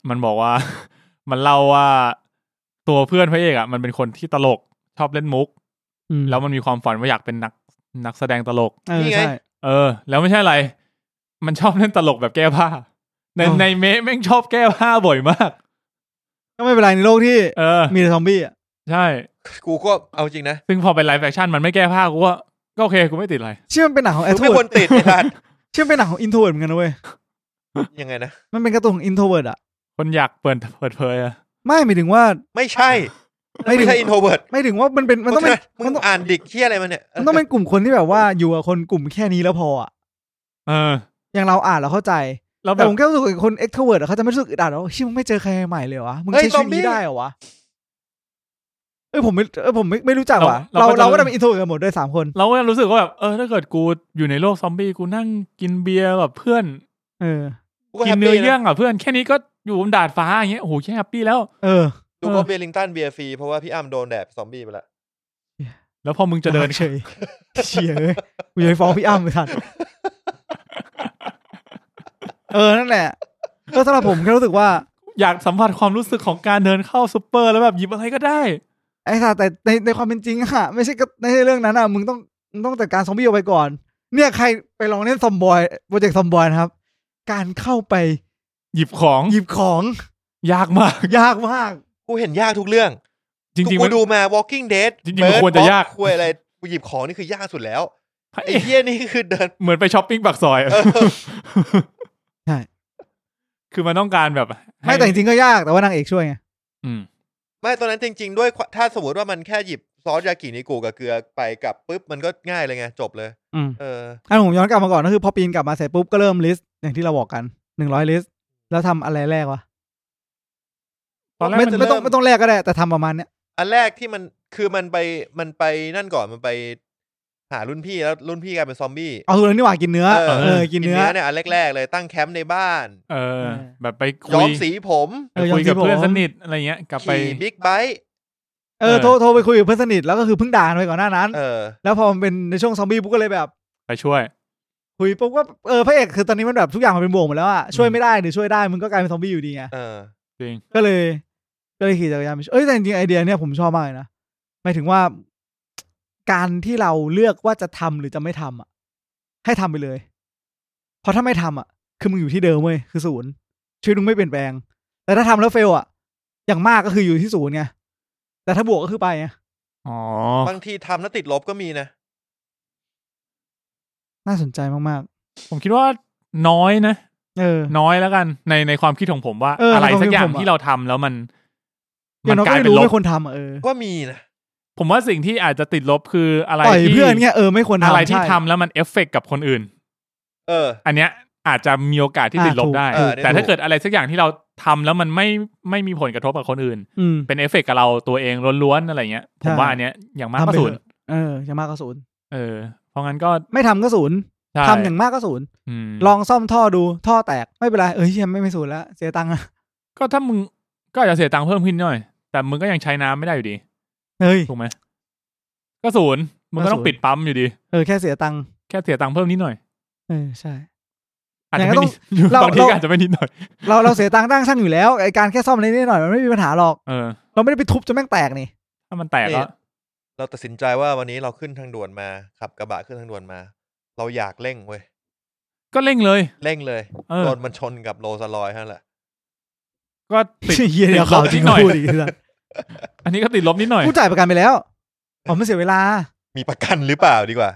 Speaker 1: มันบอกว่า มันเล่าว่าตัวเพื่อนพระเอกอ่ะมันเป็นคนที่ตลกชอบเล่นมุก
Speaker 3: อืม
Speaker 1: แล้วมันมีความฝันว่าอยากเป็นนักนักแสดงตลก
Speaker 3: เออ
Speaker 2: นี่ไง
Speaker 3: ใช่
Speaker 1: เออ แล้วไม่ใช่อะไร มันชอบเล่นตลกแบบแก้ผ้า ใน
Speaker 3: อ๋อ
Speaker 1: ในเมะแม่งชอบแก้ผ้าบ่อยมาก
Speaker 3: ก็ไม่เป็นไรในโลกที่
Speaker 1: เออ
Speaker 3: มีแต่ซอมบี้อ่ะ
Speaker 1: ใช่
Speaker 2: กูก็เอาจริงนะ
Speaker 1: ซึ่งพอเป็นไลฟ์แฟชั่นมันไม่แก้ผ้ากูว่าก็โอเคกูไม่ติดอะไร
Speaker 3: เชื่อมันเป็นหนังของแอ
Speaker 2: มึ
Speaker 3: ท
Speaker 2: ง
Speaker 3: เว
Speaker 2: ไม่คว
Speaker 3: ร์
Speaker 2: รติดไอ้สัตว์
Speaker 3: เชื่อมันเป็นหนังของอินโทรเวิร์ดเหมือนกันนะเว้ย
Speaker 2: ยังไงนะ
Speaker 3: มันเป็นการ์ตูนของอินโทรเวิร์ดอ่ะ
Speaker 1: คนอยากเปิดเปิดเผยอะ
Speaker 3: ไม่หมายถึงว่า
Speaker 2: ไม่ใช่
Speaker 3: ไม่ถึ
Speaker 2: ไม่
Speaker 3: ง
Speaker 2: ใช่อินโทรเวิร์ด
Speaker 3: ไม่ถึงว่ามันเป็น มันต้องเป็น
Speaker 2: มึ
Speaker 3: มั
Speaker 2: ง
Speaker 3: นต้อง
Speaker 2: อ่านดิกเที่ยอะไรมาเนี่ย
Speaker 3: มันต้องเป็นกลุ่มคนที่แบบว่าอยู่กับคนกลุ่มแค่นี้แล้วพออ่ะ
Speaker 1: เออ
Speaker 3: อย่างเราอ่านเราเข้าใจ
Speaker 1: แล้วแบ
Speaker 3: แต่
Speaker 1: บ
Speaker 3: ผมแค่รู้สึกว่าคนเอ็กโทรเวิร์ดเขาจะไม่รู้สึกอึดอัดหรอกเชี่ยมึงไม่เจอใครใหม่เลยเหรอวะ มึงใช้ชีวิตนี้ได้เหรอวะ เออผมไม่เออผมไม่ไม่รู้จักว่ะ เราเราก็จะเป็นอินโทรกันหมดด้วยสามคน
Speaker 1: เราก็รู้สึกว่าแบบเออถ้าเกิดกูอยู่ในโลกซอมบี้กูนั่งกินเบียร์กับเพื่อน
Speaker 3: เออ
Speaker 2: กูก็
Speaker 1: กิ
Speaker 2: แฮ
Speaker 1: น
Speaker 2: ป
Speaker 1: เนื้
Speaker 2: ปี้
Speaker 1: อเยื่อ
Speaker 2: นะ
Speaker 1: งกับเพื่อนแค่นี้ก็อยู่บนดาดฟ้าอย่างเงี้ยโอ้โหแค่แฮปปี้แล้ว
Speaker 3: เออ
Speaker 2: ดูว่าเบยร์ลิงตันเบียร์ฟรีเพราะว่าพี่อ้ำโดนแดดซอมบี้ไปละ
Speaker 1: แล้วพอมึงจะเดิน
Speaker 3: เฉยเฉียเลยกูจะไปฟ้องพี่อ้ำไปทันเออนั่นแหละก็สำหรับผมแค่รู้สึกว่า
Speaker 1: อยากสัมผัสความรู้สึกของการเดินเข้าซูเปอร์แล้วแบบหยิบอะไรก็ได้
Speaker 3: ไอ้สัตว์แต่ในในความเป็นจริงอะไม่ใช่ก็ในเรื่องนั้นอะมึงต้องมึงต้องจัดการซอมบี้ออกไปก่อน เนี่ยใครไปลองเล่นซอมบอยโปรเจกต์ซอมบอยนะครับ การเข้าไป
Speaker 1: หยิบของ
Speaker 3: หยิบของ
Speaker 1: ยากมาก
Speaker 3: ยากมาก
Speaker 2: กูเห็นยากทุกเรื่อง
Speaker 1: จริงๆ
Speaker 2: กู
Speaker 1: มัน
Speaker 2: ดูมา Walking Dead
Speaker 1: จริงๆมันควรจะยาก
Speaker 2: Bird Box คุยอะไรกูหยิบของนี่คือยากสุด แล้ว
Speaker 1: พระ
Speaker 2: ไอ้
Speaker 1: เอก
Speaker 2: เที่ยนี่คือเดิน
Speaker 1: เหมือนไปช้อปปิ้งปากซอยอะ
Speaker 2: เออ
Speaker 3: ใช่
Speaker 1: คือมันต้องการแบบให้
Speaker 3: ไม่แต่จริงๆก็ยากแต่ว่านางเอกช่วยไง
Speaker 1: อืม
Speaker 2: ไม่ตอนนั้นจริง ๆ ด้วยความถ้าสมมติว่ามันแค่หยิบซอสยากินิกูกับเกลือไปกลับปุ๊บมันก็ง่ายเลยไงจบเลย
Speaker 3: อืม
Speaker 2: เออ
Speaker 3: อันผมย้อนกลับมาก่อนก็คือพอปีนกลับมาเสร็จปุ๊บก็เริ่มลิสต์อย่างที่เราบอกกันหนึ่งร้อยลิสต์แล้วทำอะไรแรกวะ
Speaker 1: ตอนแรก
Speaker 3: ไม่
Speaker 1: มัน
Speaker 3: ไม่ต้อง
Speaker 2: เริ่ม
Speaker 3: ไม่ต้องแรกก็ได้ แต่ทำประมาณเนี้ย
Speaker 2: อันแรกที่มันคือมันไปมันไปนั่นก่อนมันไปหารุ่นพี่แล้วรุ่นพี่กลายเป็นซอมบี้
Speaker 3: เอาทุนนี่หว่ากินเนื้อ
Speaker 2: เออ
Speaker 3: เออกินเนื้อ
Speaker 2: เนี่ยอันแรกๆเลยตั้งแคมป์ในบ้าน
Speaker 1: เออ
Speaker 3: เออ
Speaker 1: แบบไปคุ
Speaker 2: ย้อย มสีผม
Speaker 1: ไปคุยกับ
Speaker 3: เออย้อมสีผม
Speaker 1: เพื่อนสนิทอะไรเงี้ย กลับไป
Speaker 2: ขี่บิ๊กไบค์
Speaker 3: เอ
Speaker 1: เอ
Speaker 3: อ
Speaker 1: อ
Speaker 3: โทรโทรไปคุยกับเพื่อนสนิทแล้วก็คือเพิ่งด่ากันไปก่อนหน้านั้น
Speaker 2: เออ
Speaker 3: แล้วพอมันเป็นในช่วงซอมบี้ปุ๊บก็เลยแบบ
Speaker 1: ไปช่วย
Speaker 3: คุยปุ๊บก็เออพระเอกคือตอนนี้มันแบบทุกอย่างมันเป็นบวกหมดแล้วอะช่วยไม่ได้หรือช่วยได้มึงก็กลายเป็นซอมบี้อยู่ดีไง
Speaker 2: เออ
Speaker 1: จริง
Speaker 3: ก็เลยก็เลยขี่จักรยานไปช่วยเอ้ยแต่จริงๆไอเดียเนี่ยผมชอบมากเลยนะหมายถึงว่า การที่เราเลือกว่าจะทำหรือจะไม่ทำอะให้ทำไปเลย เพราะถ้าไม่ทำอะคือมึงอยู่ที่เดิมเว้ยคือศูนย์ชีวิตมึงไม่เปลี่ยนแปลง แต่ถ้าทำแล้วเฟลอะอย่างมากก็คืออยู่ที่ศูนย์ไงแต่ถ้าบวกก็คือไปไง
Speaker 1: อ๋อบ
Speaker 2: างทีทำแล้วติดลบก็มีนะ
Speaker 3: น่าสนใจมาก
Speaker 1: ผมคิดว่าน้อยนะ
Speaker 3: ๆเออ
Speaker 1: น้อยแล้วกัน ในในความคิดของผมว่า
Speaker 3: เอออ
Speaker 1: อะไรสักอย่าง
Speaker 3: ในความคิดผมอะ
Speaker 1: ที่เราทำแล้วมัน
Speaker 3: อ
Speaker 1: มั
Speaker 3: ย่าง
Speaker 1: น
Speaker 3: น้อย
Speaker 1: ก
Speaker 3: ก็
Speaker 1: ลาย
Speaker 3: ได้
Speaker 1: เป็น
Speaker 3: รู้
Speaker 1: ลบ
Speaker 3: ว่าคนทำอะเออ
Speaker 2: ก็มีนะ
Speaker 1: ผมว่าสิ่งที่อาจจะติดลบคืออะไร
Speaker 3: ปล่อย
Speaker 1: ที่
Speaker 3: เพื่อนเงี้ยเออไม่ควรทำ
Speaker 1: อะไรที่
Speaker 3: ใช่
Speaker 1: ทำแล้วมันเอฟเฟกต์กับคนอื่น
Speaker 2: เออ
Speaker 1: อันเนี้ยอาจจะมีโอกาสที่ติดลบ
Speaker 3: อ่าถูก
Speaker 1: ได้
Speaker 2: เออ
Speaker 1: แต่
Speaker 2: ถูก
Speaker 1: ถ้าเกิดอะไรสักอย่างที่เราทำแล้วมันไม่ไม่มีผลกระทบกับคนอื่น
Speaker 3: อืม
Speaker 1: เป็นเอฟเฟกต์กับเราตัวเองล้วนๆอะไรเงี้ย ผม
Speaker 3: ใช่
Speaker 1: ว่าอันเนี้ยอย่างมาก
Speaker 3: ทำ
Speaker 1: ก็
Speaker 3: ไป
Speaker 1: ศูน
Speaker 3: เถ
Speaker 1: ย์
Speaker 3: อะเอออย่างมากก็ศูนย์
Speaker 1: เออ เพราะงั้นก็
Speaker 3: ไม่ทำก็ศูนย์
Speaker 1: ใช่
Speaker 3: ทำอย่างมากก็ศูนย์
Speaker 1: ม
Speaker 3: ลองซ่อมท่อดูท่อแตกไม่เป็นไร เอ้ยเหี้ยังไม่ไม่ศูนย์แล้วเสียตังค์อะ
Speaker 1: ก็ถ้ามึงก็อาจจะเสียตังค์เพิ่มขึ้นหน่อย แต่มึงก็ยังใช้น้ำไม่ได้อยู่ดี
Speaker 3: เฮ้ย
Speaker 1: ถูกไหมก็ศูนย์มึงก็ต้อ
Speaker 3: ก็ศู
Speaker 1: ง
Speaker 3: นย์
Speaker 1: ปิดปั๊มอยู่ดี
Speaker 3: เออแค่เสียตังค์
Speaker 1: แค่เสียตังค์เพิ่มนิดหน่อย
Speaker 3: เออใช่
Speaker 1: อาจจะ
Speaker 3: อย่างนั้
Speaker 1: ไม่
Speaker 3: นต้อง
Speaker 1: นิดอยู่
Speaker 3: เรา
Speaker 1: บางที
Speaker 3: เรา
Speaker 1: ก็อาจจะไม่นิดหน่อย
Speaker 3: เราเราเสียตังค์ตั้งช่างอยู่แล้วไอการแค่ซ่อมนิดๆหน่อยๆมันไม่มีปัญหาหรอก
Speaker 1: เออ
Speaker 3: เราไม่ได้ไปทุบจนแม่งแตกนี่
Speaker 1: ถ้ามันแตก
Speaker 2: นี่
Speaker 1: แล้ว
Speaker 2: เราตัดสินใจว่าวันนี้เราขึ้นทางด่วนมาขับกระบะขึ้นทางด่วนมา เราอยากเร่งเว้ย
Speaker 1: ก็เร่งเลย
Speaker 2: เร่งเลย
Speaker 1: เออ
Speaker 2: โดนมันชนกับโรลสลอยฮะแหละ
Speaker 1: ก็ติด
Speaker 3: เฮียเดี๋ยวข่าวจริง
Speaker 1: นิดหน่อย
Speaker 3: พูดอีกทีละ
Speaker 1: อันนี้ก็ติดลบนิดหน่อย
Speaker 3: ผู้จ่ายประกันไปแล้วผมไม่เสียเวลา
Speaker 2: มีประกันหรือเปล่าดีกว่า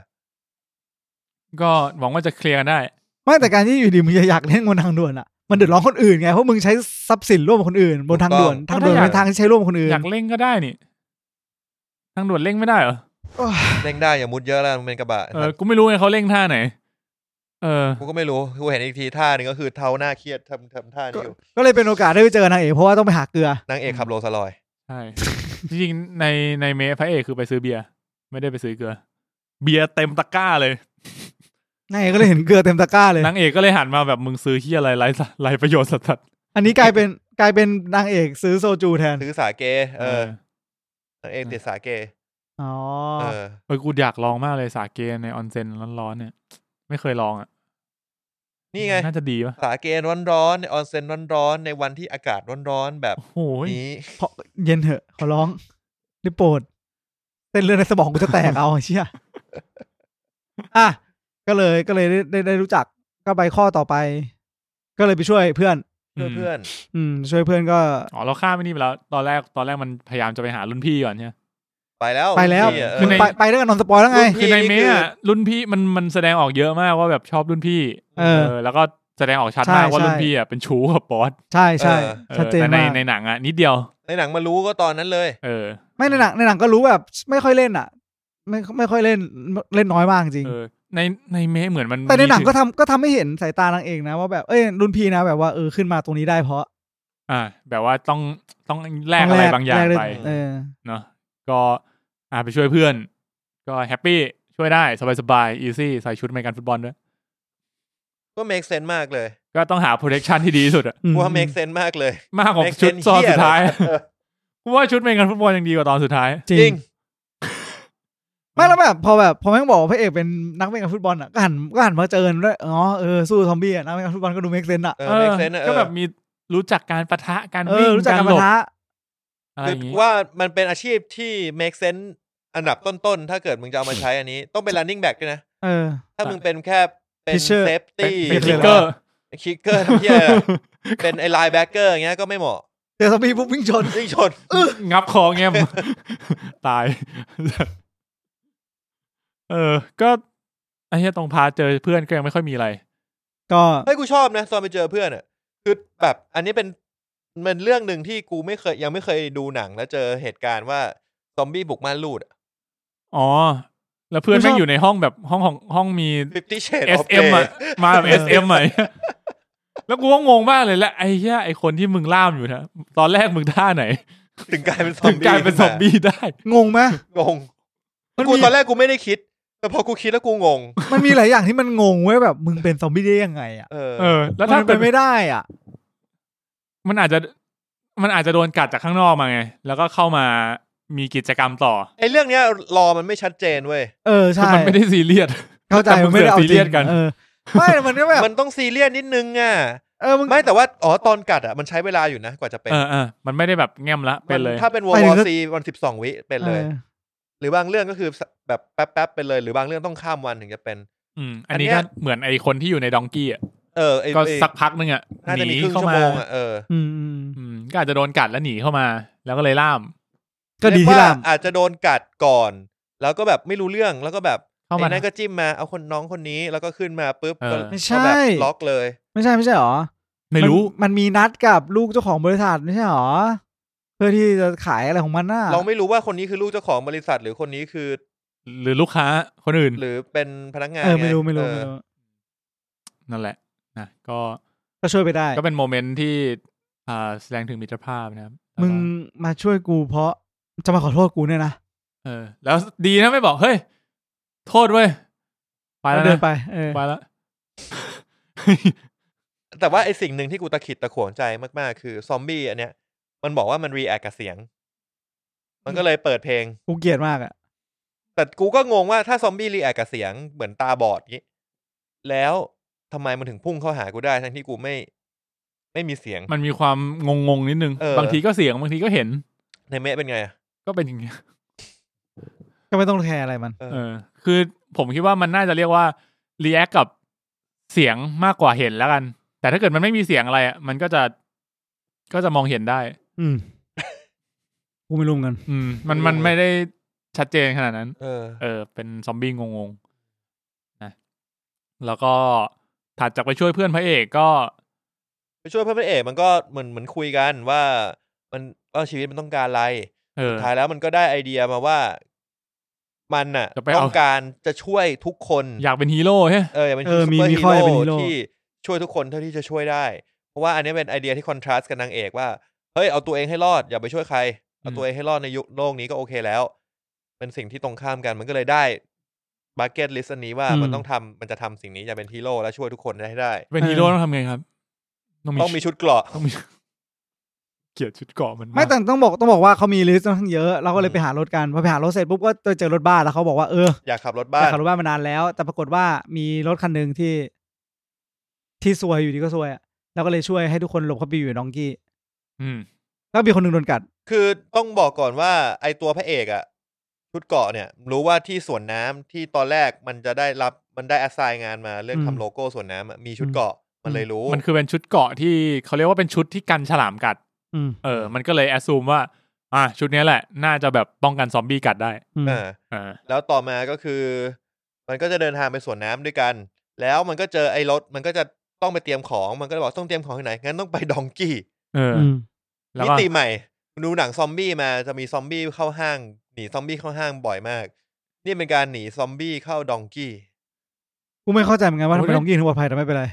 Speaker 1: ก็หวังว่าจะเคลียร์กันได้
Speaker 3: ไม่แต่การที่อยู่ดีมึงจะอยากเล่นบนทางด่วนอะมันเดือดร้อนคนอื่นไงเพราะมึงใช้ทรัพย์สินร่วมกับคนอื่น บนทางด่วน
Speaker 2: ถูกต้อง
Speaker 3: ทางด่วนเป็นทางที่ใช้ร่วมกับคนอื่น
Speaker 1: อยากเร่งก็ได้นี่ทางด่วนเร่งไม่ได้เหรอ
Speaker 3: โอ้ย
Speaker 2: เร่งได้อย่ามุดเยอะแล้วมันเป็นกระบะ
Speaker 1: เออกูไม่รู้ไงเขาเร่งท่าไหน เออ
Speaker 2: กูก็ไม่รู้กูเห็นอีกทีท่าหนึ่งก็คือเท้าหน้าเครียดทำทำท่านี้อยู่
Speaker 3: ก็เลยเป็นโอกาสได้ไปเจอนางเอกเพราะว่าต้องไปหาเกลือ
Speaker 2: นางเอกขับโรลสลอย
Speaker 1: ใช่ จริงๆในในเมฟพระเอกคือไปซื้อเบียร์ไม่ได้ไปซื้อเกลือ เบียร์เต็มตะกร้าเลย
Speaker 3: นางเอกก็เลยเห็นเกลือเต็มตะกร้าเลย
Speaker 1: นางเอกก็เลยหันมาแบบมึงซื้อที่อะไรไร้ส าไร้ประโยชน์สัสๆ
Speaker 3: อันนี้กลายเป็นกลายเป็นนางเอกซื้อโซจูแทน
Speaker 2: ซื้อสาเก เออนางเอกติดสาเก
Speaker 3: อ๋อ
Speaker 2: เออ
Speaker 1: เออกูอยากลองมากเลยสาเกในออนเซ็นร้อนๆเนี่ย ไม่เคยลองอ่ะ
Speaker 2: นี่ไง
Speaker 1: น่าจะดีป่ะ
Speaker 2: สาเกร้อนๆในออนเซ็นร้อนๆในวันที่อากาศร้อนๆแบบ
Speaker 1: โอ้โหย
Speaker 2: นี้
Speaker 3: เย็นเถอะขอร้องได้โปรดเส้นเลือดในสมองกูจะแตกเอา ไอ้เชี่ย อ่ะก็เลยก็เลยได้ได้ได้รู้จักก็ไปข้อต่อไป ก็เลยไปช่วยเพื่อน
Speaker 2: เพื่อนเพื่อน
Speaker 3: อืม ช่วยเพื่อนก็
Speaker 1: อ๋อเราข้ามไม่นี่ไปแล้ว ตอนแรกตอนแรกมันพยายามจะไปหารุ่นพี่ก่อนใช่ไหม
Speaker 2: ไปแล้ว
Speaker 3: ไปแล้ว
Speaker 2: พี่อะเอ
Speaker 1: คือ
Speaker 2: อ
Speaker 1: ใน
Speaker 3: ไปไปด้วยกันนอนสปอยแล้วไง
Speaker 2: พี่
Speaker 1: คือในเม
Speaker 2: นี่คือ
Speaker 1: อ่ะรุ่นพี่มันมันแสดงออกเยอะมากว่าแบบชอบรุ่นพี่
Speaker 3: เออ
Speaker 1: แล้วก็แสดงออกชัด
Speaker 3: ใช่
Speaker 1: มากว่า
Speaker 3: ใช่
Speaker 1: รุ่นพี่อ่ะเป็นชู้กับบอส
Speaker 3: ใช่ใช่
Speaker 1: เออ
Speaker 3: ชัดเจน
Speaker 1: แต่ใน
Speaker 3: มาก
Speaker 1: ในหนังอ่ะนิดเดียว
Speaker 2: ในหนังมารู้ก็ตอนนั้นเลย
Speaker 1: เออ
Speaker 3: ไม่ในหนังในหนังก็รู้แบบ ไม่ค่อยเล่นอ่ะ ไม่ไม่ค่อยเล่นเล่นน้อยมากจริง
Speaker 1: เออ ในในเมเหมือนมัน
Speaker 3: แต่ในหนัง
Speaker 1: มี
Speaker 3: ก็ทำก็ทำให้เห็นสายตานางเอกนะว่าแบบเอ้ยรุ่นพี่นะแบบว่าเออขึ้นมาตรงนี้ได้เพราะ
Speaker 1: อ่าแบบว่าต้องต้องแลกอะไรบางอย่าง
Speaker 3: แลกด้วย
Speaker 1: ไป
Speaker 3: เออ
Speaker 1: เนาะก็อ่าไปช่วยเพื่อน ก็แฮปปี้ช่วยได้สบายสบายอีซี่ใส่ชุดอเมริกันฟุตบอลด้วย
Speaker 2: ก็เมคเซนมากเลย
Speaker 1: ก็ต้องหา protection ที่ดีที่สุดอะ
Speaker 3: อืม
Speaker 2: กูว่าเมคเซนมากเลย
Speaker 1: มากกว่า
Speaker 2: make
Speaker 1: ชุด
Speaker 2: sense
Speaker 1: ตอนสุดท้าย
Speaker 2: เหี้ยอะไร
Speaker 1: กูว่าชุดอเมริกันฟุตบอลยังดีกว่าตอนสุดท้าย
Speaker 3: จ
Speaker 2: จริ
Speaker 3: ริ
Speaker 2: ง
Speaker 3: งไม่แล้วแบบพอแบบพอแม่งบอกว่าพระเอกเป็นนักเล่นกับฟุตบอลอ่ะก็หันก็หันมาเจอด้วยอ๋อเออสู้ซอมบี้อ่ะนักเล่นกับฟุตบอลก็ดูเมกเซนอ่ะ
Speaker 2: เออ
Speaker 1: เอ
Speaker 2: เม
Speaker 1: อ
Speaker 2: คเซนเอ
Speaker 1: ก็
Speaker 2: อ
Speaker 1: แบบมีรู้จักการปะทะการ
Speaker 3: เอ
Speaker 1: วิ่
Speaker 3: อง รู้จัก
Speaker 1: กา
Speaker 3: การ ร
Speaker 1: หล
Speaker 3: ปะ
Speaker 1: บ
Speaker 3: ทะ
Speaker 1: อะไร
Speaker 2: คือ อย่าง
Speaker 1: งี้
Speaker 2: ว่ามันเป็นอาชีพที่เมคเซนอันดับต้นๆ ถ้าเกิดมึงจะเอามาใช้อันนี้ ต้องเป็น running back ด้วยนะ
Speaker 3: เออ
Speaker 2: ถ้ามึงเป็นแค่เป็น
Speaker 3: Pitcher
Speaker 2: เซฟ
Speaker 1: เป็น
Speaker 2: ตี้
Speaker 1: เป็น
Speaker 3: ไม่
Speaker 1: คิกเกอร์
Speaker 2: คิกเกอร์เหียเป็นไอ้ไลน์แบ็กเกอร์อย่างเงี้ยก็ไม่เหมาะ
Speaker 3: เจอซอมบี้ปุ๊บวิ่งชน
Speaker 2: ยิ่งชน
Speaker 1: งับคอแง้ม ตาย เออ ก็ไอ้เหี้ยตรงพาเจอเพื่อนก็ยังไม่ค่อยมีอะไร
Speaker 3: ก็
Speaker 2: เฮ้ยกูชอบนะตอนไปเจอเพื่อนอ่ะ คือแบบอันนี้เป็นเป็นเรื่องหนึ่งที่กูไม่เคยยังไม่เคยดูหนังแล้วเจอเหตุการณ์ว่าซอมบี้บุกม่านรูด
Speaker 1: อ๋อ แล้วเพื่อนแม่งอยู่ในห้องแบบห้องของห้องมี
Speaker 2: ฟิฟตี้เชด
Speaker 1: S M อ่ะมาแบบ S M อ่ะแล้วกูก็งงมากเลยและไอ้เหี้ยไอ้คนที่มึงล่ามอยู่นะตอนแรกมึงท่าไหน
Speaker 2: ถึงกลายเป็นซอ
Speaker 1: ถึ
Speaker 2: ม
Speaker 1: ง
Speaker 2: บี้
Speaker 1: กลายเป็นซอมบี้ได้
Speaker 3: งงไหม
Speaker 2: งงกูตอนแรกกูไม่ได้คิด แต่พอกูคิดแล้วกูงง
Speaker 3: มันมีหลายอย่างที่มันงงเว้ยแบบมึงเป็นซอมบี้ได้ยังไงอ่ะ
Speaker 2: เออ
Speaker 1: เออ แล้ว
Speaker 3: มั
Speaker 1: ถ้าน เป็
Speaker 3: เป็น นไม่ได้อ่ะ
Speaker 1: มันอาจจะ มันอาจจะโดนกัดจากข้างนอกมาไง แล้วก็เข้ามามีกิจกรรมต่อ
Speaker 2: ไอเรื่องเนี้ยรอมันไม่ชัดเจนเว้ย
Speaker 3: เออ
Speaker 1: คือ
Speaker 3: ใช่
Speaker 1: มันไม่ได้ซีเรียส
Speaker 3: เข้าใจ
Speaker 1: แต่มึ
Speaker 3: มัน
Speaker 1: ง
Speaker 3: ไม่ได้เอาจ
Speaker 1: เสือกซีเรี
Speaker 3: ริ
Speaker 1: ยส
Speaker 3: ง
Speaker 1: กัน
Speaker 3: เออไม่มันก็แบบ
Speaker 2: มันต้องซีเรียสนิดนึงอ่ะ
Speaker 3: เออมึง
Speaker 2: ไม่แต่ว่าอ๋อตอนกัดอ่ะมันใช้เวลาอยู่นะกว่าจะเป็น
Speaker 1: เออเออมันไม่ได้แบบแง่มละเป็นเลย
Speaker 2: มันถ้าเป็นวอ
Speaker 3: ไป
Speaker 2: ล
Speaker 3: ถึงก็
Speaker 2: ซีวันสิบสองวิเป็นเลย
Speaker 3: ออ
Speaker 2: หรือบางเรื่องก็คือแบบแป๊บๆเป็นเลย หรือบางเรื่องต้องข้ามวันถึงจะเป็น
Speaker 1: อืม อันนี้
Speaker 2: อันเนี้
Speaker 1: ก็
Speaker 2: ย
Speaker 1: เหมือนไอ้คนที่อยู่ในดองกี้อ่ะ
Speaker 2: เออไอ้
Speaker 1: ก็
Speaker 2: ไอ้
Speaker 1: สักพักนึงอ่ะ
Speaker 2: น่า
Speaker 1: ห
Speaker 2: จะมี
Speaker 1: นี
Speaker 2: ครึ่ง
Speaker 1: เข้า
Speaker 2: ชั่ว
Speaker 1: มา
Speaker 2: โมงอ่ะเออ
Speaker 3: อืมอืม
Speaker 1: อืมก็อาจจะโดนกัดแล้วหนีเข้ามา แล้วก็เลยล่าม
Speaker 3: ก็
Speaker 2: เรี
Speaker 3: ดี
Speaker 2: ย
Speaker 3: ที่
Speaker 2: ว่
Speaker 3: ลาม
Speaker 2: อาจจะโดนกัดก่อน แล้วก็แบบไม่รู้เรื่องแล้วก็แบบ
Speaker 1: เข้ามา
Speaker 2: ไอ้นั่นก็จิ้มมาเอาคนน้องคนนี้แล้วก็ขึ้นมาปุ๊บ
Speaker 1: เออ
Speaker 2: ก็ก็
Speaker 3: ไม่ใช่
Speaker 2: แบบล็อกเลย
Speaker 3: ไม่ใช่ไม่ใช่หรอ
Speaker 1: ไม่รู้
Speaker 3: นมันมีนัดกับลูกเจ้าของบริษัทไม่ใช่หรอ เพื่อที่จะขายอะไรของมันน่ะ
Speaker 2: เราไม่รู้ว่าคนนี้คือลูกเจ้าของบริษัท หรือคนนี้คือ
Speaker 1: หรือลูกค้าคนอื่น
Speaker 2: หรือเป็นพนักงาน
Speaker 3: เออไม่
Speaker 2: ง
Speaker 3: รู้ไม่รู้
Speaker 2: เอ
Speaker 3: ไม่
Speaker 2: อ
Speaker 3: รู้
Speaker 1: นั่นแหละนะก็
Speaker 3: ก็ช่วยไปได้
Speaker 1: ก็เป็นโมเมนต์ที่อ่าแสดงถึงมิตรภาพนะครับแล้วก็
Speaker 3: มึงมาช่วยกูเพราะจะมาขอโทษกูเนี่ยนะ
Speaker 1: เออ แล้วดีนะไม่บอกเฮ้ย โทษเว้ย ไปแล้ว
Speaker 3: เดิ
Speaker 1: นะ
Speaker 3: นไปเออ
Speaker 1: ไปแล้ว
Speaker 2: แต่ว่าไอ้สิ่งหนึ่งที่กูตะขิดตะขวงใจมากๆ คือซอมบี้อันเนี้ย มันบอกว่ามันรีแอคกับเสียง มันก็เลยเปิดเพลง
Speaker 3: กูเกลียดมากอ่ะ
Speaker 2: แต่กูก็งงว่าถ้าซอมบี้รีแอคกับเสียงเหมือนตาบอดงี้ แล้วทำไมมันถึงพุ่งเข้าหากูได้ ทั้งที่กูไม่ ไม่มี เสียง
Speaker 1: มันมีความงงงๆนิดนึง
Speaker 2: เออ
Speaker 1: บางทีก็เสียงบางทีก็เห็น
Speaker 2: ในเมะเป็นไงอะ
Speaker 1: ก็เป็นอย่างเงี้ย
Speaker 3: ก็ไม่ต้องแคร์อะไรมัน
Speaker 1: เออ คือผมคิดว่ามันน่าจะเรียกว่า รีแอคกับเสียงมากกว่าเห็นแล้วกัน แต่ถ้าเกิดมันไม่มีเสียงอะไรอะมันก็จะ ก็จะมองเห็นได้
Speaker 3: อืมกูไม่รู้เหมือนกัน
Speaker 1: อืม มันมันไม่ได้ชัดเจนขนาดนั้น
Speaker 2: เออ
Speaker 1: เออเป็นซอมบี้งงๆนะแล้วก็ถัดจากไปช่วยเพื่อนพระเอกก็
Speaker 2: ไปช่วยเพื่อนพระเอกมันก็เหมือนเหมือนคุยกันว่า มันว่าชีวิตมันต้องการอะไร
Speaker 1: เออ
Speaker 2: สุดท้ายแล้วมันก็ได้ไอเดียมาว่า มันน่ะ
Speaker 1: จะไปเอา
Speaker 2: ต้องการจะช่วยทุกคน
Speaker 1: อยากเป็นฮีโร่ใช่
Speaker 2: เอออยากเป็น
Speaker 3: เออ
Speaker 2: ซู
Speaker 3: มี
Speaker 2: เปอร์
Speaker 3: มี
Speaker 2: ฮี
Speaker 3: ข้ออยากเป็นฮี
Speaker 2: โร่
Speaker 3: โร่
Speaker 2: ที่ช่วยทุกคนเท่าที่จะช่วยได้ เพราะว่าอันนี้เป็นไอเดียที่คอนทราสต์กับนางเอกว่าเฮ้ยเอาตัวเองให้รอดอย่าไปช่วยใคร เอา
Speaker 1: อืม
Speaker 2: ตัวเองให้รอดในยุคโลกนี้ก็โอเคแล้ว เป็นสิ่งที่ตรงข้ามกันมันก็เลยได้บัคเก็ตลิสต์อันนี้ว่า
Speaker 3: อืม
Speaker 2: มันต้องทำมันจะทำสิ่งนี้อยากเป็นฮีโร่และช่วยทุกคนได้ให้ได้
Speaker 1: เป็นฮีโร่ต้องทำไงครับ ต้องมี
Speaker 2: ต้องมีชุดเกราะ
Speaker 1: ต้องมี เกลียดชุดเกาะมันาก
Speaker 3: ไม่แต่ต้องบอกต้องบอกว่าเขามีลิสต์ค่อนข้างเยอะเราก็เลยไปหารถกันพอไปหารถเสร็จปุ๊บก็เจอรถบ้านแล้วเขาบอกว่าเออ
Speaker 2: อยากขับรถบ้าย
Speaker 3: อา
Speaker 2: น
Speaker 3: กขับรถบ้านมานานแล้ว แต่ปรากฏว่ามีรถคันหนึ่งที่ ที่ซวยอยู่ดีก็ซวยอะเราก็เลยช่วยให้ทุกคนหลบเข้าไปอยู่ในดองกี้
Speaker 1: อืม
Speaker 3: แล้วมีคนหนึ่งโดนกัด
Speaker 2: คือต้องบอกก่อนว่า ไอตัวพระเอกอะชุดเกราะเนี่ย รู้ว่าที่สวนน้ำที่ตอนแรกมันจะได้รับมันได้อ s ไซน์งานมาเรื่อง
Speaker 3: อืม
Speaker 2: ทำโลโก้สวนน้ำอะมีชุดเกราะมันเลยรู้
Speaker 1: มันคือเป็นชุดเกาะที่เขาเรียกว่าเป็นชุดที่กันฉลามกัด
Speaker 3: อืม
Speaker 1: เออ มันก็เลยแอ s ซูมว่า อ่ะชุดเนี้ยแหละ น่าจะแบบป้องกันซอมบี้กัดได้
Speaker 3: อืม
Speaker 2: เออ
Speaker 1: เออ
Speaker 2: แล้วต่อมาก็คือ มันก็จะเดินทางไปสวนน้ำด้วยกัน แล้วมันก็เจอไอ้รถมันก็จะต้องไปเตรียมของมันก็เลยบอกต้องเตรียมของที่ไหนงั้นต้องไปดองกี้
Speaker 1: เอออ
Speaker 3: อืม
Speaker 1: แล้ว
Speaker 2: มิ
Speaker 1: ก็
Speaker 2: ติใหม่ดูหนังซอมบี้มาจะมีซอมบี้เข้าห้างหนีซอมบี้เข้าห้างบ่อยมาก นี่เป็นการหนีซอมบี้เข้าดองกี้
Speaker 3: กูไม่เข้าใจเหมือนกันว่าทำไมดองกี้ถึงปลอดภัยแต่ไม่เป็นไร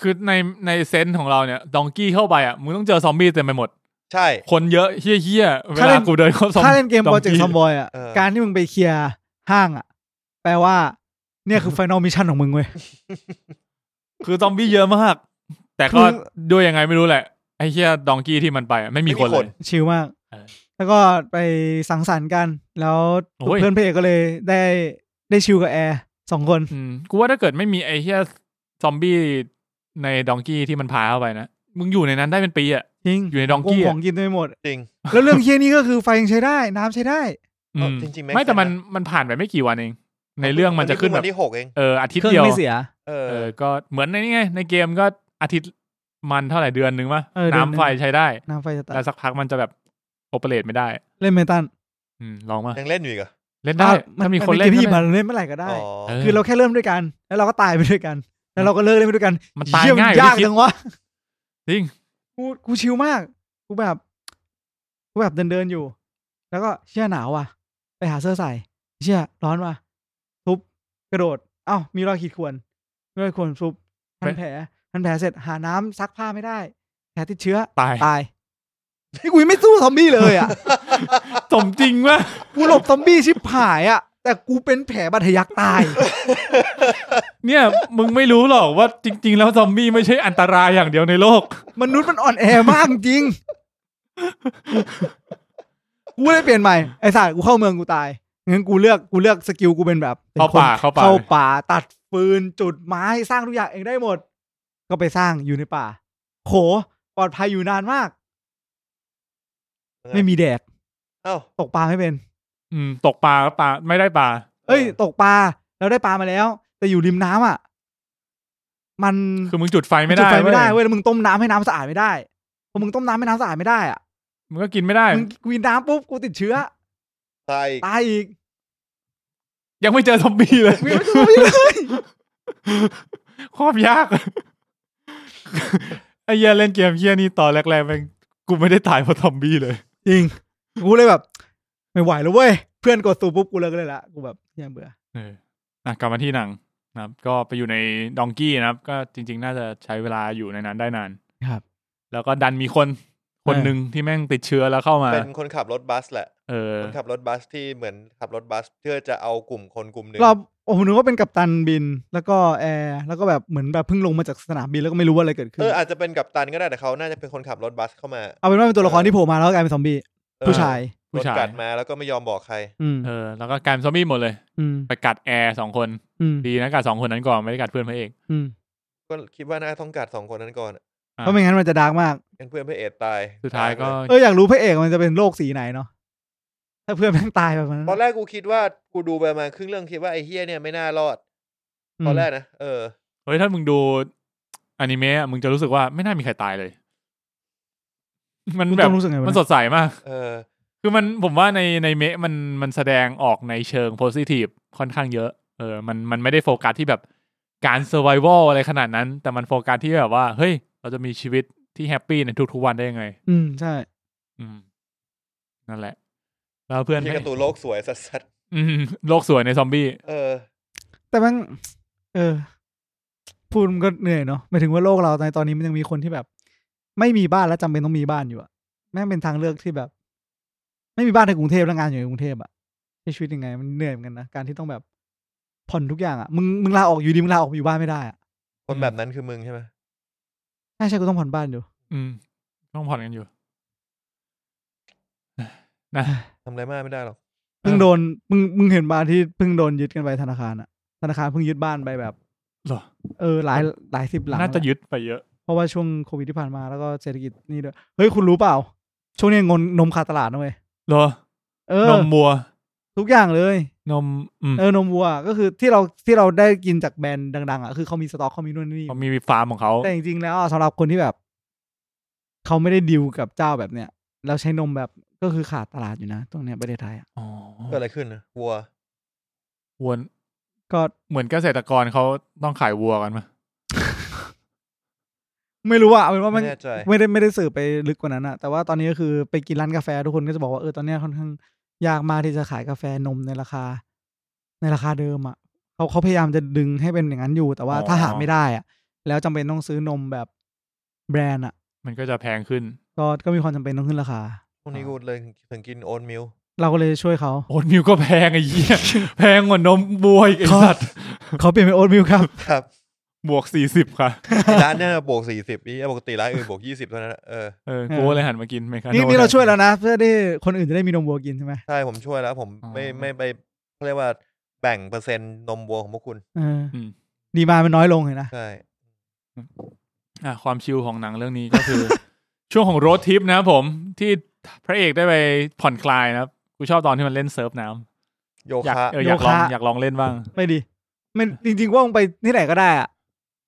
Speaker 1: คือในในเซนส์ของเราเนี่ยดองกี้เข้าไปอ่ะมึงต้องเจอซอมบี้เต็มไปหมด
Speaker 2: ใช่
Speaker 1: คนเยอะเฮี้ยๆเว
Speaker 3: ถ้าเล่
Speaker 1: ลาน กูเดินเข้าซอม
Speaker 3: ถ้าเล่นเกมโปรเจกต์ซอมบอยอ่ะ
Speaker 2: เออ
Speaker 3: การที่มึงไปเคลียร์ห้างอ่ะ แปลว่า เนี่ยคือ ไฟนอลมิชชั่นของมึงเว้ ย
Speaker 1: คือซอมบี้เยอะมาก แต่
Speaker 3: คื
Speaker 1: ก็
Speaker 3: อ
Speaker 1: ด้วยยังไงไม่รู้แหละ ไอ้เหี้ยดองกี้ที่มันไปอะไม่มีคนเลย
Speaker 3: ชิลมาก
Speaker 1: เออ
Speaker 3: แล้วก็ไปสังสรรค์กัน แล้ว
Speaker 1: โอ้ย
Speaker 3: เพื่อนพระเอกก็เลยได้ได้ชิลกับแอร์สองคน
Speaker 1: อืมกูว่าถ้าเกิดไม่มีไอ้เหี้ยซอมบี้ในดองกี้ที่มันพาเข้าไปนะ มึงอยู่ในนั้นได้เป็นปีอะ
Speaker 3: จริง
Speaker 1: อยู่ในดอง
Speaker 3: กง
Speaker 1: กี้
Speaker 3: ข
Speaker 1: อะ
Speaker 3: องกินไปหมด
Speaker 2: จริง
Speaker 3: แล้วเรื่องเคียนี้ก็คือไฟยังใช้ได้ น้ำใช้ได้
Speaker 1: อืม
Speaker 2: จริงๆไม่
Speaker 1: ไม่แต่มัน
Speaker 2: ใช่
Speaker 1: มันผ่านไปไม่กี่วันเอง ในเรื่องมันจะขึ้นแบ
Speaker 2: วั
Speaker 1: บ
Speaker 2: ที่หกเอง
Speaker 1: เอออาทิต
Speaker 3: เค
Speaker 1: ย์
Speaker 3: รื่
Speaker 1: เดีย
Speaker 3: อง
Speaker 1: ว
Speaker 3: ไม่เสีย
Speaker 2: เอ
Speaker 1: เอ
Speaker 2: อ
Speaker 1: อก็เหมือนในนี่ไงในเกมก็อาทิตย์มันเท่าไหร่เดือนนึงมะ
Speaker 3: เออเดือนหนึ่
Speaker 1: น้ำ
Speaker 3: ง
Speaker 1: ไฟใช้ได้
Speaker 3: น้ำไฟจะตัด
Speaker 1: แล้วสักพักมันจะแบบโอเปเรตไม่ได้
Speaker 3: เล่นเมตัน
Speaker 1: อืมลองมา
Speaker 2: ยังเล่นอยู่อีกเหรอ
Speaker 1: เล่นได้
Speaker 3: มั
Speaker 1: ถ้ามี
Speaker 3: เป็
Speaker 1: คนเล่น
Speaker 3: กมที่หยิบ
Speaker 1: ก็
Speaker 3: มา
Speaker 1: เล่น
Speaker 3: เล่นเมื่อไหร่ก็ได้
Speaker 2: อ๋อ
Speaker 1: เออ
Speaker 3: คือเราแค่เริ่มด้วยกัน แล้วเราก็ตายไปด้วยกัน แล้วเราก็เลิกเล่นไปด้วยกัน
Speaker 1: มันตาย
Speaker 3: เหี้
Speaker 1: ง่ายก
Speaker 3: มั
Speaker 1: ว่าย
Speaker 3: นาก
Speaker 1: ที่คิด
Speaker 3: จังวะ
Speaker 1: จริง
Speaker 3: กูกูชิลมากกูแบบกูแบบเดินเดินๆอยู่ แล้วก็เชี่ยหนาวว่ะ ไปหาเสื้อใส่เชี่ยร้อนว่ะทุบกระโดดเอ้ามีรอยขีดข่วนมีรอยข่วนทุบ
Speaker 1: ไป
Speaker 3: ทันแผลทันแผลเสร็จหาน้ำซักผ้าไม่ได้แผลติดเชื้อ
Speaker 1: ตาย
Speaker 3: ตายนี่กูยังไม่สู้ซอมบี้เลยอ่ะ
Speaker 1: สมจริงวะ
Speaker 3: กูหลบซอมบี้ชิบหายอ่ะ แต่กูเป็นแผลบาดทะยักตาย
Speaker 1: เนี่ย มึงไม่รู้หรอกว่าจริง ๆ แล้วซอมบี้ไม่ใช่อันตรายอย่างเดียวในโลก
Speaker 3: มนุษย์มันอ่อนแอมากจริง กูเลยเปลี่ยนใหม่ ไอ้สัตว์กูเข้าเมืองกูตายงั้นกูเลือกกูเลือกสกิลกูเป็นแบบป็น
Speaker 1: เข้า
Speaker 3: คน
Speaker 1: ป่าเข้าป่า
Speaker 3: เข้าป่าตัดฟืนจุดไม้สร้างทุกอย่างเองได้หมด ก็ไปสร้างอยู่ในป่า โห ปลอดภัยอยู่นานมาก ไม่มีแดด
Speaker 2: เอ้า
Speaker 3: ตกปลาไม่เป็น
Speaker 1: อืม ตกปลาปลาไม่ได้ปลา
Speaker 3: เอ้ย
Speaker 2: เออ
Speaker 3: ตกปลาเราได้ปลามาแล้ว แต่อยู่ริมน้ำอ่ะ มัน
Speaker 1: คือมึงจุดไฟไม่
Speaker 3: จุด
Speaker 1: ได้
Speaker 3: ไฟไม่ได้
Speaker 1: เว้ย
Speaker 3: เว้ยแล้วมึงต้มน้ำให้น้ำสะอาดไม่ได้พอมึงต้มน้ำให้น้ำสะอาดไม่ได้อ่ะ
Speaker 1: มึงก็กินไม่ได้
Speaker 3: มึงกูกินน้ำปุ๊บกูติดเชื้อ
Speaker 2: ตาย
Speaker 3: ตายอีก
Speaker 1: ยังไม่เจอซอมบี้เลย
Speaker 3: มึงไม่รู้เลย
Speaker 1: ครอบยาก ไอ้เหี้ยเล่นเกมเหี้ยนี่ตอนแรกๆแม่งกูไม่ได้ตายเพราะซอมบี้เลย
Speaker 3: จริงกูเลยแบบ ไม่ไหวแล้วเว้ยเพื่อนกดสูบปุ๊บกูเลิกเลยละกูแบบเหี้ยังเบื่อ
Speaker 1: เอออ่ะกลับมาที่หนังนะครับ ก็ไปอยู่ในดองกี้นะครับ ก็จริง ๆ น่าจะใช้เวลาอยู่ในนั้นได้นาน
Speaker 3: ครับ
Speaker 1: แล้วก็ดันมีคนคนหนึ่งที่แม่งติดเชื้อแล้วเข้ามา
Speaker 2: เป็นคนขับรถบัสแหละ
Speaker 1: เออ
Speaker 2: คนขับรถบัสที่เหมือนขับรถบัสเพื่อจะเอากลุ่มคนกลุ่มหนึ่ง
Speaker 3: รอบโอ้โหนึกว่าเป็นกัปตันบิน แล้วก็แอร์แล้วก็แบบเหมือนแบบเพิ่งลงมาจากสนามบินแล้วก็ไม่รู้ว่าอะไรเกิดขึ้
Speaker 2: เอน ออาจจะเป็นกับตันก็ได้แต่เขาน่าจะเป็นคนขับรถบัสเข้ามา
Speaker 3: เอาเป็นว่าเป็นตัวละครที่โผล่มาแล้วก็กลายเป็นซอมบี้
Speaker 2: เออ
Speaker 3: ผู้ชาย
Speaker 1: ผู้
Speaker 2: โดน
Speaker 1: ชาย
Speaker 2: กัดมาแล้วก็ไม่ยอมบอกใคร
Speaker 3: อืม
Speaker 1: เออ แล้วก็กลายเป็นซอมบี้หมดเลย
Speaker 3: อืม
Speaker 1: ไปกัดแอร์สองคน
Speaker 3: อืม
Speaker 1: ดีนะกัดสองคนนั้นก่อนไม่ได้กัดเพื่อนพระเอก
Speaker 3: อืม
Speaker 2: ก็คิดว่าน่าต้องกัดสองคนนั้นก่อน
Speaker 3: เพราะไม่งั้นมันจะดาร์กมาก
Speaker 2: งั้นเพื่อนพระเอกตาย
Speaker 1: สุดท้ายก็
Speaker 3: เอออยากรู้พระเอกมันจะเป็นโรคสีไหนเนาะถ้าเพื่อนแม่งตายแบบนั้น
Speaker 2: ตอนแรกกูคิดว่ากูดูไปประมาณครึ่งเรื่องคิดว่าไอ้เฮียเนี่ยไม่น่ารอด ตอนแรกนะเออ
Speaker 1: เฮ้ยถ้ามึงดูอนิเมะอะมึงจะรู้สึกว่าไม่น่ามีใครตายเลย มัน
Speaker 3: มึง
Speaker 1: แบ
Speaker 3: ต้
Speaker 1: บ
Speaker 3: องรู้สึกไงวะ
Speaker 1: มัน
Speaker 3: เย
Speaker 1: สดใสมาก
Speaker 2: เออ
Speaker 1: คือมันผมว่าในในเมะมันมันแสดงออกในเชิงโพซิทีฟค่อนข้างเยอะเออมันมันไม่ได้โฟกัสที่แบบการเซอร์ไ a ว a ลอะไรขนาดนั้น แต่มันโฟกัสที่แบบว่า เฮ้ย เราจะมีชีวิตที่แฮปปี้ในทุกๆวันได้ยังไง
Speaker 3: อืมใช่
Speaker 1: อืม นั่นแหละ แล้วเพื่อน
Speaker 2: ที่การ์ตูนโลกสวยสัส
Speaker 1: อืมโลกสวยในซอมบี้
Speaker 2: ๆเออ
Speaker 3: แต่มันเออ พูดมันก็เหนื่อยเนาะหมายถึงว่าโลกเราในตอนนี้มันยังมีคนที่แบบ ไม่มีบ้านและจำเป็นต้องมีบ้านอยู่อะแม่งเป็นทางเลือกที่แบบ ไม่มีบ้านในกรุงเทพแล้วงานอยู่ในกรุงเทพอะใช้ชีวิตยังไง มันเหนื่อยเหมือนกันนะการที่ต้องแบบผ่อนทุกอย่างอะมึงมึงลาออกอยู่ดีมึงลาออกไปอยู่บ้านไม่ได้อะ
Speaker 2: คนแบบนั้นคือมึงใช่ไหม
Speaker 3: ใช่ใช่กูต้องผ่อนบ้านอยู่
Speaker 1: อืม ต้องผ่อนกันอยู่ นะ
Speaker 2: ทำอะไรมากไม่ได้หรอก
Speaker 3: เพิ่งโดนมึงมึงเห็นบ้านที่เพิ่งโดนยึดกันไปธนาคารอะธนาคารเพิ่งยึดบ้านไปแบบ
Speaker 1: เหรอ
Speaker 3: เออหลายหลายสิบหลัง
Speaker 1: น่าจะ
Speaker 3: แล้ว
Speaker 1: ยึดไปเยอะ
Speaker 3: เพราะว่าช่วงโควิดที่ผ่านมาแล้วก็เศรษฐกิจนี่ด้วย เฮ้ย คุณรู้เปล่า ช่วงนี้งนนมขาดตลาดนะเว้ย
Speaker 1: เหรอ
Speaker 3: เอน อ
Speaker 1: มวัว
Speaker 3: ทุกอย่างเลย
Speaker 1: นม อืม
Speaker 3: เออนมวัวก็คือที่เราที่เราได้กินจากแบรนด์ดัง ๆ อ่ะ คือเขามีสต็อกเขามีนู่นนี่
Speaker 1: เขามีฟาร์มของเขา
Speaker 3: แต่จริงๆแล้วอ่ะสำหรับคนที่แบบ เขาไม่ได้ดิวกับเจ้าแบบเนี้ยแล้วใช้นมแบบก็คือขาดตลาดอยู่นะตรงเนี้ยประเทศไทยอ่ะ
Speaker 1: อ๋อ
Speaker 2: เกิดอะไรขึ้นนะวัว
Speaker 1: วัว
Speaker 3: ก็
Speaker 1: เหมือนเกษตรกรเขาต้องขายวัวกันมา
Speaker 3: ไม่รู้อ่ะเอาเป็นว่ามั
Speaker 2: ไม่
Speaker 3: น
Speaker 2: แน่ใจ
Speaker 3: ไม่ได้ไม่ได้สืบไปลึกกว่านั้นอะแต่ว่าตอนนี้ก็คือไปกินร้านกาแฟทุกคนก็จะบอกว่าเออตอนเนี้ยค่อนข้างยากมากที่จะขายกาแฟนมในราคา ในราคาเดิมอะเขาเขาพยายามจะดึงให้เป็นอย่างนั้นอยู่ แต่ว่าถ้าหาไม่ได้อะแล้วจำเป็นต้องซื้อนมแบบแบรนด์อะ
Speaker 1: มันก็จะแพงขึ้น
Speaker 3: ก็ก็มีความจำเป็นต้องขึ้นราคา
Speaker 2: พวกนี้กูเลยถึงกินโอนมิล
Speaker 3: เราก็เลยช่วย เขา
Speaker 1: โอ๊ตมิลก็แพงไอ้เหี้ย แพงกว่านมบัวอีกไอ้สัตว์
Speaker 3: เขาเปลี่ยนเป็นโอ๊ตมิลครับ
Speaker 2: ครับ
Speaker 1: บวกสี่สิบค่ะ
Speaker 2: ร้านเนี่ยบวกสี่สิบนี่ปกติร้านอื่นบวกยี่สิบเท่านั้นนะเออ
Speaker 1: เออ
Speaker 3: เออ
Speaker 1: กูเลยหันมากินเมกาโ
Speaker 3: นี่นี่เราช่วยแล้วนะ เพื่อที่คนอื่นจะได้มีนมวัวกินใช่ไหม
Speaker 2: ใช่ผมช่วยแล้ว ผมไม่
Speaker 1: อ๋อ
Speaker 2: ไม่ไปเขาเรียกว่าแบ่งเปอร์เซ็นต์นมวัวของพวกคุณ
Speaker 3: เอออ
Speaker 1: ม
Speaker 3: ดีมามันน้อยลงเห็นนะ
Speaker 2: ใช่
Speaker 1: อ่ะความชิลของหนังเรื่องนี้ก็คือ ช่วงของ road trip นะครับผมที่พระเอกได้ไปผ่อนคลายนะครับ กูชอบตอนที่มันเล่นเซิร์ฟน้ำ
Speaker 2: โย
Speaker 1: อยาก
Speaker 2: คะ
Speaker 1: เอออยากลองอยากลองเล่นบ้าง
Speaker 3: ไม่ดีไม่จริงๆว่ามึงไปที่ไหนก็ได้อะ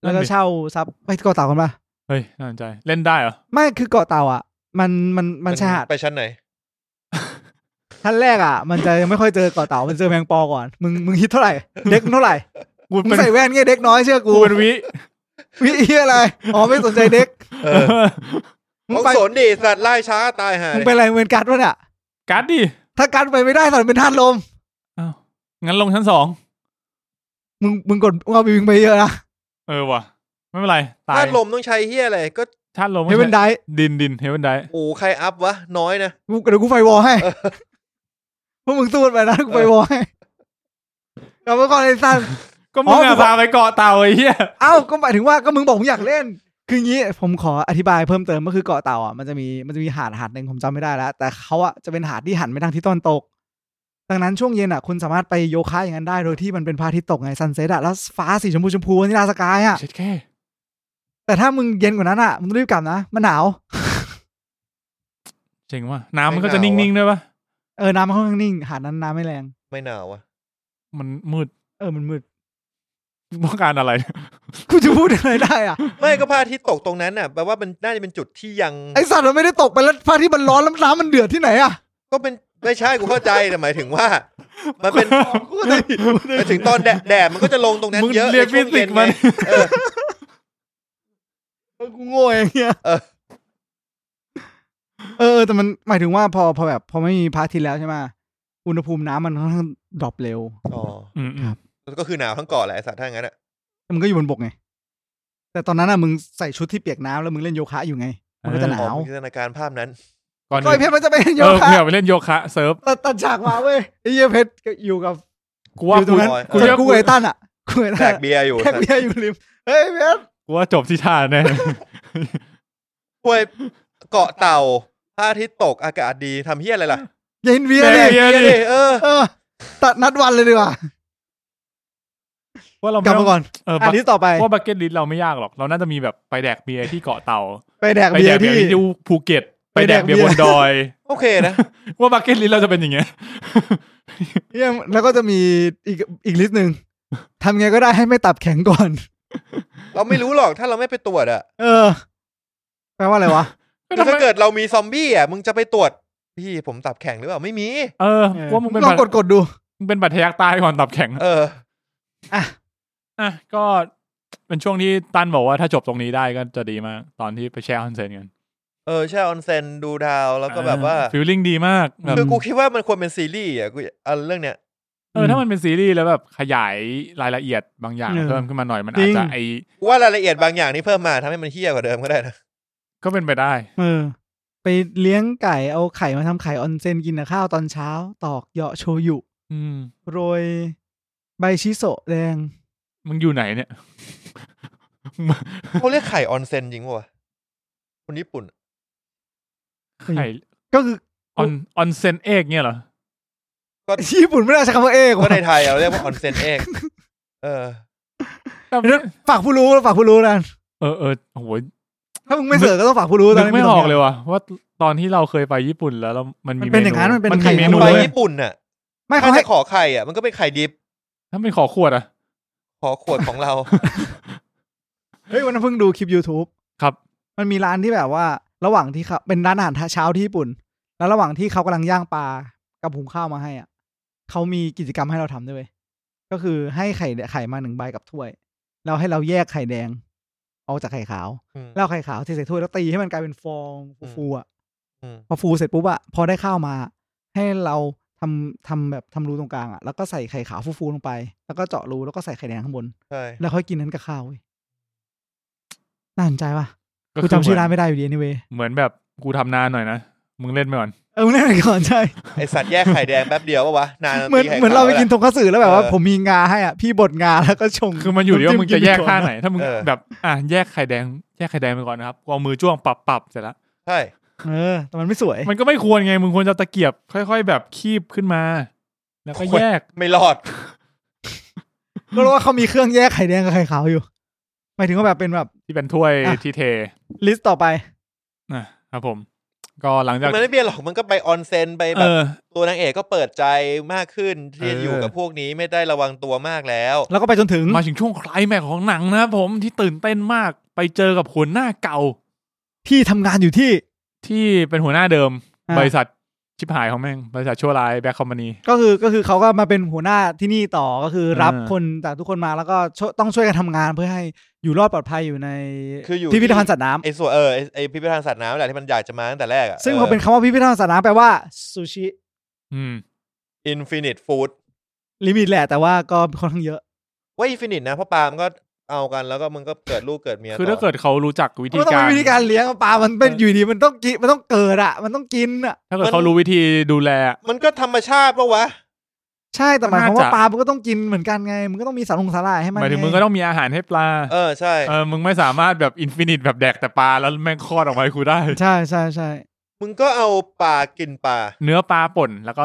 Speaker 3: แล้วก็เช่าซับไปเกาะเต่ากันปะ
Speaker 1: เฮ้ยน่าสนใจเล่นได้เหรอ
Speaker 3: ไม่คือเกาะเต่าอ่ะ มันมันมันชายหาด
Speaker 2: ไปชั้นไหน
Speaker 3: ท่านแรกอ่ะ มันจะยังไม่ค่อยเจอเกาะเต่ามันเจอแมงปอก่อน มึงมึงคิดเท่าไหร่ เด็กเท่าไหร่
Speaker 1: กู
Speaker 3: มึง
Speaker 1: เป็น
Speaker 3: ใส่แว่นไงเด็กน้อยเชื่อ
Speaker 1: กู
Speaker 3: กู
Speaker 1: เป็นวิ
Speaker 3: วิเหียอะไรอ๋อไม่สนใจเด็ก
Speaker 2: เออ
Speaker 3: มึง
Speaker 2: ต้อง
Speaker 3: ไป
Speaker 2: สนดิสัตว์ไล่ช้าตายห่า
Speaker 3: มึงเป็นอะไรมึงเป็นกัดวะเนี่ย
Speaker 1: การ์ดดิ
Speaker 3: ถ้ากัดไปไม่ได้สัตว์เป็นธาตุลม
Speaker 1: อ้าวงั้นลงชั้นสอง
Speaker 3: มึงมึงกดมึงเอาบิวิงไปเยอะนะ
Speaker 1: เออว่ะ ไม่เป็นไร ตาย
Speaker 2: ธาตุลมต้องใช้เฮียอะไรก็
Speaker 1: ชาติลม
Speaker 3: เฮเวนได
Speaker 1: ดินดินเฮเวนได
Speaker 2: โอ้ใครอัพวะ น้อยนะ
Speaker 3: กูเดี๋ยวกูไฟวอลให้พวกมึงสู้กันไปนะกูไฟวอล ให้กลับมาก่อนไอ้สัตว์
Speaker 1: ก็มึง
Speaker 3: อ๋อ
Speaker 1: อะ
Speaker 3: กูขอ
Speaker 1: พาไปเกาะเต่าไอ้เหี้ย
Speaker 3: เอ้าก็หมายถึงว่าก็มึงบอกผมอยากเล่น คืองี้ผมขออธิบายเพิ่มเติมก็คือเกาะเต่าอ่ะมันจะมีมันจะมีหาดหาดหนึ่งผมจำไม่ได้แล้ว แต่เขาอ่ะจะเป็นหาดที่หันไปทางทิศตะวันตก ดังนั้นช่วงเย็นอ่ะคุณสามารถไปโยคะอย่างนั้นได้โดยที่มันเป็นพระอาทิตย์ตกไงซันเซ็ตอ่ะแล้วฟ้าสีชมพูชมพูนิลาสกายอ่ะ
Speaker 1: เช็ดแค่
Speaker 3: แต่ถ้ามึงเย็นกว่านั้นอ่ะมึงต้องรีบกลับนะมันหนาว
Speaker 1: เจ๋งว่ะน้ำมันก็
Speaker 2: ไม่
Speaker 1: จะ
Speaker 2: หนาว
Speaker 1: นิ่
Speaker 2: อะ
Speaker 1: งๆด้วยปะ
Speaker 3: เออน้ำมันค่อนข้างนิ่งหาดนั้นน้ำไม่แรง
Speaker 2: ไม่หนาวอะ
Speaker 1: มันมืด
Speaker 3: เออมันมืด
Speaker 1: ต้องการอะไร
Speaker 3: กูจะพูดอะไรได้อ่ะ
Speaker 2: ไม่ก็พระอาทิตย์ตกตรงนั้นน่ะแปลว่ามันน่าจะเป็นจุดที่ยัง
Speaker 3: ไอสัตว์มันไม่ได้ตกไปแล้วพระอาทิตย์มันร้อนแล้วน้ำมันเดือดที่ไหนอ่ะ
Speaker 2: ก็เป็นไม่ใช่กูเข้าใจแต่หมายถึงว่า มันเป็นหมายถึงตอนแดดแดดมันก็จะลงตรงนั้น
Speaker 1: มึง
Speaker 2: เยอะ
Speaker 1: เรียน
Speaker 2: ในช่วง
Speaker 1: ฟิสิกส์มัน
Speaker 2: เย็ไงเออ
Speaker 3: เออกูโง่เองเนี่ย
Speaker 2: เออ
Speaker 3: เออแต่มันหมายถึงว่าพอพอแบบพอไม่มีพระอาทิตย์แล้วใช่ไหมอุณหภูมิน้ำมันค่อนข้างดรอปเร็ว
Speaker 2: อ๋อ
Speaker 1: อืมอืม
Speaker 2: ก็คือหนาวทั้งเกาะแหละไอ้สัตว์ถ้างั้นอ่ะ
Speaker 3: แต่มันก็อยู่บนบกไง แต่ตอนนั้นอ่ะมึงใส่ชุดที่เปียกน้ำแล้วมึงเล่นโยคะอยู่ไง มันก็จะห
Speaker 2: อ๋อ
Speaker 3: นาว
Speaker 2: มีจินตนาการภาพนั้น
Speaker 1: ก่อน
Speaker 3: ก้อยเพ
Speaker 1: อื่น
Speaker 3: ชรมันจะไปเล่นโย
Speaker 1: เออ
Speaker 3: คะ
Speaker 1: เพื่อไปเล่นโยคะเซิร์ฟ
Speaker 3: ตัดตัดฉากมาเว้ยไอ้เหี้ยเพชรก็อยู่กับ
Speaker 1: กู
Speaker 3: อ
Speaker 1: ว่า
Speaker 3: ยู่ตร
Speaker 1: กู
Speaker 3: งนั้น
Speaker 2: กู
Speaker 3: กู
Speaker 1: จะ
Speaker 3: กับกูกับไอ้ตั้นอ่ะกูกับไอ้
Speaker 2: แด
Speaker 3: ตั้น
Speaker 2: กเบียร์อยู่
Speaker 3: แท็กเบียร์อยู่ริมเฮ้ยเพชร
Speaker 1: กูว่าจบที่ท่าแน่
Speaker 2: ห้วยเกาะเต่าพระอาทิตย์ตกอากาศดีทำเฮียอะไรล่ะ
Speaker 3: อยินเบียร์
Speaker 1: แน่
Speaker 3: เลย
Speaker 1: เหี้ย
Speaker 2: เบียร์
Speaker 1: ดิ
Speaker 2: ดิเออ
Speaker 3: เออ ตัดนัดวันเลยดีกว่า
Speaker 1: ว่าเรา
Speaker 3: ก
Speaker 1: ไม่
Speaker 3: ลับ
Speaker 1: ต้อ
Speaker 3: มาง ก่อน
Speaker 1: เออ
Speaker 3: อันนี้ต่อไป
Speaker 1: ว่าบักเก็ตลิสเราไม่ยากหรอก เราน่าจะมีแบบไปแดกเบียร์ที่เกาะเต่า
Speaker 3: ไปแดก
Speaker 1: ไป
Speaker 3: เบีย
Speaker 1: แดก
Speaker 3: ร์
Speaker 1: เบียร์
Speaker 3: ที่
Speaker 1: ที่ยูภูเก็ตไป
Speaker 3: ไป
Speaker 1: แด
Speaker 3: แด
Speaker 1: ก
Speaker 3: กเบี
Speaker 1: เบีย
Speaker 3: ยร์
Speaker 1: ร์บนดอย
Speaker 2: โอเคนะ
Speaker 1: ว่าบักเก็ตลิสเราจะเป็นอย่างเงี้ย
Speaker 3: เยี่ยมแล้วก็จะมีอีกอีกลิสต์หนึ่งทำไงก็ได้ให้ไม่ตับแข็งก่อน
Speaker 2: เราไม่รู้หรอกถ้าเราไม่ไปตรวจอ่ะ
Speaker 3: เออ แปลว่าอะไรวะ
Speaker 2: คือถ้าเกิดเรามีซอมบี้อ่ะมึงจะไปตรวจพี่ผมตับแข็งหรือเปล่าไม่มี
Speaker 1: เออ
Speaker 3: เออ
Speaker 1: ว่ามึงเป็น
Speaker 3: ลอง
Speaker 1: บัตร
Speaker 3: กดกดดู
Speaker 1: มึงเป็นบัตรทะยักตายก่อนตับแข็ง
Speaker 2: เออ
Speaker 1: อ่ะก็เป็นช่วงที่ตันบอกว่าถ้าจบตรงนี้ได้ก็จะดีมาก ตอนที่ไปแช่ออนเซนกัน
Speaker 2: เออแช่ออนเซนดูดาวแล้วก็แบบว่า
Speaker 1: ฟีลลิ่งดีมากแบบ
Speaker 2: คือกูคิดว่ามันควรเป็นซีรีส์อ่ะกูอันเรื่องเนี้ย
Speaker 1: เออถ้ามันเป็นซีรีส์แล้วแบบขยายรายละเอียดบางอย่าง
Speaker 3: เออ
Speaker 1: เพิ่มขึ้นมาหน่อยมัน
Speaker 3: จ
Speaker 1: อา
Speaker 3: ริ
Speaker 1: จ
Speaker 3: ง
Speaker 1: จะไอ
Speaker 2: ว่ารายละเอียดบางอย่างนี่เพิ่มมาทำให้มันเฮี้ยกว่าเดิมก็ได้นะ
Speaker 1: ก็เป็นไปได้
Speaker 3: เออ ไปเลี้ยงไก่เอาไข่มาทำไข่ออนเซนกินกับข้าวตอนเช้า ตอกเหยาะโชยุ
Speaker 1: อืม
Speaker 3: โรย ใบชิโซะแดง
Speaker 1: มึงอยู่ไหนเนี่ย
Speaker 2: เขาเรียกไข่ออนเซนจริงปะวะคนญี่ปุ่น
Speaker 1: ไข่
Speaker 3: ก็คือ
Speaker 1: ออนออนเซนเอกเนี่ยเหรอ
Speaker 3: ญี่ปุ่นไม่ได้ใช้คำว่าเอก
Speaker 2: ก็
Speaker 3: ว่ะ
Speaker 2: ในไท ยเราเรียกว่าออนเซนเอกเออ
Speaker 3: ฝากผู้รู้ฝากผู้รู้นะ
Speaker 1: เออเออโอ้โห
Speaker 3: ถ้ามึงไม่เสิร์ชก็ต้องฝากผู้รู้ตอน
Speaker 1: นึ
Speaker 3: นี้
Speaker 1: กไม่
Speaker 3: ตร
Speaker 1: อง อก
Speaker 3: นี้
Speaker 1: เลยว่ะว่าตอนที่เราเคยไปญี่ปุ่นแล้วเรามันมี
Speaker 3: มันเป็นอย่างนั้นมันเป็น
Speaker 1: มัน
Speaker 3: ไข่
Speaker 1: มีเมนู
Speaker 3: ทั้
Speaker 2: ไป
Speaker 3: ง
Speaker 1: ด้
Speaker 3: ใบ
Speaker 1: วย
Speaker 2: ญี่ปุ่นน่ะ
Speaker 3: ไม่
Speaker 2: ถ้า
Speaker 3: เขาให้
Speaker 2: จะขอไข่อ่ะมันก็เป็นไข่ดิบ
Speaker 1: ถ้าเป็นขอขวดอ่ะ
Speaker 2: ขอขวดของ เรา
Speaker 3: เฮ้ยวันนั้นเพิ่งดูคลิป YouTube
Speaker 1: ครับ
Speaker 3: มันมีร้านที่แบบว่า ระหว่างที่เขาเป็นร้านอาหารเช้าที่ญี่ปุ่น แล้วระหว่างที่เขากำลังย่างปลากับหุงข้าวมาให้อ่ะเขามีกิจกรรมให้เราทำด้วยเวยก็คือให้ไข่ไข่มาหนึ่งใบกับถ้วย แล้วให้เราแยกไข่แดงออกจากไข่ขาว
Speaker 2: อืม
Speaker 3: แล้วเอาไข่ขาวที่ใส่ถ้วยแล้วตีให้มันกลายเป็นฟองฟูๆอ่ะ
Speaker 2: อืม
Speaker 3: พอฟูเสร็จปุ๊บอ่ะพอได้ข้าวมา ให้เราทำทำแบบทำรูตรงกลางอ่ะแล้วก็ใส่ไข่ขาวฟูๆลงไป แล้วก็เจาะรูแล้วก็ใส่ไข่แดงข้างบน
Speaker 2: ใช่
Speaker 3: แล้วค่อยกินนั้นกับข้าวเว้ยน่าสนใจป่ะ
Speaker 1: ก็
Speaker 3: กู
Speaker 1: คือ
Speaker 3: จำชื่อร้านไม่ได้อยู่ดี anyway
Speaker 1: เหมือนแบบกูทำนานหน่อยนะ มึงเล่นไปก่อน
Speaker 3: เออมึงเล่นไปก่อนใช่
Speaker 2: ไอสัตว์แยกไข่แดงแป๊บเดียวปะวะนาน
Speaker 3: เหมือน
Speaker 2: ตีไข่
Speaker 3: เหมือนเราไป
Speaker 2: ขว
Speaker 3: กิ
Speaker 2: แล้
Speaker 3: น
Speaker 2: ว
Speaker 3: ทงคัตสึแล้วแบบว่า
Speaker 2: เออ
Speaker 3: ผมมีงาให้อ่ะ พี่บดงาแล้วก็ชง
Speaker 1: คือมันอยู่ที่ว่ามึงจะแยกท่าไหน ถ้ามึง
Speaker 2: เออ
Speaker 1: แบบ อ่ะแยกไข่แดง แยกไข่แดงไปก่อนนะครับเอามือจ้วงปรับปรับเสร็จแล้ว
Speaker 2: ใช่
Speaker 3: เออ แต่มันไม่สวย
Speaker 1: มันก็ไม่ควรไง มึงควรจะตะเกียบ ค่อย ๆ แบบคีบขึ้นมา แล้วก็แยก
Speaker 2: ไม่รอด
Speaker 3: ก็รู้ว่าเขามีเครื่องแยกไข่แดงกับไข่ขาวอยู่ หมายถึงว่าแบบเป็นแบบ
Speaker 1: ที่เป็นถ้วย
Speaker 3: อ่ะ
Speaker 1: ที่เท
Speaker 3: ลิสต์ต่อไป
Speaker 1: นะครับผม ก็หลังจาก
Speaker 2: มันไม่เบียร์หรอกมันก็ไปออนเซนไปแบ
Speaker 1: เอบ อ
Speaker 2: ตัวนางเอกก็เปิดใจมากขึ้นที่
Speaker 1: เอออ
Speaker 2: อยู่กับพวกนี้ไม่ได้ระวังตัวมากแล้ว
Speaker 3: แล้วก็ไปจนถึง
Speaker 1: มาถึงช่วงไคลแม็กซ์ของหนังนะครับผมที่ตื่นเต้นมากไปเจอกับหัวหน้าเก่า
Speaker 3: ที่ทำงานอยู่ที่
Speaker 1: ที่เป็นหัวหน้าเดิม
Speaker 3: อ่า
Speaker 1: บริษัท ชิบหายของแม่งบริษัทชั่วร้ายแบ็คคอมพานี
Speaker 3: ก็คือก็คือเขาก็มาเป็นหัวหน้าที่นี่ต่อก็คือรับ
Speaker 1: อ่า
Speaker 3: คนจากทุกคนมาแล้วก็ช่วยต้องช่วยกันทำงานเพื่อให้อยู่รอดปลอดภัยอยู่ใน
Speaker 2: คืออยู่
Speaker 3: พิพิธภัณฑ์สัตว์น้ำ
Speaker 2: ไอ้ส่วนเออไอ้ไอ้พิพิธภัณฑ์สัตว์น้ำแหละที่มันอยากจะมาตั้งแต่แรกอะ
Speaker 3: ซึ่งพอเป็นคำว่าพิพิธภัณฑ์สัตว์น้ำแปลว่าซูชิ
Speaker 1: อืม
Speaker 2: อินฟินิตฟู้ด
Speaker 3: ลิมิตแหละแต่ว่าก็ค่อนข้างเยอะ
Speaker 2: ว่าอินฟินิตนะเพราะปาล์มก็เอากันแล้วก็มึงก็เกิดลูกเกิดเมีย
Speaker 1: คือ
Speaker 2: ต่
Speaker 1: ถ้าเกิดเขารู้จักวิธี
Speaker 3: มันต้อง
Speaker 1: การ
Speaker 3: มีวิธีการเลี้ยงปลามันเป็นอยู่ดีมันต้องกินมันต้องเกิดอ่ะ มันต้องกินอ่ะ
Speaker 1: ถ้าเกิดเขารู้วิธีดูแล
Speaker 2: มันก็ธรรมชาติปะวะ
Speaker 3: ใช่แต่หมายความ
Speaker 1: น่าจะ
Speaker 3: ว่าปลามันก็ต้องกินเหมือนกันไงมันก็ต้องมีสารลงสาหร่ายให้มัน
Speaker 1: หมายถึงมึงก็ต้องมีอาหารให้ปลา
Speaker 2: เออใช่
Speaker 1: เออมึงไม่สามารถแบบอินฟินิตแบบแดกแต่ปลาแล้วแม่งคลอดออกมาให้กูได้
Speaker 3: ใช่ใช่ใช่
Speaker 2: มึงก็เอาปลากินปลา
Speaker 1: เนื้อปลาป่นแล้วก็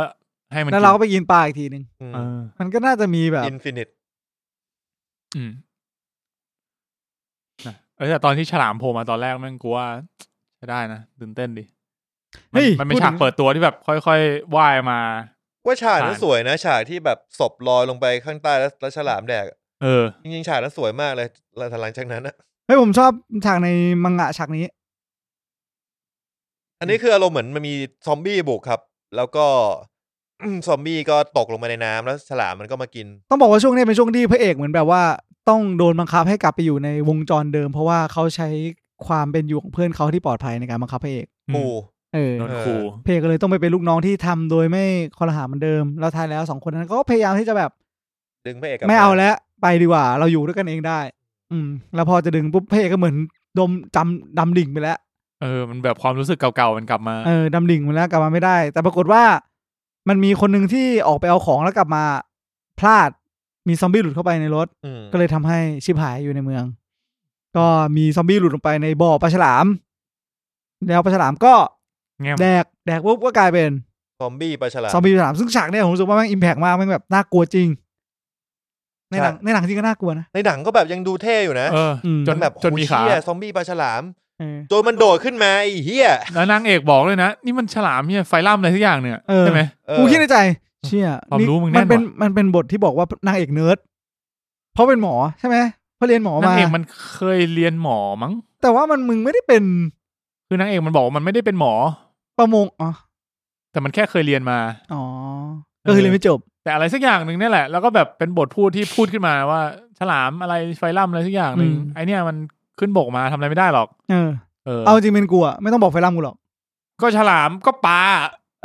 Speaker 1: ให้มัน
Speaker 3: แล้วเราก็ไปกินปลาอีกทีหนึ่ง
Speaker 1: เออ
Speaker 3: มันก็น่าจะมีแบบ
Speaker 2: อินฟินิต
Speaker 1: อืมนะเออแต่ตอนที่ฉลามโผล่มาตอนแรกแม่งกูว่าใช้ได้นะตื่นเต้นดี
Speaker 3: เฮ้ย
Speaker 1: มันเป็น
Speaker 3: พูด
Speaker 1: ฉาก
Speaker 3: ถึง
Speaker 1: เปิดตัวที่แบบค่อยๆว่ายมา
Speaker 2: ว่าฉากนั้น
Speaker 1: ฉาก
Speaker 2: สวยนะ ฉากที่แบบศพลอยลงไปข้างใต้แล้วแล้วฉลามแดกอะ
Speaker 1: เออ
Speaker 2: จริงๆฉากนั้นสวยมากเลยแล้วแต่หลังจากนั้นอะ
Speaker 3: เฮ้ยผมชอบฉากในมังงะฉากนี้
Speaker 2: อันนี้คืออารมณ์เหมือนมันมีซอมบี้บุกครับ แล้วก็ ซอมบี้ก็ตกลงไปในน้ำแล้วฉลามมันก็มากิน
Speaker 3: ต้องบอกว่าช่วงนี้เป็นช่วงที่พระเอกเหมือนแบบว่าต้องโดนบังคับให้กลับไปอยู่ในวงจรเดิม เพราะว่าเขาใช้ความเป็นอยู่ของเพื่อนเขาที่ปลอดภัยในการบังคับพระเอก
Speaker 2: หมู่
Speaker 3: เออ
Speaker 1: โดน
Speaker 2: เออ
Speaker 1: ครู
Speaker 3: พระเอกก็เลยต้องไปเป็นลูกน้องที่ทำโดยไม่คอรหาเหมือนเดิมแล้วท้ายแล้วสองคนนั้นก็พยายามที่จะแบบ
Speaker 2: ดึงพระเอกกบ
Speaker 3: ไม่เอาแล้วไปดีกว่า เราอยู่ด้วยกันเองได้ อืม แล้วพอจะดึงปุ๊บพระเอกก็เหมือนดมจำดำดิ่งไปแล้ว
Speaker 1: เออ มันแบบความรู้สึกเก่าๆมันกลับมา
Speaker 3: เออดำดิ่งมาแล้วกลับมาไม่ได้ แต่ปรากฏว่ามันมีคนหนึ่งที่ออกไปเอาของแล้วกลับมาพลาดมีซอมบี้หลุดเข้าไปในรถ
Speaker 2: อืม
Speaker 3: ก็เลยทำให้ชิบหายอยู่ในเมือง ก็มีซอมบี้หลุดลงไปในบ่อปลาฉลาม แล้วปลาฉลามก็
Speaker 1: แง่ม
Speaker 3: แดกแดกปุ๊บก็กลายเป็น
Speaker 2: ซอมบี้ปลาฉลาม
Speaker 3: ซอมบี้ปลาฉลามซึ่งฉากเนี้ยผมรู้สึกว่าแม่งอิมแพกมากแม่งแบบน่ากลัวจริง ในหนัง
Speaker 2: ใช่
Speaker 3: ในหนังจริงก็น่ากลัวนะ
Speaker 2: ในหนังก็แบบยังดูเท่อยู่นะ
Speaker 1: เออ
Speaker 3: อืม
Speaker 1: จน
Speaker 2: แบบ
Speaker 1: จนมีขา
Speaker 2: โอ้เหี้ยซอมบี้ปลาฉลาม
Speaker 3: เออ
Speaker 2: โจนมันโดดขึ้นมาไอ้เหี้ย
Speaker 1: แล้วนางเอกบอกเลยนะ นี่มันฉลามเนี่ยไฟล่ำอะไรทุกอย่างเนี่ย
Speaker 3: เออ
Speaker 1: ใช่ไหม
Speaker 2: เออ
Speaker 3: กูคิดในใจ เชี่ย
Speaker 1: ความรู้มึงแน่น
Speaker 3: มันเป็น
Speaker 1: ว่ะ
Speaker 3: มันเป็นบทที่บอกว่านางเอกเนิร์ดเพราะเป็นหมอใช่ไหมเพราะเรียนหมอ
Speaker 1: นา
Speaker 3: มา
Speaker 1: งเอกมันเคยเรียนหมอมั้ง
Speaker 3: แต่ว่ามันมึงไม่ได้เป็น
Speaker 1: คือนางเอกมันบอกว่ามันไม่ได้เป็นหมอ
Speaker 3: ประมงอ๋อ
Speaker 1: แต่มันแค่เคยเรียนมา
Speaker 3: อ๋อก็คือเรียนไม่จบ
Speaker 1: แต่อะไรสักอย่างหนึ่งเนี่ยแหละ แล้วก็แบบเป็นบทพูดที่พูดขึ้นมาว่า ฉลามอะไรไฟล่ำอะไรสักอย่างหนึ่ง
Speaker 3: อืม
Speaker 1: ไอเนี่ยมันขึ้นบกมาทำอะไรไม่ได้หรอก
Speaker 3: เออ
Speaker 1: เออ
Speaker 3: เอาจริงเป็นกูอะไม่ต้องบอกไฟลัมกูหรอก
Speaker 1: ก็ฉลามก็ปลา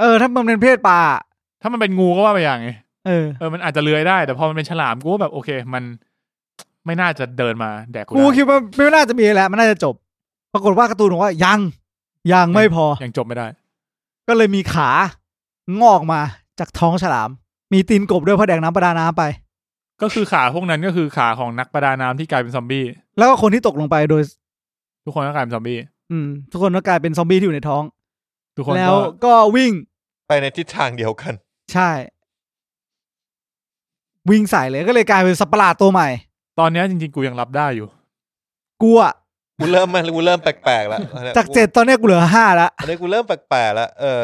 Speaker 3: เออถ้ามันเป็นเพศปลาอะ
Speaker 1: ถ้ามันเป็นงูก็ว่าไปอย่างไง
Speaker 3: เออ
Speaker 1: เออ มันอาจจะเลื้อยได้ แต่พอมันเป็นฉลามกูก็แบบโอเค มันไม่น่าจะเดินมาแดกกู
Speaker 3: กู
Speaker 1: ได้
Speaker 3: คิดว่าไม่น่าจะมีแล้วมันน่าจะจบ ปรากฏว่าการ์ตูนบอกว่ายังยังไม่พอ
Speaker 1: ยังจบไม่ได้
Speaker 3: ก็เลยมีขางอกมาจากท้องฉลาม มีตีนกบด้วยเพราะแดกน้ำประดาน้ำไป
Speaker 1: ก็คือขาพวกนั้นก็คือขาของนักประดาน้ำที่กลายเป็นซอมบี้
Speaker 3: แล้วก็คนที่ตกลงไปโดย
Speaker 1: ทุกคนก็กลายเป็นซอมบี้
Speaker 3: อืม ทุกคนก็กลายเป็นซอมบี้ที่อยู่ในท้อง
Speaker 1: ทุกคน
Speaker 3: แล้ว
Speaker 1: ก็
Speaker 3: ก็วิ่ง
Speaker 2: ไปในทิศทางเดียวกัน
Speaker 3: ใช่ วิ่งใส่เลยก็เลยกลายเป็นสัตว์ประหลาดตัวใหม่
Speaker 1: ตอนเนี้ยจริงๆกูยังรับได้อยู่
Speaker 3: กูอะ
Speaker 2: กูเริ่มมันกูเริ่มแปลกๆแล้วอันนี้ย
Speaker 3: จากเจ็ดตอนเนี้ยกูเหลือห้าละ
Speaker 2: อันนี้กูเริ่มแปลกๆแล้วเออ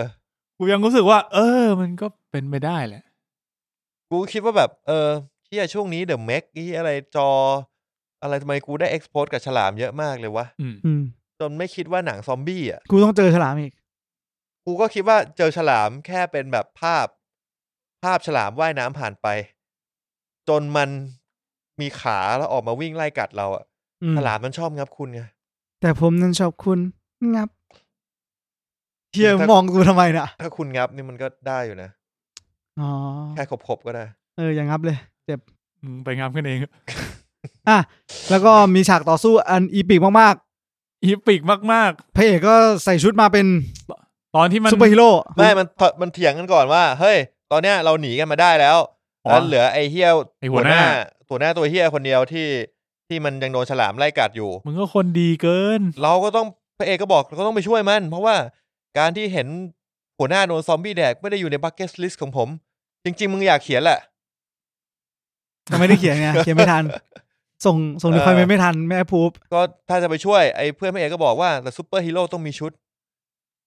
Speaker 1: กูยังรู้สึกว่า เออ มันก็เป็นไปได้แหละ
Speaker 2: กูคิดว่าแบบเออเที่ยช่วงนี้เดอะแม็กอีอะไรจอ อะไรทำไมกูได้เอ็กซ์พอร์ตกับฉลามเยอะมากเลยวะ
Speaker 1: อืม
Speaker 3: อืม
Speaker 2: จนไม่คิดว่าหนังซอมบี้อ่ะ
Speaker 3: กูต้องเจอฉลามอีก
Speaker 2: กูก็คิดว่าเจอฉลามแค่เป็นแบบภาพ ภาพฉลามว่ายน้ำผ่านไป จนมันมีขาแล้วออกมาวิ่งไล่กัดเราอ่ะ
Speaker 3: อืม
Speaker 2: ฉลามมันชอบงับคุณไง
Speaker 3: แต่ผมนั้นชอบคุณงับเฮีย
Speaker 2: ถ้าม ม
Speaker 3: องกูทำไมน่ะ
Speaker 2: ถ้าคุณงับนี่มันก็ได้อยู่นะ
Speaker 3: อ๋อ
Speaker 2: แค่ขบๆก็ได้
Speaker 3: เอออย่างงับเลย เจ็บ
Speaker 1: อืมไปงามกันเอง
Speaker 3: อ่ะ แล้วก็มีฉากต่อสู้อันอีปิกมาก
Speaker 1: อีปิกมาก
Speaker 3: ๆ พระเอกก็ใส่ชุดมาเป็น
Speaker 1: ๆ ตอนที่มัน
Speaker 3: ซูเปอร์ฮีโร่
Speaker 2: ไม่มันมันเถียงกันก่อนว่า เฮ้ย ตอนเนี้ยเราหนีกันมาได้แล้ว
Speaker 1: อ๋อ
Speaker 2: แล้วเหลือไอ้เฮี้ยว
Speaker 1: ไอ้หัวหน้า
Speaker 2: หัวหน้าตัวเฮี้ยคนเดียวที่ที่มันยังโดนฉลามไล่กัดอยู่
Speaker 1: มึงก็คนดีเกิน
Speaker 2: เราก็ต้องพระเอกก็บอกเราก็ต้องไปช่วยมัน เพราะว่าการที่เห็นหัวหน้าโดนซอมบี้แดกไม่ได้อยู่ในบัคเก็ตลิสต์ของผม จริง ๆ มึงอยากเขียนแหละ
Speaker 3: แต่ไม่ได้เขียนไง เขียนไม่ทัน ส่งส่งดีคอยเมนไม่ทันแม่พูบ
Speaker 2: ก็ถ้าจะไปช่วยไอ้เพื่อนพระเอกก็บอกว่าแต่ซูเปอร์ฮีโร่ต้องมีชุด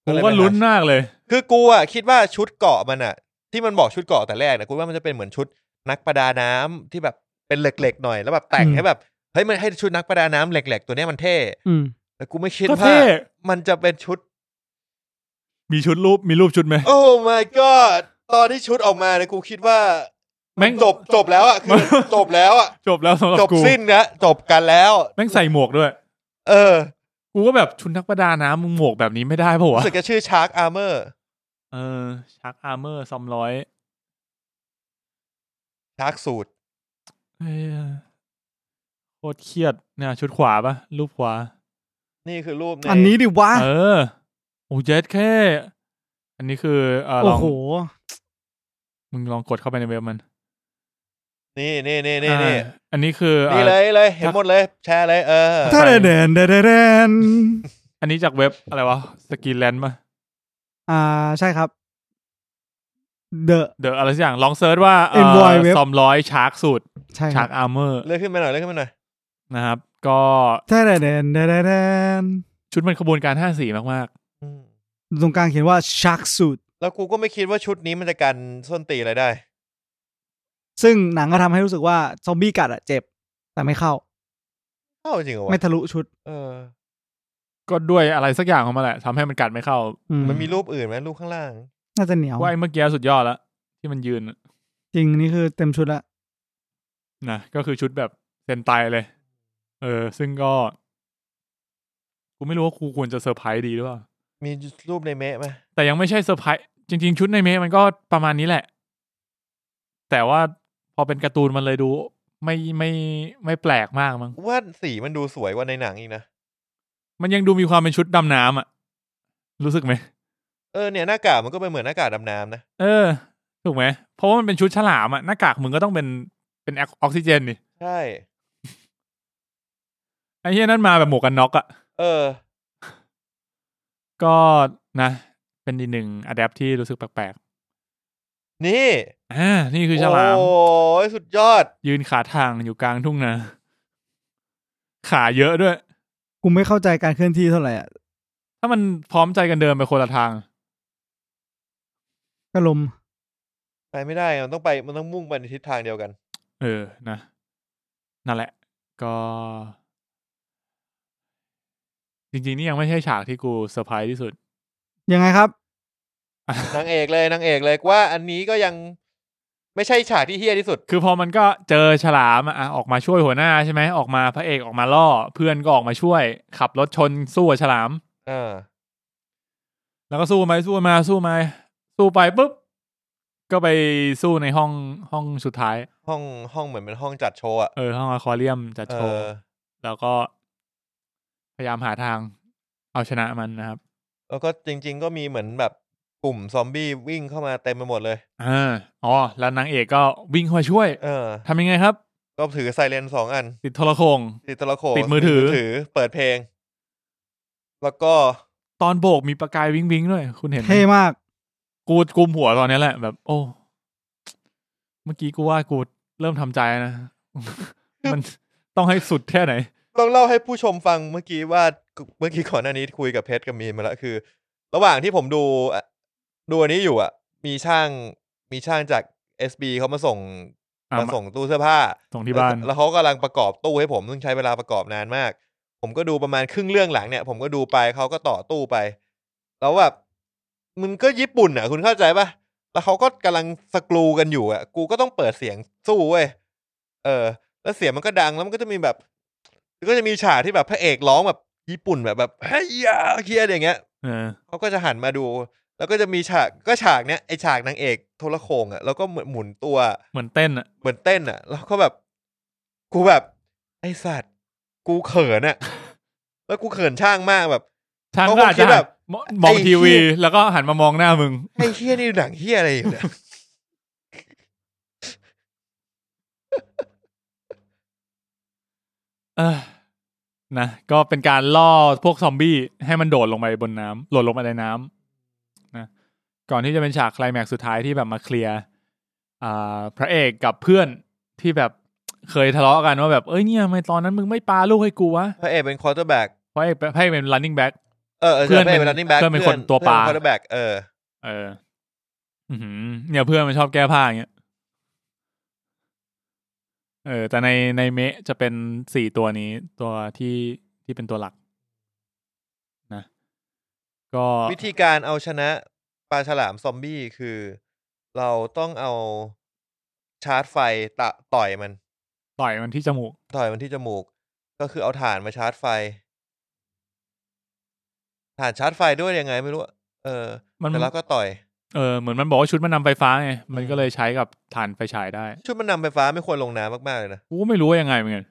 Speaker 1: ผม
Speaker 2: เยไป
Speaker 1: ก็
Speaker 2: หา
Speaker 1: ลุ้นมากเลย
Speaker 2: คือกูอะคิดว่าชุดเกาะมันอะที่มันบอกชุดเกาะแต่แรกนะกูว่ามันจะเป็นเหมือนชุดนักประดาน้ำที่แบบเป็นเหล็กๆหน่อยแล้วแบบแต่งให้แบบเฮ้ยมันให้ชุดนักประดาน้ำเหล็ก ๆ ตัวเนี้ยมันเท่
Speaker 3: อืม
Speaker 2: แต่กูไม่คิด
Speaker 1: ก็
Speaker 2: ว่า
Speaker 1: เท่
Speaker 2: มันจะเป็นชุด
Speaker 1: มีชุดรูปมีรูปชุดไหม
Speaker 2: โอ้ my god ตอนที่ชุดออกมาเนี่ยกูคิดว่า
Speaker 1: แม่ง
Speaker 2: จบจบแล้วอ่ะคือ จบแล้วอ่ะ
Speaker 1: จบแล้วสำหรับ
Speaker 2: จบ
Speaker 1: กู
Speaker 2: สิ้นนะจบกันแล้ว
Speaker 1: แม่งใส่หมวกด้วย
Speaker 2: เออ
Speaker 1: กูก็แบบชุดนักประดาน้ำมึงหมวกแบบนี้ไม่ได้ปะวะ
Speaker 2: รู้สึกจะชื่อชาร์กอาร์เมอร์
Speaker 1: เออชักอาร์เมอร์ซอมร้อย
Speaker 2: ชาร์กสูตร
Speaker 1: เอ้ยโคตรเครียดเนี่ยชุดขวาปะรูปขวา
Speaker 2: นี่คือรูปใน
Speaker 3: อันนี้ดิวะ
Speaker 1: เออโอ้เจ็ดแค่ อันนี้คือเออล
Speaker 3: โอ้
Speaker 1: อง
Speaker 3: โห
Speaker 1: มึงลองกดเข้าไปในเว็บมัน
Speaker 2: นี่นี่นี่นี่นี่
Speaker 1: อ่าอันนี้คืออ่า
Speaker 2: นี่เลยเลยเห็นหมดเลยแชร์เลยเออ
Speaker 1: ถ้า
Speaker 3: ถ้าเดนเดนเดนเดน
Speaker 1: อันนี้จากเว็บอะไรวะสกินแลนด์ปะ
Speaker 3: อ่าใช่ครับ The
Speaker 1: เดี๋ยวอะไรสักอย่างลองเซิร์ชว่าเอ่
Speaker 3: Envoy
Speaker 1: อ
Speaker 3: Web
Speaker 1: ซอมร้อยชาร์กสูตร
Speaker 3: ใช่ค
Speaker 1: ชา
Speaker 3: รั
Speaker 1: ร์
Speaker 3: บ
Speaker 1: กอาร์เมอร์
Speaker 2: เลยขึ้นมาหน่อยเลยขึ้นมาหน่อย
Speaker 1: นะครับ ก็
Speaker 3: ถ้าเดนเดนเดนเดน
Speaker 1: ชุดมันขบวนการห้าสีมาก
Speaker 2: อืม
Speaker 3: ตรงกลางเขียนว่า Shark Suit
Speaker 2: แล้วกูก็ไม่คิดว่าชุดนี้มันจะกันส้นตีนอะไรได้
Speaker 3: ซึ่งหนังก็ทำให้รู้สึกว่า ซอมบี้กัดอะเจ็บ แต่ไม่เข้า
Speaker 2: เอ้าจริงเหรอวะ
Speaker 3: ไม่ทะลุชุด
Speaker 2: เออ
Speaker 1: ๆ ก็ด้วยอะไรสักอย่างของมันแหละทำให้มันกัดไม่เข้า
Speaker 3: อื
Speaker 2: มันมีรูปอื่นไหมรูปข้างล่าง
Speaker 3: น่าจะเหนียว
Speaker 1: ว่าไอ้เมื่อกี้สุดยอดละที่มันยืนน่ะ
Speaker 3: จริงนี่คือเต็มชุดละ
Speaker 1: นะก็คือชุดแบบเซนไตเลย เออ ซึ่งก็กูไม่รู้ว่าครูควรจะเซอร์ไพรส์ดีหรือเปล่า
Speaker 2: มีรูปในเมะไหม
Speaker 1: แต่ยังไม่ใช่เซอร์ไพรส์จริง ๆ ชุดในเมะมันก็ประมาณนี้แหละ แต่ว่าพอเป็นการ์ตูนมันเลยดู ไม่ไม่ไม่แปลกมากมั้ง
Speaker 2: ว่าสีมันดูสวยกว่าในหนังอีกนะ
Speaker 1: มันยังดูมีความเป็นชุดดำน้ำอ่ะ รู้สึกไหม
Speaker 2: เออเนี่ยหน้ากากมันก็เป็นเหมือนหน้ากากดำน้ำนะ
Speaker 1: เออ ถูกไหมเพราะว่ามันเป็นชุดฉลามอ่ะหน้ากากมึงก็ต้องเป็นเป็นแออกซิเจนดิ
Speaker 2: ใช่
Speaker 1: ไอ้เหี้ยนั่นมาแบบหมวกกันน็อกอ่ะ
Speaker 2: เออ
Speaker 1: ก็นะ เป็นอีกหนึ่งอะแดปที่รู้สึกแปลก
Speaker 2: นี่
Speaker 1: ๆอ่านี่คือฉลาม
Speaker 2: โอ้ยสุดยอด
Speaker 1: ยืนขาทางอยู่กลางทุ่งนาขาเยอะด้วย
Speaker 3: กูไม่เข้าใจการเคลื่อนที่เท่าไหร่อ่ะ
Speaker 1: ถ้ามันพร้อมใจกันเดินไปคนละทาง
Speaker 3: ก็ลม
Speaker 2: ไปไม่ได้มันต้องไปมันต้องมุ่งไปในทิศทางเดียวกัน
Speaker 1: เออ นะ นั่นแหละ ก็ จริง ๆ นี่ยังไม่ใช่ฉากที่กูเซอร์ไพรส์ที่สุด
Speaker 3: ยังไงครับ
Speaker 2: นางเอกเลยนางเอกเลยว่า อันนี้ก็ยังไม่ใช่ฉากที่เฮี้ยที่สุด
Speaker 1: คือพอมันก็เจอฉลามอะอ่ะออกมาช่วยหัวหน้าใช่ไหม ออกมาพระเอกออกมาล่อ เพื่อนก็ออกมาช่วย ขับรถชนสู้กับฉลาม
Speaker 2: เออ
Speaker 1: แล้วก็สู้ไปสู้มาสู้มา สู้ไปปุ๊บ ก็ไปสู้ในห้องห้องสุดท้าย
Speaker 2: ห้องห้องเหมือนเป็นห้องจัดโชว์อะ
Speaker 1: เออ ห้องอควาเรียมจัด
Speaker 2: เอ
Speaker 1: โชว์
Speaker 2: อ
Speaker 1: แล้วก็ พยายามหาทาง เอาชนะมันนะครับ
Speaker 2: แล้วก็จริง ๆ ก็มีเหมือนแบบกลุ่มซอมบี้วิ่งเข้ามาเต็มไปหมดเลย
Speaker 1: อ่าอ๋อ แล้วนางเอกก็วิ่งเข้ามาช่วย
Speaker 2: เออ
Speaker 1: ทำยังไงครับ
Speaker 2: ก็ถือไซเรนสองอัน
Speaker 1: ติดโทรโขง
Speaker 2: ติดโทรโขง
Speaker 1: ติดมือถือ
Speaker 2: ถือ เปิดเพลง แล้วก็
Speaker 1: ตอนโบกมีประกายวิงวิงด้วย คุณเห็นไหม
Speaker 3: เท่มาก
Speaker 1: กูกุมหัวตอนเนี้ยแหละ แบบ โอ้ เมื่อกี้กูว่ากูเริ่มทำใจนะ มันต้องให้สุดแค่ไหน
Speaker 2: ต้องเล่าให้ผู้ชมฟังเมื่อกี้ว่าเมื่อกี้ก่อนหน้านี้คุยกับเพชรกับมีนมาแล้วคือ ระหว่างที่ผมดูอ่ะดูอันนี้อยู่อ่ะ มีช่างมีช่างจาก SB เขามาส่ง
Speaker 1: อ่ะ
Speaker 2: มา
Speaker 1: มา
Speaker 2: ส่งตู้เสื้อผ้า
Speaker 1: ส่งที่บ้าน
Speaker 2: แล้วแล้วเขากำลังประกอบตู้ให้ผมซึ่งใช้เวลาประกอบนานมาก ผมก็ดูประมาณครึ่งเรื่องหลังเนี่ย ผมก็ดูไปเขาก็ต่อตู้ไป แล้วแบบมันก็ญี่ปุ่นอ่ะ คุณเข้าใจปะแล้วเขาก็กำลังสกรูกันอยู่อ่ะ กูก็ต้องเปิดเสียงสู้เว้ยเออ แล้วเสียงมันก็ดังแล้วมันก็จะมีแบบ ก็จะมีฉากที่แบบพระเอกร้องแบบญี่ปุ่นแบบแบบเฮียเฮียอย่างเงี้ย
Speaker 1: เออ
Speaker 2: เขาก็จะหันมาดู แล้วก็จะมีฉากก็ฉากเนี้ยไอฉากนางเอกโทรโขงอ่ะแล้วก็เหมือนหมุนตัว
Speaker 1: เหมือนเต้นอ่ะ
Speaker 2: เหมือนเต้นอ่ะ แล้วก็แบบ กูแบบ ไอสัตว์ กูเขินอ่ะ แล้วกูเขินช่างมากแบบ
Speaker 1: ช่างก็อาจจะ
Speaker 2: เขาคงคิดแบบ
Speaker 1: มองมอง
Speaker 2: ไอ้
Speaker 1: ทีวี
Speaker 2: เหี้ย
Speaker 1: แล้วก็หันมามองหน้ามึง
Speaker 2: ไอเฮียนี่หนังเฮียอะไร อยู่เนี่ย
Speaker 1: เออนะ ก็เป็นการล่อพวกซอมบี้ให้มันโดดลงไปบนน้ำหล่นลงไปในน้ำนะ ก่อนที่จะเป็นฉากไคลแม็กซ์สุดท้ายที่แบบมาเคลียร์อ่าพระเอกกับเพื่อนที่แบบเคยทะเลาะกันว่าแบบเอ้ยเนี่ยทำไมตอนนั้นมึงไม่ปาลูกให้กูวะ
Speaker 2: พระเอกเป็นคอร์เตอร์แบ็ก
Speaker 1: พระเอกพระเอกเป็น running back
Speaker 2: เออ
Speaker 1: เพื่
Speaker 2: เพื่
Speaker 1: อ
Speaker 2: อน น
Speaker 1: เป็น
Speaker 2: เป็นรันนิ่งแบ็ก
Speaker 1: เพื่อนเป็นคนตัวปลา
Speaker 2: คอร์เตอร์แบ็กเออ
Speaker 1: เออ อือหือเนี่ยเพื่อนมันชอบแก้ผ้าอย่างเงี้ยเออ แต่ในในเมะจะเป็นสี่ตัวนี้ ตัวที่ที่เป็นตัวหลัก นะ ก็
Speaker 2: วิธีการเอาชนะปลาฉลามซอมบี้คือ เราต้องเอาชาร์จไฟตะต่อยมัน
Speaker 1: ต่อยมันที่จมูก
Speaker 2: ต่อยมันที่จมูก ก็คือเอาถ่านมาชาร์จไฟ ถ่านชาร์จไฟด้วยยังไงไม่รู้อะเออ
Speaker 1: มัน
Speaker 2: แต่แล้วก็ต่อย
Speaker 1: เออเหมือนมันบอกว่าชุดมันนำไฟฟ้าไงมัน
Speaker 2: อืม
Speaker 1: ก็เลยใช้กับฐานไฟฉายได้
Speaker 2: ชุดมันนำไฟฟ้าไม่ควรลงน้ำมากๆเลยนะ
Speaker 1: กูก็ไม่รู้ว่ายังไงเหมือนกัน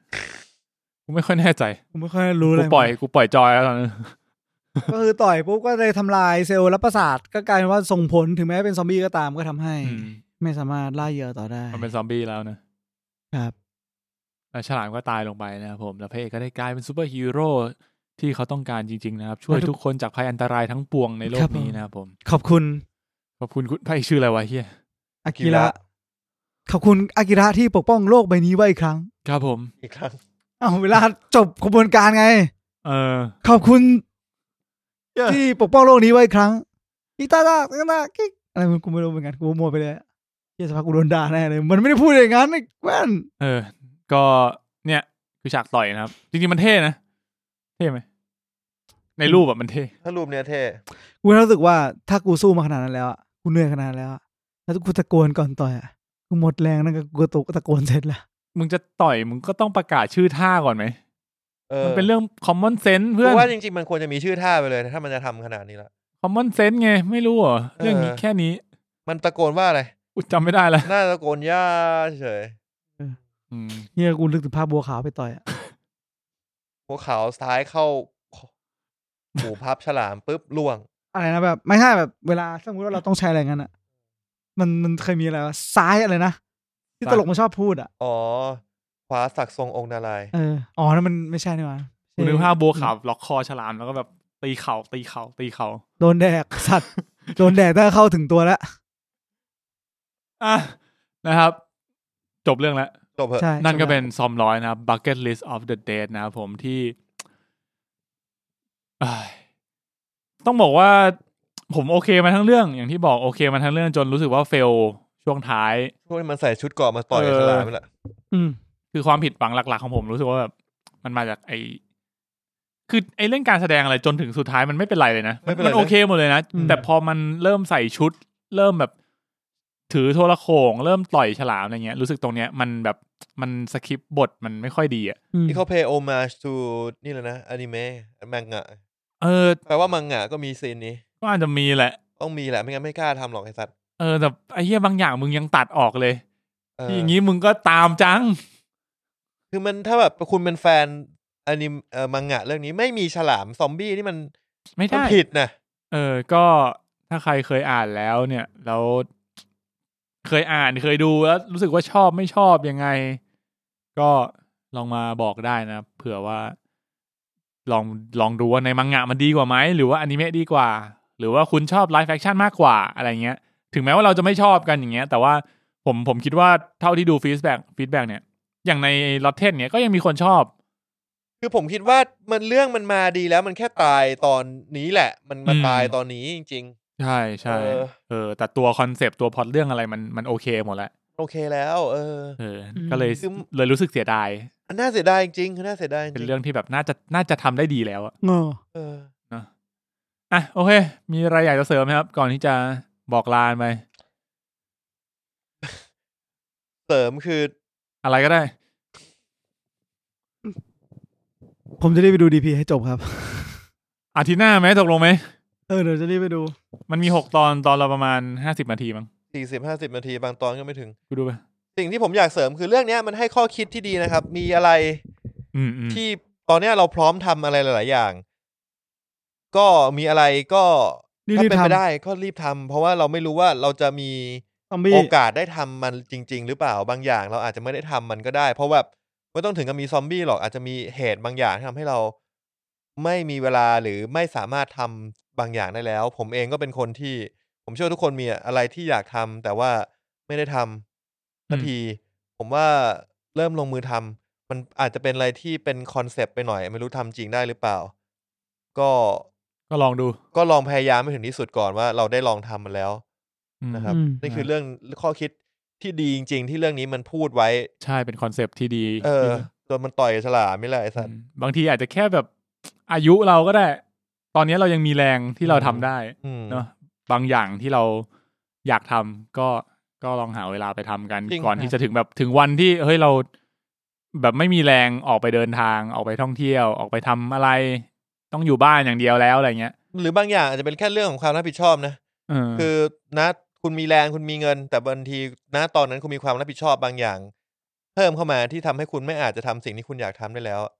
Speaker 1: กูไม่ค่อยแน่ใจ
Speaker 3: ผมไม่ค่อยรู้เล
Speaker 1: กู
Speaker 3: ย
Speaker 1: ปล่อยกูปล่อยจอยแล้วตอนนั้น
Speaker 3: ก็คือต่อยปุ๊บก็เลยทำลายเซลล์และประสาทก็กลายเป็นว่าส่งผลถึงแม้เป็นซอมบี้ก็ตามก็ทำให้
Speaker 1: อืม
Speaker 3: ไม่สามารถล่าเหยื่อต่อได้
Speaker 1: มันเป็นซอมบี้แล้วนะครับ แล้วฉลามก็ตายลงไปนะครับผมแล้วพระเอกก็ได้กลายเป็นซูเปอร์ฮีโร่ที่เขาต้องการจริงๆนะครับช่วยทุกคนจากภัยอันตรายทั้งปวงในโล
Speaker 3: ครั
Speaker 1: ก
Speaker 3: บผม
Speaker 1: นี้นะครับผม
Speaker 3: ขอบคุณ
Speaker 1: ขอบคุณคุณพระเอกชื่ออะไรวะเฮีย
Speaker 3: อากิระขอบคุณอากิระที่ปกป้องโลกใบนี้ไว้อีกครั้ง
Speaker 1: ครับผม
Speaker 2: อีกครั้ง
Speaker 3: เอาเวลาจบกระบวนการไง
Speaker 1: เออ
Speaker 3: ขอบคุณ
Speaker 2: เย้
Speaker 3: ที่ปกป้องโลกนี้ไว้อีกครั้งอีตาตาตาตากิ๊กอะไรมึงกูไม่รู้เหมือนกันกูมัวไปเลยเฮียสภาพกกูโดนด่าแน่เลย มันไม่ได้พูดอย่างนั้นไอ้แว่น
Speaker 1: เออ ก็เนี่ยคือฉากต่อยนะครับ จริงๆมันเท่นะ เท่ไหม ในรูปแบบมันเท่
Speaker 2: ถ้ารูปเนี้ยเท่
Speaker 3: กูรู้สึกว่าถ้ากูสู้มาขนาดนั้นแล้วอะกูเหนื่อยขนาดนั้นแล้วอะแล้วกูตะโกนก่อนต่อยอะกูหมดแรงนั่นก็กูตกตะโกนเสร็จละ
Speaker 1: มึงจะต่อยมึงก็ต้องประกาศชื่อท่าก่อนไหม
Speaker 2: เอ
Speaker 1: มั
Speaker 2: อน
Speaker 1: เป็นเรื่อง common sense เพื่อน
Speaker 2: กูว่าจริง ๆ มันควรจะมีชื่อท่าไปเลย ถ้ามันจะทำขนาดนี้ละ
Speaker 1: common sense ไง ไม่รู้เหรอ เรื่องนี้
Speaker 2: เออ
Speaker 1: แค่นี้
Speaker 2: มันตะโกนว่าอะไร
Speaker 1: อุยจำไม่ได้ละ
Speaker 2: น่าตะโกนย่าเฉย
Speaker 1: อืม
Speaker 3: เฮียกูนึกถึงภาพบัวขาวไปต่อยอะ
Speaker 2: หัวขาวซ้ายเข้าหูพับฉลามปุ๊บล่วง
Speaker 3: อะไรนะแบบ ไม่ใช่แบบเวลาสมมติว่าเราต้องใช้อะไรงั้นอะมันมันเคยมีอะไรวะซ้ายอะไรนะที่ตลกมันชอบพูดอะ
Speaker 2: อ๋อขวาสักทรงองค์นารายณ์
Speaker 3: เอออ๋อนั่นมันไม่ใช่นี่หว่า
Speaker 1: กูนึกภาพบัวขาวล็อกคอฉลามแล้วก็แบบตีเข่าตีเข่าตีเข่า
Speaker 3: โดนแดก สัตว์โดนแดกถ้าเข้าถึงตัวแล้ว
Speaker 1: อ่ะนะครับ จบเรื่องแล้ว
Speaker 2: จบเหอะ
Speaker 3: ใช่
Speaker 1: นั่นก็
Speaker 3: จบละ
Speaker 1: เป็นซอมร้อยนะครับ bucket list of the dead นะครับผมที่เอ้ยต้องบอกว่า ผมโอเคมาทั้งเรื่อง อย่างที่บอกโอเคมาทั้งเรื่องจนรู้สึกว่าเฟลช่วงท้าย
Speaker 2: ช่วงที่มันใส่ชุดเกราะมาต่อย
Speaker 1: เออ
Speaker 2: ฉลามนี่แหละ
Speaker 3: อืม
Speaker 1: คือความผิดหวังหลัก ๆ ของผมรู้สึกว่าแบบมันมาจากไอคือไอเรื่องการแสดงอะไรจนถึงสุดท้ายมันไม่เป็นไรเลยนะมันมันโอเคหมดเลยนะ
Speaker 3: อืม
Speaker 1: แต่พอมันเริ่มใส่ชุด เริ่มแบบถือโทรโขงเริ่มต่อยฉลามอะไรเงี้ย รู้สึกตรงเนี้ย มันแบบมันสคริปต์บทมันไม่ค่อยดีอ่ะ
Speaker 3: อืม
Speaker 2: ที่เขา pay homage to นี่เลยนะอนิเมะมังงะ
Speaker 1: เออ
Speaker 2: แปลว่ามังงะก็มีซีนนี้
Speaker 1: ก็อาจจะมีแหละ
Speaker 2: ต้องมีแหละไม่งั้นไม่กล้าทำหรอกไอ้สัตว์
Speaker 1: เออแต่ไอ้เหี้ยบางอย่างมึงยังตัดออกเลย
Speaker 2: เออ
Speaker 1: ที่อย่างนี้มึงก็ตามจัง
Speaker 2: คือมันถ้าแบบคุณเป็นแฟนอนิเอ่อมังงะเรื่องนี้ไม่มีฉลามซอมบี้นี่มัน
Speaker 1: ไม่
Speaker 2: มัน
Speaker 1: ได้
Speaker 2: ผิดนะ
Speaker 1: เออ ก็ถ้าใครเคยอ่านแล้วเนี่ย แล้วเคยอ่านเคยดูแล้วรู้สึกว่าชอบไม่ชอบยังไง ก็ลองมาบอกได้นะเผื่อว่า ลองลองดูว่าในมังงะมันดีกว่าไหมหรือว่าอนิเมะดีกว่า หรือว่าคุณชอบไลฟ์แฟคชั่นมากกว่าอะไรเงี้ย ถึงแม้ว่าเราจะไม่ชอบกันอย่างเงี้ย แต่ว่าผมผมคิดว่าเท่าที่ดูฟีดแบ็กฟีดแบ็กเนี่ย อย่างในลอตเทนเนี่ยก็ยังมีคนชอบ
Speaker 2: คือผมคิดว่ามันเรื่องมันมาดีแล้วมันแค่ตายตอนนี้แหละ มันมา
Speaker 1: อืม
Speaker 2: ตายตอนนี้จริง
Speaker 1: ใช่ใช่
Speaker 2: เออ
Speaker 1: เออ แต่ตัวคอนเซปต์ตัวพล็อตเรื่องอะไรมันมันโอเคหมดแล้ว
Speaker 2: ๆ โอเคแล้ว เออ
Speaker 1: เอออก็เลย
Speaker 2: คือ
Speaker 1: เลยรู้สึกเสียดาย
Speaker 2: อันน่าเสียดายจริงๆน่าเสียดายจ
Speaker 1: เป็น
Speaker 2: ริง
Speaker 1: เรื่องที่แบบน่าจะน่าจะทำได้ดีแล้วอะ
Speaker 3: เงอ
Speaker 2: เออ
Speaker 1: อ่ะโอเค มีอะไรอยากจะเสริมไหมครับ ก่อนที่จะบอกลาไป
Speaker 2: เสริมคือ
Speaker 1: อะไรก็ได้
Speaker 3: ผมจะรีบไปดูดีพีให้จบครับ
Speaker 1: อาทิตย์หน้าไหมตกลงไหม
Speaker 3: เออเดี๋ยวจะรีบไปดู
Speaker 1: มันมีหกตอนตอนละประมาณห้าสิบนาทีมั้ง
Speaker 2: สี่สิบห้าสิบนาทีบางตอนก็ไม่ถึง
Speaker 1: กูดูไป
Speaker 2: สิ่งที่ผมอยากเสริมคือเรื่องเนี้ยมันให้ข้อคิดที่ดีนะครับ มีอะไร
Speaker 1: อืมอืม
Speaker 2: ที่ตอนเนี้ยเราพร้อมทำอะไรหลาย ๆ อย่าง ก็มีอะไรก็
Speaker 3: รี
Speaker 2: ถ้า
Speaker 3: บๆ
Speaker 2: เป็นไป
Speaker 3: ทำ
Speaker 2: ได้ก็รีบทำเพราะว่าเราไม่รู้ว่าเราจะมี
Speaker 3: ซอมบี้
Speaker 2: โอกาสได้ทำมันจริง ๆ หรือเปล่าบางอย่าง เราอาจจะไม่ได้ทำมันก็ได้ เพราะแบบไม่ต้องถึงกับมีซอมบี้หรอกอาจจะมีเหตุบางอย่างที่ทำให้เรา ไม่มีเวลาหรือไม่สามารถทำบางอย่างได้แล้ว ผมเองก็เป็นคนที่ ผมเชื่อว่าทุกคนมีอะไรที่อยากทำแต่ว่าไม่ได้ทำ นาทีผมว่าเริ่มลงมือทำมันอาจจะเป็นอะไรที่เป็นคอนเซปต์ไปหน่อย ไม่รู้ทำจริงได้หรือเปล่า ก็
Speaker 1: ก็ลองดู
Speaker 2: ก็ลองพยายามให้ถึงที่สุดก่อนว่าเราได้ลองทำมันแล้ว
Speaker 1: อืม
Speaker 2: นะครับ
Speaker 3: อืม
Speaker 2: นี่คือเรื่องข้อคิดที่ดีจริง ๆ ที่เรื่องนี้มันพูดไว้
Speaker 1: ใช่เป็นคอนเซปต์ที่ดี
Speaker 2: เออจนมันต่อยกับฉลามนี่แหละไอ้สัต
Speaker 1: ม
Speaker 2: ว์
Speaker 1: บางทีอาจจะแค่แบบอายุเราก็ได้ ตอนนี้เรายังมีแรงที่เราทำได้
Speaker 2: อืม
Speaker 1: เนอะบางอย่างที่เราอยากทำก็ก็ลองหาเวลาไปทำกัน
Speaker 2: จริง
Speaker 1: ก่อน
Speaker 2: ครับ
Speaker 1: ที่จะถึงแบบถึงวันที่เฮ้ยเรา แบบไม่มีแรงออกไปเดินทางออกไปท่องเที่ยว ออกไปทำอะไร ต้องอยู่บ้านอย่างเดียวแล้วอะไรเงี้ย
Speaker 2: หรือบางอย่างอาจจะเป็นแค่เรื่องของความรับผิดชอบนะ
Speaker 1: เออ
Speaker 2: คือนะคุณมีแรงคุณมีเงิน แต่บางทีนะตอนนั้นคุณมีความรับผิดชอบบางอย่าง เพิ่มเข้ามาที่ทำให้คุณไม่อาจจะทำสิ่งที่คุณอยากทำได้แล้วอะ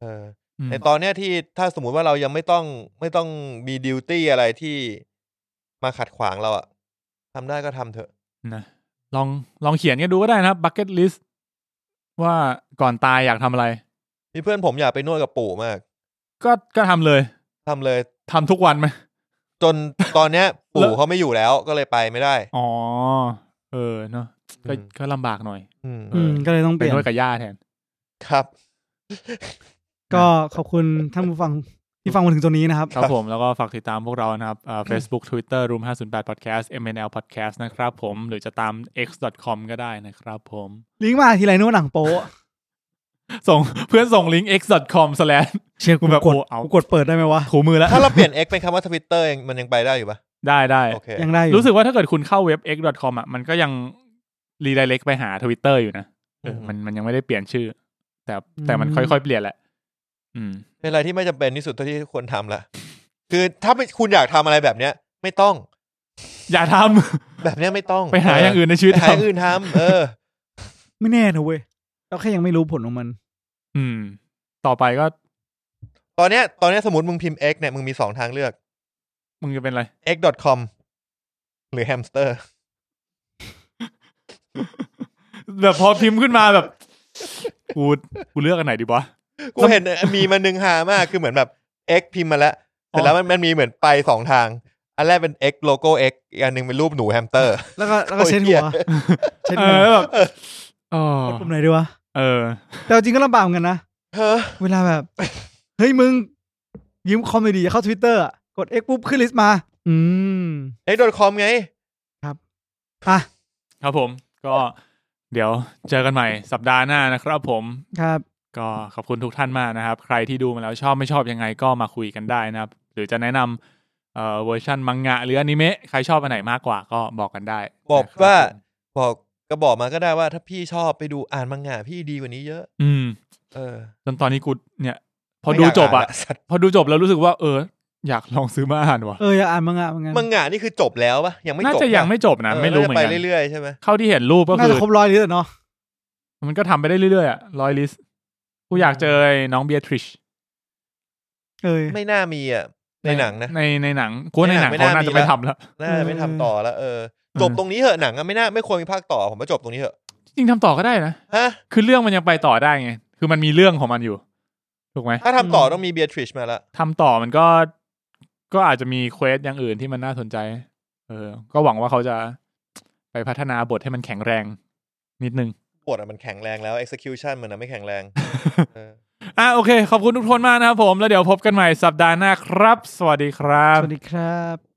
Speaker 2: เออ
Speaker 1: ม
Speaker 2: ในตอนเนี้ยที่ถ้าสมมุติว่าเรายังไม่ต้องไม่ต้องมีดิวตี้อะไรที่มาขัดขวางเราอะทำได้ก็ทำเถอะ
Speaker 1: นะลองลองเขียนกันดูก็ได้นะครับบักเก็ตลิสต์ว่าก่อนตายอยากทำอะไร
Speaker 2: มีเพื่อนผมอยากไปนวดกับปู่มาก
Speaker 1: ก็ก็ทำเลย
Speaker 2: ทำเลย
Speaker 1: ทำทุกวันไหม
Speaker 2: จน ตอนเนี้ย
Speaker 1: แล้
Speaker 2: ปู่
Speaker 1: ว
Speaker 2: เขาไม่อยู่แล้วก็เลยไปไม่ได้
Speaker 1: อ๋อ เออเนาะก็
Speaker 2: อืม
Speaker 1: ก็ลำบากหน่อย
Speaker 2: อืม
Speaker 1: เออ
Speaker 3: มก็เลยต้องเป
Speaker 1: ไป
Speaker 3: ลี่ยน
Speaker 1: นวดกับย่าแทน
Speaker 2: ครับ
Speaker 3: ก็ขอบคุณท่านผู้ฟังที่ฟังมาถึงตรงนี้นะครับ
Speaker 1: ครับผมแล้วก็ฝากติดตามพวกเรานะครับเอ่อ Facebook Twitter Room 508 Podcast MNL Podcast นะครับผมหรือจะตาม x.com ก็ได้นะครับผม
Speaker 3: ลิงก์มาทีไรนึกว่าหนังโป๊ะ
Speaker 1: ส่ง เพื่อนส่งลิงก์ x.com slash
Speaker 3: เชื่อกู
Speaker 1: แบบ
Speaker 3: กด
Speaker 1: โอ้เอา
Speaker 3: กูกดเปิดได้ไหมวะ
Speaker 1: ถูมือแล้ว
Speaker 2: ถ้าเราเปลี่ยน X เป็นคำว่าทวิตเตอร์มันยังไปได้อยู่ปะ
Speaker 1: ได้ได้
Speaker 2: โอเค
Speaker 3: ยังได้อยู่
Speaker 1: รู้สึกว่าถ้าเกิดคุณเข้าเว็บ x.com อ่ะมันก็ยัง redirect ไปหา Twitter อยู่นะเออ
Speaker 2: อืม
Speaker 1: มันมันยังไม่ได้เปลี่ยนชื่อ แต่แต่มันค่อยๆ เปลี่ยนแหละ อืม
Speaker 2: เป็นอะไรที่ไม่จำเป็นที่สุดเท่าที่ควรทำละ คือถ้าคุณอยากทำอะไรแบบเนี้ย ไม่ต้อง
Speaker 1: อย่าท
Speaker 2: แบบเนี้ยไม่ต้อง
Speaker 1: ำ ไปหาอย่างอื่นในชีวิต
Speaker 2: ไปหา
Speaker 1: ท
Speaker 2: อย่างอื่นทำเออ
Speaker 3: ไม่แน่นะเว้ยเราแค่ยังไม่รู้ผลของมัน
Speaker 1: ำอืม ต่อไปก็
Speaker 2: ตอนเนี้ยตอนเนี้ยสมมติมึงพิมพ์ X เนี่ยมึงมีสองทางเลือก
Speaker 1: มึงจะเป็นอะไร
Speaker 2: x.com หรือ hamster
Speaker 1: แบบพอพิมพ์ขึ้นมาแบบ กูกูเลือกอันไหนดีวะ
Speaker 2: กูเห็นมีมาหนึ่งหามากคือเหมือนแบบ X พิมพ์มาแล้ว
Speaker 1: อ๋อ
Speaker 2: แต่แล้วมันมันมีเหมือนไปสองทาง อันแรกเป็น X โลโก้ X อีกอันหนึ่งเป็นรูปหนูแฮมสเตอร์
Speaker 3: แล้วก็แล้วก็
Speaker 2: โอ้ย
Speaker 3: เช็ด
Speaker 2: เหี้
Speaker 3: หั
Speaker 2: ย
Speaker 3: วเช็ด
Speaker 1: เอ
Speaker 3: หัว
Speaker 1: อแบบเออก
Speaker 3: ดปุ่มไหนดีวะ
Speaker 1: เออ
Speaker 3: แต่จริงก็ลำบากเหมือนกันนะ
Speaker 2: เฮ้อ
Speaker 3: เวลาแบบ เฮ้ยมึง ยิ้มคอมหน่อยดีอย่าเข้าทวิตเตอร์กด X ปุ๊บขึ้นลิสต์มา อืม
Speaker 2: x.com ไง
Speaker 3: อ่ะ
Speaker 1: ครับผมก็เดี๋ยวเจอกันใหม่สัปดาห์หน้านะครับผม
Speaker 3: ครับ
Speaker 1: ก็ขอบคุณทุกท่านมากนะครับ ใครที่ดูมาแล้วชอบไม่ชอบยังไงก็มาคุยกันได้นะครับ หรือจะแนะนำเอ่อเวอร์ชันมังงะหรืออนิเมะใครชอบอันไหนมากกว่าก็บอกกันได้
Speaker 2: บอก
Speaker 1: นะครับ
Speaker 2: ว่า
Speaker 1: ผม
Speaker 2: บอกก็บอกมาก็ได้ว่าถ้าพี่ชอบไปดูอ่านมังงะพี่ดีกว่านี้เยอะ
Speaker 1: อืม
Speaker 2: เออ
Speaker 1: จนตอนนี้กูเนี่ย พอ
Speaker 2: ไม่
Speaker 1: ดู
Speaker 2: ยาก
Speaker 1: จบอ่ะ
Speaker 2: านลสัตว์
Speaker 1: พอดูจบแล้วรู้สึกว่า เออ อยากลองซื้อมาอ่านว่ะ
Speaker 3: เอออยากอ่านมังงะเหมือนกัน
Speaker 2: มังงะนี่คือจบแล้วปะยังไม่จบ
Speaker 1: น่าจะยังไม่จบนะ
Speaker 2: เออ
Speaker 1: ไม่รู้เหมือ
Speaker 2: แล้วจะไป
Speaker 1: นกัน
Speaker 2: เรื่อยๆใช่ไหม
Speaker 1: เท่าที่เห็นรูปก็
Speaker 3: น่า
Speaker 1: คือ
Speaker 3: จะครบร้อยลิสต์อะเนาะ
Speaker 1: มันก็ทำไปได้เรื่อยๆอ่ะร้อยลิสต์กูอยากเจอไอ้น้องเบียทริช
Speaker 3: เออ
Speaker 2: ไม่น่ามีอ่ะในหนังนะ
Speaker 1: ในในหนังกูว่าในหนัง
Speaker 2: ไม่
Speaker 1: เขา
Speaker 2: น่า
Speaker 1: น่า
Speaker 2: มี
Speaker 1: จะไม่
Speaker 2: ละ
Speaker 1: ทำแล้ว
Speaker 2: น่าจะไม่ทำ
Speaker 3: เออ
Speaker 2: ต่อแล้วเออ จบตรงนี้เหอะหนังอะไม่น่าไม่ควรมีภาคต่อผมว่าจบตรงนี้เหอะ
Speaker 1: จริงๆทำต่อก็ได้นะ
Speaker 2: ฮะ
Speaker 1: คือเรื่องมันยังไปต่อได้ไง คือมันมีเรื่องของมันอยู่ ถูกไหม
Speaker 2: ถ้าทำต่อต้องมีเบียทริชมาละ
Speaker 1: ทำต่อมันก็ ก็อาจจะมีเควสอย่างอื่นที่มันน่าสนใจ เออ ก็หวังว่าเขาจะไปพัฒนาบทให้มันแข็งแรง นิดนึง
Speaker 2: บทอะมันแข็งแรงแล้ว execution มันอะไม่แข็งแรงเออ
Speaker 1: อ่ะโอเค ขอบคุณทุกคนมากนะครับผม แล้วเดี๋ยวพบกันใหม่สัปดาห์หน้าครับ สวัสดีครั
Speaker 3: ส
Speaker 1: บ
Speaker 3: วัสดีครับ